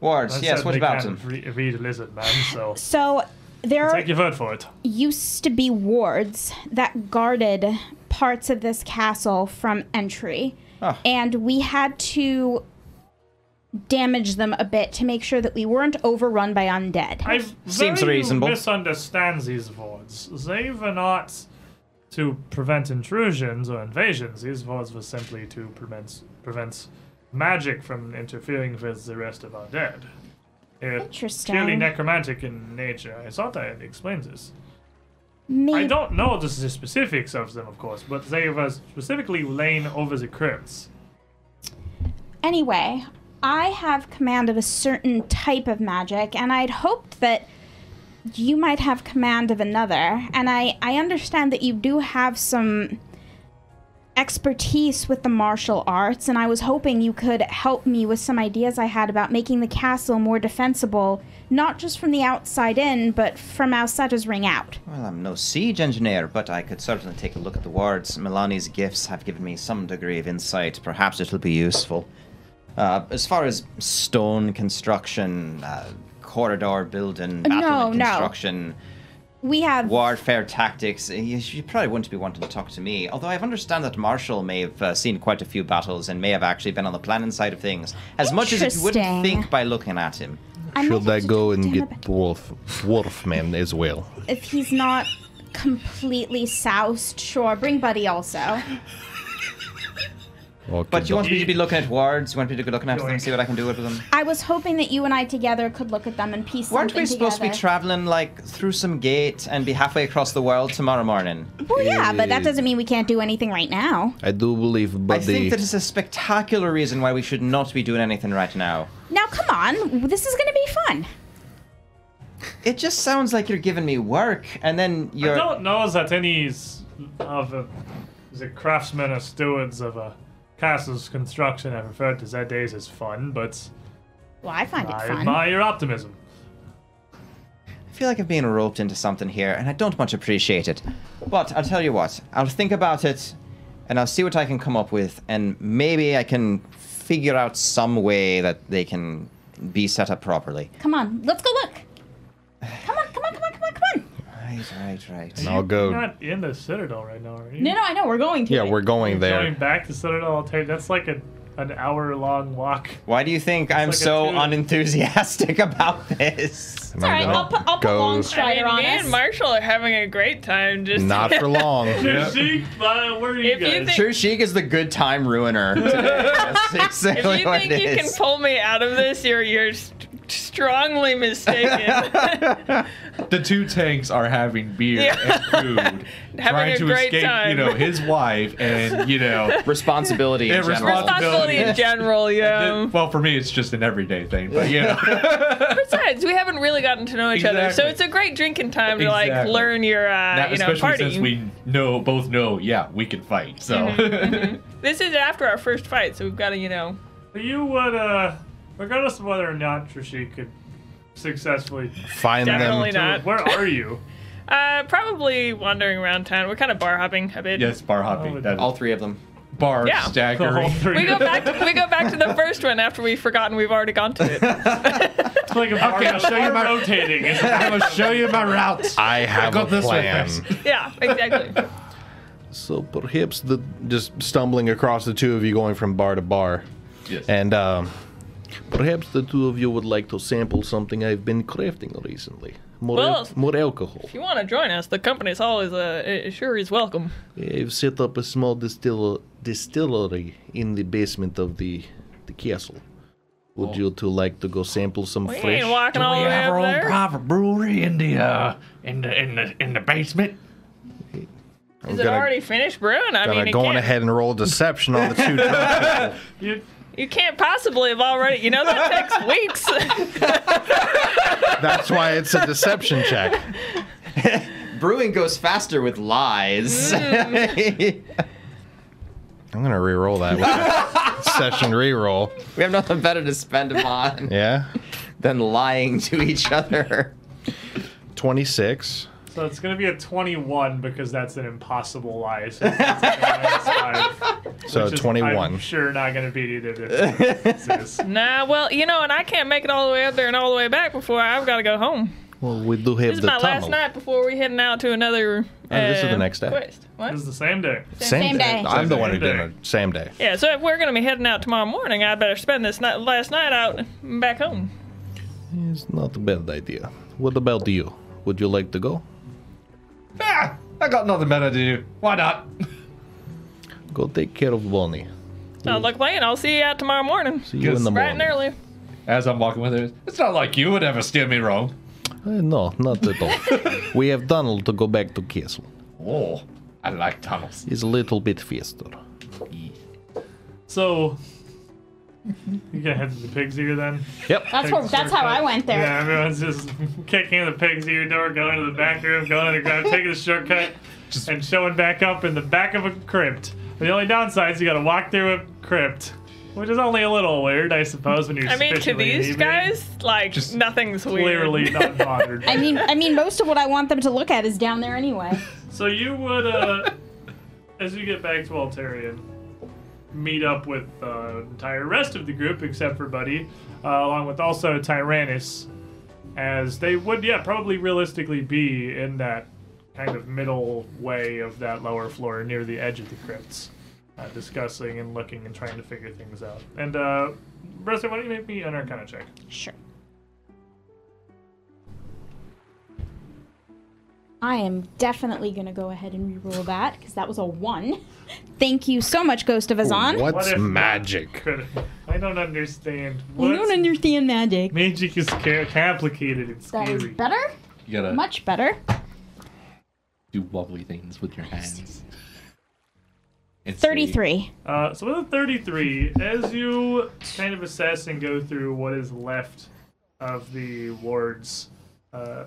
Speaker 2: Wards.
Speaker 1: I
Speaker 2: yes. What
Speaker 1: certainly
Speaker 2: about
Speaker 1: can't
Speaker 2: him?
Speaker 1: Re- read lizard man, so
Speaker 6: so there
Speaker 1: take your word for it.
Speaker 6: used to be wards that guarded parts of this castle from entry,
Speaker 2: Ah.
Speaker 6: and we had to damage them a bit to make sure that we weren't overrun by undead.
Speaker 1: I
Speaker 2: Seems
Speaker 1: very
Speaker 2: reasonable.
Speaker 1: misunderstands these wards. They were not to prevent intrusions or invasions. These wards were simply to prevent prevent magic from interfering with the rest of our dead. They're
Speaker 6: Interesting.
Speaker 1: Purely necromantic in nature. I thought I had explained this. I
Speaker 6: Maybe
Speaker 1: don't know the specifics of them, of course, but they were specifically laying over the crypts.
Speaker 6: Anyway, I have command of a certain type of magic, and I'd hoped that you might have command of another. And I, I understand that you do have some expertise with the martial arts, and I was hoping you could help me with some ideas I had about making the castle more defensible, not just from the outside in, but from Alcetta's ring out.
Speaker 2: Well, I'm no siege engineer, but I could certainly take a look at the wards. Milani's gifts have given me some degree of insight. Perhaps it'll be useful. Uh, as far as stone construction, uh, corridor building,
Speaker 6: Uh, no,
Speaker 2: battlement
Speaker 6: no.
Speaker 2: construction,
Speaker 6: We have
Speaker 2: warfare tactics, uh, you you probably wouldn't be wanting to talk to me. Although I understand that Marshall may have uh, seen quite a few battles and may have actually been on the planning side of things, as much as you
Speaker 6: Interesting.
Speaker 2: wouldn't think by looking at him.
Speaker 6: I might
Speaker 3: Should
Speaker 6: have
Speaker 3: I
Speaker 6: to
Speaker 3: go
Speaker 6: talk to
Speaker 3: and
Speaker 6: him
Speaker 3: get
Speaker 6: about-
Speaker 3: dwarf, dwarf man as well?
Speaker 6: if he's not completely soused, sure. Bring Buddy also.
Speaker 3: Or
Speaker 2: But you want me to
Speaker 1: Ye-
Speaker 2: be looking at wards? You want me to be looking at them, see what I can do with them?
Speaker 6: I was hoping that you and I together could look at them and piece
Speaker 2: Weren't we
Speaker 6: something
Speaker 2: supposed to be
Speaker 6: together.
Speaker 2: traveling like through some gate and be halfway across the world tomorrow morning?
Speaker 6: well, yeah, but that doesn't mean we can't do anything right now.
Speaker 3: I do believe,
Speaker 2: I
Speaker 3: buddy.
Speaker 2: think that is a spectacular reason why we should not be doing anything right now.
Speaker 6: Now, come on, this is going to be fun.
Speaker 2: It just sounds like you're giving me work, and then
Speaker 1: I
Speaker 2: you're.
Speaker 1: don't know that any s- of the, the craftsmen or stewards of a castle's construction have referred to their days as fun, but
Speaker 6: Well, I find it
Speaker 1: I
Speaker 6: fun.
Speaker 1: admire your optimism.
Speaker 2: I feel like I'm being roped into something here, and I don't much appreciate it. But I'll tell you what, I'll think about it, and I'll see what I can come up with, and maybe I can figure out some way that they can be set up properly.
Speaker 6: Come on, let's go look. Come on, come on, come on, come on, come on.
Speaker 2: Right, right, right.
Speaker 3: I'll go.
Speaker 1: You're not in the Citadel right now, are you?
Speaker 6: No, no, I know we're going to.
Speaker 3: yeah,
Speaker 6: it.
Speaker 3: we're going
Speaker 1: Going
Speaker 3: there.
Speaker 1: back to Citadel, I'll tell you, that's like a, an hour long walk.
Speaker 2: Why do you think I'm
Speaker 1: like a
Speaker 2: so
Speaker 1: tube.
Speaker 2: unenthusiastic about this?
Speaker 3: It's
Speaker 6: all right, I'll put- I'll put long str-
Speaker 4: I
Speaker 6: Strider
Speaker 4: mean,
Speaker 6: on
Speaker 4: me
Speaker 6: us.
Speaker 4: and Marshall are having a great time. Just
Speaker 3: Not for long.
Speaker 1: Zeke, uh, where are you
Speaker 4: If you
Speaker 1: guys?
Speaker 4: think-
Speaker 2: True Chic is the good time ruiner. Today. That's
Speaker 4: If
Speaker 2: exactly
Speaker 4: you
Speaker 2: what
Speaker 4: think
Speaker 2: it
Speaker 4: you can
Speaker 2: is.
Speaker 4: pull me out of this, you're you're st- strongly mistaken.
Speaker 5: The two tanks are having beer
Speaker 4: Yeah.
Speaker 5: and food, trying
Speaker 4: a
Speaker 5: to
Speaker 4: great
Speaker 5: escape, you
Speaker 4: time.
Speaker 5: know, his wife and you know.
Speaker 2: Responsibility in
Speaker 5: Yeah,
Speaker 2: general.
Speaker 4: Responsibility in general, yeah.
Speaker 5: the- well, for me, it's just an everyday thing, but you know.
Speaker 4: Besides, we haven't really gotten to know each other, so
Speaker 5: Exactly.
Speaker 4: it's a great drinking time to like
Speaker 5: Exactly.
Speaker 4: learn your uh,
Speaker 5: That-
Speaker 4: you know
Speaker 5: especially
Speaker 4: party.
Speaker 5: since we know both know, yeah, we can fight. So
Speaker 4: Mm-hmm, This is after our first fight, so we've got to you know.
Speaker 1: You would, uh, regardless of whether or not Trishik could successfully.
Speaker 5: Mm-hmm.
Speaker 3: Find
Speaker 4: Definitely
Speaker 3: them.
Speaker 4: not. Uh,
Speaker 1: where are you?
Speaker 4: Uh, probably wandering around town. We're kind of bar hopping a bit.
Speaker 5: yes, bar hopping,
Speaker 1: Oh,
Speaker 5: that
Speaker 2: All three of them.
Speaker 5: bar
Speaker 4: Yeah.
Speaker 1: The whole
Speaker 5: staggering.
Speaker 1: three
Speaker 4: We go
Speaker 1: of them.
Speaker 4: back. To, we go back to the first one after we've forgotten we've already gone to it.
Speaker 1: It's like a bar,
Speaker 5: Okay, I'll show you
Speaker 1: bar
Speaker 5: my-
Speaker 1: rotating. It's a
Speaker 5: I'm gonna show you my route.
Speaker 3: I have
Speaker 5: got
Speaker 3: a
Speaker 5: this way
Speaker 3: plan.
Speaker 5: first.
Speaker 4: Yeah, exactly.
Speaker 3: So perhaps the just stumbling across the two of you going from bar to bar,
Speaker 5: Yes.
Speaker 3: and um, perhaps the two of you would like to sample something I've been crafting recently. More, al-
Speaker 4: Well-
Speaker 3: more alcohol.
Speaker 4: If you want to join us, the company's always uh, uh, sure is welcome.
Speaker 3: I've uh, set up a small distill- distillery in the basement of the the castle. Would you two like to go sample some
Speaker 4: We
Speaker 3: fresh?
Speaker 4: ain't walking all
Speaker 7: we
Speaker 4: the way
Speaker 7: have our
Speaker 4: up
Speaker 7: own
Speaker 4: there.
Speaker 7: private brewery in the uh, in the in the in the basement.
Speaker 3: I'm
Speaker 4: Is it
Speaker 3: gonna,
Speaker 4: already finished brewing? I
Speaker 3: gonna
Speaker 4: mean, it
Speaker 3: go on
Speaker 4: can't-
Speaker 3: ahead and roll deception on the two. drunk people.
Speaker 1: you,
Speaker 4: you can't possibly have already. You know that takes weeks.
Speaker 3: That's why it's a deception check.
Speaker 2: Brewing goes faster with lies.
Speaker 3: I'm gonna re-roll that with a session re-roll.
Speaker 2: we have nothing better to spend them on
Speaker 3: Yeah.
Speaker 2: than lying to each other.
Speaker 3: 26.
Speaker 1: so it's going to be a 21 because that's an impossible lie. So it's a minus five,
Speaker 3: So
Speaker 1: which is-
Speaker 3: 21.
Speaker 1: I'm sure not going to beat either of those.
Speaker 4: nah, well, you know, and I can't make it all the way up there and all the way back before I've got to go home.
Speaker 3: Well, we do have
Speaker 4: This is
Speaker 3: the
Speaker 4: my
Speaker 3: tunnel.
Speaker 4: last night before we heading out to another. uh,
Speaker 3: Oh, this is the next day.
Speaker 4: Quest. What?
Speaker 1: It's the same day.
Speaker 3: Same,
Speaker 6: Same day.
Speaker 3: I'm the one who
Speaker 1: Same
Speaker 3: did
Speaker 1: day.
Speaker 3: it. Same day.
Speaker 4: Yeah, so if we're gonna be heading out tomorrow morning, I better spend this night, last night out and back home.
Speaker 3: It's not a bad idea. What about you? Would you like to go?
Speaker 5: Ah, I got nothing better to do. Why not?
Speaker 3: Go take care of Bonnie.
Speaker 4: Sounds like playing. I'll see you out tomorrow morning,
Speaker 3: See you in the
Speaker 4: bright
Speaker 3: morning.
Speaker 4: and early.
Speaker 5: As I'm walking with her, it's not like you would ever steer me wrong.
Speaker 3: Eh, no, not at all. we have tunnel to go back to castle.
Speaker 5: Oh, I like tunnels.
Speaker 3: It's a little bit faster.
Speaker 1: So, You gotta head to the pig's ear then.
Speaker 3: Yep.
Speaker 6: That's where, that's how I went there.
Speaker 1: Yeah, everyone's just kicking in the pig's ear door, going to the back room, going underground, taking the shortcut, and showing back up in the back of a crypt. The only downside is you gotta walk through a crypt, which is only a little weird, I suppose, when you're
Speaker 4: I mean, to
Speaker 1: sufficiently
Speaker 4: these
Speaker 1: inebriated.
Speaker 4: guys, like
Speaker 5: Just
Speaker 4: nothing's weird.
Speaker 1: Clearly not bothered.
Speaker 6: I mean, I mean, most of what I want them to look at is down there anyway.
Speaker 1: So you would, uh, as you get back to Altarian, meet up with uh, the entire rest of the group except for Buddy, uh, along with also Tyrannus, as they would, yeah, probably realistically be in that kind of middle way of that lower floor near the edge of the crypts, uh, discussing and looking and trying to figure things out. And, uh, Bresser, why don't you make me an Arcana check?
Speaker 6: Sure. I am definitely gonna go ahead and reroll that because that was a one. Thank you so much, Ghost of Azan.
Speaker 3: What's
Speaker 1: if-
Speaker 3: magic?
Speaker 1: I don't understand.
Speaker 6: You don't
Speaker 1: What's-
Speaker 6: understand magic.
Speaker 1: Magic is ca- complicated and
Speaker 6: That is
Speaker 1: scary.
Speaker 6: better.
Speaker 5: You gotta
Speaker 6: Much better.
Speaker 8: Do wobbly things with your hands. And see-
Speaker 6: Thirty-three.
Speaker 1: Uh, so with a 33, as you kind of assess and go through what is left of the wards, uh,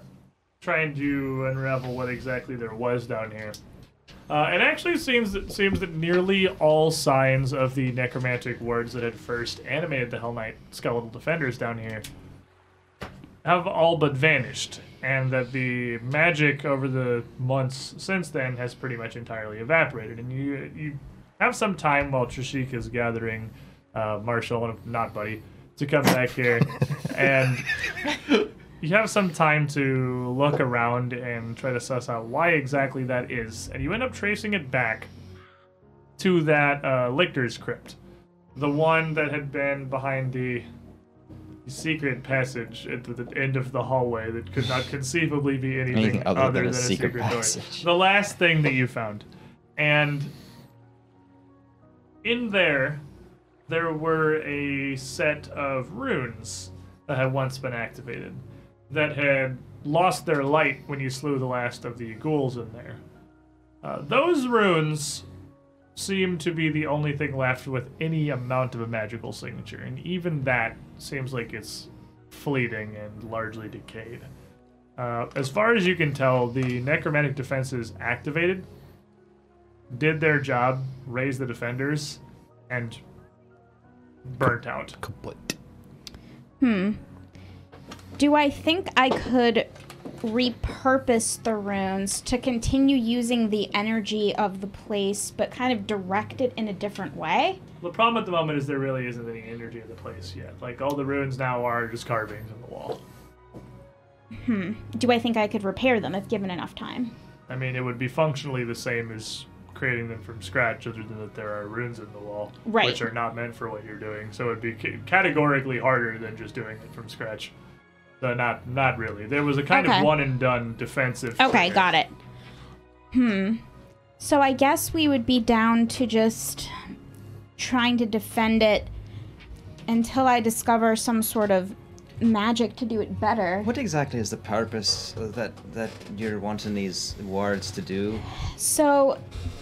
Speaker 1: trying to unravel what exactly there was down here, uh, it actually seems that seems that nearly all signs of the necromantic wards that had first animated the Hell Knight skeletal defenders down here have all but vanished, and that the magic over the months since then has pretty much entirely evaporated. And you you have some time while Trishik is gathering uh, Marshall and not Buddy to come back here, and you have some time to look around and try to suss out why exactly that is, and you end up tracing it back to that uh, Lictor's crypt, the one that had been behind the secret passage at the, the end of the hallway that could not conceivably be anything,
Speaker 2: Anything
Speaker 1: other, than, a secret,
Speaker 2: passage.
Speaker 1: door. The last thing that you found. And in there, there were a set of runes that had once been activated that had lost their light when you slew the last of the ghouls in there. Uh, those runes seem to be the only thing left with any amount of a magical signature, and even that seems like it's fleeting and largely decayed. Uh, as far as you can tell, the necromantic defenses activated, did their job, raised the defenders, and burnt out.
Speaker 3: Kaput.
Speaker 6: Do I think I could repurpose the runes to continue using the energy of the place, but kind of direct it in a different way?
Speaker 1: The problem at the moment is there really isn't any energy in the place yet. Like all the ruins now are just carvings on the wall.
Speaker 6: Do I think I could repair them if given enough time?
Speaker 1: I mean, it would be functionally the same as creating them from scratch, other than that there are runes in the wall,
Speaker 6: Right.
Speaker 1: which are not meant for what you're doing. So it'd be c- categorically harder than just doing it from scratch. So not, not really. There was a kind
Speaker 6: Okay.
Speaker 1: of one and done defensive.
Speaker 6: Okay,
Speaker 1: trigger.
Speaker 6: got it. Hmm. So I guess we would be down to just trying to defend it until I discover some sort of magic to do it better.
Speaker 2: What exactly is the purpose that that you're wanting these wards to do?
Speaker 6: So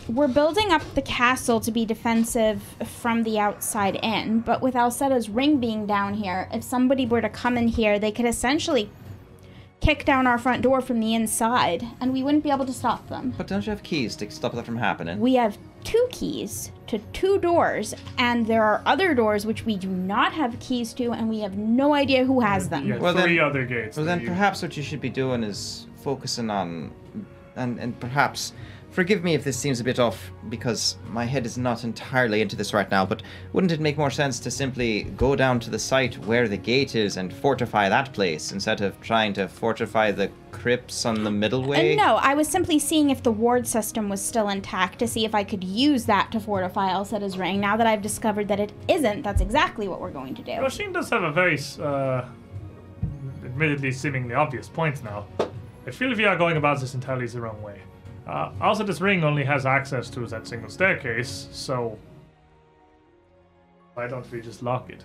Speaker 6: we're building up the castle to be defensive from the outside in, but with Alcetta's ring being down here, if somebody were to come in here, they could essentially kick down our front door from the inside, and we wouldn't be able to stop them.
Speaker 2: But don't you have keys to stop that from happening?
Speaker 6: We have two keys to two doors, and there are other doors which we do not have keys to, and we have no idea who has
Speaker 1: You
Speaker 6: them.
Speaker 1: got
Speaker 2: Well, then-
Speaker 1: three other gates.
Speaker 2: Well,
Speaker 1: that
Speaker 2: then
Speaker 1: you-
Speaker 2: perhaps what you should be doing is focusing on, and and perhaps, forgive me if this seems a bit off because my head is not entirely into this right now. But wouldn't it make more sense to simply go down to the site where the gate is and fortify that place instead of trying to fortify the crypts on the middle way?
Speaker 6: And no, I was simply seeing if the ward system was still intact to see if I could use that to fortify Elsetta's ring. Now that I've discovered that it isn't, that's exactly what we're going to do.
Speaker 1: Roshin does have a very, uh, admittedly seemingly obvious point now. I feel we are going about this entirely the wrong way. Uh, also, this ring only has access to that single staircase, so why don't we just lock it?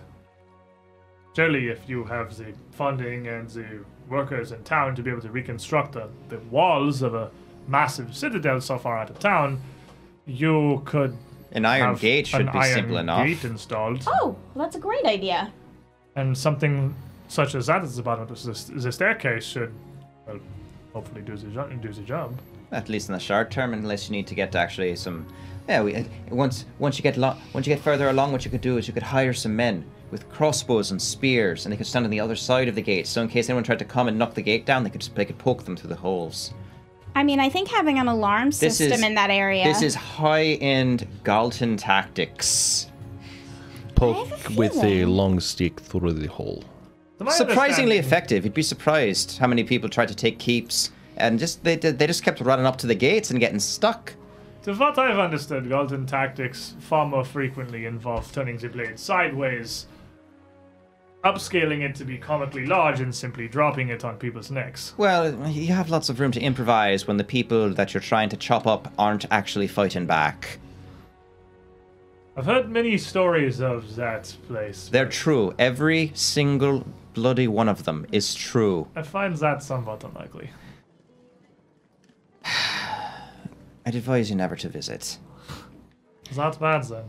Speaker 1: Surely, if you have the funding and the workers in town to be able to reconstruct the, the walls of a massive citadel so far out of town, you could
Speaker 2: An iron
Speaker 1: have
Speaker 2: gate should
Speaker 1: an
Speaker 2: be
Speaker 1: iron
Speaker 2: simple enough.
Speaker 1: gate installed,
Speaker 6: Oh, well, that's a great idea.
Speaker 1: and something such as that at the bottom of this, this staircase should, well, hopefully do the jo- do the job.
Speaker 2: At least in the short term, unless you need to get actually some. Yeah, we, uh, once once you get lo- once you get further along, what you could do is you could hire some men with crossbows and spears, and they could stand on the other side of the gate. So in case anyone tried to come and knock the gate down, they could just, they could poke them through the holes.
Speaker 6: I mean, I think having an alarm
Speaker 2: This
Speaker 6: system
Speaker 2: is-
Speaker 6: in that area.
Speaker 2: This is high end Galton tactics.
Speaker 3: Poke with a
Speaker 6: feeling.
Speaker 3: long stick through the hole.
Speaker 1: To my
Speaker 2: Surprisingly
Speaker 1: understanding-
Speaker 2: effective. You'd be surprised how many people tried to take keeps, and just they they just kept running up to the gates and getting stuck.
Speaker 1: To what I've understood, golden tactics far more frequently involve turning the blade sideways, upscaling it to be comically large, and simply dropping it on people's necks.
Speaker 2: Well, you have lots of room to improvise when the people that you're trying to chop up aren't actually fighting back.
Speaker 1: I've heard many stories of that place.
Speaker 2: They're true. Every single bloody one of them is true.
Speaker 1: I find that somewhat unlikely.
Speaker 2: I'd advise you never to visit.
Speaker 1: It's not bad then.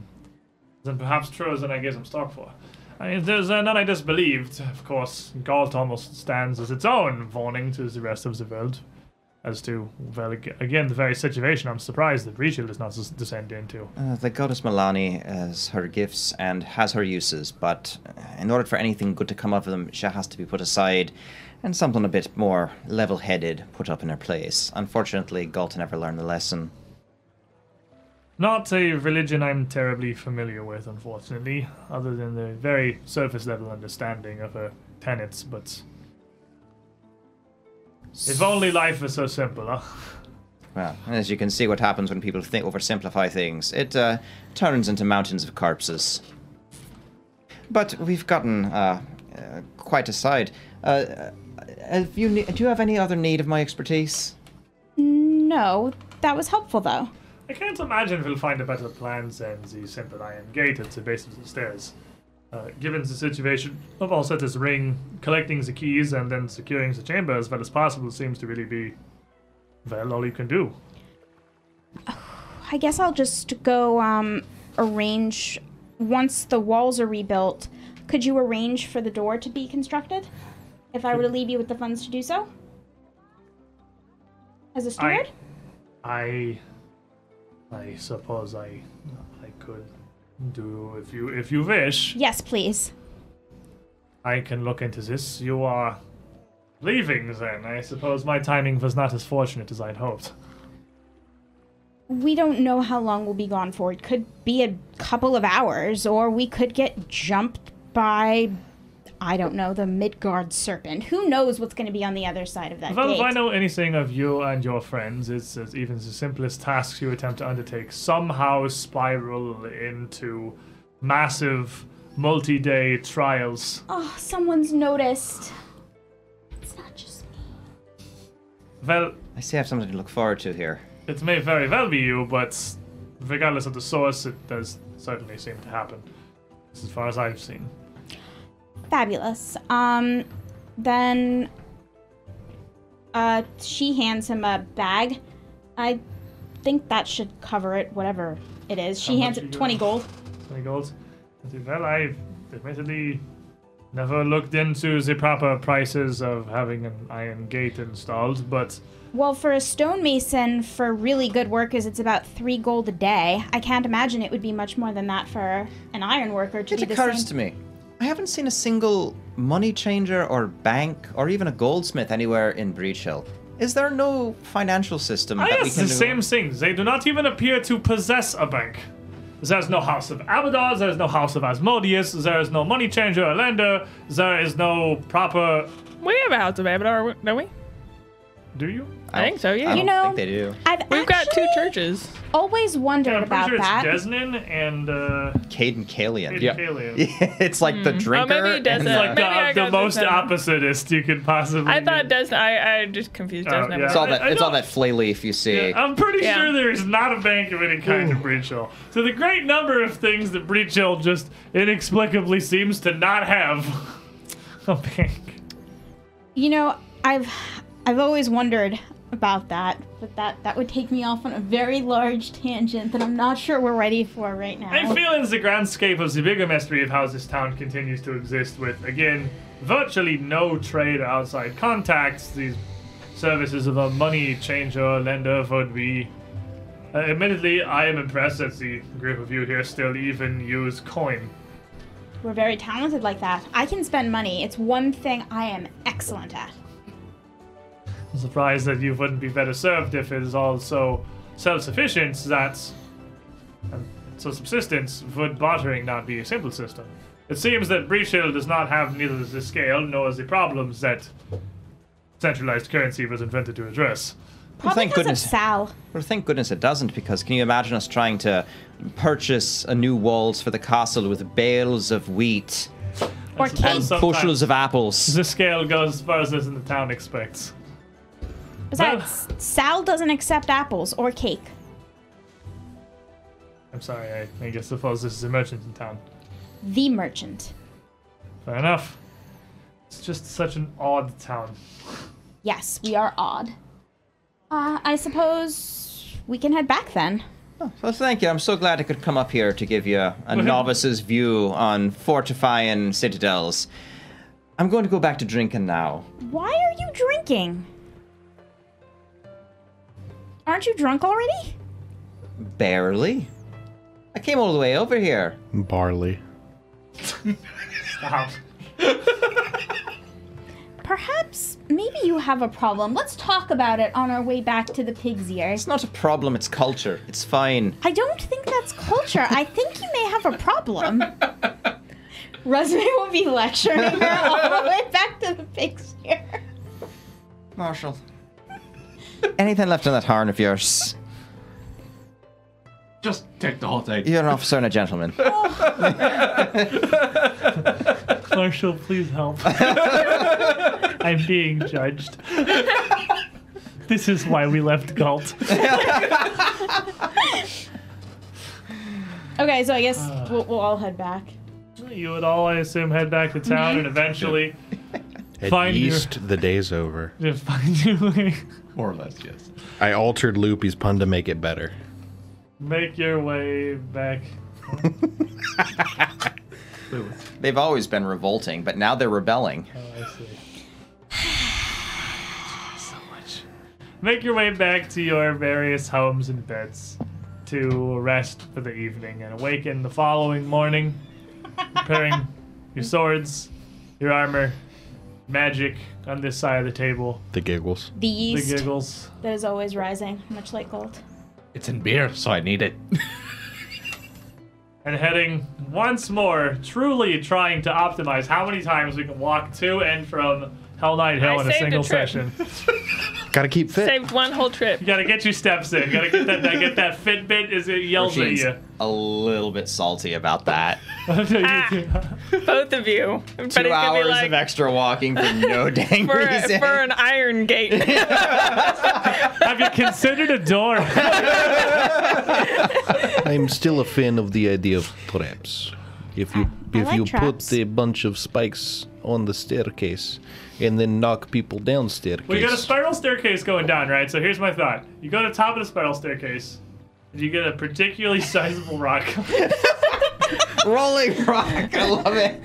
Speaker 1: Then perhaps truer than I gave him stock for. I mean, there's uh, none I disbelieved. Of course, Galt almost stands as its own warning to the rest of the world. As to, well, ag- again, the very situation I'm surprised that Rachel does not s- descend into.
Speaker 2: Uh, the goddess Milani has her gifts and has her uses, but uh, in order for anything good to come of them, she has to be put aside and something a bit more level headed put up in her place. Unfortunately, Galton never learned the lesson.
Speaker 1: Not a religion I'm terribly familiar with, unfortunately, other than the very surface level understanding of her tenets, but. If only life was so simple, huh?
Speaker 2: Well, as you can see, what happens when people think oversimplify things, it uh, turns into mountains of corpses. But we've gotten uh, uh, quite aside. Uh, have you ne- do you have any other need of my expertise?
Speaker 6: No, that was helpful though.
Speaker 1: I can't imagine we'll find a better plan than the simple iron gate at the base of the stairs. Uh, given the situation of Alcetus Ring, collecting the keys and then securing the chamber as well as possible seems to really be, well, all you can do.
Speaker 6: I guess I'll just go um, arrange once the walls are rebuilt. Could you arrange for the door to be constructed? If I were to leave you with the funds to do so? As a steward?
Speaker 1: I, I suppose I, I could do if you if you wish.
Speaker 6: Yes, please.
Speaker 1: I can look into this. You are leaving then. I suppose my timing was not as fortunate as I'd hoped.
Speaker 6: We don't know how long we'll be gone for. It could be a couple of hours, or we could get jumped by, I don't know, the Midgard serpent. Who knows what's going to be on the other side of that
Speaker 1: Well, if I
Speaker 6: gate?
Speaker 1: know anything of you and your friends, it's that even the simplest tasks you attempt to undertake somehow spiral into massive, multi day trials.
Speaker 6: Oh, someone's noticed. It's not just me.
Speaker 1: Well,
Speaker 2: I see I have something to look forward to here.
Speaker 1: it may very well be you, but regardless of the source, it does certainly seem to happen. As far as I've seen.
Speaker 6: Fabulous. Um, then, uh, she hands him a bag. I think that should cover it, whatever it is. She
Speaker 1: How
Speaker 6: hands
Speaker 1: much
Speaker 6: it
Speaker 1: you
Speaker 6: 20
Speaker 1: got?
Speaker 6: gold.
Speaker 1: 20 gold. I said, Well, I've admittedly never looked into the proper prices of having an iron gate installed, but
Speaker 6: Well, for a stonemason, for really good workers, it's about three gold a day. I can't imagine it would be much more than that for an iron worker to
Speaker 2: It
Speaker 6: be the same.
Speaker 2: occurs to me. I haven't seen a single money changer or bank or even a goldsmith anywhere in Breach Hill. Is there no financial system
Speaker 1: Ah,
Speaker 2: that we
Speaker 1: yes,
Speaker 2: can
Speaker 1: the same
Speaker 2: do-
Speaker 1: thing. They do not even appear to possess a bank. There's no House of Abadar, there's no House of Asmodeus, there is no money changer or lender, there is no proper.
Speaker 4: We have a house of Abadar, don't we?
Speaker 1: Do you?
Speaker 4: I think so, yeah.
Speaker 2: I
Speaker 4: You
Speaker 2: don't
Speaker 6: know-
Speaker 2: think they do.
Speaker 6: I've
Speaker 4: We've got two
Speaker 6: actually
Speaker 4: churches.
Speaker 6: Always wondered
Speaker 1: Yeah, I'm pretty
Speaker 6: about
Speaker 1: sure
Speaker 6: that.
Speaker 1: it's Desnin and uh,
Speaker 2: Caden Kalian.
Speaker 1: Caden Kalian. It's
Speaker 2: it's like the drinker.
Speaker 4: maybe it
Speaker 2: and
Speaker 4: doesn't.
Speaker 2: the-
Speaker 4: It's
Speaker 1: like
Speaker 4: Maybe I
Speaker 1: the,
Speaker 4: got
Speaker 1: the most
Speaker 4: this one.
Speaker 1: oppositist you could possibly.
Speaker 4: I thought
Speaker 1: get.
Speaker 4: Desna. I, I just confused
Speaker 1: Oh,
Speaker 4: Desna.
Speaker 1: yeah.
Speaker 4: with
Speaker 2: It's all that.
Speaker 1: I- I
Speaker 2: it's all
Speaker 1: don't- um,
Speaker 2: that flay leaf you see.
Speaker 1: I'm pretty
Speaker 4: Yeah.
Speaker 1: sure there is not a bank of any kind in Breach Hill. So the great number of things that Breach Hill just inexplicably seems to not have a bank.
Speaker 6: You know, I've I've always wondered about that, but that that would take me off on a very large tangent that I'm not sure we're ready for right now.
Speaker 1: I feel is the grand scape of the bigger mystery of how this town continues to exist with, again, virtually no trade or outside contacts. These services of a money changer or lender would be. Uh, admittedly, I am impressed that the group of you here still even use coin.
Speaker 6: we're very talented like that. I can spend money. It's one thing I am excellent at.
Speaker 1: I'm surprised that you wouldn't be better served if it is also self sufficient that. um, so subsistence would bartering not be a simple system. It seems that Breach Hill does not have neither the scale nor the problems that centralized currency was invented to address.
Speaker 6: Probably
Speaker 2: thank
Speaker 6: 'cause
Speaker 2: goodness.
Speaker 6: of Sal.
Speaker 2: Well, thank goodness it doesn't, because can you imagine us trying to purchase a new walls for the castle with bales of wheat
Speaker 6: Or
Speaker 1: suppose
Speaker 6: cake.
Speaker 1: so. Sometimes-
Speaker 2: bushels of apples?
Speaker 1: The scale goes further than the town expects.
Speaker 6: Besides, Sal doesn't accept apples or cake.
Speaker 1: I'm sorry, I, I guess suppose this is a merchant in town.
Speaker 6: The merchant.
Speaker 1: Fair enough. It's just such an odd town.
Speaker 6: Yes, we are odd. Uh, I suppose we can head back then.
Speaker 2: Well, thank you. I'm so glad I could come up here to give you a novice's view on fortifying citadels. I'm going to go back to drinking now.
Speaker 6: Why are you drinking? Aren't you drunk already?
Speaker 2: Barely. I came all the way over here.
Speaker 3: Barley.
Speaker 1: Stop.
Speaker 6: Perhaps maybe you have a problem. Let's talk about it on our way back to the pig's ear.
Speaker 2: It's not a problem, it's culture. It's fine.
Speaker 6: I don't think that's culture. I think you may have a problem. Resume will be lecturing her all the way back to the pig's ear.
Speaker 2: Marshall. Anything left in that horn of yours?
Speaker 8: Just take the whole thing.
Speaker 2: You're an officer and a gentleman.
Speaker 1: Marshall, please help. I'm being judged. This is why we left Galt.
Speaker 6: Okay, so I guess we'll, we'll all head back.
Speaker 1: You would all, I assume, head back to town and eventually
Speaker 3: At
Speaker 1: Find your-
Speaker 3: least the day's over.
Speaker 1: just find your way,
Speaker 8: More or less, yes.
Speaker 3: I altered Loopy's pun to make it better.
Speaker 1: make your way back.
Speaker 2: They've always been revolting, but now they're rebelling.
Speaker 1: Oh, I see. so much. Make your way back to your various homes and beds to rest for the evening and awaken the following morning, preparing your swords, your armor, magic on this side of the table,
Speaker 3: The giggles.
Speaker 6: The
Speaker 1: the
Speaker 6: yeast
Speaker 1: giggles.
Speaker 6: that is always rising, much like gold.
Speaker 7: It's in beer, so I need it.
Speaker 1: and heading once more, truly trying to optimize how many times we can walk to and from Hell Knight Hill in
Speaker 4: I
Speaker 1: a
Speaker 4: saved a
Speaker 1: single session.
Speaker 4: trip.
Speaker 3: Gotta keep fit.
Speaker 4: Saved one whole trip.
Speaker 1: You gotta get your steps in. Gotta get that. That get that Fitbit. Is it yells
Speaker 2: Roisin's
Speaker 1: at
Speaker 2: a little bit salty about that.
Speaker 1: you?
Speaker 4: Ah. Both of you. But it's
Speaker 2: Two
Speaker 4: gonna
Speaker 2: hours
Speaker 4: be like
Speaker 2: of extra walking for no dang
Speaker 4: for, a,
Speaker 2: reason.
Speaker 4: for an iron gate.
Speaker 1: Have you considered a door?
Speaker 3: I'm still a fan of the idea of traps. If you
Speaker 6: I
Speaker 3: if
Speaker 6: like
Speaker 3: you
Speaker 6: traps.
Speaker 3: put a bunch of spikes on the staircase and then knock people down staircase.
Speaker 1: we got a spiral staircase going down, right? So here's my thought: you go to the top of the spiral staircase, and you get a particularly sizable rock.
Speaker 2: Rolling rock, I love it.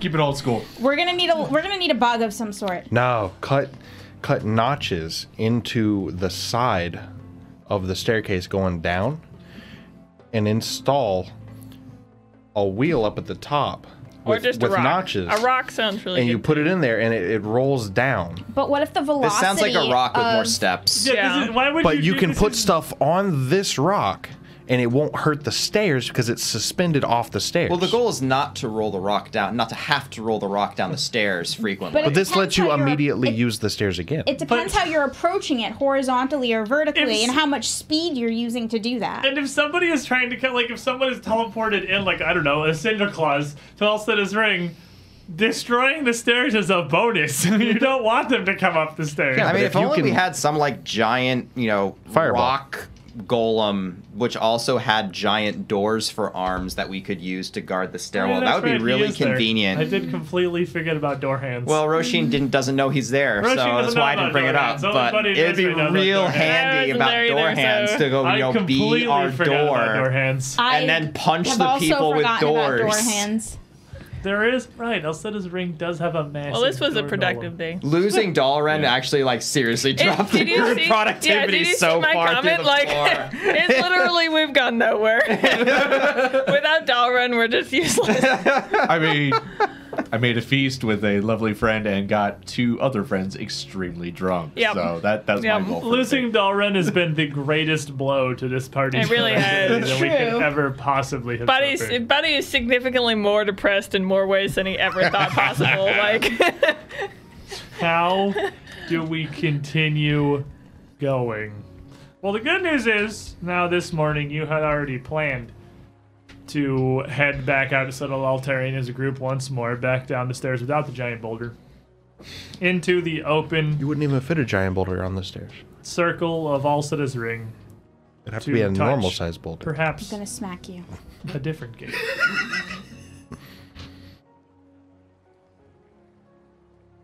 Speaker 8: Keep it old school.
Speaker 6: We're gonna need a we're gonna need a bug of some sort.
Speaker 3: No, cut cut notches into the side of the staircase going down and install a wheel up at the top
Speaker 4: or
Speaker 3: with,
Speaker 4: just
Speaker 3: with
Speaker 4: a rock.
Speaker 3: notches.
Speaker 4: A rock sounds really
Speaker 3: And
Speaker 4: good.
Speaker 3: you put it in there and it, it rolls down.
Speaker 6: But what if the velocity?
Speaker 2: This sounds like a rock with
Speaker 4: um,
Speaker 2: more
Speaker 6: of-
Speaker 2: steps.
Speaker 1: Yeah, this is- why would
Speaker 3: But
Speaker 1: you?
Speaker 3: you
Speaker 1: do
Speaker 3: can
Speaker 1: this
Speaker 3: put
Speaker 1: in-
Speaker 3: stuff on this rock and it won't hurt the stairs because it's suspended off the stairs.
Speaker 2: Well, the goal is not to roll the rock down, not to have to roll the rock down the stairs frequently.
Speaker 6: But
Speaker 3: But this
Speaker 6: Depends
Speaker 3: lets you
Speaker 6: how you're-
Speaker 3: immediately
Speaker 6: it-
Speaker 3: use the stairs again.
Speaker 6: It depends how you're approaching it horizontally or vertically and how much speed you're using to do that.
Speaker 1: And if somebody is trying to cut, like if someone is teleported in, like I don't know, a Cinder Claws to Elstada's ring, destroying the stairs is a bonus. you don't want them to come up the stairs.
Speaker 2: I
Speaker 3: but
Speaker 2: mean,
Speaker 3: if
Speaker 2: if,
Speaker 3: you
Speaker 2: only we
Speaker 3: can-
Speaker 2: had some like giant, you know,
Speaker 3: Fireball.
Speaker 2: rock golem, which also had giant doors for arms that we could use to guard
Speaker 1: Oh,
Speaker 2: the
Speaker 1: yeah,
Speaker 2: stairwell.
Speaker 1: that's
Speaker 2: that would
Speaker 1: right,
Speaker 2: be
Speaker 1: he
Speaker 2: really
Speaker 1: is there.
Speaker 2: convenient.
Speaker 1: I did completely forget about door hands.
Speaker 2: Well, Roshin didn't doesn't know he's there,
Speaker 1: Roshin
Speaker 2: so
Speaker 1: doesn't
Speaker 2: that's
Speaker 1: know
Speaker 2: why I didn't
Speaker 1: about
Speaker 2: bring
Speaker 1: door
Speaker 2: it up.
Speaker 1: hands. Only
Speaker 2: But
Speaker 1: buddy
Speaker 2: it'd be
Speaker 1: knows about door
Speaker 2: real
Speaker 1: hands.
Speaker 2: handy
Speaker 4: I
Speaker 2: about
Speaker 4: wasn't
Speaker 2: door
Speaker 4: there either,
Speaker 2: hands
Speaker 4: so-
Speaker 2: to go,
Speaker 1: I
Speaker 2: you know,
Speaker 1: completely
Speaker 2: be our
Speaker 1: forgot about door
Speaker 2: door.
Speaker 1: hands.
Speaker 6: I
Speaker 2: And then punch
Speaker 6: have
Speaker 2: the
Speaker 6: also
Speaker 2: people with
Speaker 6: forgotten about
Speaker 2: doors.
Speaker 6: door hands.
Speaker 1: There is right. Elsetta's ring does have a massive.
Speaker 4: Well, this was a
Speaker 1: door
Speaker 4: productive
Speaker 1: golem.
Speaker 4: day.
Speaker 2: Losing Dalren actually, like, seriously dropped the
Speaker 4: did you
Speaker 2: group
Speaker 4: see- yeah,
Speaker 2: productivity
Speaker 4: did you see
Speaker 2: so
Speaker 4: my
Speaker 2: far
Speaker 4: comment?
Speaker 2: through the
Speaker 4: like,
Speaker 2: floor.
Speaker 4: it's literally we've gone nowhere. Without Dalren, we're just useless.
Speaker 5: I mean, I made a feast with a lovely friend and got two other friends extremely drunk.
Speaker 4: Yep.
Speaker 5: So that that's
Speaker 4: Yep.
Speaker 5: my goal. for the
Speaker 1: Losing Dalren has been the greatest blow to this party.
Speaker 4: It really has.
Speaker 1: that we
Speaker 6: True.
Speaker 1: could ever possibly have.
Speaker 4: Buddy's
Speaker 1: suffered.
Speaker 4: Buddy is significantly more depressed in more ways than he ever thought possible. Like,
Speaker 1: How do we continue going? Well, the good news is now this morning you had already planned to head back out to Settle Altarian as a group once more, back down the stairs without the giant boulder, into the open
Speaker 3: You wouldn't even fit a giant boulder on the stairs.
Speaker 1: circle of Alcida's ring,
Speaker 3: It'd have
Speaker 1: To
Speaker 3: to be a
Speaker 1: touch.
Speaker 3: normal sized boulder.
Speaker 1: perhaps
Speaker 6: I'm gonna smack you.
Speaker 1: a different gate.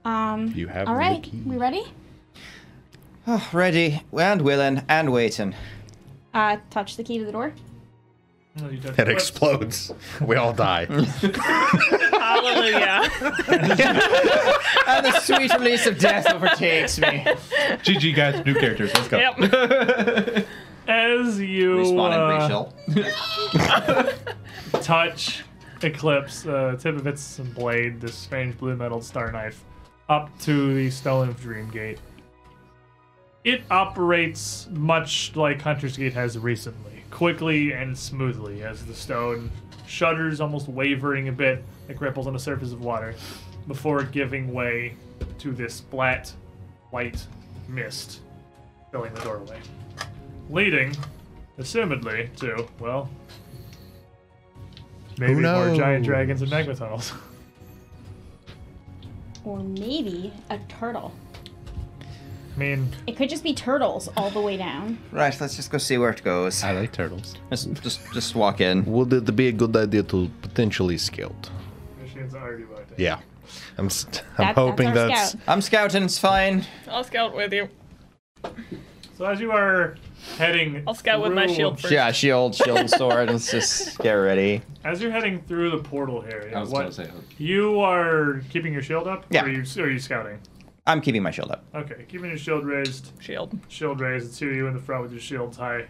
Speaker 6: Um.
Speaker 3: You have
Speaker 6: all
Speaker 3: no
Speaker 6: right,
Speaker 3: key.
Speaker 6: we ready?
Speaker 2: Ready and willing and waiting.
Speaker 6: Uh, touch the key to the door.
Speaker 1: No, you don't-
Speaker 3: It explodes. We all die.
Speaker 4: hallelujah.
Speaker 2: And the sweet release of death overtakes me.
Speaker 5: day. GG guys, new characters. Let's go.
Speaker 4: Yep.
Speaker 1: As you
Speaker 2: Respawn
Speaker 1: uh,
Speaker 2: and Rachel.
Speaker 1: touch Eclipse, uh, tip of its blade, this strange blue metal star knife, up to the Stone of Dream Gate. It operates much like Hunter's Gate has recently, quickly and smoothly, as the stone shudders, almost wavering a bit, it ripples on the surface of water, before giving way to this flat, white mist filling the doorway. Leading, assumedly, to, well, Maybe more giant
Speaker 3: knows?
Speaker 1: dragons and magma
Speaker 6: Or maybe a turtle.
Speaker 1: I mean,
Speaker 6: It could just be turtles all the way down.
Speaker 2: Right, let's just go see where it goes.
Speaker 8: I like turtles.
Speaker 2: Let's just, just walk in.
Speaker 3: Would it be a good idea to potentially scout?
Speaker 1: Michigan's already about to.
Speaker 3: Yeah. I'm, st- I'm
Speaker 6: That-
Speaker 3: hoping
Speaker 6: that's our
Speaker 3: that's.
Speaker 6: scout.
Speaker 2: I'm scouting, it's fine.
Speaker 4: I'll scout with you.
Speaker 1: So as you are heading,
Speaker 4: I'll scout with my
Speaker 1: through-
Speaker 4: shield first.
Speaker 2: Yeah, shield, shield, and sword. Let's just get ready.
Speaker 1: As you're heading through the portal area,
Speaker 8: I was
Speaker 1: what
Speaker 8: gonna say.
Speaker 1: you are keeping your shield up?
Speaker 2: Yeah.
Speaker 1: Or are you, are you scouting?
Speaker 2: I'm keeping my shield up.
Speaker 1: Okay, keeping your shield raised.
Speaker 4: Shield.
Speaker 1: Shield raised. The two of you in the front with your shields high.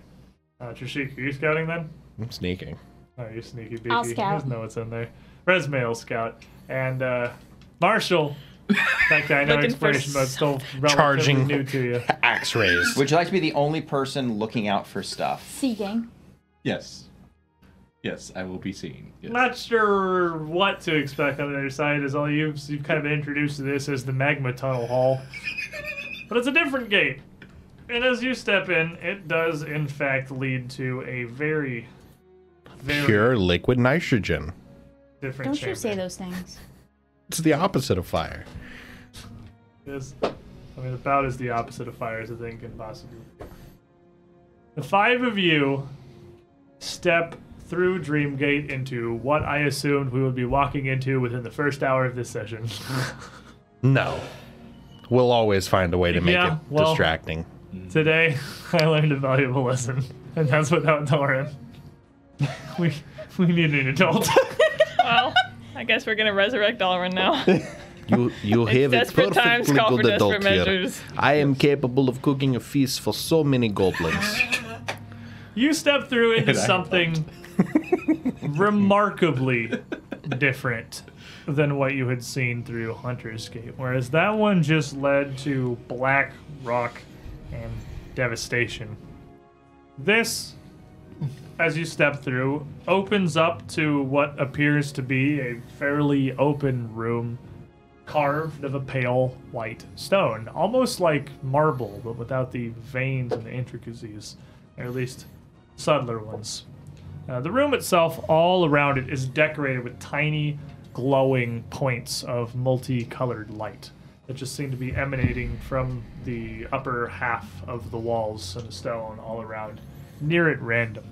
Speaker 1: Uh, Trishik, are you scouting then?
Speaker 3: I'm sneaking.
Speaker 1: Oh, you sneaky beaky.
Speaker 6: I'll
Speaker 1: You
Speaker 6: scout.
Speaker 1: guys know what's in there. Resmail will scout and uh, Marshall. That guy, I know
Speaker 4: Looking for
Speaker 1: exploration, but still relatively
Speaker 3: Charging.
Speaker 1: new to you.
Speaker 3: Axe raised.
Speaker 2: Would you like to be the only person looking out for stuff?
Speaker 6: Sea gang.
Speaker 8: Yes. Yes, I will be seeing. Yes.
Speaker 1: Not sure what to expect on the other side, as all you've you've kind of been introduced to this as the magma tunnel hall, but it's a different gate. And as you step in, it does in fact lead to a very, very
Speaker 3: Pure liquid nitrogen.
Speaker 1: different.
Speaker 6: Don't you say
Speaker 1: chamber.
Speaker 6: those things.
Speaker 3: It's the opposite of fire.
Speaker 1: This, I mean, about as the opposite of fire as a thing can possibly be. The five of you step through Dreamgate into what I assumed we would be walking into within the first hour of this session.
Speaker 3: No. We'll always find a way to make
Speaker 1: Yeah,
Speaker 3: it
Speaker 1: well-
Speaker 3: distracting.
Speaker 1: Today, I learned a valuable lesson, and that's without Doran. We we need an adult.
Speaker 4: Well, I guess we're gonna resurrect Dalren now.
Speaker 3: You you have it
Speaker 4: desperate times
Speaker 3: perfectly
Speaker 4: call for
Speaker 3: good adult
Speaker 4: desperate
Speaker 3: here.
Speaker 4: measures.
Speaker 3: I am capable of cooking a feast for so many goblins.
Speaker 1: you step through into
Speaker 8: And I
Speaker 1: something remarkably different than what you had seen through Hunter's Gate, whereas that one just led to black rock and devastation. This, as you step through, opens up to what appears to be a fairly open room carved of a pale white stone, almost like marble, but without the veins and the intricacies, or at least subtler ones. Uh, the room itself, all around it, is decorated with tiny, glowing points of multicolored light that just seem to be emanating from the upper half of the walls and the stone all around, near at random,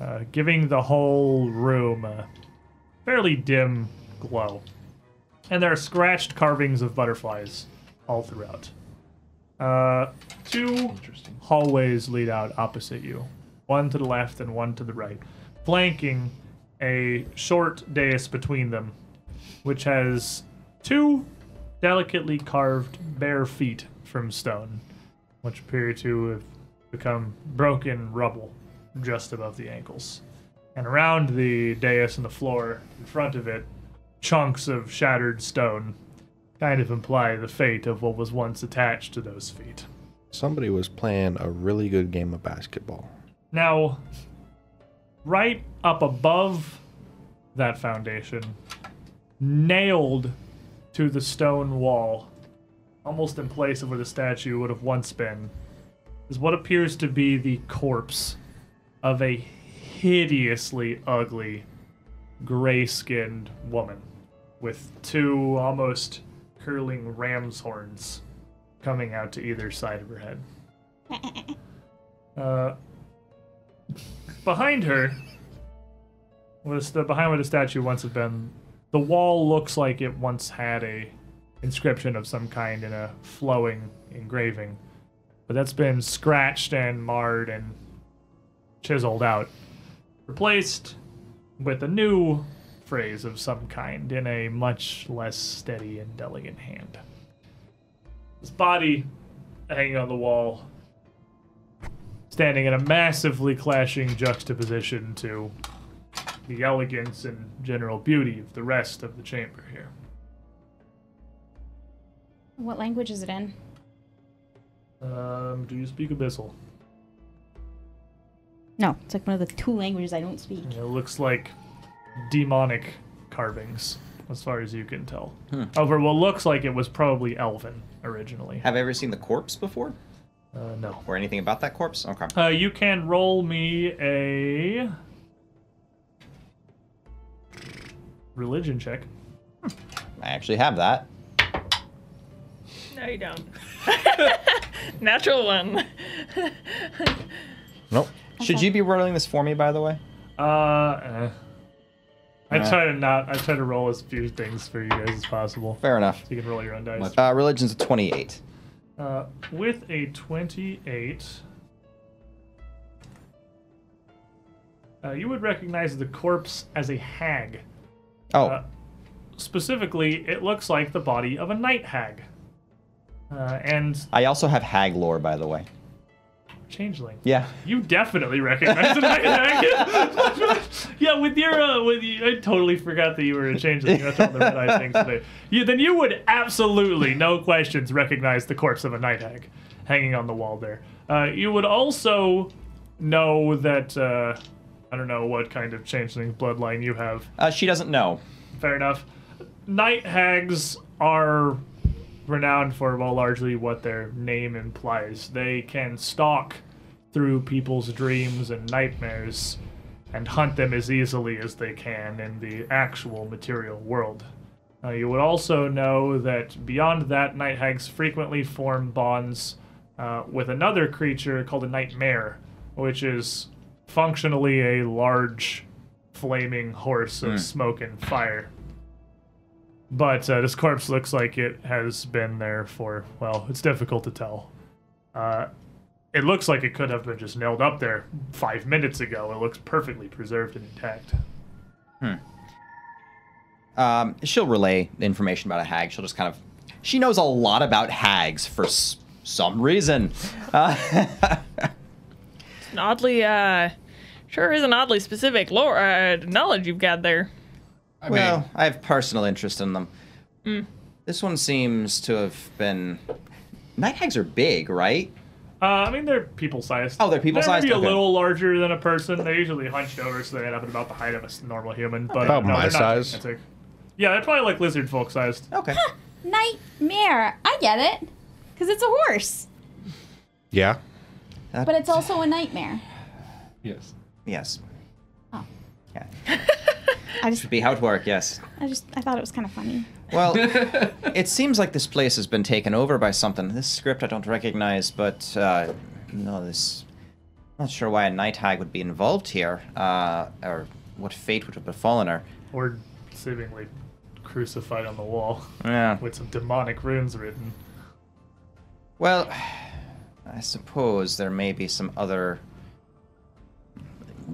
Speaker 1: uh, giving the whole room a fairly dim glow. And there are scratched carvings of butterflies all throughout. Uh, two hallways lead out opposite you, one to the left and one to the right, flanking a short dais between them, which has two delicately carved bare feet from stone, which appear to have become broken rubble just above the ankles. And around the dais and the floor, in front of it, chunks of shattered stone kind of imply the fate of what was once attached to those feet.
Speaker 3: Somebody was playing a really good game of basketball.
Speaker 1: Now, right up above that foundation, nailed to the stone wall, almost in place of where the statue would have once been, is what appears to be the corpse of a hideously ugly, gray skinned woman with two almost curling ram's horns coming out to either side of her head. Uh, behind her was the behind where the statue once had been. The wall looks like it once had a inscription of some kind in a flowing engraving, but that's been scratched and marred and chiseled out, replaced with a new phrase of some kind in a much less steady and delicate hand. His body hanging on the wall, standing in a massively clashing juxtaposition to the elegance and general beauty of the rest of the chamber here.
Speaker 6: What language is it in?
Speaker 1: Um, do you speak Abyssal?
Speaker 6: No, it's like one of the two languages I don't speak.
Speaker 1: It looks like demonic carvings, as far as you can tell. Over what looks like it was probably elven originally.
Speaker 2: Have I ever seen the corpse before?
Speaker 1: Uh, no.
Speaker 2: Or anything about that corpse? Okay.
Speaker 1: Uh, you can roll me a religion check.
Speaker 2: I actually have that.
Speaker 4: No, you don't. Natural one.
Speaker 2: Nope. Should you be rolling this for me, by the way?
Speaker 1: Uh, eh. I try to not. I try to roll as few things for you guys as possible.
Speaker 2: Fair enough.
Speaker 1: So you can roll your own dice.
Speaker 2: Uh, religion's a 28.
Speaker 1: Uh, with a 28, uh, you would recognize the corpse as a hag.
Speaker 2: Oh,
Speaker 1: Uh, specifically, it looks like the body of a night hag. Uh, and
Speaker 2: I also have hag lore, by the way.
Speaker 1: changeling.
Speaker 2: Yeah.
Speaker 1: You definitely recognize the night hag. yeah, with your, uh, with you, I totally forgot that you were a changeling. That's all the red eye things today. You, then you would absolutely, no questions, recognize the corpse of a night hag hanging on the wall there. Uh, you would also know that, uh, I don't know what kind of changeling bloodline you have.
Speaker 2: Uh, she doesn't know.
Speaker 1: Fair enough. Night hags are renowned for, well, largely what their name implies. They can stalk through people's dreams and nightmares and hunt them as easily as they can in the actual material world. Uh, you would also know that beyond that, night hags frequently form bonds uh, with another creature called a nightmare, which is functionally a large flaming horse of smoke and fire. But uh, this corpse looks like it has been there for, well, it's difficult to tell. Uh, it looks like it could have been just nailed up there five minutes ago. It looks perfectly preserved and intact.
Speaker 2: Um, she'll relay the information about a hag. She'll just kind of. She knows a lot about hags for s- some reason. Uh,
Speaker 4: An oddly, uh, sure is an oddly specific lore uh, knowledge you've got there.
Speaker 8: I mean,
Speaker 2: well, I have personal interest in them.
Speaker 6: Mm.
Speaker 2: This one seems to have been. Night hags are big, right?
Speaker 1: Uh, I mean, they're people sized.
Speaker 2: Oh, they're people-sized?
Speaker 1: They're maybe
Speaker 2: Okay.
Speaker 1: a little larger than a person. They're usually hunched over, so they end up at about the height of a s- normal human. But
Speaker 3: About
Speaker 1: no,
Speaker 3: my
Speaker 1: they're not
Speaker 3: size.
Speaker 1: gigantic. Yeah, they're probably like lizard folk sized.
Speaker 2: Okay.
Speaker 6: Nightmare. I get it. Because it's a horse.
Speaker 3: Yeah.
Speaker 6: But it's also a nightmare.
Speaker 8: yes.
Speaker 2: Yes.
Speaker 6: Oh.
Speaker 2: Yeah.
Speaker 6: I just,
Speaker 2: Be how it work, yes.
Speaker 6: I just, I thought it was kind of funny.
Speaker 2: Well, it seems like this place has been taken over by something. This script I don't recognize, but uh, no, this Not sure why a night hag would be involved here, uh, or what fate would have befallen her.
Speaker 1: Or seemingly crucified on the wall
Speaker 2: Yeah.
Speaker 1: with some demonic runes written.
Speaker 2: Well, I suppose there may be some other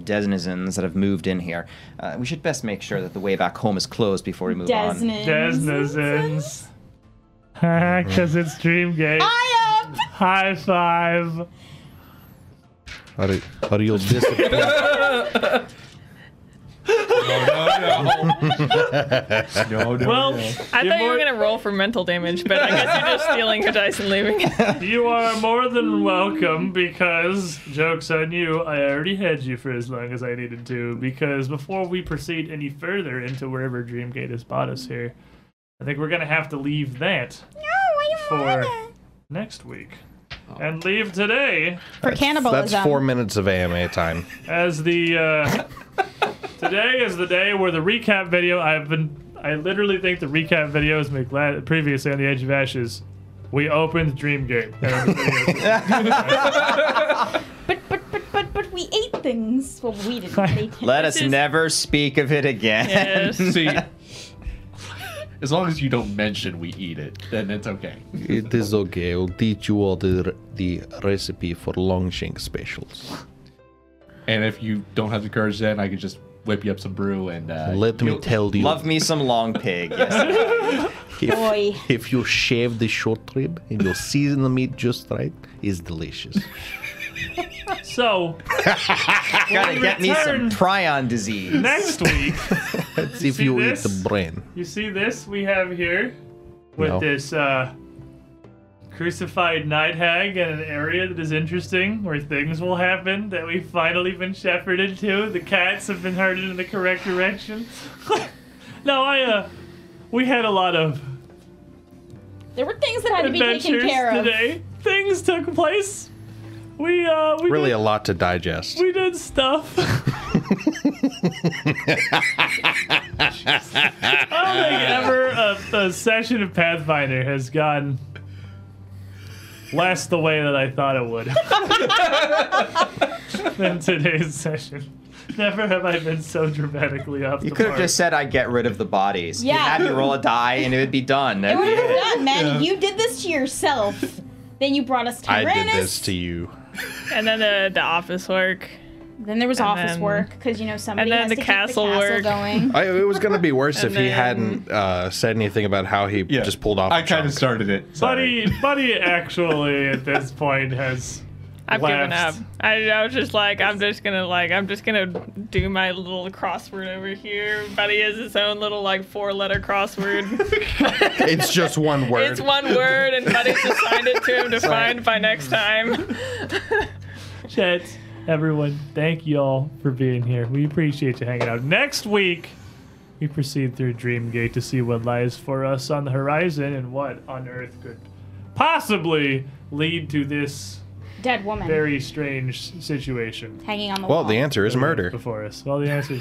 Speaker 2: denizens that have moved in here. Uh, we should best make sure that the way back home is closed before we move on.
Speaker 1: Desnizens. Because it's Dreamgate.
Speaker 6: I up.
Speaker 1: High five.
Speaker 3: Are, you- are you disappointed?
Speaker 8: No, no.
Speaker 1: Well,
Speaker 4: I thought you were
Speaker 1: more-
Speaker 4: gonna roll for mental damage, but I guess you're just stealing her dice and leaving.
Speaker 1: you are more than welcome because, joke's on you, I already had you for as long as I needed to. Because before we proceed any further into wherever Dreamgate has brought us here, I think we're going to have to leave that
Speaker 6: No, I
Speaker 1: for
Speaker 6: don't want
Speaker 1: next week. And leave today
Speaker 6: For cannibalism.
Speaker 3: That's four minutes of AMA time.
Speaker 1: as the uh, today is the day where the recap video I've been I literally think the recap video is McLa- previously on the Edge of Ashes. We opened Dream Game.
Speaker 6: But but but but but we ate things. Well, we didn't eat.
Speaker 2: Let us
Speaker 4: is-
Speaker 2: never speak of it again.
Speaker 4: Yes.
Speaker 8: See, as long as you don't mention we eat it, then it's okay.
Speaker 3: It is okay. I'll teach you all the, re- the recipe for longshank specials.
Speaker 8: And if you don't have the courage, then I could just whip you up some brew and uh,
Speaker 3: Let me
Speaker 8: you'll-
Speaker 3: tell you.
Speaker 2: Love me some long pig. Yes.
Speaker 3: If,
Speaker 6: Boy.
Speaker 3: if you shave the short rib and you season the meat just right, it's delicious.
Speaker 1: so
Speaker 2: Gotta get me some
Speaker 1: Return.
Speaker 2: prion disease.
Speaker 1: next week,
Speaker 3: That's if
Speaker 1: see
Speaker 3: you
Speaker 1: this?
Speaker 3: eat the brain.
Speaker 1: you see this we have here with
Speaker 3: No.
Speaker 1: this uh, crucified night hag and an area that is interesting where things will happen that we've finally been shepherded to. The cats have been herded in the correct direction. no, I uh, we had a lot of
Speaker 6: There were things that had to be taken
Speaker 1: adventures
Speaker 6: care of.
Speaker 1: today. Things took place. We uh we
Speaker 3: Really
Speaker 1: did,
Speaker 3: a lot to digest.
Speaker 1: we did stuff. I don't think ever a, a session of Pathfinder has gone less the way that I thought it would than today's session. Never have I been so dramatically off
Speaker 2: You
Speaker 1: the
Speaker 2: could have
Speaker 1: mark.
Speaker 2: just said, I get rid of the bodies.
Speaker 6: Yeah.
Speaker 2: You'd have me roll a die and it would be done.
Speaker 6: It would have been done, man. You did this to yourself. then you brought us
Speaker 3: I
Speaker 6: Tyrannus.
Speaker 3: did this to you.
Speaker 4: And then uh, the, the office work.
Speaker 6: Then there was office
Speaker 4: then-
Speaker 6: work because you know somebody
Speaker 4: then
Speaker 6: has
Speaker 4: the
Speaker 6: to
Speaker 4: castle
Speaker 6: keep the castle
Speaker 4: work.
Speaker 6: going.
Speaker 3: I, it was gonna be worse if
Speaker 4: And
Speaker 3: he
Speaker 4: then-
Speaker 3: hadn't uh, said anything about how he
Speaker 8: Yeah.
Speaker 3: just pulled off.
Speaker 8: I
Speaker 3: a
Speaker 8: kind of
Speaker 3: chunk.
Speaker 8: started it. Sorry.
Speaker 1: Buddy, Buddy actually at this point has
Speaker 4: I've given up.
Speaker 1: Left.
Speaker 4: I, I was just like, I'm just gonna like, I'm just gonna do my little crossword over here. Buddy has his own little like four-letter crossword.
Speaker 3: It's just one word.
Speaker 4: it's one word, and Buddy's assigned it to him to find by next time.
Speaker 1: Chet, everyone, thank y'all for being here. We appreciate you hanging out. Next week, we proceed through Dreamgate to see what lies for us on the horizon and what on earth could possibly lead to this
Speaker 6: Dead woman
Speaker 1: very strange situation
Speaker 6: hanging on the
Speaker 3: Well,
Speaker 6: wall.
Speaker 3: the answer is murder.
Speaker 1: before us. Well, the answer.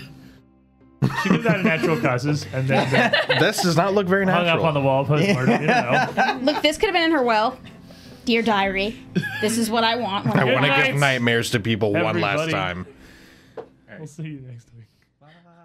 Speaker 1: She did that in natural causes and then
Speaker 3: this does not look very
Speaker 1: hung up
Speaker 3: natural.
Speaker 1: on the wall post mortem. You know.
Speaker 6: Look, this could have been in her will. Dear diary, this is what I want. When
Speaker 3: I
Speaker 6: I
Speaker 1: Good
Speaker 3: want to give
Speaker 1: night,
Speaker 3: nightmares to people one last
Speaker 1: everybody.
Speaker 3: time.
Speaker 1: We'll see you next week.
Speaker 8: Bye.